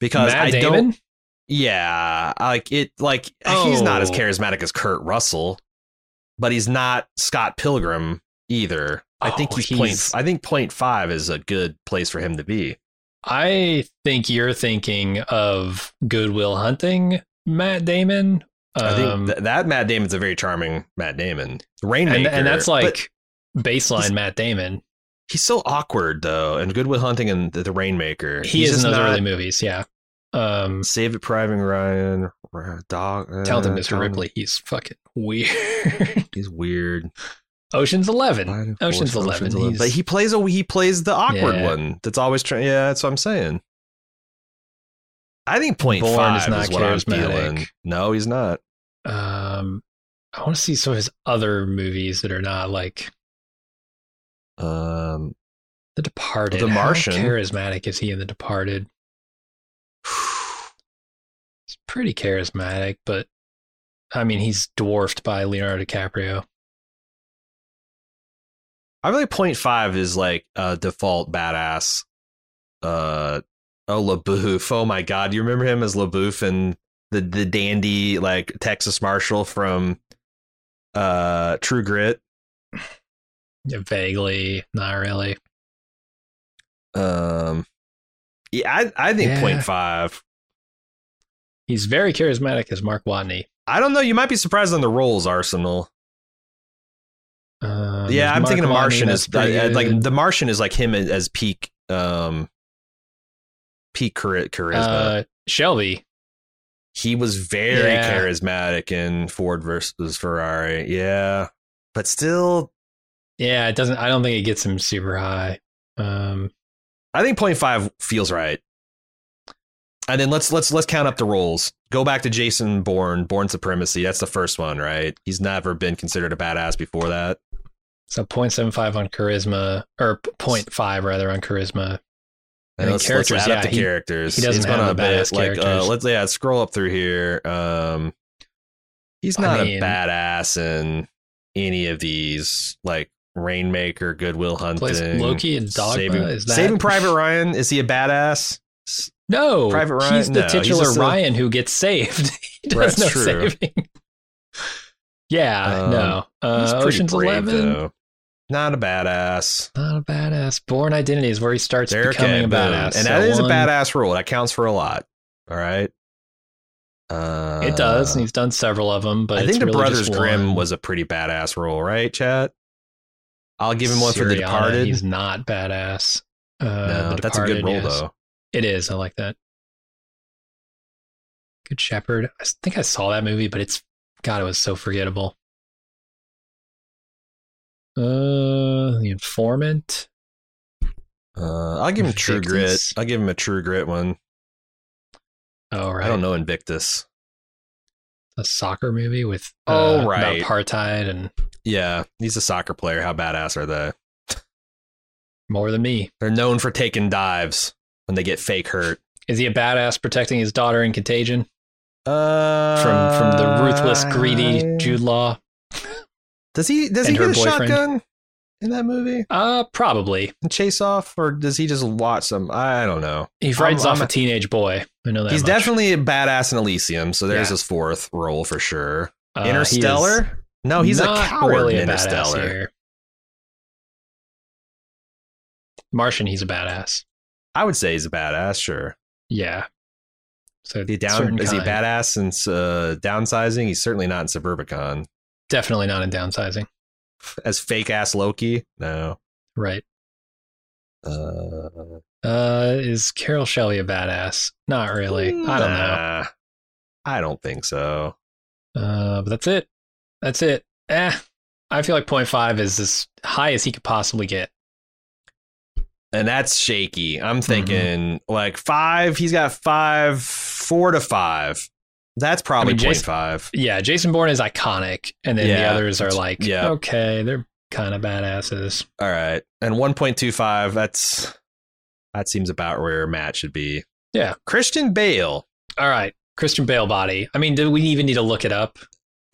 Speaker 1: Because
Speaker 2: Matt
Speaker 1: I
Speaker 2: Damon?
Speaker 1: don't Yeah, like it like he's not as
Speaker 2: Oh.
Speaker 1: charismatic as Kurt Russell, but he's not Scott Pilgrim either. I think
Speaker 2: Oh,
Speaker 1: he's,
Speaker 2: he's-
Speaker 1: point I think point five is a good place for him to be.
Speaker 2: I think you're thinking of Goodwill Hunting, Matt Damon.
Speaker 1: I
Speaker 2: Um,
Speaker 1: think th- that Matt Damon's a very charming Matt Damon.
Speaker 2: and,
Speaker 1: Rainmaker.
Speaker 2: and that's
Speaker 1: but
Speaker 2: like
Speaker 1: he's-
Speaker 2: baseline Matt Damon.
Speaker 1: he's so awkward though, and Good Will Hunting and the, the Rainmaker.
Speaker 2: He
Speaker 1: he's
Speaker 2: is in
Speaker 1: just
Speaker 2: those
Speaker 1: not-
Speaker 2: early movies, yeah. Um,
Speaker 1: Save it Priving Ryan, Ra- Dog uh,
Speaker 2: Talented Mr.
Speaker 1: Talented-
Speaker 2: Ripley, he's fucking weird.
Speaker 1: He's weird.
Speaker 2: Ocean's
Speaker 1: Line
Speaker 2: Eleven,
Speaker 1: of
Speaker 2: Ocean's
Speaker 1: force,
Speaker 2: Eleven,
Speaker 1: Ocean's Eleven. But
Speaker 2: he's-
Speaker 1: he plays a he plays the awkward
Speaker 2: Yeah.
Speaker 1: one. That's always trying. Yeah, that's what I'm saying. I think point
Speaker 2: Bourne
Speaker 1: five
Speaker 2: is
Speaker 1: is,
Speaker 2: not
Speaker 1: what I'm
Speaker 2: charismatic.
Speaker 1: feeling. No, he's not.
Speaker 2: um, I want to see some of his other movies that are not like
Speaker 1: Um,
Speaker 2: The Departed.
Speaker 1: The
Speaker 2: How
Speaker 1: Martian.
Speaker 2: charismatic is he in The Departed? He's pretty charismatic, but I mean, he's dwarfed by Leonardo DiCaprio.
Speaker 1: I really point five is like a default badass. Uh, oh LaBouffe. Oh my God, you remember him as LaBouffe and the the dandy like Texas Marshal from uh True Grit.
Speaker 2: Vaguely, not really.
Speaker 1: Um, yeah, I I think
Speaker 2: Yeah.
Speaker 1: point five.
Speaker 2: He's very charismatic as Mark Watney.
Speaker 1: I don't know. You might be surprised on the roles, Arsenal.
Speaker 2: Um,
Speaker 1: yeah,
Speaker 2: there's
Speaker 1: I'm thinking of
Speaker 2: Mark Watney,
Speaker 1: Martian
Speaker 2: that's
Speaker 1: as
Speaker 2: pretty
Speaker 1: uh, like
Speaker 2: good.
Speaker 1: the Martian is like him as, as peak, um, peak chari- charisma.
Speaker 2: Uh, Shelby.
Speaker 1: He was very
Speaker 2: Yeah.
Speaker 1: charismatic in Ford versus Ferrari. Yeah. But still,
Speaker 2: Yeah, it doesn't. I don't think it gets him super high. Um,
Speaker 1: I think 0.5 feels right. And then let's let's let's count up the roles. Go back to Jason Bourne, Bourne Supremacy. That's the first one, right? He's never been considered a badass before that.
Speaker 2: so 0.75 on charisma, or 0.5 rather on charisma.
Speaker 1: And
Speaker 2: think
Speaker 1: let's, let's
Speaker 2: characters,
Speaker 1: add up
Speaker 2: yeah,
Speaker 1: the
Speaker 2: he-
Speaker 1: characters.
Speaker 2: he doesn't
Speaker 1: He's gonna
Speaker 2: have the
Speaker 1: be-
Speaker 2: badass
Speaker 1: like, uh,
Speaker 2: characters.
Speaker 1: let's yeah, scroll up through here. Um, he's
Speaker 2: I
Speaker 1: not a
Speaker 2: mean-
Speaker 1: badass in any of these, like Rainmaker, Goodwill Hunting,
Speaker 2: Plays Loki and Dogma.
Speaker 1: Saving,
Speaker 2: is that
Speaker 1: Saving Private Ryan. Is he a badass? S-
Speaker 2: No,
Speaker 1: Private Ryan?
Speaker 2: He's the
Speaker 1: No, he's
Speaker 2: titular
Speaker 1: just a-
Speaker 2: Ryan who gets saved. he does
Speaker 1: That's
Speaker 2: no
Speaker 1: true.
Speaker 2: saving. yeah,
Speaker 1: Um,
Speaker 2: no.
Speaker 1: he's
Speaker 2: Uh,
Speaker 1: pretty
Speaker 2: Ocean's
Speaker 1: brave,
Speaker 2: Eleven.
Speaker 1: though. Not a badass.
Speaker 2: Not a badass. Born Identity is where he starts
Speaker 1: There,
Speaker 2: becoming
Speaker 1: okay,
Speaker 2: a
Speaker 1: boom.
Speaker 2: badass.
Speaker 1: and that
Speaker 2: So
Speaker 1: is
Speaker 2: one-
Speaker 1: a badass rule. That counts for a lot. All right. Uh,
Speaker 2: It does, and he's done several of them. But
Speaker 1: I think
Speaker 2: it's
Speaker 1: the
Speaker 2: really
Speaker 1: Brothers
Speaker 2: just
Speaker 1: Grimm
Speaker 2: one.
Speaker 1: was a pretty badass role, right, Chad? I'll give him one for The
Speaker 2: Syriana,
Speaker 1: Departed.
Speaker 2: He's not badass. Uh,
Speaker 1: no,
Speaker 2: The
Speaker 1: that's a good
Speaker 2: Departed
Speaker 1: role
Speaker 2: is.
Speaker 1: though.
Speaker 2: It is. I like that. Good Shepherd. I think I saw that movie, but it's God, it was so forgettable. Uh, The Informant.
Speaker 1: Uh, I'll give him True Grit.
Speaker 2: Invictus.
Speaker 1: I'll give him a True Grit one.
Speaker 2: Oh right,
Speaker 1: I don't know Invictus.
Speaker 2: a soccer movie with
Speaker 1: Oh,
Speaker 2: uh, about
Speaker 1: right.
Speaker 2: apartheid and
Speaker 1: Yeah, he's a soccer player. How badass are they?
Speaker 2: more than me.
Speaker 1: They're known for taking dives when they get fake hurt.
Speaker 2: Is he a badass protecting his daughter in Contagion
Speaker 1: Uh,
Speaker 2: from from the ruthless, greedy Jude Law?
Speaker 1: Does he? Does he
Speaker 2: and
Speaker 1: get
Speaker 2: her
Speaker 1: a
Speaker 2: boyfriend.
Speaker 1: shotgun in that movie?
Speaker 2: Uh, probably.
Speaker 1: And chase off, or does he just watch them? I don't know.
Speaker 2: He rides
Speaker 1: I'm-
Speaker 2: off
Speaker 1: I'm-
Speaker 2: a teenage boy. I know that.
Speaker 1: He's
Speaker 2: much.
Speaker 1: definitely a badass in Elysium, so there's
Speaker 2: Yeah.
Speaker 1: his fourth role for sure.
Speaker 2: Uh, he is-
Speaker 1: Interstellar? no, he's a
Speaker 2: Not
Speaker 1: coward
Speaker 2: really
Speaker 1: in
Speaker 2: a badass
Speaker 1: Interstellar.
Speaker 2: here. Martian, he's a badass.
Speaker 1: I would say he's a badass, sure.
Speaker 2: Yeah. So
Speaker 1: Is he,
Speaker 2: certain
Speaker 1: down, is he
Speaker 2: kind.
Speaker 1: badass in uh, downsizing? He's certainly not in Suburbicon.
Speaker 2: Definitely not in downsizing.
Speaker 1: As fake ass Loki? No.
Speaker 2: Right.
Speaker 1: Uh,
Speaker 2: Uh, is Carol Shelley a badass? Not really. I don't know.
Speaker 1: nah. I don't think so.
Speaker 2: Uh, but that's it. That's it. Eh. I feel like 0.5 is as high as he could possibly get.
Speaker 1: and that's shaky. I'm
Speaker 2: Mm-hmm.
Speaker 1: thinking like five. He's got five, four to five. That's probably
Speaker 2: I mean,
Speaker 1: point
Speaker 2: Jason-
Speaker 1: five.
Speaker 2: Yeah, Jason Bourne is iconic, and then the
Speaker 1: Yeah.
Speaker 2: others are like,
Speaker 1: Yeah.
Speaker 2: okay, they're kind of badasses.
Speaker 1: All right, and one point two five. That's that seems about where Matt should be.
Speaker 2: Yeah.
Speaker 1: Christian Bale.
Speaker 2: All right, Christian Bale body. I mean, do we even need to look it up?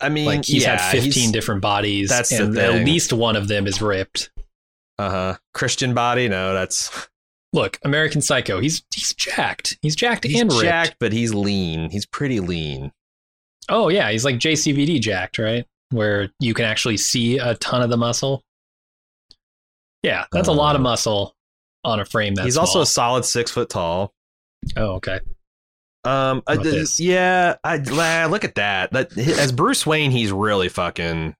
Speaker 1: I mean,
Speaker 2: Like he's
Speaker 1: Mm, yeah,
Speaker 2: had 15
Speaker 1: he's-
Speaker 2: different bodies,
Speaker 1: That's the
Speaker 2: and at
Speaker 1: thing.
Speaker 2: least one of them is ripped.
Speaker 1: uh-huh. Christian body. No, that's
Speaker 2: Look, American Psycho. He's he's jacked. He's jacked
Speaker 1: he's
Speaker 2: and ripped.
Speaker 1: jacked, but he's lean. He's pretty lean.
Speaker 2: Oh yeah, he's like JCVD jacked, right? Where you can actually see a ton of the muscle. Yeah, that's a lot of
Speaker 1: Uh,
Speaker 2: muscle on a frame. That's
Speaker 1: he's also a solid six foot tall.
Speaker 2: oh okay.
Speaker 1: Um. I-
Speaker 2: Not this.
Speaker 1: yeah. I la- look at that. That as Bruce Wayne, he's really fucking.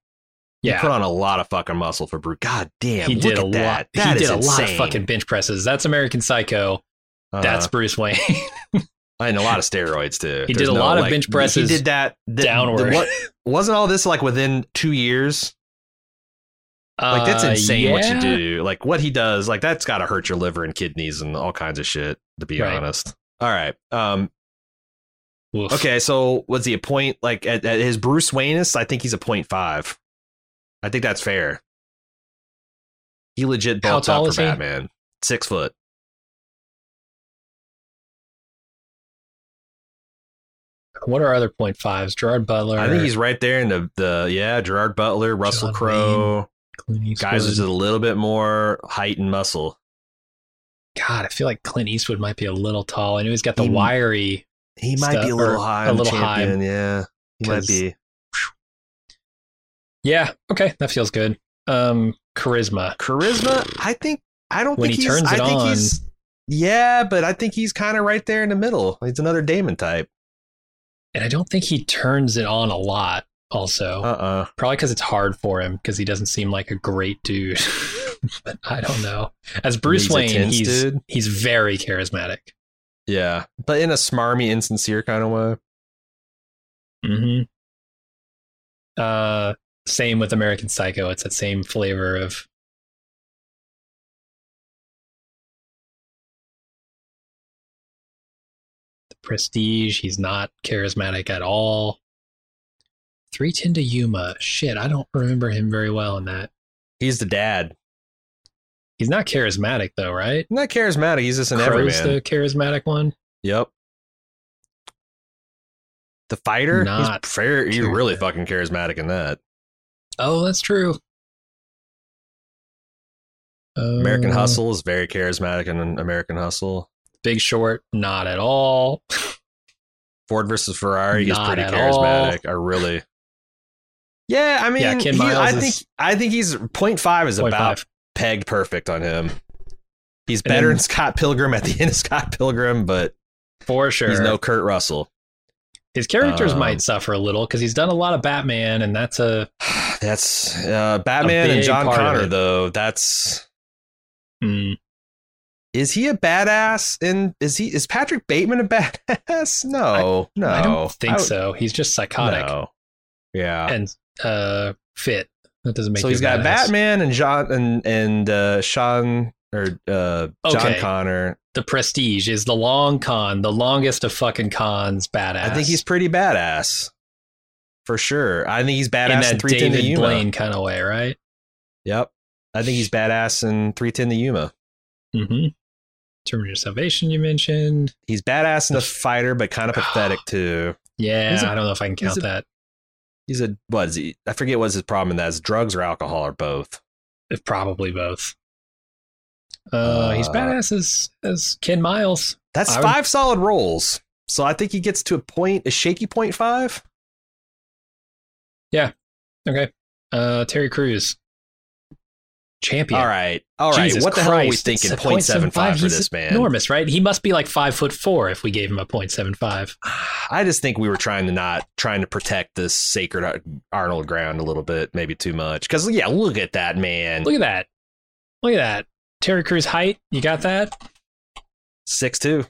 Speaker 1: He put
Speaker 2: Yeah,
Speaker 1: on a lot of fucking muscle for Bruce. God damn.
Speaker 2: he did a
Speaker 1: look
Speaker 2: lot.
Speaker 1: at That. That
Speaker 2: he
Speaker 1: is
Speaker 2: did a lot of
Speaker 1: insane.
Speaker 2: fucking bench presses. That's American Psycho.
Speaker 1: Uh-huh.
Speaker 2: That's Bruce Wayne.
Speaker 1: and a lot of steroids too.
Speaker 2: He
Speaker 1: There's
Speaker 2: did a
Speaker 1: no,
Speaker 2: lot of
Speaker 1: like-
Speaker 2: bench presses
Speaker 1: He did that the- the-
Speaker 2: downward.
Speaker 1: what, wasn't all this like within two years? Like that's
Speaker 2: Uh,
Speaker 1: insane what you
Speaker 2: yeah.
Speaker 1: do. Like what he does. Like that's got to hurt your liver and kidneys and all kinds of shit. To be
Speaker 2: Right.
Speaker 1: honest. All right. Um.
Speaker 2: Oof.
Speaker 1: Okay, so was he a point like at, at his Bruce Wayneist? I think he's a point five. I think that's fair. He legit
Speaker 2: How
Speaker 1: bulked
Speaker 2: tall
Speaker 1: up
Speaker 2: is
Speaker 1: for
Speaker 2: he?
Speaker 1: Batman. Six foot.
Speaker 2: What are other point fives? Gerard Butler.
Speaker 1: I think he's right there in the the yeah Gerard Butler, Russell
Speaker 2: John
Speaker 1: Crowe,
Speaker 2: Clint Eastwood.
Speaker 1: guys with just a little bit more height and muscle.
Speaker 2: God, I feel like Clint Eastwood might be a little tall. I know he's got the
Speaker 1: He-
Speaker 2: wiry.
Speaker 1: He might be a
Speaker 2: Stuff-
Speaker 1: little
Speaker 2: or
Speaker 1: high,
Speaker 2: a
Speaker 1: on the
Speaker 2: little high,
Speaker 1: champion, yeah. He might
Speaker 2: 'cause-
Speaker 1: be
Speaker 2: Yeah, okay, that feels good. Um, charisma.
Speaker 1: charisma. I think I don't
Speaker 2: When
Speaker 1: think
Speaker 2: he
Speaker 1: he's,
Speaker 2: turns
Speaker 1: I
Speaker 2: it
Speaker 1: think
Speaker 2: on-
Speaker 1: he's yeah, but I think he's kind of right there in the middle. He's another Damon type.
Speaker 2: and I don't think he turns it on a lot. Also,
Speaker 1: Uh uh
Speaker 2: probably because it's hard for him because he doesn't seem like a great dude. but I don't know. As Bruce
Speaker 1: He's a
Speaker 2: Wayne,
Speaker 1: tense
Speaker 2: he's
Speaker 1: dude.
Speaker 2: he's very charismatic.
Speaker 1: Yeah, but in a smarmy, insincere kind of way.
Speaker 2: Mm-hmm. Uh, same with American Psycho. It's that same flavor of the prestige. He's not charismatic at all. Three ten to Yuma. Shit, I don't remember him very well in that.
Speaker 1: He's the dad.
Speaker 2: He's not charismatic though, right?
Speaker 1: Not charismatic. He's just an
Speaker 2: Crow's
Speaker 1: everyman.
Speaker 2: the charismatic one.
Speaker 1: Yep. The fighter.
Speaker 2: Not
Speaker 1: he's fair. He's
Speaker 2: charismatic.
Speaker 1: really fucking charismatic in that.
Speaker 2: Oh, that's true.
Speaker 1: American
Speaker 2: Uh,
Speaker 1: Hustle is very charismatic in American Hustle.
Speaker 2: Big Short, not at all.
Speaker 1: Ford versus Ferrari is
Speaker 2: Not
Speaker 1: pretty
Speaker 2: at all.
Speaker 1: charismatic. I really. Yeah, I mean,
Speaker 2: Yeah, Ken
Speaker 1: he-
Speaker 2: Miles
Speaker 1: I
Speaker 2: is-
Speaker 1: think I think he's 0.5 is
Speaker 2: Point
Speaker 1: about
Speaker 2: five.
Speaker 1: pegged perfect on him. He's
Speaker 2: And
Speaker 1: better
Speaker 2: then-
Speaker 1: than Scott Pilgrim at the end of Scott Pilgrim, but
Speaker 2: for sure.
Speaker 1: he's no Kurt Russell.
Speaker 2: His characters
Speaker 1: Um,
Speaker 2: might suffer a little because he's done a lot of Batman, and that's a
Speaker 1: That's uh, Batman and
Speaker 2: big
Speaker 1: John
Speaker 2: part of
Speaker 1: Connor,
Speaker 2: it.
Speaker 1: though. That's
Speaker 2: mm,
Speaker 1: is he a badass? And is he is Patrick Bateman a badass? No, no,
Speaker 2: I don't think
Speaker 1: would-
Speaker 2: so. He's just psychotic
Speaker 1: No. Yeah,
Speaker 2: and uh, fit. That doesn't make.
Speaker 1: so
Speaker 2: you
Speaker 1: he's
Speaker 2: a
Speaker 1: got
Speaker 2: badass.
Speaker 1: Batman and John and and uh, Sean or uh, John
Speaker 2: Okay.
Speaker 1: Connor.
Speaker 2: The Prestige is the long con, the longest of fucking cons. Badass.
Speaker 1: I think he's pretty badass for sure. I think he's
Speaker 2: in
Speaker 1: badass in,
Speaker 2: that
Speaker 1: three ten to
Speaker 2: David
Speaker 1: Yuma.
Speaker 2: Blaine kind of way, right?
Speaker 1: Yep, I think he's badass in three ten to Yuma.
Speaker 2: Mm-hmm. Terminator Salvation, you mentioned.
Speaker 1: He's badass in the fighter, but kind of pathetic too.
Speaker 2: Yeah,
Speaker 1: He's a-
Speaker 2: I I don't know if I can
Speaker 1: he's
Speaker 2: count
Speaker 1: a-
Speaker 2: that.
Speaker 1: He's a what is he? I forget what's his problem. in That is drugs or alcohol or both.
Speaker 2: If probably both. Uh, he's
Speaker 1: Uh,
Speaker 2: badass as as Ken Miles.
Speaker 1: That's
Speaker 2: I would-
Speaker 1: five solid rolls. So I think he gets to a point, a shaky point five.
Speaker 2: Okay. Uh, Terry Crews. Champion.
Speaker 1: All right, all right.
Speaker 2: Jesus
Speaker 1: what the
Speaker 2: Christ,
Speaker 1: hell are we
Speaker 2: it's
Speaker 1: thinking?
Speaker 2: a
Speaker 1: 0.75
Speaker 2: 0.75.
Speaker 1: for
Speaker 2: He's
Speaker 1: this man.
Speaker 2: Enormous, right? He must be like five foot four if we gave him a 0.75.
Speaker 1: I just think we were trying to not trying to protect this sacred Ar- Arnold ground a little bit, maybe too much. Because yeah, look at that man,
Speaker 2: Look at that. Look at that. Terry Crews height. You got that?
Speaker 1: six two.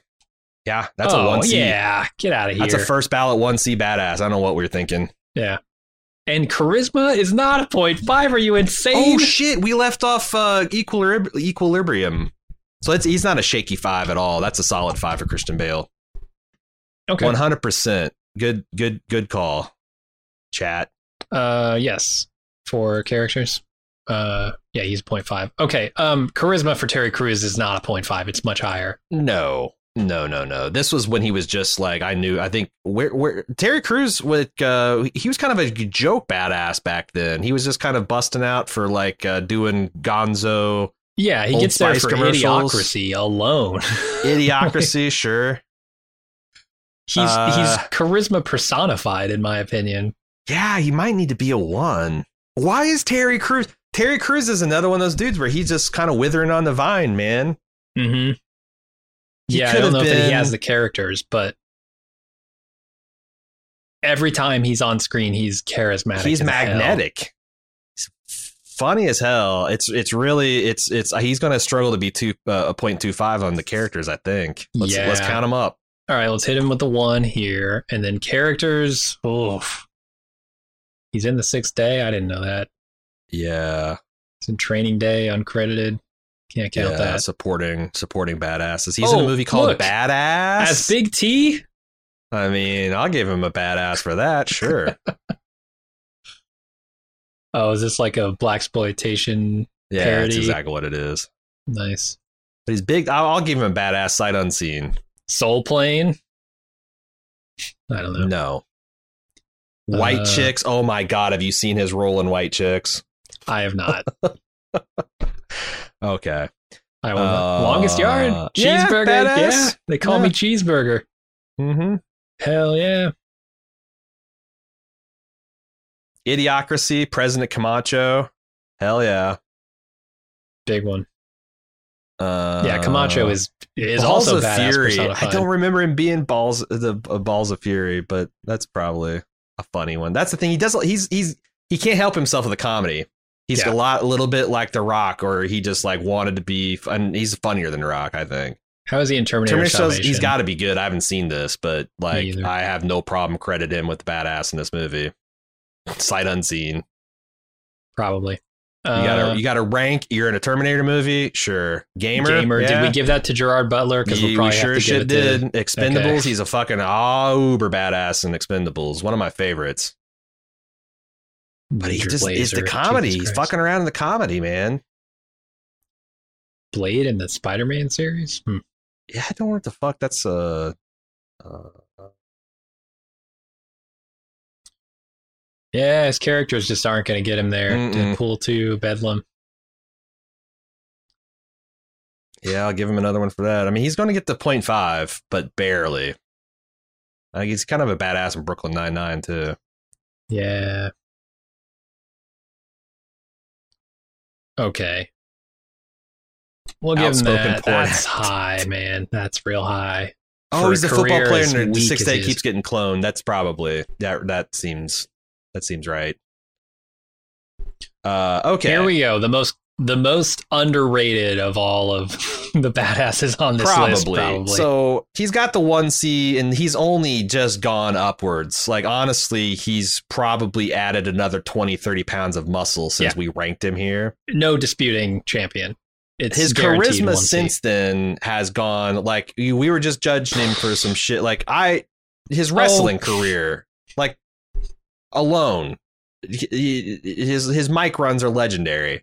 Speaker 1: Yeah, that's
Speaker 2: Oh,
Speaker 1: a one C.
Speaker 2: Yeah, get out of here.
Speaker 1: that's a first ballot one C badass. I don't know what we were thinking.
Speaker 2: and charisma is not a 0.5. Are you insane?
Speaker 1: Oh shit, we left off uh, equilib- equilibrium. So it's, he's not a shaky five at all. That's a solid five for Christian Bale.
Speaker 2: okay.
Speaker 1: One hundred percent. Good, good, good call. Chat.
Speaker 2: Uh, yes, for characters. Uh, yeah, he's 0.5. Okay. Um, charisma for Terry Crews is not a 0.5. It's much higher.
Speaker 1: No, no, no, no. This was when he was just like I knew. I think where where Terry Crews was. Uh, he was kind of a joke badass back then. He was just kind of busting out for like uh, doing Gonzo
Speaker 2: Yeah, he
Speaker 1: Old
Speaker 2: gets there
Speaker 1: Spice
Speaker 2: for
Speaker 1: commercials.
Speaker 2: idiocracy alone.
Speaker 1: idiocracy. sure.
Speaker 2: He's
Speaker 1: Uh,
Speaker 2: he's charisma personified, in my opinion.
Speaker 1: Yeah, he might need to be a one. Why is Terry Crews? Terry Crews is another one of those dudes where he's just kind of withering on the vine, man.
Speaker 2: Mm-hmm.
Speaker 1: He
Speaker 2: Yeah, I
Speaker 1: could
Speaker 2: don't know
Speaker 1: have
Speaker 2: if he
Speaker 1: been-
Speaker 2: has the characters, but every time he's on screen, he's charismatic.
Speaker 1: he's
Speaker 2: as hell.
Speaker 1: magnetic. He's funny as hell. It's it's really it's it's he's going to struggle to be two uh, a point two five on the characters. I think. Let's let's
Speaker 2: Yeah.
Speaker 1: count him up.
Speaker 2: All right, let's hit him with the one here, and then characters. Oof. He's in the sixth day. I didn't know that.
Speaker 1: Yeah,
Speaker 2: He's in training day, uncredited. Can't count
Speaker 1: yeah.
Speaker 2: that.
Speaker 1: Supporting supporting badasses. He's in
Speaker 2: Oh,
Speaker 1: a movie called
Speaker 2: look.
Speaker 1: Badass.
Speaker 2: As Big T,
Speaker 1: I mean, I'll give him a badass for that. Sure.
Speaker 2: oh, is this like a black exploitation?
Speaker 1: yeah,
Speaker 2: Parody.
Speaker 1: that's exactly what it is.
Speaker 2: Nice
Speaker 1: But he's big. I'll, I'll give him a badass sight unseen.
Speaker 2: soul plane. I don't know.
Speaker 1: No. White
Speaker 2: Uh,
Speaker 1: chicks. Oh my god, have you seen his role in White Chicks?
Speaker 2: I have not.
Speaker 1: Okay.
Speaker 2: I will
Speaker 1: Uh,
Speaker 2: not. Longest yard
Speaker 1: yeah,
Speaker 2: cheeseburger.
Speaker 1: badass.
Speaker 2: yeah, they call me
Speaker 1: Yeah.
Speaker 2: cheeseburger.
Speaker 1: Mm-hmm.
Speaker 2: Hell yeah.
Speaker 1: Idiocracy, President Camacho. Hell yeah.
Speaker 2: Big one.
Speaker 1: Uh,
Speaker 2: Yeah, Camacho is is
Speaker 1: Balls
Speaker 2: also
Speaker 1: of
Speaker 2: badass
Speaker 1: Fury.
Speaker 2: personified.
Speaker 1: I don't remember him being balls the uh, balls of fury, but that's probably a funny one. That's the thing. He does. He's he's he can't help himself with the comedy. He's
Speaker 2: Yeah.
Speaker 1: a lot, a little bit like The Rock, or he just like wanted to be, and he's funnier than The Rock, I think.
Speaker 2: How is he in Terminator?
Speaker 1: Terminator Salvation,
Speaker 2: Salvation?
Speaker 1: he's got to be good. I haven't seen this, but like
Speaker 2: either.
Speaker 1: I have no problem crediting him with the badass in this movie. Sight unseen.
Speaker 2: probably.
Speaker 1: You gotta
Speaker 2: Uh,
Speaker 1: you gotta rank. You're in a Terminator movie, sure. Gamer, yeah.
Speaker 2: Did we give that to Gerard Butler? Because
Speaker 1: Ye-
Speaker 2: we'll probably
Speaker 1: we sure
Speaker 2: have to give
Speaker 1: shit
Speaker 2: it to-
Speaker 1: did. Expendables.
Speaker 2: Okay.
Speaker 1: He's a fucking ah, uber badass in Expendables. One of my favorites. But he
Speaker 2: Major
Speaker 1: just is
Speaker 2: Blazer,
Speaker 1: the comedy.
Speaker 2: Jesus
Speaker 1: He's
Speaker 2: Christ.
Speaker 1: fucking around in the comedy, man.
Speaker 2: Blade in the Spider-Man series. Hmm.
Speaker 1: Yeah, I don't know what the fuck. That's uh, uh
Speaker 2: Yeah, his characters just aren't going to get him there.
Speaker 1: Mm-mm.
Speaker 2: Pool two, Bedlam.
Speaker 1: yeah. I'll give him another one for that. I mean, he's going to get to point five, but barely. I think he's kind of a badass in Brooklyn Nine Nine too.
Speaker 2: Yeah. Okay. We'll give him
Speaker 1: Outspoken
Speaker 2: that.
Speaker 1: porn act.
Speaker 2: That's high, man. That's real high.
Speaker 1: Oh,
Speaker 2: For a
Speaker 1: he's the football
Speaker 2: career
Speaker 1: player
Speaker 2: as
Speaker 1: in the
Speaker 2: weak
Speaker 1: six
Speaker 2: as
Speaker 1: day
Speaker 2: his.
Speaker 1: keeps getting cloned. That's probably that. That seems that seems right. Uh, okay.
Speaker 2: Here we go. The most the most underrated of all of the badasses on this
Speaker 1: probably.
Speaker 2: list. Probably.
Speaker 1: So he's got the one C, and he's only just gone upwards. Like honestly, he's probably added another 20, 30 pounds of muscle since we ranked him here.
Speaker 2: no disputing champion. It's
Speaker 1: His
Speaker 2: guaranteed
Speaker 1: charisma
Speaker 2: one
Speaker 1: since then has gone. Like you- we were just judging him for some shit. Like I, his
Speaker 2: Oh.
Speaker 1: wrestling career, like alone, He- he- his his mic runs are legendary.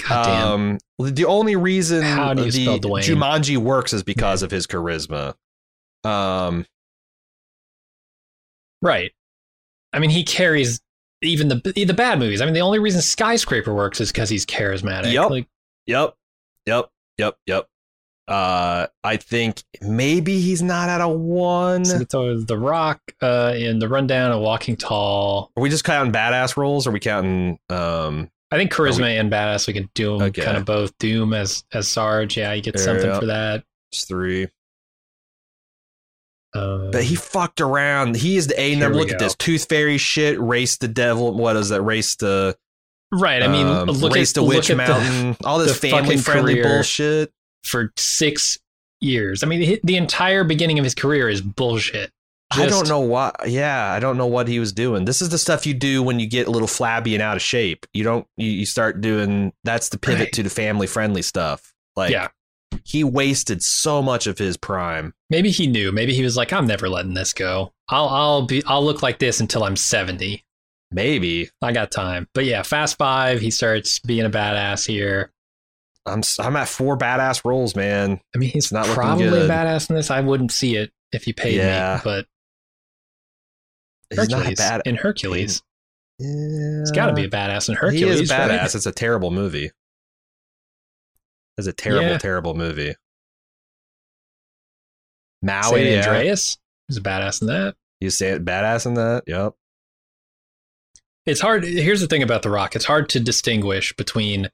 Speaker 2: seat. Goddamn.
Speaker 1: Um, the only reason
Speaker 2: How do you
Speaker 1: the
Speaker 2: spell Dwayne?
Speaker 1: Jumanji works is because of his charisma. Um,
Speaker 2: Right. I mean, he carries even the the bad movies. I mean, the only reason Skyscraper works is because he's charismatic.
Speaker 1: Yep.
Speaker 2: Like,
Speaker 1: yep, yep, yep, yep. Uh, I think maybe he's not at a one.
Speaker 2: so it's always The Rock uh, in The Rundown and Walking Tall.
Speaker 1: Are we just counting badass roles? Or are we counting? Um,
Speaker 2: I think charisma
Speaker 1: Are we-
Speaker 2: and badass we can do 'em
Speaker 1: Okay.
Speaker 2: kind of both. Doom as as Sarge, yeah, you get
Speaker 1: There,
Speaker 2: something
Speaker 1: yeah.
Speaker 2: for that.
Speaker 1: just three.
Speaker 2: Um,
Speaker 1: But he fucked around. He is the A
Speaker 2: Here
Speaker 1: number.
Speaker 2: we
Speaker 1: Look at
Speaker 2: go.
Speaker 1: this tooth fairy shit. Race the devil. What is that? Race the.
Speaker 2: Uh, right. I mean,
Speaker 1: um,
Speaker 2: look
Speaker 1: race
Speaker 2: at
Speaker 1: the
Speaker 2: look
Speaker 1: witch
Speaker 2: at
Speaker 1: mountain. all this
Speaker 2: the fucking
Speaker 1: family friendly
Speaker 2: career.
Speaker 1: bullshit.
Speaker 2: for six years. I mean, hi- the entire beginning of his career is bullshit.
Speaker 1: I
Speaker 2: Just-
Speaker 1: don't know why. Yeah, I don't know what he was doing. This is the stuff you do when you get a little flabby and out of shape. You don't. You, you start doing. That's the pivot
Speaker 2: Right.
Speaker 1: to the family friendly stuff. Like,
Speaker 2: Yeah.
Speaker 1: he wasted so much of his prime.
Speaker 2: Maybe he knew. Maybe he was like, I'm never letting this go. I'll I'll be I'll look like this until I'm seventy.
Speaker 1: Maybe
Speaker 2: I got time. But yeah, Fast Five, he starts being a badass here.
Speaker 1: I'm. s- I'm at four badass roles, man.
Speaker 2: I mean, he's
Speaker 1: It's not looking
Speaker 2: probably
Speaker 1: good.
Speaker 2: a badass in this. I wouldn't see it if you paid
Speaker 1: Yeah.
Speaker 2: me. But
Speaker 1: He's not a
Speaker 2: Hercules
Speaker 1: bad.
Speaker 2: in Hercules,
Speaker 1: Yeah.
Speaker 2: he's got to be a badass in
Speaker 1: He
Speaker 2: Hercules.
Speaker 1: is badass.
Speaker 2: right?
Speaker 1: It's a terrible movie. It's a terrible,
Speaker 2: Yeah.
Speaker 1: terrible movie. Maui,
Speaker 2: San
Speaker 1: yeah.
Speaker 2: Andreas, he's a badass in that.
Speaker 1: You say it badass in that? Yep.
Speaker 2: It's hard. Here's the thing about The Rock. It's hard to distinguish between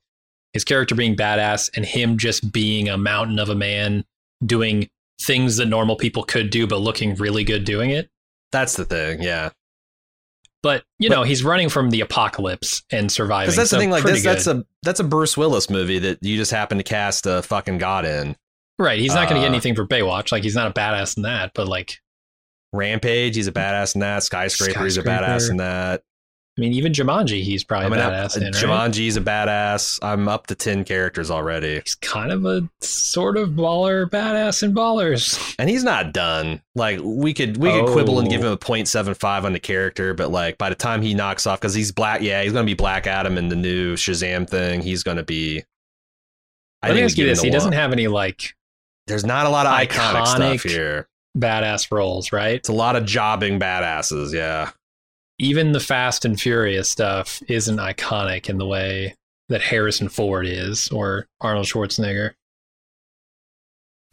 Speaker 2: his character being badass and him just being a mountain of a man doing things that normal people could do, but looking really good doing it.
Speaker 1: That's the thing, yeah.
Speaker 2: But you
Speaker 1: But-
Speaker 2: know, he's running from the apocalypse and surviving.
Speaker 1: Because that's
Speaker 2: so
Speaker 1: the thing, like
Speaker 2: pretty
Speaker 1: this,
Speaker 2: good.
Speaker 1: that's a that's a Bruce Willis movie that you just happen to cast a fucking god in.
Speaker 2: Right. He's not going to
Speaker 1: Uh,
Speaker 2: get anything for Baywatch. Like, he's not a badass in that, but like,
Speaker 1: Rampage, he's a badass in that. Skyscraper, he's a
Speaker 2: Mm-hmm. Skyscraper.
Speaker 1: badass in that.
Speaker 2: I mean, even Jumanji, he's probably
Speaker 1: I mean,
Speaker 2: a
Speaker 1: I'm-
Speaker 2: badass in, right?
Speaker 1: Jumanji's a badass. I'm up to ten characters already,
Speaker 2: He's kind of a sort of baller badass in ballers.
Speaker 1: and he's not done. Like we could we could quibble and give
Speaker 2: Oh.
Speaker 1: him a .75 on the character, but like by the time he knocks off, because he's black, yeah, he's gonna be Black Adam in the new Shazam thing. He's gonna be.
Speaker 2: Let me
Speaker 1: think we
Speaker 2: ask you
Speaker 1: give him
Speaker 2: this.
Speaker 1: the
Speaker 2: He doesn't
Speaker 1: one.
Speaker 2: have any like
Speaker 1: There's not a lot of iconic stuff
Speaker 2: iconic-
Speaker 1: here.
Speaker 2: badass roles, right?
Speaker 1: It's a lot of jobbing badasses, yeah.
Speaker 2: Even the Fast and Furious stuff isn't iconic in the way that Harrison Ford is or Arnold Schwarzenegger.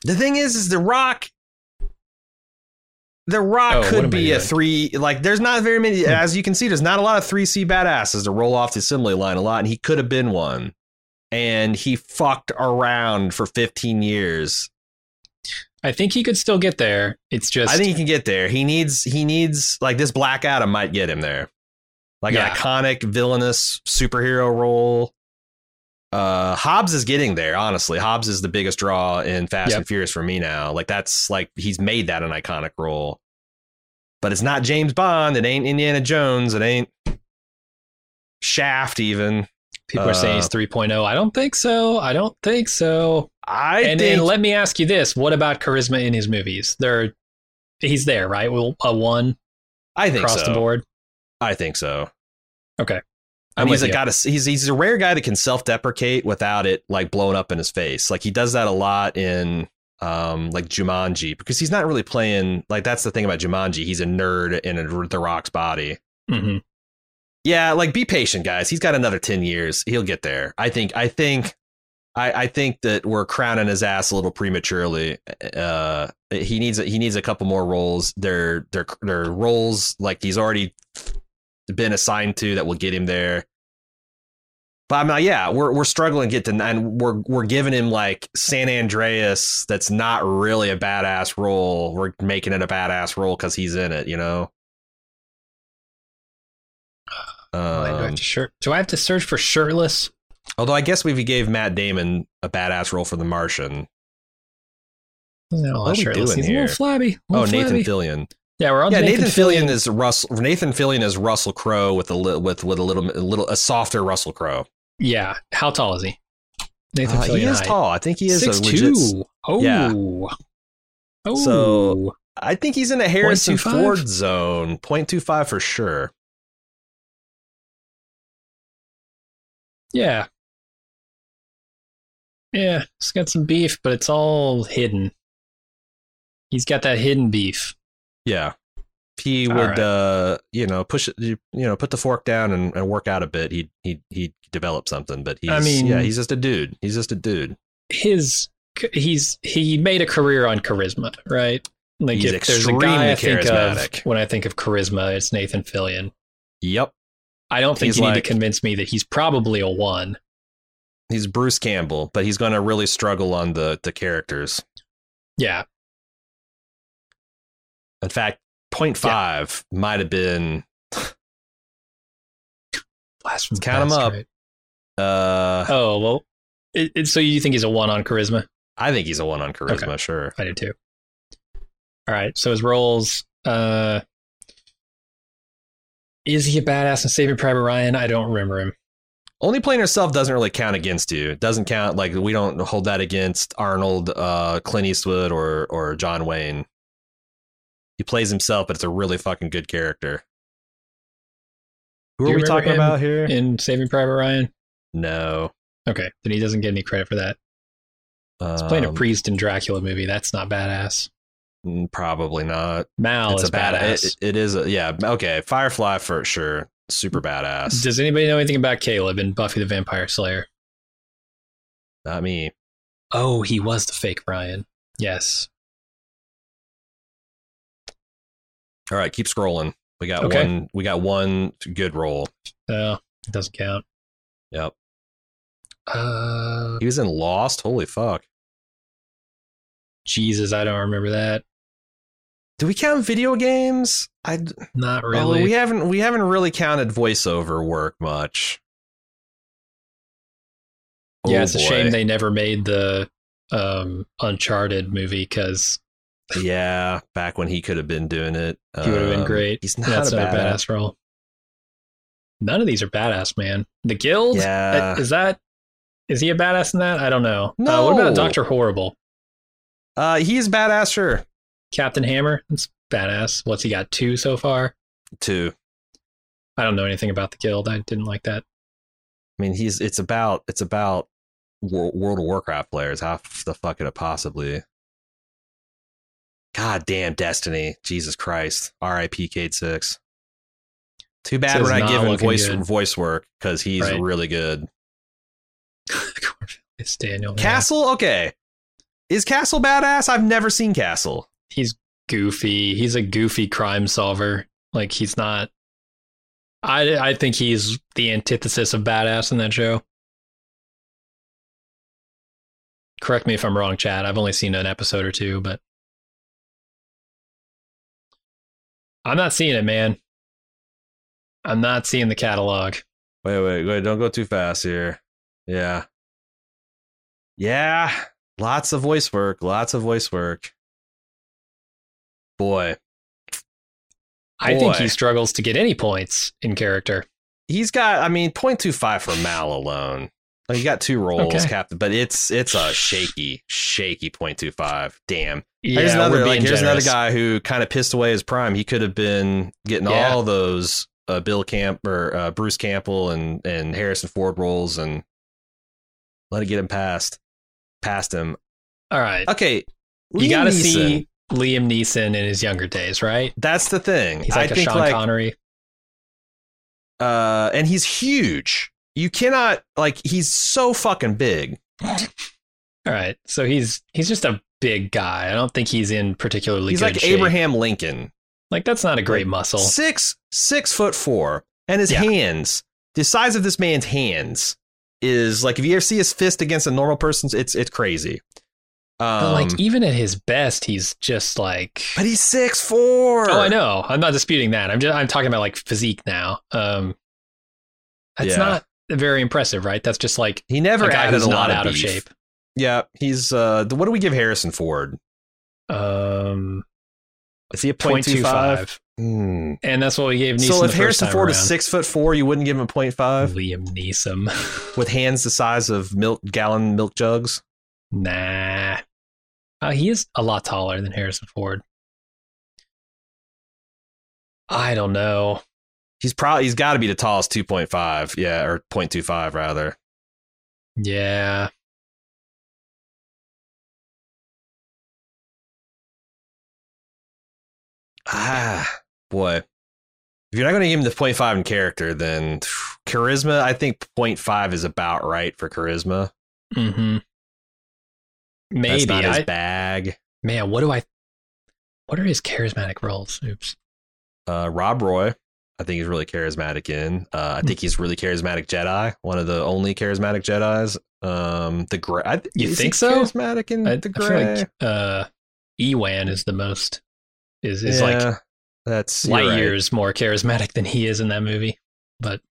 Speaker 1: The thing is, is The Rock. The Rock
Speaker 2: Oh, what
Speaker 1: could
Speaker 2: am I
Speaker 1: be a
Speaker 2: doing?
Speaker 1: three. Like, there's not very many,
Speaker 2: Hmm.
Speaker 1: as you can see, there's not a lot of three C badasses to roll off the assembly line a lot, and he could have been one. And he fucked around for 15 years.
Speaker 2: I think he could still get there. It's just
Speaker 1: I think he can get there. He needs, he needs, like, this Black Adam might get him there. Like
Speaker 2: Yeah.
Speaker 1: an iconic, villainous superhero role. uh Hobbs is getting there, honestly. Hobbs is the biggest draw in Fast
Speaker 2: Yep.
Speaker 1: and Furious for me now. Like that's like he's made that an iconic role. But it's not James Bond, it ain't Indiana Jones, it ain't Shaft even.
Speaker 2: People are saying he's
Speaker 1: Uh,
Speaker 2: 3.0. I don't think so. I don't think so.
Speaker 1: I
Speaker 2: and
Speaker 1: think
Speaker 2: then let me ask you this: What about charisma in his movies? There, he's there, right? Well, a one
Speaker 1: I think
Speaker 2: across
Speaker 1: so.
Speaker 2: the board.
Speaker 1: I think so.
Speaker 2: Okay.
Speaker 1: I
Speaker 2: I'm
Speaker 1: mean, he's
Speaker 2: with
Speaker 1: a
Speaker 2: you.
Speaker 1: got to, he's he's a rare guy that can self deprecate without it like blowing up in his face. Like he does that a lot in um like Jumanji because he's not really playing like that's the thing about Jumanji. He's a nerd in a, the Rock's body.
Speaker 2: hmm
Speaker 1: Yeah, like be patient, guys. He's got another ten years. He'll get there. I think. I think. I, I think that we're crowning his ass a little prematurely. Uh, he needs he needs a couple more roles. They're they're they're roles like he's already been assigned to that will get him there. But I'm not. Yeah, we're we're struggling to get to nine. We're we're giving him like San Andreas. That's not really a badass role. We're making it a badass role because he's in it. You know.
Speaker 2: do, I have
Speaker 1: Um,
Speaker 2: to shir- do I have to search for shirtless?
Speaker 1: although I guess if we gave Matt Damon a badass role for The Martian,
Speaker 2: No,
Speaker 1: What are we
Speaker 2: shirtless.
Speaker 1: doing
Speaker 2: He's a
Speaker 1: here?
Speaker 2: little flabby. a
Speaker 1: oh
Speaker 2: little
Speaker 1: Nathan
Speaker 2: flabby.
Speaker 1: Fillion,
Speaker 2: yeah, we're on
Speaker 1: yeah
Speaker 2: Nathan,
Speaker 1: Oh, Nathan, Fillion,
Speaker 2: Fillion.
Speaker 1: is Russell. Nathan Fillion is Russell Crowe with a li- with with a little a little a softer Russell Crowe.
Speaker 2: yeah, how tall is he? Nathan
Speaker 1: Uh,
Speaker 2: Fillion
Speaker 1: he is
Speaker 2: height.
Speaker 1: tall. I think he is
Speaker 2: Six
Speaker 1: a legit.
Speaker 2: two. Oh,
Speaker 1: Yeah.
Speaker 2: oh.
Speaker 1: So- I think he's in a Harrison
Speaker 2: 0.25?
Speaker 1: Ford zone. 0.25 for sure.
Speaker 2: yeah, yeah. He's got some beef, but it's all hidden. He's got that hidden beef.
Speaker 1: Yeah. He
Speaker 2: All
Speaker 1: would
Speaker 2: right.
Speaker 1: uh you know push it you know put the fork down and, and work out a bit. He he he develop something, but he's
Speaker 2: I mean-
Speaker 1: yeah, he's just a dude. He's just a dude.
Speaker 2: his he's he made a career on charisma, right? Like
Speaker 1: He's
Speaker 2: if there's a guy I think
Speaker 1: extremely
Speaker 2: of
Speaker 1: charismatic.
Speaker 2: when I think of charisma, it's Nathan Fillion.
Speaker 1: Yep.
Speaker 2: I don't think
Speaker 1: He's
Speaker 2: you need
Speaker 1: like-
Speaker 2: to convince me that he's probably a one.
Speaker 1: He's Bruce Campbell, but he's going to really struggle on the the characters.
Speaker 2: Yeah,
Speaker 1: In fact, 0.5 might have been
Speaker 2: last one.
Speaker 1: Count 'em
Speaker 2: That's
Speaker 1: up.
Speaker 2: right.
Speaker 1: uh
Speaker 2: Oh well, it, it, so you think he's a one on charisma?
Speaker 1: I think he's a 1 on charisma, sure.
Speaker 2: I do too. All right, so his roles. uh Is he a badass in Saving Private Ryan? I don't remember him.
Speaker 1: Only playing herself doesn't really count against you. It doesn't count like we don't hold that against Arnold, uh, Clint Eastwood, or or John Wayne. He plays himself, but it's a really fucking good character. Who
Speaker 2: Do
Speaker 1: are
Speaker 2: you
Speaker 1: we
Speaker 2: remember
Speaker 1: talking
Speaker 2: him
Speaker 1: about here?
Speaker 2: In Saving Private Ryan,
Speaker 1: no,
Speaker 2: okay, then he doesn't get any credit for that.
Speaker 1: it's
Speaker 2: He's playing a priest in Dracula movie. That's not badass.
Speaker 1: Probably not.
Speaker 2: Mal
Speaker 1: it's
Speaker 2: is
Speaker 1: a bad.
Speaker 2: Oh, badass.
Speaker 1: It, it is. A, yeah. Okay. Firefly for sure. Super badass.
Speaker 2: Does anybody know anything about Caleb in Buffy the Vampire Slayer?
Speaker 1: Not me.
Speaker 2: Oh, he was the fake Ryan. Yes.
Speaker 1: All right. Keep scrolling. We got
Speaker 2: Okay.
Speaker 1: one. We got one good roll.
Speaker 2: Oh, it doesn't count.
Speaker 1: Yep.
Speaker 2: Uh,
Speaker 1: He was in Lost. Holy fuck.
Speaker 2: Jesus, I don't remember that.
Speaker 1: Do we count video games? I
Speaker 2: Not
Speaker 1: really
Speaker 2: really.
Speaker 1: we haven't we haven't really counted voiceover work much.
Speaker 2: yeah,
Speaker 1: Oh,
Speaker 2: it's a
Speaker 1: boy.
Speaker 2: shame they never made the um, Uncharted movie because
Speaker 1: yeah, back when he could have been doing it,
Speaker 2: he would have been
Speaker 1: Um,
Speaker 2: great.
Speaker 1: He's not
Speaker 2: That's
Speaker 1: a
Speaker 2: another
Speaker 1: badass.
Speaker 2: badass role. None of these are badass, man. The Guild.
Speaker 1: Yeah.
Speaker 2: Uh, Is that is he a badass in that? I don't know. Uh, what
Speaker 1: No.
Speaker 2: about Doctor Horrible?
Speaker 1: Uh, he's badass, sure.
Speaker 2: Captain Hammer? That's badass. What's he got? Two so far?
Speaker 1: Too.
Speaker 2: I don't know anything about the guild. I didn't like that.
Speaker 1: I mean, he's it's about it's about Wor- World of Warcraft players. How f- the fuck could it possibly? God damn Destiny, Jesus Christ, R.I.P. Kate Six. Too bad
Speaker 2: So
Speaker 1: we're not
Speaker 2: it's not
Speaker 1: giving
Speaker 2: looking
Speaker 1: voice
Speaker 2: good.
Speaker 1: voice work because he's
Speaker 2: Right.
Speaker 1: really good.
Speaker 2: it's Daniel. yeah.
Speaker 1: Castle, okay, is Castle badass? I've never seen Castle.
Speaker 2: He's goofy. He's a goofy crime solver. Like he's not. I I think he's the antithesis of badass in that show. Correct me if I'm wrong, Chad. I've only seen an episode or two, but I'm not seeing it, man. I'm not seeing the catalog.
Speaker 1: Wait, wait, wait! Don't go too fast here. Yeah, Yeah, lots of voice work, lots of voice work. Boy,
Speaker 2: I think he
Speaker 1: Boy.
Speaker 2: struggles to get any points in character.
Speaker 1: he's got I mean 0.25 for Mal alone. Like he got two rolls,
Speaker 2: Okay.
Speaker 1: captain, but it's it's a shaky, shaky 0.25. Damn.
Speaker 2: Yeah,
Speaker 1: here's
Speaker 2: we're
Speaker 1: another like,
Speaker 2: being
Speaker 1: here's another
Speaker 2: generous.
Speaker 1: guy who kind of pissed away his prime. He could have been getting
Speaker 2: Yeah.
Speaker 1: all those uh, Bill Camp or uh, Bruce Campbell and and Harrison Ford rolls and let it get him past past him.
Speaker 2: All right,
Speaker 1: Okay,
Speaker 2: you
Speaker 1: Liam
Speaker 2: got to
Speaker 1: Neeson.
Speaker 2: see Liam Neeson in his younger days, right?
Speaker 1: That's the thing.
Speaker 2: He's
Speaker 1: I
Speaker 2: like a
Speaker 1: think
Speaker 2: Sean
Speaker 1: like
Speaker 2: Connery.
Speaker 1: uh, and he's huge. You cannot like he's so fucking big.
Speaker 2: All right, so he's he's just a big guy. I don't think he's in particularly
Speaker 1: he's
Speaker 2: good
Speaker 1: like
Speaker 2: shape.
Speaker 1: Abraham Lincoln,
Speaker 2: Like that's not a
Speaker 1: Like,
Speaker 2: great muscle.
Speaker 1: six six foot four, and his
Speaker 2: Yeah.
Speaker 1: hands, the size of this man's hands is like if you ever see his fist against a normal person's, it's it's crazy. Um,
Speaker 2: But like e- even at his best, he's just like.
Speaker 1: but he's six four.
Speaker 2: Oh, I know. I'm not disputing that. I'm just I'm talking about like physique now. Um, that's
Speaker 1: Yeah.
Speaker 2: not very impressive, right? That's just like
Speaker 1: He never
Speaker 2: a guy
Speaker 1: added
Speaker 2: who's
Speaker 1: a lot
Speaker 2: not
Speaker 1: of
Speaker 2: out of
Speaker 1: beef.
Speaker 2: shape.
Speaker 1: Yeah, he's uh, the- what do we give Harrison Ford?
Speaker 2: Um,
Speaker 1: Is he a point two five? Hmm.
Speaker 2: 0.25. and that's what we gave Neeson.
Speaker 1: So if
Speaker 2: the first
Speaker 1: Harrison
Speaker 2: time
Speaker 1: Ford
Speaker 2: around.
Speaker 1: is six foot four, you wouldn't give him a point five.
Speaker 2: Liam Neeson.
Speaker 1: with hands the size of milk gallon milk jugs.
Speaker 2: nah, uh, he is a lot taller than Harrison Ford. I don't know.
Speaker 1: He's probably he's got to be the tallest 2.5, yeah, or 0.25 rather.
Speaker 2: Yeah.
Speaker 1: Ah, boy. If you're not going to give him the 0.5 in character, then phew, charisma, I think 0.5 is about right for charisma.
Speaker 2: Mm-hmm. Maybe
Speaker 1: That's not
Speaker 2: I-
Speaker 1: his bag.
Speaker 2: man, what do I? What are his charismatic roles? Oops.
Speaker 1: Uh, Rob Roy, I think he's really charismatic in.
Speaker 2: Hmm.
Speaker 1: Uh, I think he's really charismatic Jedi, one of the only charismatic Jedi's. Um, the gray. I th-
Speaker 2: You
Speaker 1: is
Speaker 2: think
Speaker 1: he
Speaker 2: so?
Speaker 1: Charismatic in
Speaker 2: I,
Speaker 1: the
Speaker 2: I feel
Speaker 1: gray.
Speaker 2: like uh, Ewan is the most is is like
Speaker 1: Yeah, that's you're
Speaker 2: light
Speaker 1: right.
Speaker 2: years more charismatic than he is in that movie. But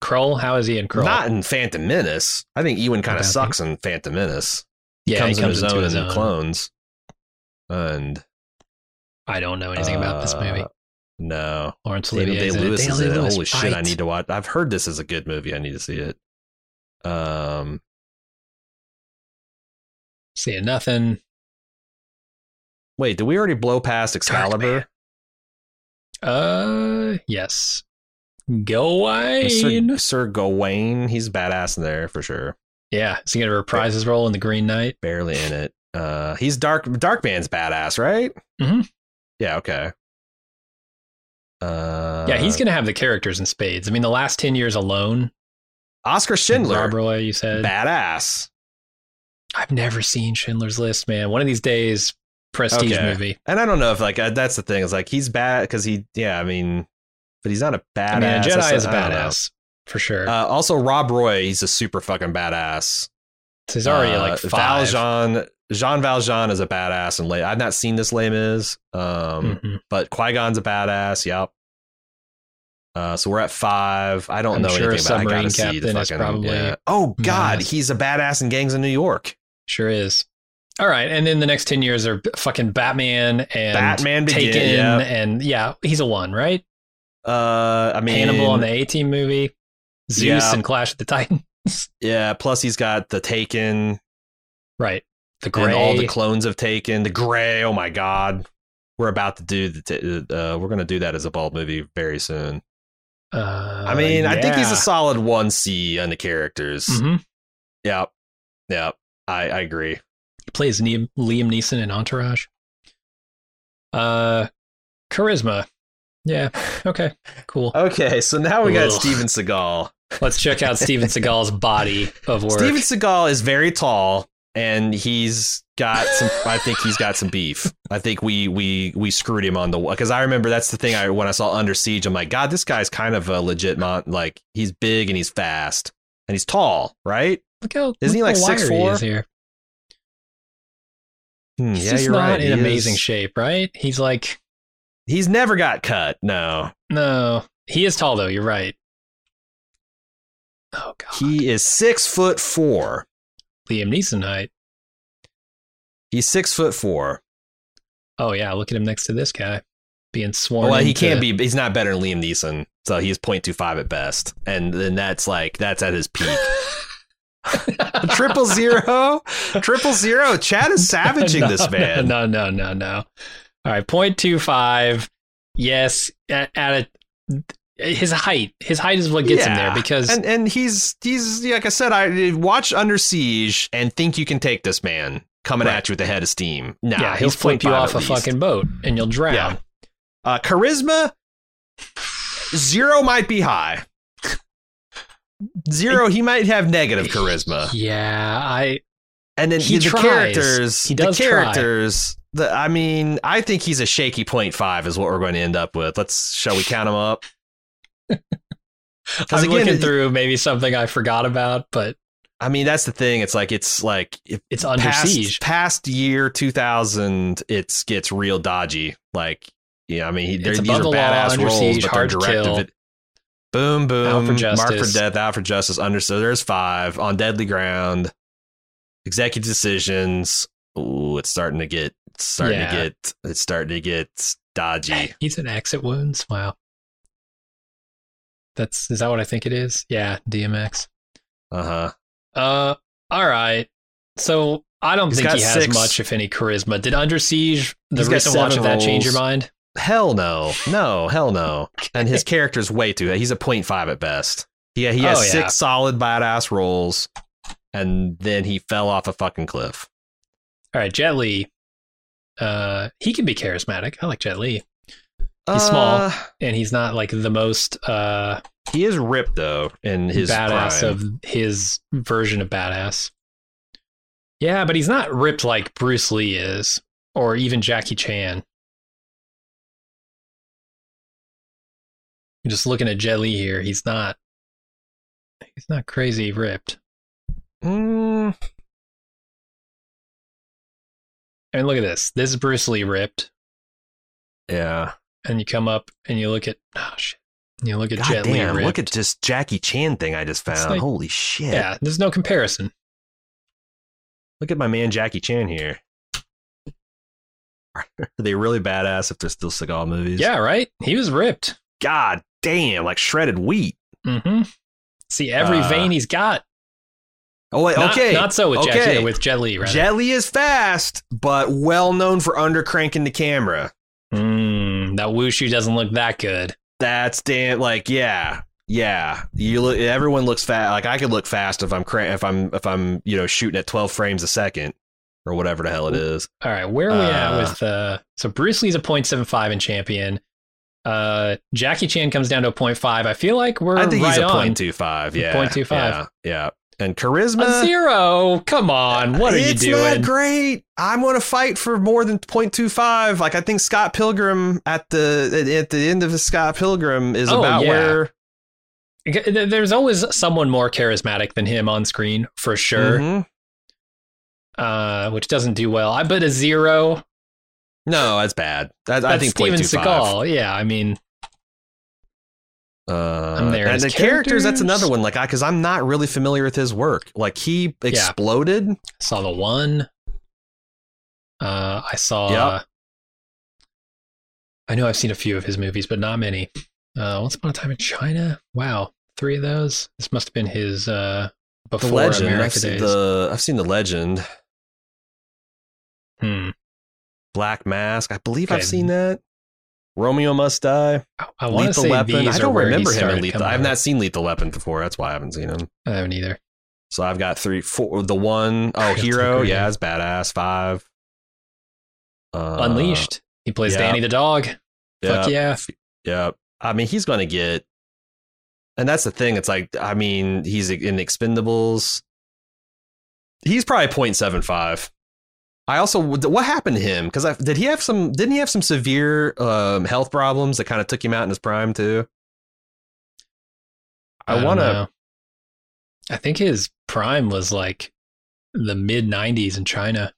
Speaker 2: Kroll, how is he in Kroll?
Speaker 1: Not in Phantom Menace. I think Ewan kind of
Speaker 2: Okay.
Speaker 1: sucks in Phantom Menace.
Speaker 2: yeah,
Speaker 1: comes,
Speaker 2: he comes
Speaker 1: in his
Speaker 2: into
Speaker 1: own
Speaker 2: his
Speaker 1: in
Speaker 2: own.
Speaker 1: Clones. And
Speaker 2: I don't know anything about this
Speaker 1: uh,
Speaker 2: movie.
Speaker 1: No,
Speaker 2: Lawrence
Speaker 1: Daniel
Speaker 2: Olivier
Speaker 1: Day
Speaker 2: is in it.
Speaker 1: Lewis is
Speaker 2: Daniel
Speaker 1: in it.
Speaker 2: Day-Lewis,
Speaker 1: Holy shit! I
Speaker 2: right.
Speaker 1: need to watch. I've heard this is a good movie. I need to see it. Um,
Speaker 2: Seeing nothing.
Speaker 1: wait, did we already blow past Excalibur?
Speaker 2: Uh, yes. Go
Speaker 1: Sir,
Speaker 2: Wayne.
Speaker 1: Sir Gawain, he's badass in there for sure.
Speaker 2: Yeah, is he gonna reprise his role in the Green Knight?
Speaker 1: Barely in it. Uh, he's Dark Dark Man's badass, right?
Speaker 2: Mhm.
Speaker 1: Yeah. Okay. Uh,
Speaker 2: yeah, he's gonna have the characters in spades. I mean, the last ten years alone.
Speaker 1: Oscar Schindler.
Speaker 2: Rob Roy, you said.
Speaker 1: badass.
Speaker 2: I've never seen Schindler's List, man. One of these days, prestige
Speaker 1: Okay.
Speaker 2: movie.
Speaker 1: And I don't know if like uh, that's the thing is like he's bad because he yeah I mean, but he's not a badass.
Speaker 2: I mean, a Jedi
Speaker 1: That's-
Speaker 2: is a
Speaker 1: I don't know.
Speaker 2: badass for sure.
Speaker 1: Uh, also, Rob Roy, he's a super fucking badass.
Speaker 2: so he's already
Speaker 1: Uh,
Speaker 2: like five.
Speaker 1: Valjean. Jean Valjean is a badass, and I've not seen this lame is, um,
Speaker 2: Mhm.
Speaker 1: but Qui Gon's a badass. Yep. Uh, so we're at five. I don't
Speaker 2: I'm
Speaker 1: know
Speaker 2: sure
Speaker 1: anything
Speaker 2: a
Speaker 1: about. it. I gotta
Speaker 2: submarine
Speaker 1: see the
Speaker 2: captain is
Speaker 1: fucking.
Speaker 2: probably hmm.
Speaker 1: yeah. Oh God,
Speaker 2: badass.
Speaker 1: he's a badass in Gangs of New York.
Speaker 2: Sure is. All right, and then the next ten years are b- fucking Batman and
Speaker 1: Batman Begins.
Speaker 2: Taken,
Speaker 1: yeah.
Speaker 2: and yeah, he's a one, right?
Speaker 1: Uh, I mean,
Speaker 2: Hannibal on the A Team movie, Zeus
Speaker 1: Yeah.
Speaker 2: and Clash of the Titan,
Speaker 1: Yeah, plus he's got the Taken
Speaker 2: right? The Gray,
Speaker 1: and all the clones have taken the Gray. Oh my God, we're about to do the. T- uh, we're gonna do that as a bald movie very soon.
Speaker 2: uh,
Speaker 1: I mean, I think he's a
Speaker 2: yeah.
Speaker 1: solid one C on the characters.
Speaker 2: Mhm.
Speaker 1: Yep, yep. I, I agree.
Speaker 2: He plays Liam, Liam Neeson in Entourage. Uh, charisma. Yeah. Okay. Cool.
Speaker 1: Okay, so now
Speaker 2: we
Speaker 1: we
Speaker 2: got
Speaker 1: got
Speaker 2: Ugh.
Speaker 1: Steven
Speaker 2: Steven
Speaker 1: Seagal.
Speaker 2: Let's check out Steven Seagal's body of work.
Speaker 1: Steven Seagal is very tall, and he's got some. I think he's got some beef. I think we we we screwed him on the because I remember that's the thing. I when I saw Under Siege, I'm like, God, this guy's kind of a legit mon. Like he's big and he's fast and he's tall, right?
Speaker 2: look how
Speaker 1: Isn't he
Speaker 2: look
Speaker 1: like
Speaker 2: how wiry
Speaker 1: 6'4"?
Speaker 2: is here.
Speaker 1: Hmm,
Speaker 2: He's just not in
Speaker 1: He
Speaker 2: amazing
Speaker 1: is-
Speaker 2: shape, right? He's like
Speaker 1: He's never got cut. No,
Speaker 2: no. He is tall though. You're right. Oh god.
Speaker 1: he is six foot four.
Speaker 2: Liam Neeson height.
Speaker 1: He's six foot four.
Speaker 2: Oh yeah, look at him next to this guy being sworn.
Speaker 1: Well, he
Speaker 2: into-
Speaker 1: can't be. He's not better than Liam Neeson, so he's 0.25 at best, and then that's like that's at his peak. triple zero, triple zero. Chad is savaging
Speaker 2: No,
Speaker 1: this man.
Speaker 2: No, no, no, no. All right, 0.25. Yes, at, at a, his height. His height is what gets him there
Speaker 1: Yeah.
Speaker 2: because
Speaker 1: and and he's he's like I said, I watch Under Siege and think you can take this man coming
Speaker 2: Right.
Speaker 1: at you with a head of steam. Nah,
Speaker 2: yeah, he'll
Speaker 1: he's
Speaker 2: flip you
Speaker 1: 0.5
Speaker 2: off
Speaker 1: at
Speaker 2: a
Speaker 1: least.
Speaker 2: fucking boat and you'll drown.
Speaker 1: Yeah. uh, charisma. Zero might be high. Zero, he might have negative charisma.
Speaker 2: Yeah, I
Speaker 1: And then
Speaker 2: He
Speaker 1: the
Speaker 2: tries.
Speaker 1: characters,
Speaker 2: He does
Speaker 1: the
Speaker 2: try.
Speaker 1: characters. The, I mean, I think he's a shaky point five is what we're going to end up with. Let's shall we count him up?
Speaker 2: I was
Speaker 1: Because
Speaker 2: looking
Speaker 1: again,
Speaker 2: through maybe something I forgot about, but
Speaker 1: I mean, that's the thing. It's like it's like if
Speaker 2: it's under
Speaker 1: past,
Speaker 2: siege.
Speaker 1: past year two thousand, it's gets real dodgy. Like yeah, I mean, he, they're,
Speaker 2: It's
Speaker 1: these
Speaker 2: above
Speaker 1: are
Speaker 2: the law,
Speaker 1: badass
Speaker 2: under
Speaker 1: roles,
Speaker 2: siege,
Speaker 1: but
Speaker 2: hard to
Speaker 1: they're directed.
Speaker 2: kill.
Speaker 1: at- Boom, boom.
Speaker 2: Out for
Speaker 1: Mark
Speaker 2: justice.
Speaker 1: for death. Out for justice. Under so there's five on deadly ground. Executive decisions. Ooh, it's starting to get it's starting
Speaker 2: Yeah.
Speaker 1: to get it's starting to get dodgy.
Speaker 2: He's an axe at wounds. Wow. That's is that what I think it is? Yeah, DMX.
Speaker 1: Uh huh.
Speaker 2: Uh, all right. So I don't
Speaker 1: He's
Speaker 2: think
Speaker 1: got
Speaker 2: he has
Speaker 1: six.
Speaker 2: much, if any, charisma. Did Under Siege, the
Speaker 1: He's got
Speaker 2: recent watch of
Speaker 1: seven
Speaker 2: that, change your
Speaker 1: rolls.
Speaker 2: mind?
Speaker 1: Hell no, no, hell no. And his character's way too. He's a point five at best. Yeah, he has
Speaker 2: Oh, yeah.
Speaker 1: six solid badass rolls, and then he fell off a fucking cliff.
Speaker 2: All right, Jet Li. Uh, he can be charismatic. I like Jet Li, He's small.
Speaker 1: Uh,
Speaker 2: and he's not like the most uh
Speaker 1: He is ripped though, in his
Speaker 2: badass
Speaker 1: prime.
Speaker 2: of his version of badass. Yeah, but he's not ripped like Bruce Lee is, or even Jackie Chan. I'm just looking at Jet Li here. He's not. He's not crazy ripped.
Speaker 1: Mm,
Speaker 2: I mean, look at this. This is Bruce Lee ripped,
Speaker 1: yeah.
Speaker 2: and you come up and you look at oh shit, and you look at
Speaker 1: God
Speaker 2: Jet Li
Speaker 1: damn!
Speaker 2: ripped.
Speaker 1: Look at this Jackie Chan thing I just
Speaker 2: It's
Speaker 1: found.
Speaker 2: like-
Speaker 1: Holy shit!
Speaker 2: yeah, there's no comparison.
Speaker 1: Look at my man Jackie Chan here. Are they really badass if they're still Seagal movies?
Speaker 2: Yeah, right. He was ripped.
Speaker 1: God damn! Like shredded wheat.
Speaker 2: Mm-hmm. See every
Speaker 1: Uh,
Speaker 2: vein he's got.
Speaker 1: Oh wait.
Speaker 2: Not-
Speaker 1: okay.
Speaker 2: Not, so with Jackie,
Speaker 1: Okay.
Speaker 2: with Jet Li, rather.
Speaker 1: Jelly is fast, but well known for undercranking the camera.
Speaker 2: Mm, that wushu doesn't look that good.
Speaker 1: That's damn like yeah. Yeah, you look. Everyone looks fast. Like I could look fast if I'm cra- if I'm if I'm you know shooting at twelve frames a second or whatever the hell it is.
Speaker 2: All right, where are we at
Speaker 1: Uh.
Speaker 2: with uh so Bruce Lee's a 0.75 in champion. Uh Jackie Chan comes down to a 0.5. I feel like we're
Speaker 1: I think
Speaker 2: right
Speaker 1: he's a
Speaker 2: on.
Speaker 1: point two five. Yeah,
Speaker 2: 0.25.
Speaker 1: Yeah, yeah. and
Speaker 2: A
Speaker 1: charisma.
Speaker 2: zero. Come on. What are you
Speaker 1: it's not
Speaker 2: doing?
Speaker 1: great. I'm going to fight for more than 0.25. Like I think Scott Pilgrim at the at the end of his Scott Pilgrim is
Speaker 2: Oh,
Speaker 1: about
Speaker 2: yeah.
Speaker 1: where
Speaker 2: There- There's always someone more charismatic than him on screen for sure.
Speaker 1: Mhm. Mm-hmm.
Speaker 2: Uh which doesn't do well. I bet a zero.
Speaker 1: No, that's bad. That, I
Speaker 2: That's
Speaker 1: think
Speaker 2: Steven
Speaker 1: 0.25.
Speaker 2: Seagal. Yeah, I mean
Speaker 1: Uh,
Speaker 2: I'm there.
Speaker 1: And
Speaker 2: His
Speaker 1: the characters, that's
Speaker 2: characters?
Speaker 1: another one. Like, I because I'm not really familiar with his work. Like, he exploded.
Speaker 2: saw the one. Uh, I saw.
Speaker 1: Yep. I
Speaker 2: I know I've seen a few of his movies, but not many. Uh, Once Upon a Time in China. Wow, three of those. This must have been his uh,
Speaker 1: The
Speaker 2: before
Speaker 1: legend. I've
Speaker 2: America
Speaker 1: seen
Speaker 2: days.
Speaker 1: the I've seen the legend.
Speaker 2: Hmm.
Speaker 1: Black Mask. I believe
Speaker 2: Okay.
Speaker 1: I've seen that. Romeo Must Die.
Speaker 2: I, I want to
Speaker 1: Lethal
Speaker 2: say
Speaker 1: Weapon.
Speaker 2: these
Speaker 1: I
Speaker 2: are
Speaker 1: don't
Speaker 2: where he
Speaker 1: remember him in
Speaker 2: started
Speaker 1: Lethal.
Speaker 2: coming
Speaker 1: I've
Speaker 2: out.
Speaker 1: not seen Lethal Weapon before. That's why I haven't seen him.
Speaker 2: I haven't either.
Speaker 1: So I've got three, four. The one, oh,
Speaker 2: That's
Speaker 1: Hero.
Speaker 2: great.
Speaker 1: Yeah, it's badass. Five. Uh,
Speaker 2: Unleashed. He plays
Speaker 1: yeah.
Speaker 2: Danny the dog. Fuck yeah.
Speaker 1: Yeah. I mean, he's going to get. And that's the thing. It's like, I mean, he's in Expendables. He's probably 0.75. I also, what happened to him? Because did he have some, didn't he have some severe um, health problems that kind of took him out in his prime, too? I,
Speaker 2: don't
Speaker 1: want to,
Speaker 2: know. I think his prime was like the mid '90s in China.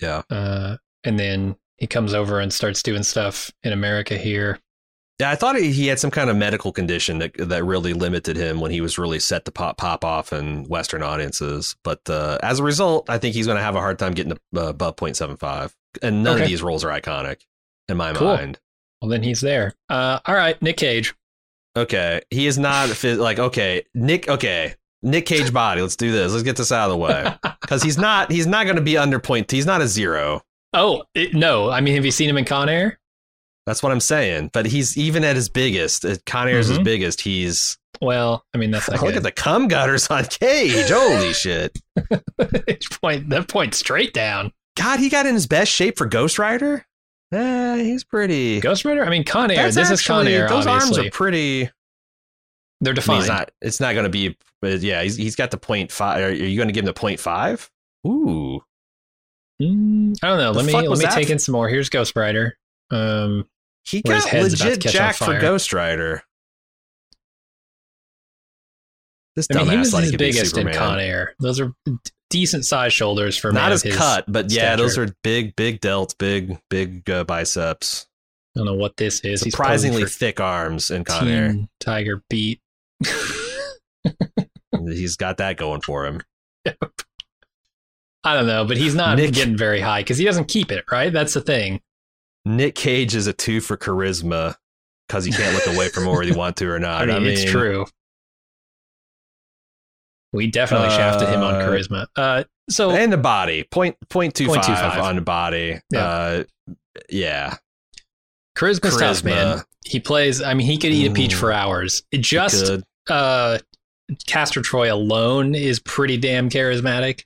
Speaker 1: yeah.
Speaker 2: uh, and then he comes over and starts doing stuff in America here.
Speaker 1: Yeah, I thought he he had some kind of medical condition that that really limited him when he was really set to pop pop off in Western audiences. But uh, as a result, I think he's going to have a hard time getting to, uh, above 0.75. And none of
Speaker 2: Okay.
Speaker 1: these roles are iconic in my
Speaker 2: Cool.
Speaker 1: mind.
Speaker 2: Well, then he's there. Uh, all right, Nick Cage.
Speaker 1: Okay, he is not phys- like okay Nick. Okay, Nick Cage body. Let's do this. Let's get this out of the way because he's not he's not going to be under point. He's not a zero.
Speaker 2: Oh it, no, I mean, have you seen him in Con Air?
Speaker 1: That's what I'm saying. But he's even at his biggest, at Con Air's his
Speaker 2: Mhm.
Speaker 1: biggest. He's
Speaker 2: Well, I mean, that's not
Speaker 1: look at
Speaker 2: good.
Speaker 1: the cum gutters on Cage. Holy shit.
Speaker 2: It's point that point straight down.
Speaker 1: God, he got in his best shape for Ghost Rider. Eh, he's pretty.
Speaker 2: Ghost Rider. I mean, Con Air.
Speaker 1: That's
Speaker 2: this is Con
Speaker 1: actually-
Speaker 2: Air.
Speaker 1: Those
Speaker 2: obviously,
Speaker 1: arms are pretty.
Speaker 2: they're
Speaker 1: I mean,
Speaker 2: defined.
Speaker 1: he's not. It's not going to be. But yeah, he's, he's got the point five. Are you going to give him the point five? Ooh,
Speaker 2: Mm, I don't know.
Speaker 1: The
Speaker 2: Let me
Speaker 1: fuck
Speaker 2: let
Speaker 1: was
Speaker 2: me
Speaker 1: that?
Speaker 2: take in some more. Here's Ghost Rider. Um,
Speaker 1: he
Speaker 2: Where his
Speaker 1: got
Speaker 2: head's about to
Speaker 1: legit
Speaker 2: catch on
Speaker 1: jacked for
Speaker 2: fire.
Speaker 1: Ghost Rider. This
Speaker 2: I mean, he was
Speaker 1: dumbass thought
Speaker 2: his
Speaker 1: could be
Speaker 2: biggest in
Speaker 1: Superman.
Speaker 2: Con Air. Those are d- decent sized shoulders for a man
Speaker 1: Not
Speaker 2: of
Speaker 1: as cut, but yeah, those
Speaker 2: stature.
Speaker 1: are big, big delts, big, big uh, biceps,
Speaker 2: I don't know what this is. He's posing
Speaker 1: surprisingly
Speaker 2: for
Speaker 1: thick arms in Con
Speaker 2: Teen
Speaker 1: Air.
Speaker 2: Tiger beat.
Speaker 1: He's got that going for him.
Speaker 2: I don't know, but he's not
Speaker 1: Nick-
Speaker 2: getting very high because he doesn't keep it right. That's the thing.
Speaker 1: Nick Cage is a two for charisma because he can't look away from him whether you want to or not.
Speaker 2: I mean, it's true. We definitely shafted him on
Speaker 1: Uh,
Speaker 2: charisma. Uh, so
Speaker 1: And the body point point two five
Speaker 2: 0.25.
Speaker 1: on the body. Yeah.
Speaker 2: Yeah.
Speaker 1: Uh, yeah.
Speaker 2: charisma's tough,
Speaker 1: charisma.
Speaker 2: man. He plays. I mean, he could eat a peach
Speaker 1: Mm.
Speaker 2: for hours. It just
Speaker 1: Good.
Speaker 2: uh Castor Troy alone is pretty damn charismatic.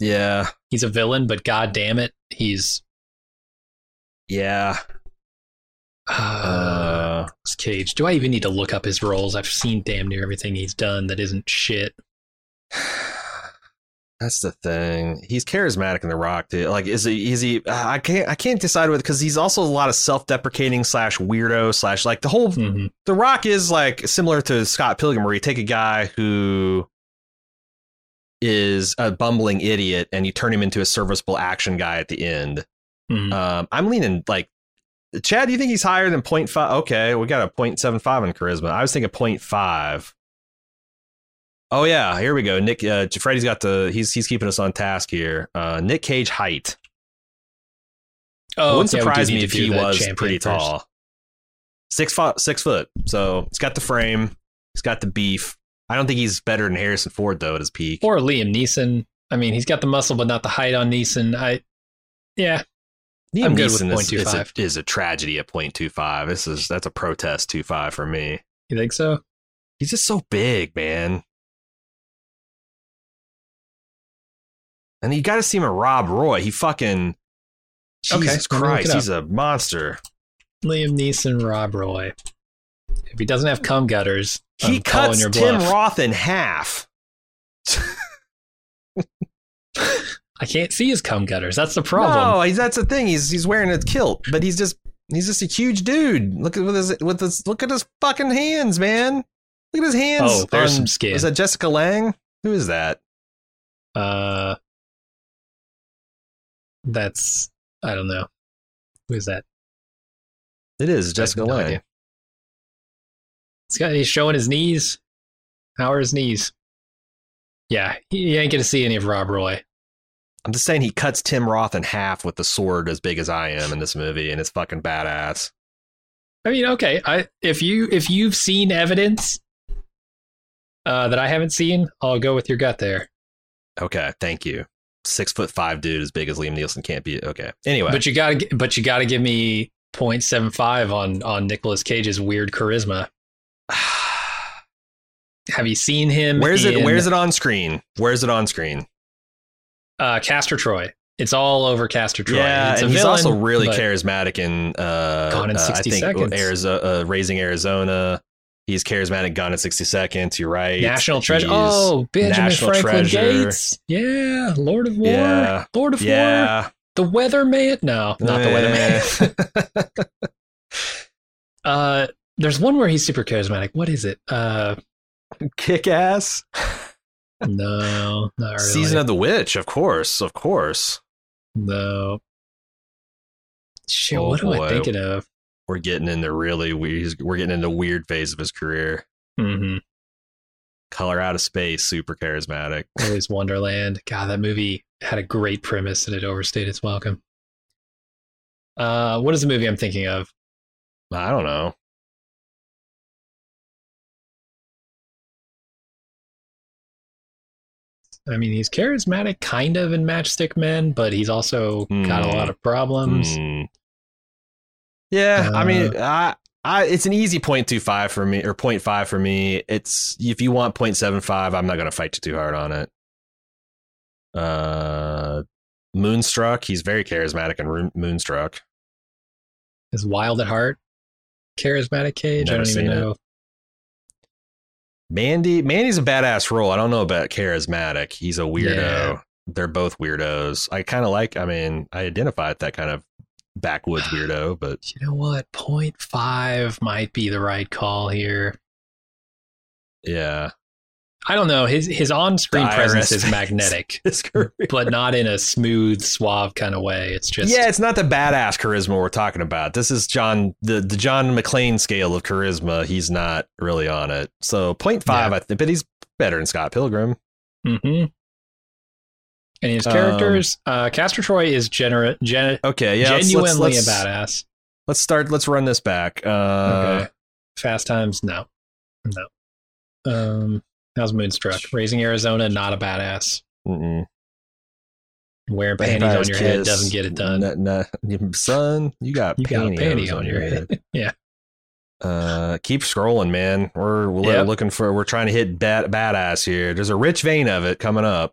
Speaker 1: Yeah.
Speaker 2: He's a villain, but god damn it, he's
Speaker 1: Yeah.
Speaker 2: uh,
Speaker 1: Uh,
Speaker 2: Nicolas Cage. Do I even need to look up his roles? I've seen damn near everything he's done that isn't shit.
Speaker 1: that's the thing. He's charismatic in The Rock, dude. Like, is he? Is he? uh, I can't. I can't decide with because he's also a lot of self-deprecating slash weirdo slash like the whole
Speaker 2: Mhm.
Speaker 1: The Rock is like similar to Scott Pilgrim, where you take a guy who is a bumbling idiot and you turn him into a serviceable action guy at the end.
Speaker 2: Mhm.
Speaker 1: Um, I'm leaning like Chad. Do you think he's higher than 0.5? Okay, we got a 0.75 in charisma. I was thinking 0.5. Oh yeah, here we go. Nick, uh, Freddy's got the he's he's keeping us on task here. Uh, Nick Cage height
Speaker 2: oh,
Speaker 1: wouldn't
Speaker 2: yeah, we do
Speaker 1: surprise
Speaker 2: need
Speaker 1: me
Speaker 2: to
Speaker 1: if
Speaker 2: do
Speaker 1: he
Speaker 2: the
Speaker 1: was
Speaker 2: champion
Speaker 1: pretty
Speaker 2: first.
Speaker 1: tall. Six foot, six foot. So he's got the frame. He's got the beef. I don't think he's better than Harrison Ford though at his peak.
Speaker 2: Or Liam Neeson. I mean, he's got the muscle, but not the height on Neeson. I, yeah,
Speaker 1: Liam
Speaker 2: I'm good with
Speaker 1: Neeson is, is, a,
Speaker 2: 0.25.
Speaker 1: is a tragedy at 0.25. This is that's a protest 2.5 for me.
Speaker 2: you think so?
Speaker 1: He's just so big, man. And you got to see him at Rob Roy. He fucking
Speaker 2: Okay,
Speaker 1: Jesus
Speaker 2: let me look it
Speaker 1: Christ,
Speaker 2: up.
Speaker 1: he's a monster.
Speaker 2: Liam Neeson, Rob Roy. If he doesn't have cum gutters,
Speaker 1: He
Speaker 2: I'm calling
Speaker 1: cuts
Speaker 2: your
Speaker 1: Tim
Speaker 2: bluff.
Speaker 1: Roth in half.
Speaker 2: I can't see his cum gutters. That's the problem.
Speaker 1: No, he's, that's the thing. He's he's wearing a kilt, but he's just he's just a huge dude. Look at with his with his look at his fucking hands, man. Look at his hands.
Speaker 2: Oh, there's
Speaker 1: on-
Speaker 2: some skin.
Speaker 1: Is that Jessica Lang? Who is that?
Speaker 2: Uh, that's I don't know. Who is that?
Speaker 1: It is
Speaker 2: I
Speaker 1: Jessica
Speaker 2: have no
Speaker 1: Lang.
Speaker 2: idea. It's got he's showing his knees. How are his knees? Yeah, you ain't gonna see any of Rob Roy.
Speaker 1: I'm just saying he cuts Tim Roth in half with the sword as big as I am in this movie, and it's fucking badass.
Speaker 2: I mean, okay, I if you if you've seen evidence uh, that I haven't seen, I'll go with your gut there.
Speaker 1: Okay, thank you. Six foot five dude as big as Liam Nielsen can't be. Okay, anyway,
Speaker 2: But you gotta gi- but you gotta give me 0.75 on on Nicolas Cage's weird charisma. Have you seen him?
Speaker 1: where's it?
Speaker 2: in-
Speaker 1: Where's it on screen? Where's it on screen?
Speaker 2: uh, Castor Troy. It's all over Castor Troy.
Speaker 1: Yeah,
Speaker 2: it's
Speaker 1: and he's also really
Speaker 2: but
Speaker 1: charismatic in uh,
Speaker 2: Gone in
Speaker 1: uh,
Speaker 2: 60
Speaker 1: I think
Speaker 2: Seconds.
Speaker 1: Arizona, uh, Raising Arizona. He's charismatic. Gone in sixty seconds. You're right.
Speaker 2: National Treasure.
Speaker 1: He's-
Speaker 2: Oh, Benjamin
Speaker 1: National
Speaker 2: Franklin
Speaker 1: Treasure.
Speaker 2: Gates. Yeah, Lord of War.
Speaker 1: Yeah.
Speaker 2: Lord of War.
Speaker 1: yeah,
Speaker 2: The Weatherman. No, not the Weatherman. Uh, there's one where he's super charismatic. What is it? Uh,
Speaker 1: Kick ass.
Speaker 2: no, not really.
Speaker 1: Season of the Witch, of course, of course.
Speaker 2: no. Shit,
Speaker 1: Oh,
Speaker 2: what am
Speaker 1: boy.
Speaker 2: I thinking of?
Speaker 1: we're getting into really weird. We're getting into weird phase of his career.
Speaker 2: Mm-hmm.
Speaker 1: Color out of space, super charismatic.
Speaker 2: Always Wonderland. God, that movie had a great premise and it overstayed its welcome. Uh, what is the movie I'm thinking of?
Speaker 1: I don't know.
Speaker 2: I mean, he's charismatic, kind of, in Matchstick Men, but he's also got a
Speaker 1: Hmm.
Speaker 2: lot of problems.
Speaker 1: Hmm. Yeah, I mean,
Speaker 2: Uh,
Speaker 1: I, I, it's an easy 0.25 for me or 0.5 for me. It's if you want 0.75, I'm not going to fight you too hard on it. Uh, Moonstruck, he's very charismatic and roo- Moonstruck.
Speaker 2: Is Wild at Heart charismatic? Cage. I
Speaker 1: Never
Speaker 2: don't even
Speaker 1: seen it.
Speaker 2: know.
Speaker 1: Mandy, Mandy's a badass role. I don't know about charismatic. He's a weirdo.
Speaker 2: Yeah.
Speaker 1: They're both weirdos. I kind of like. I mean, I identify with that kind of backwoods weirdo, but
Speaker 2: You know what? 0.5 might be the right call here.
Speaker 1: yeah,
Speaker 2: I don't know. His his on screen
Speaker 1: The
Speaker 2: presence
Speaker 1: IRS
Speaker 2: is magnetic,
Speaker 1: his career.
Speaker 2: but not in a smooth, suave kind of way. It's just
Speaker 1: yeah, it's not the badass charisma we're talking about. This is John the, the John McClane scale of charisma. He's not really on it. So 0.5,
Speaker 2: Yeah.
Speaker 1: I think, but he's better than Scott Pilgrim.
Speaker 2: hmm And his
Speaker 1: Um,
Speaker 2: characters, uh, Castor Troy is gener- gen-
Speaker 1: Okay, yeah, let's-
Speaker 2: genuinely
Speaker 1: let's, let's,
Speaker 2: a badass.
Speaker 1: Let's start. Let's run this back. Uh,
Speaker 2: okay. Fast Times, no, no. Um, how's Moonstruck? Raising Arizona, not a badass.
Speaker 1: mm-mm.
Speaker 2: Wearing panties on
Speaker 1: Vampire's
Speaker 2: your head
Speaker 1: Kiss,
Speaker 2: doesn't get it done.
Speaker 1: Nah, nah. son, you got
Speaker 2: You got a
Speaker 1: pantyhose
Speaker 2: panty on your head.
Speaker 1: Uh, keep scrolling, man. We're, we're
Speaker 2: Yep.
Speaker 1: looking for. We're trying to hit bad, badass here. There's a rich vein of it coming up.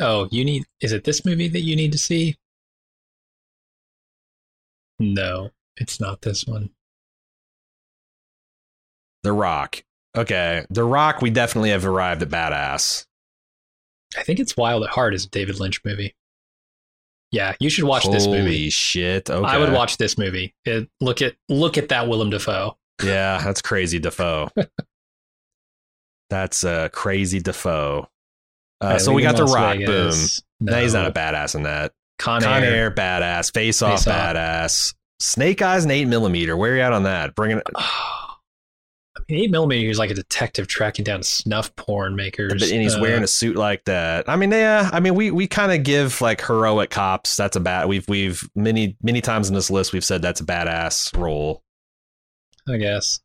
Speaker 2: Oh, you need is it this movie that you need to see? No, it's not this one.
Speaker 1: The Rock. Okay, The Rock. We definitely have arrived at badass.
Speaker 2: I think it's Wild at Heart is a David Lynch movie. Yeah, you should watch
Speaker 1: Holy
Speaker 2: this movie.
Speaker 1: shit! Okay,
Speaker 2: I would watch this movie. It, look at look at that Willem Dafoe.
Speaker 1: Yeah, that's crazy, Defoe. that's uh, crazy, Defoe. Uh,
Speaker 2: All right,
Speaker 1: so we got
Speaker 2: leaving
Speaker 1: the
Speaker 2: Las
Speaker 1: Rock.
Speaker 2: Vegas.
Speaker 1: Boom. Now he's
Speaker 2: No.
Speaker 1: not a badass in that.
Speaker 2: Con,
Speaker 1: Con
Speaker 2: Air.
Speaker 1: Air, badass. Face Off,
Speaker 2: Face Off.
Speaker 1: badass. Snake Eyes and Eight Millimeter. Where are you at on that? Bringing it.
Speaker 2: I mean, eight millimeter is like a detective tracking down snuff porn
Speaker 1: And
Speaker 2: makers.
Speaker 1: he's
Speaker 2: Uh,
Speaker 1: wearing a suit like that. I mean, yeah. I mean, we we kind of give like heroic cops. That's a bad. We've we've many many times in this list we've said that's a badass role.
Speaker 2: I guess.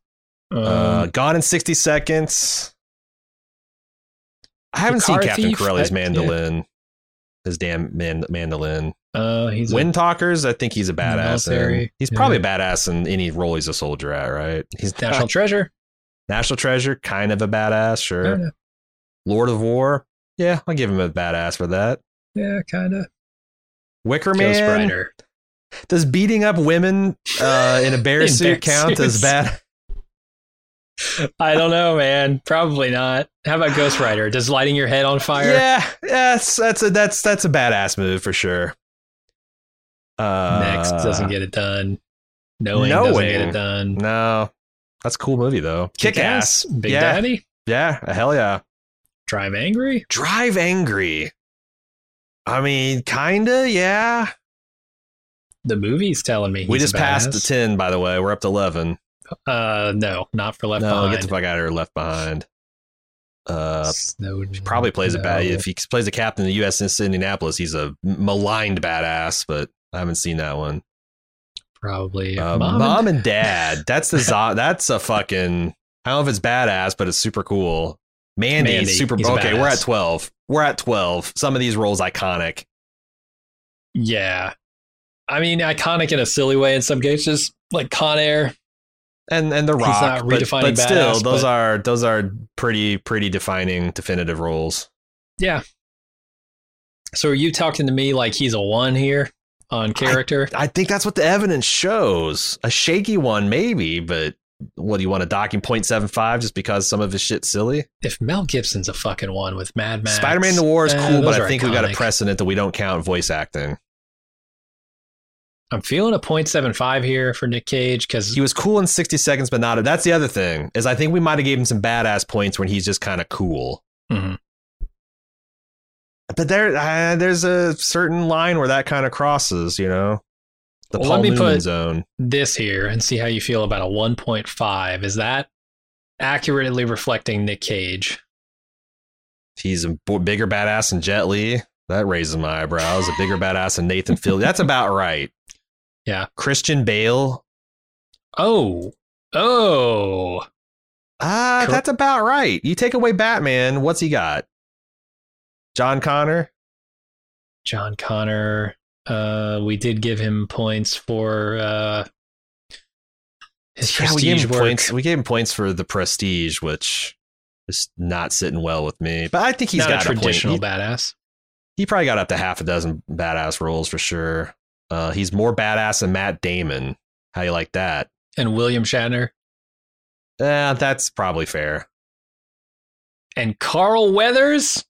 Speaker 2: Um,
Speaker 1: uh, Gone in 60 Seconds. I haven't seen
Speaker 2: Car
Speaker 1: Captain
Speaker 2: Thief,
Speaker 1: Corelli's
Speaker 2: I- yeah.
Speaker 1: mandolin. His damn man, mandolin.
Speaker 2: uh, he's a-
Speaker 1: Wind Talkers, I think he's a badass. in.
Speaker 2: military,
Speaker 1: He's
Speaker 2: yeah.
Speaker 1: probably a badass in any role he's a soldier at, right? He's
Speaker 2: he's national treasure.
Speaker 1: National Treasure, kind of a badass,
Speaker 2: I
Speaker 1: sure.
Speaker 2: don't know.
Speaker 1: Lord of War, yeah, I'll give him a badass for that.
Speaker 2: Yeah, kind of.
Speaker 1: Wicker
Speaker 2: Ghost
Speaker 1: Man,
Speaker 2: Rider.
Speaker 1: does beating up women uh, in a bear
Speaker 2: In
Speaker 1: suit
Speaker 2: bear
Speaker 1: count as
Speaker 2: suits.
Speaker 1: bad?
Speaker 2: I don't know, man. Probably not. How about Ghost Rider? Does lighting your head on fire?
Speaker 1: Yeah, that's that's a that's that's a badass move for sure. Uh,
Speaker 2: Next doesn't get it done. Knowing, doesn't get
Speaker 1: Knowing.
Speaker 2: it done.
Speaker 1: no. That's a cool movie though. Kick ass,
Speaker 2: Big
Speaker 1: yeah,
Speaker 2: Daddy.
Speaker 1: yeah, hell yeah.
Speaker 2: Drive Angry.
Speaker 1: Drive angry. I mean, kinda, yeah.
Speaker 2: The movie's telling me
Speaker 1: we
Speaker 2: he's
Speaker 1: just
Speaker 2: a
Speaker 1: passed the
Speaker 2: badass.
Speaker 1: ten, by the way. We're up to eleven.
Speaker 2: Uh, no, not for left
Speaker 1: no,
Speaker 2: behind.
Speaker 1: get the fuck out of here. Left behind. Uh,
Speaker 2: Snowden.
Speaker 1: probably plays a bad.
Speaker 2: No.
Speaker 1: If he plays a captain of the U.S. in Indianapolis, he's a maligned badass. But I haven't seen that one.
Speaker 2: Probably
Speaker 1: Uh, mom, and, dad. That's the zo- that's a fucking. I don't know if it's badass, but it's super cool. Mandy,
Speaker 2: Mandy,
Speaker 1: super.
Speaker 2: he's a
Speaker 1: Okay, we're
Speaker 2: badass.
Speaker 1: at twelve. We're at twelve. Some of these roles iconic.
Speaker 2: Yeah. I mean, iconic in a silly way in some cases, like Con Air.
Speaker 1: and and the
Speaker 2: He's
Speaker 1: rock
Speaker 2: not
Speaker 1: but,
Speaker 2: redefining
Speaker 1: but still
Speaker 2: badass,
Speaker 1: those
Speaker 2: but-
Speaker 1: are those are pretty pretty defining definitive roles
Speaker 2: So are you talking to me like he's a one here on character?
Speaker 1: i think that's what the evidence shows a shaky one maybe but what do you want to dock him 0.75 just because some of his shit's silly
Speaker 2: if Mel Gibson's a fucking one with Mad Max,
Speaker 1: spider-man the war is
Speaker 2: eh,
Speaker 1: cool but
Speaker 2: those
Speaker 1: i
Speaker 2: are
Speaker 1: think we got a
Speaker 2: iconic.
Speaker 1: precedent that we don't count voice acting
Speaker 2: I'm feeling a .75 here for Nick Cage because
Speaker 1: he was cool in 60 seconds but not that's the other thing is i think we might have gave him some badass points when he's just kind of cool
Speaker 2: mm-hmm.
Speaker 1: but there uh, there's a certain line where that kind of crosses you know The
Speaker 2: Well,
Speaker 1: Paul
Speaker 2: let me
Speaker 1: Newman
Speaker 2: put-
Speaker 1: zone.
Speaker 2: this here and see how you feel about a 1.5. Is that accurately reflecting Nick Cage?
Speaker 1: He's a b- bigger badass than Jet Li. That raises my eyebrows. A bigger badass than Nathan Fielder. That's about right.
Speaker 2: Yeah.
Speaker 1: Christian Bale.
Speaker 2: Oh, oh,
Speaker 1: Ah,
Speaker 2: Cor-
Speaker 1: that's about right. You take away Batman, what's he got? John Connor.
Speaker 2: John Connor. Uh, we did give him points for uh, his
Speaker 1: Yeah, we gave
Speaker 2: prestige
Speaker 1: him
Speaker 2: work.
Speaker 1: points. We gave him points for the prestige, which is not sitting well with me. But I think he's
Speaker 2: Not
Speaker 1: got
Speaker 2: a
Speaker 1: a point.
Speaker 2: traditional
Speaker 1: He-
Speaker 2: badass.
Speaker 1: he probably got up to half a dozen badass roles for sure. Uh, he's more badass than Matt Damon. How you like that?
Speaker 2: And William Shatner
Speaker 1: Eh, that's probably fair.
Speaker 2: and Carl Weathers.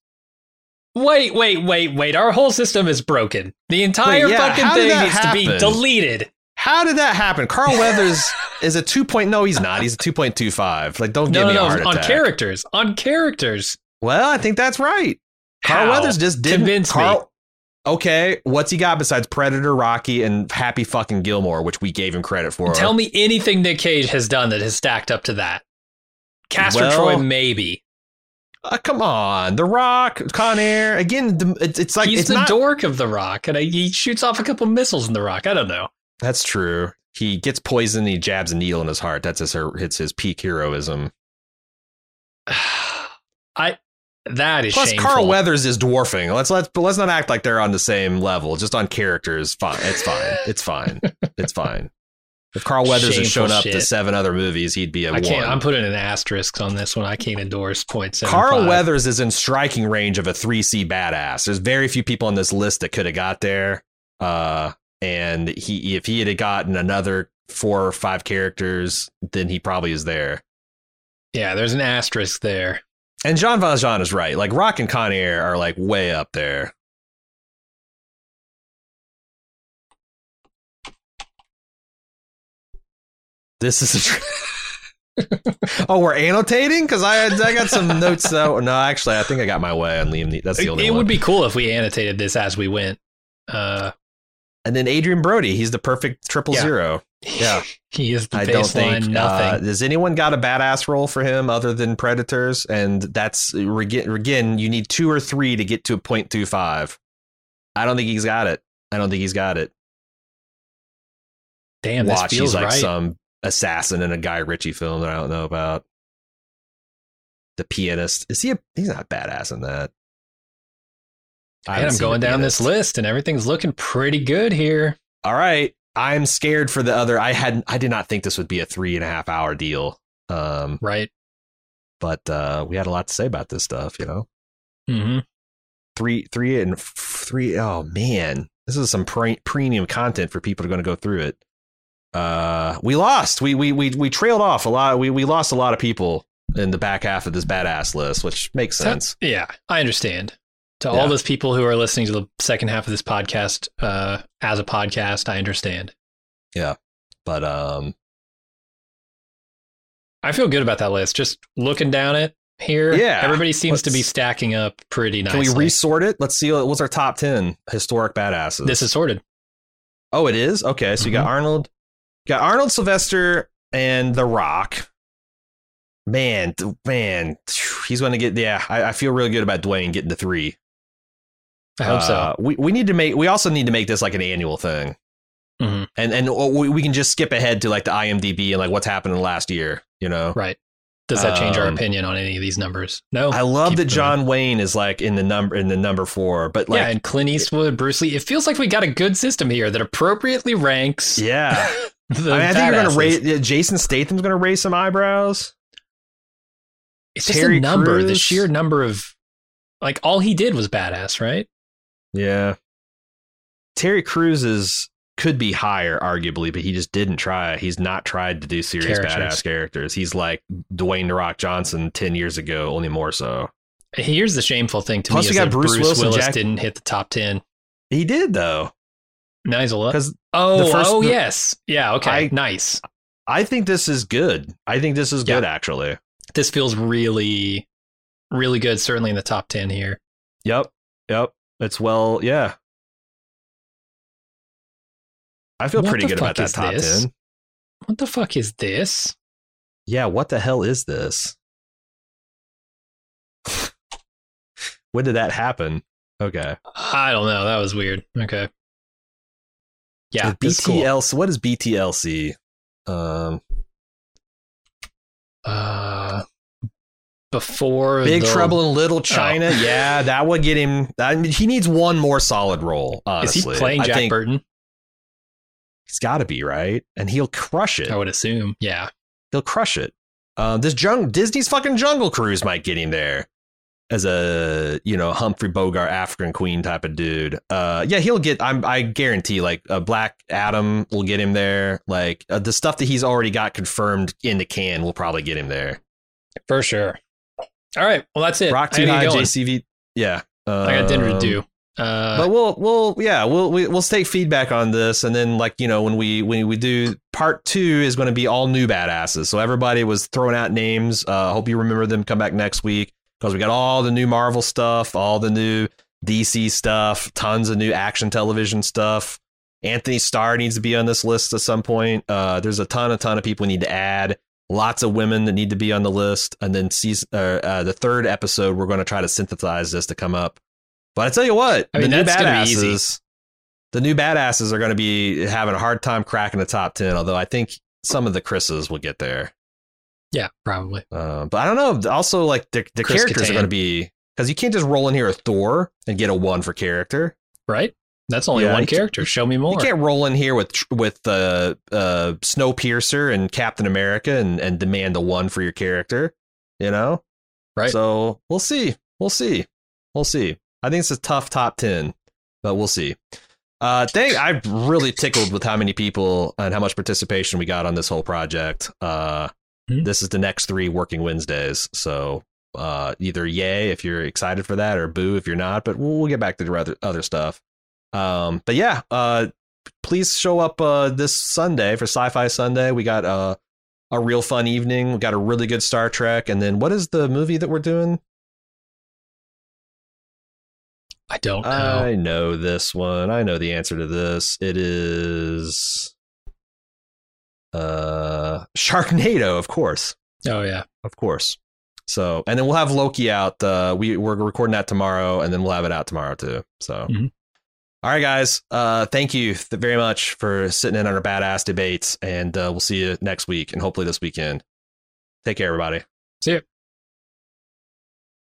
Speaker 2: Wait, wait, wait, wait. Our whole system is broken. The entire
Speaker 1: yeah,
Speaker 2: fucking
Speaker 1: how did
Speaker 2: thing
Speaker 1: that
Speaker 2: needs to be
Speaker 1: happen?
Speaker 2: deleted.
Speaker 1: How did that happen? Carl Weathers is a two point. No, he's not. He's a two point two five. Like, don't give
Speaker 2: No, no,
Speaker 1: me a
Speaker 2: no.
Speaker 1: heart
Speaker 2: On
Speaker 1: attack.
Speaker 2: characters. On characters.
Speaker 1: Well, I think that's right. Carl
Speaker 2: How?
Speaker 1: Weathers just didn't
Speaker 2: Convince me.
Speaker 1: Carl- Okay, what's he got besides Predator, Rocky, and Happy Fucking Gilmore, which we gave him credit for?
Speaker 2: Tell me anything Nick Cage has done that has stacked up to that. Castor
Speaker 1: Well-
Speaker 2: Troy, maybe.
Speaker 1: Uh, come on, The Rock, Con Air. Again, the- it's, it's like
Speaker 2: He's
Speaker 1: it's
Speaker 2: the
Speaker 1: not-
Speaker 2: dork of The Rock, and he shoots off a couple missiles in The Rock. I don't know.
Speaker 1: That's true. He gets poisoned. He jabs a needle in his heart. That's his. It's his peak heroism.
Speaker 2: I that is
Speaker 1: Plus,
Speaker 2: shameful.
Speaker 1: Carl Weathers is dwarfing. Let's let's but let's not act like they're on the same level. Just on characters, fine. It's fine. It's fine. It's fine. If Carl Weathers had
Speaker 2: Shameful
Speaker 1: shown up to
Speaker 2: shit.
Speaker 1: seven other movies, he'd be a
Speaker 2: I
Speaker 1: one.
Speaker 2: can't. I'm putting an asterisk on this one. I can't endorse point seven.
Speaker 1: Carl Weathers is in striking range of a three C badass. There's very few people on this list that could have got there. Uh, and he if he had gotten another four or five characters, then he probably is there.
Speaker 2: Yeah, there's an asterisk there.
Speaker 1: And John Valjean is right. Like Rock and Con Air are like way up there. This is a. tr- oh, we're annotating because I I got some notes though. No, actually, I think I got my way on Liam. Ne- That's the
Speaker 2: It,
Speaker 1: only
Speaker 2: it
Speaker 1: one.
Speaker 2: would be cool if we annotated this as we went. Uh,
Speaker 1: and then Adrian Brody, he's the perfect triple
Speaker 2: Yeah.
Speaker 1: zero. Yeah.
Speaker 2: he is the
Speaker 1: I don't
Speaker 2: baseline.
Speaker 1: think. Uh,
Speaker 2: nothing.
Speaker 1: has anyone got a badass role for him other than Predators? And that's again, you need two or three to get to a point two five. I don't think he's got it. I don't think he's got it.
Speaker 2: Damn, this
Speaker 1: Watch,
Speaker 2: feels
Speaker 1: he's like
Speaker 2: right.
Speaker 1: some assassin in a Guy Ritchie film that I don't know about. The pianist is he? A, he's not badass in that. I
Speaker 2: and
Speaker 1: haven't
Speaker 2: I'm
Speaker 1: seen
Speaker 2: going
Speaker 1: The
Speaker 2: down
Speaker 1: Pianist.
Speaker 2: this list, and everything's looking pretty good here.
Speaker 1: all right i'm scared for the other i had i did not think this would be a three and a half hour deal um
Speaker 2: Right.
Speaker 1: but uh we had a lot to say about this stuff you know
Speaker 2: Mm-hmm.
Speaker 1: three three and f- three oh man this is some pre- premium content for people who are going to go through it uh we lost we we we, we trailed off a lot we, we lost a lot of people in the back half of this badass list which makes sense
Speaker 2: yeah, I understand. To
Speaker 1: Yeah.
Speaker 2: all those people who are listening to the second half of this podcast uh, as a podcast, I understand.
Speaker 1: but um
Speaker 2: I feel good about that list. Just looking down it here,
Speaker 1: Yeah.
Speaker 2: everybody seems to be
Speaker 1: Let's-
Speaker 2: stacking up pretty
Speaker 1: can
Speaker 2: nicely.
Speaker 1: we resort it let's see what's our top 10 historic badasses
Speaker 2: this is sorted.
Speaker 1: Oh, it is? Okay. So you
Speaker 2: Mm-hmm.
Speaker 1: got Arnold, you got Arnold Sylvester and The Rock. Man, th- man, he's going to get, yeah, I, I feel really good about Dwayne getting the three.
Speaker 2: I hope
Speaker 1: Uh, We, we need to make, we also need to make this like an annual thing.
Speaker 2: so. Mhm.
Speaker 1: And, and we, we can just skip ahead to like the IMDb and like what's happened in the last year, you know?
Speaker 2: Right. Does that change our
Speaker 1: Um,
Speaker 2: opinion on any of these numbers? No.
Speaker 1: I love
Speaker 2: Keep
Speaker 1: that
Speaker 2: going.
Speaker 1: John Wayne is like in the number, in the number four, but
Speaker 2: yeah,
Speaker 1: like,
Speaker 2: and Clint Eastwood, Bruce Lee. It feels like we got a good system here that appropriately ranks.
Speaker 1: yeah.
Speaker 2: the
Speaker 1: I, mean, I think you're going
Speaker 2: badasses.
Speaker 1: to raise, yeah, Jason Statham's going to raise some eyebrows.
Speaker 2: It's just
Speaker 1: Terry
Speaker 2: the number, the
Speaker 1: Crews.
Speaker 2: sheer number of, like, all he did was badass, right?
Speaker 1: Yeah. Terry Crews is could be higher, arguably, but he just didn't try. He's not tried to do serious
Speaker 2: Characters.
Speaker 1: badass characters. He's like Dwayne the Rock Johnson ten years ago, only more so.
Speaker 2: Here's the shameful thing to
Speaker 1: Plus
Speaker 2: me
Speaker 1: we
Speaker 2: is
Speaker 1: got
Speaker 2: that
Speaker 1: Bruce
Speaker 2: Bruce
Speaker 1: Willis
Speaker 2: Willis,
Speaker 1: and Jack-
Speaker 2: didn't hit the top ten.
Speaker 1: He did though,
Speaker 2: Now he's a lot.
Speaker 1: because
Speaker 2: Oh,
Speaker 1: the first-
Speaker 2: oh
Speaker 1: the-
Speaker 2: yes, yeah, okay,
Speaker 1: I-
Speaker 2: nice.
Speaker 1: I think this is good. I think this is
Speaker 2: Yeah.
Speaker 1: good actually.
Speaker 2: This feels really, really good. Certainly in the top ten here.
Speaker 1: Yep, yep. It's well, yeah. I feel
Speaker 2: What
Speaker 1: pretty
Speaker 2: the
Speaker 1: good about
Speaker 2: fuck
Speaker 1: that
Speaker 2: is
Speaker 1: top
Speaker 2: this?
Speaker 1: ten.
Speaker 2: What the fuck is this?
Speaker 1: Yeah, what the hell is this? when did that happen? Okay.
Speaker 2: I don't know. That was weird. Okay. Yeah,
Speaker 1: The
Speaker 2: that's cool.
Speaker 1: BTLC. What is BTLC? Um,
Speaker 2: Uh, before
Speaker 1: Big
Speaker 2: the-
Speaker 1: Trouble in
Speaker 2: Oh.
Speaker 1: Little China. Yeah, that would get him. I mean, he needs one more solid role.
Speaker 2: Is
Speaker 1: Honestly,
Speaker 2: he playing
Speaker 1: I
Speaker 2: Jack
Speaker 1: think
Speaker 2: Burton?
Speaker 1: He's got to be right, and he'll crush it.
Speaker 2: I would assume. Yeah.
Speaker 1: He'll crush it. Um, this jung- Disney's fucking Jungle Cruise might get him there as a you know Humphrey Bogart African Queen type of dude. Uh, yeah, he'll get. I'm, I guarantee. Like a Black Adam will get him there. Like uh, the stuff that he's already got confirmed in the can will probably get him there.
Speaker 2: For sure. All right. Well, that's it.
Speaker 1: Rock
Speaker 2: I
Speaker 1: Too
Speaker 2: gotta
Speaker 1: High,
Speaker 2: get going.
Speaker 1: JCV. Yeah,
Speaker 2: I got dinner to
Speaker 1: Um,
Speaker 2: do. Uh,
Speaker 1: but we'll we'll yeah we'll we, we'll take feedback on this and then like you know when we when we do part two is going to be all new badasses so everybody was throwing out names uh hope you remember them come back next week because we got all the new marvel stuff all the new dc stuff tons of new action television stuff anthony starr needs to be on this list at some point uh there's a ton a ton of people we need to add lots of women that need to be on the list and then season uh, uh the third episode we're going to try to synthesize this to come up but I tell you what,
Speaker 2: I mean,
Speaker 1: the new
Speaker 2: that's gonna be
Speaker 1: badasses,
Speaker 2: easy.
Speaker 1: the new badasses are going to be having a hard time cracking the top ten. Although I think some of the Chris's will get there.
Speaker 2: yeah, probably.
Speaker 1: Uh, but I don't know. Also, like the, the
Speaker 2: Chris
Speaker 1: characters are
Speaker 2: Kattan.
Speaker 1: going to be because you can't just roll in here a Thor and get a one for character.
Speaker 2: Right? That's only
Speaker 1: Yeah,
Speaker 2: one
Speaker 1: you can't-
Speaker 2: character. Show me more.
Speaker 1: You can't roll in here with with uh, uh, Snowpiercer and Captain America and and demand a one for your character. You know,
Speaker 2: Right.
Speaker 1: So we'll see. We'll see. We'll see. I think it's a tough top ten, but we'll see. Uh, thank. I'm really tickled with how many people and how much participation we got on this whole project. Uh,
Speaker 2: Hmm.
Speaker 1: this is the next three working Wednesdays, so uh, either yay if you're excited for that, or boo if you're not. But we'll, we'll get back to the other other stuff. Um, but yeah, uh, please show up uh, this Sunday for Sci-Fi Sunday. We got uh, a real fun evening. We got a really good Star Trek, and then what is the movie that we're doing?
Speaker 2: I don't know.
Speaker 1: I know this one. I know the answer to this. It is uh, Sharknado, of course,
Speaker 2: oh, yeah.
Speaker 1: of course. So, and then we'll have Loki out. Uh, we we're recording that tomorrow, and then we'll have it out tomorrow too. So.
Speaker 2: Mhm.
Speaker 1: All right, guys. Uh, thank you th- very much for sitting in on our badass debates, and uh, we'll see you next week and hopefully this weekend. Take care, everybody.
Speaker 2: See ya.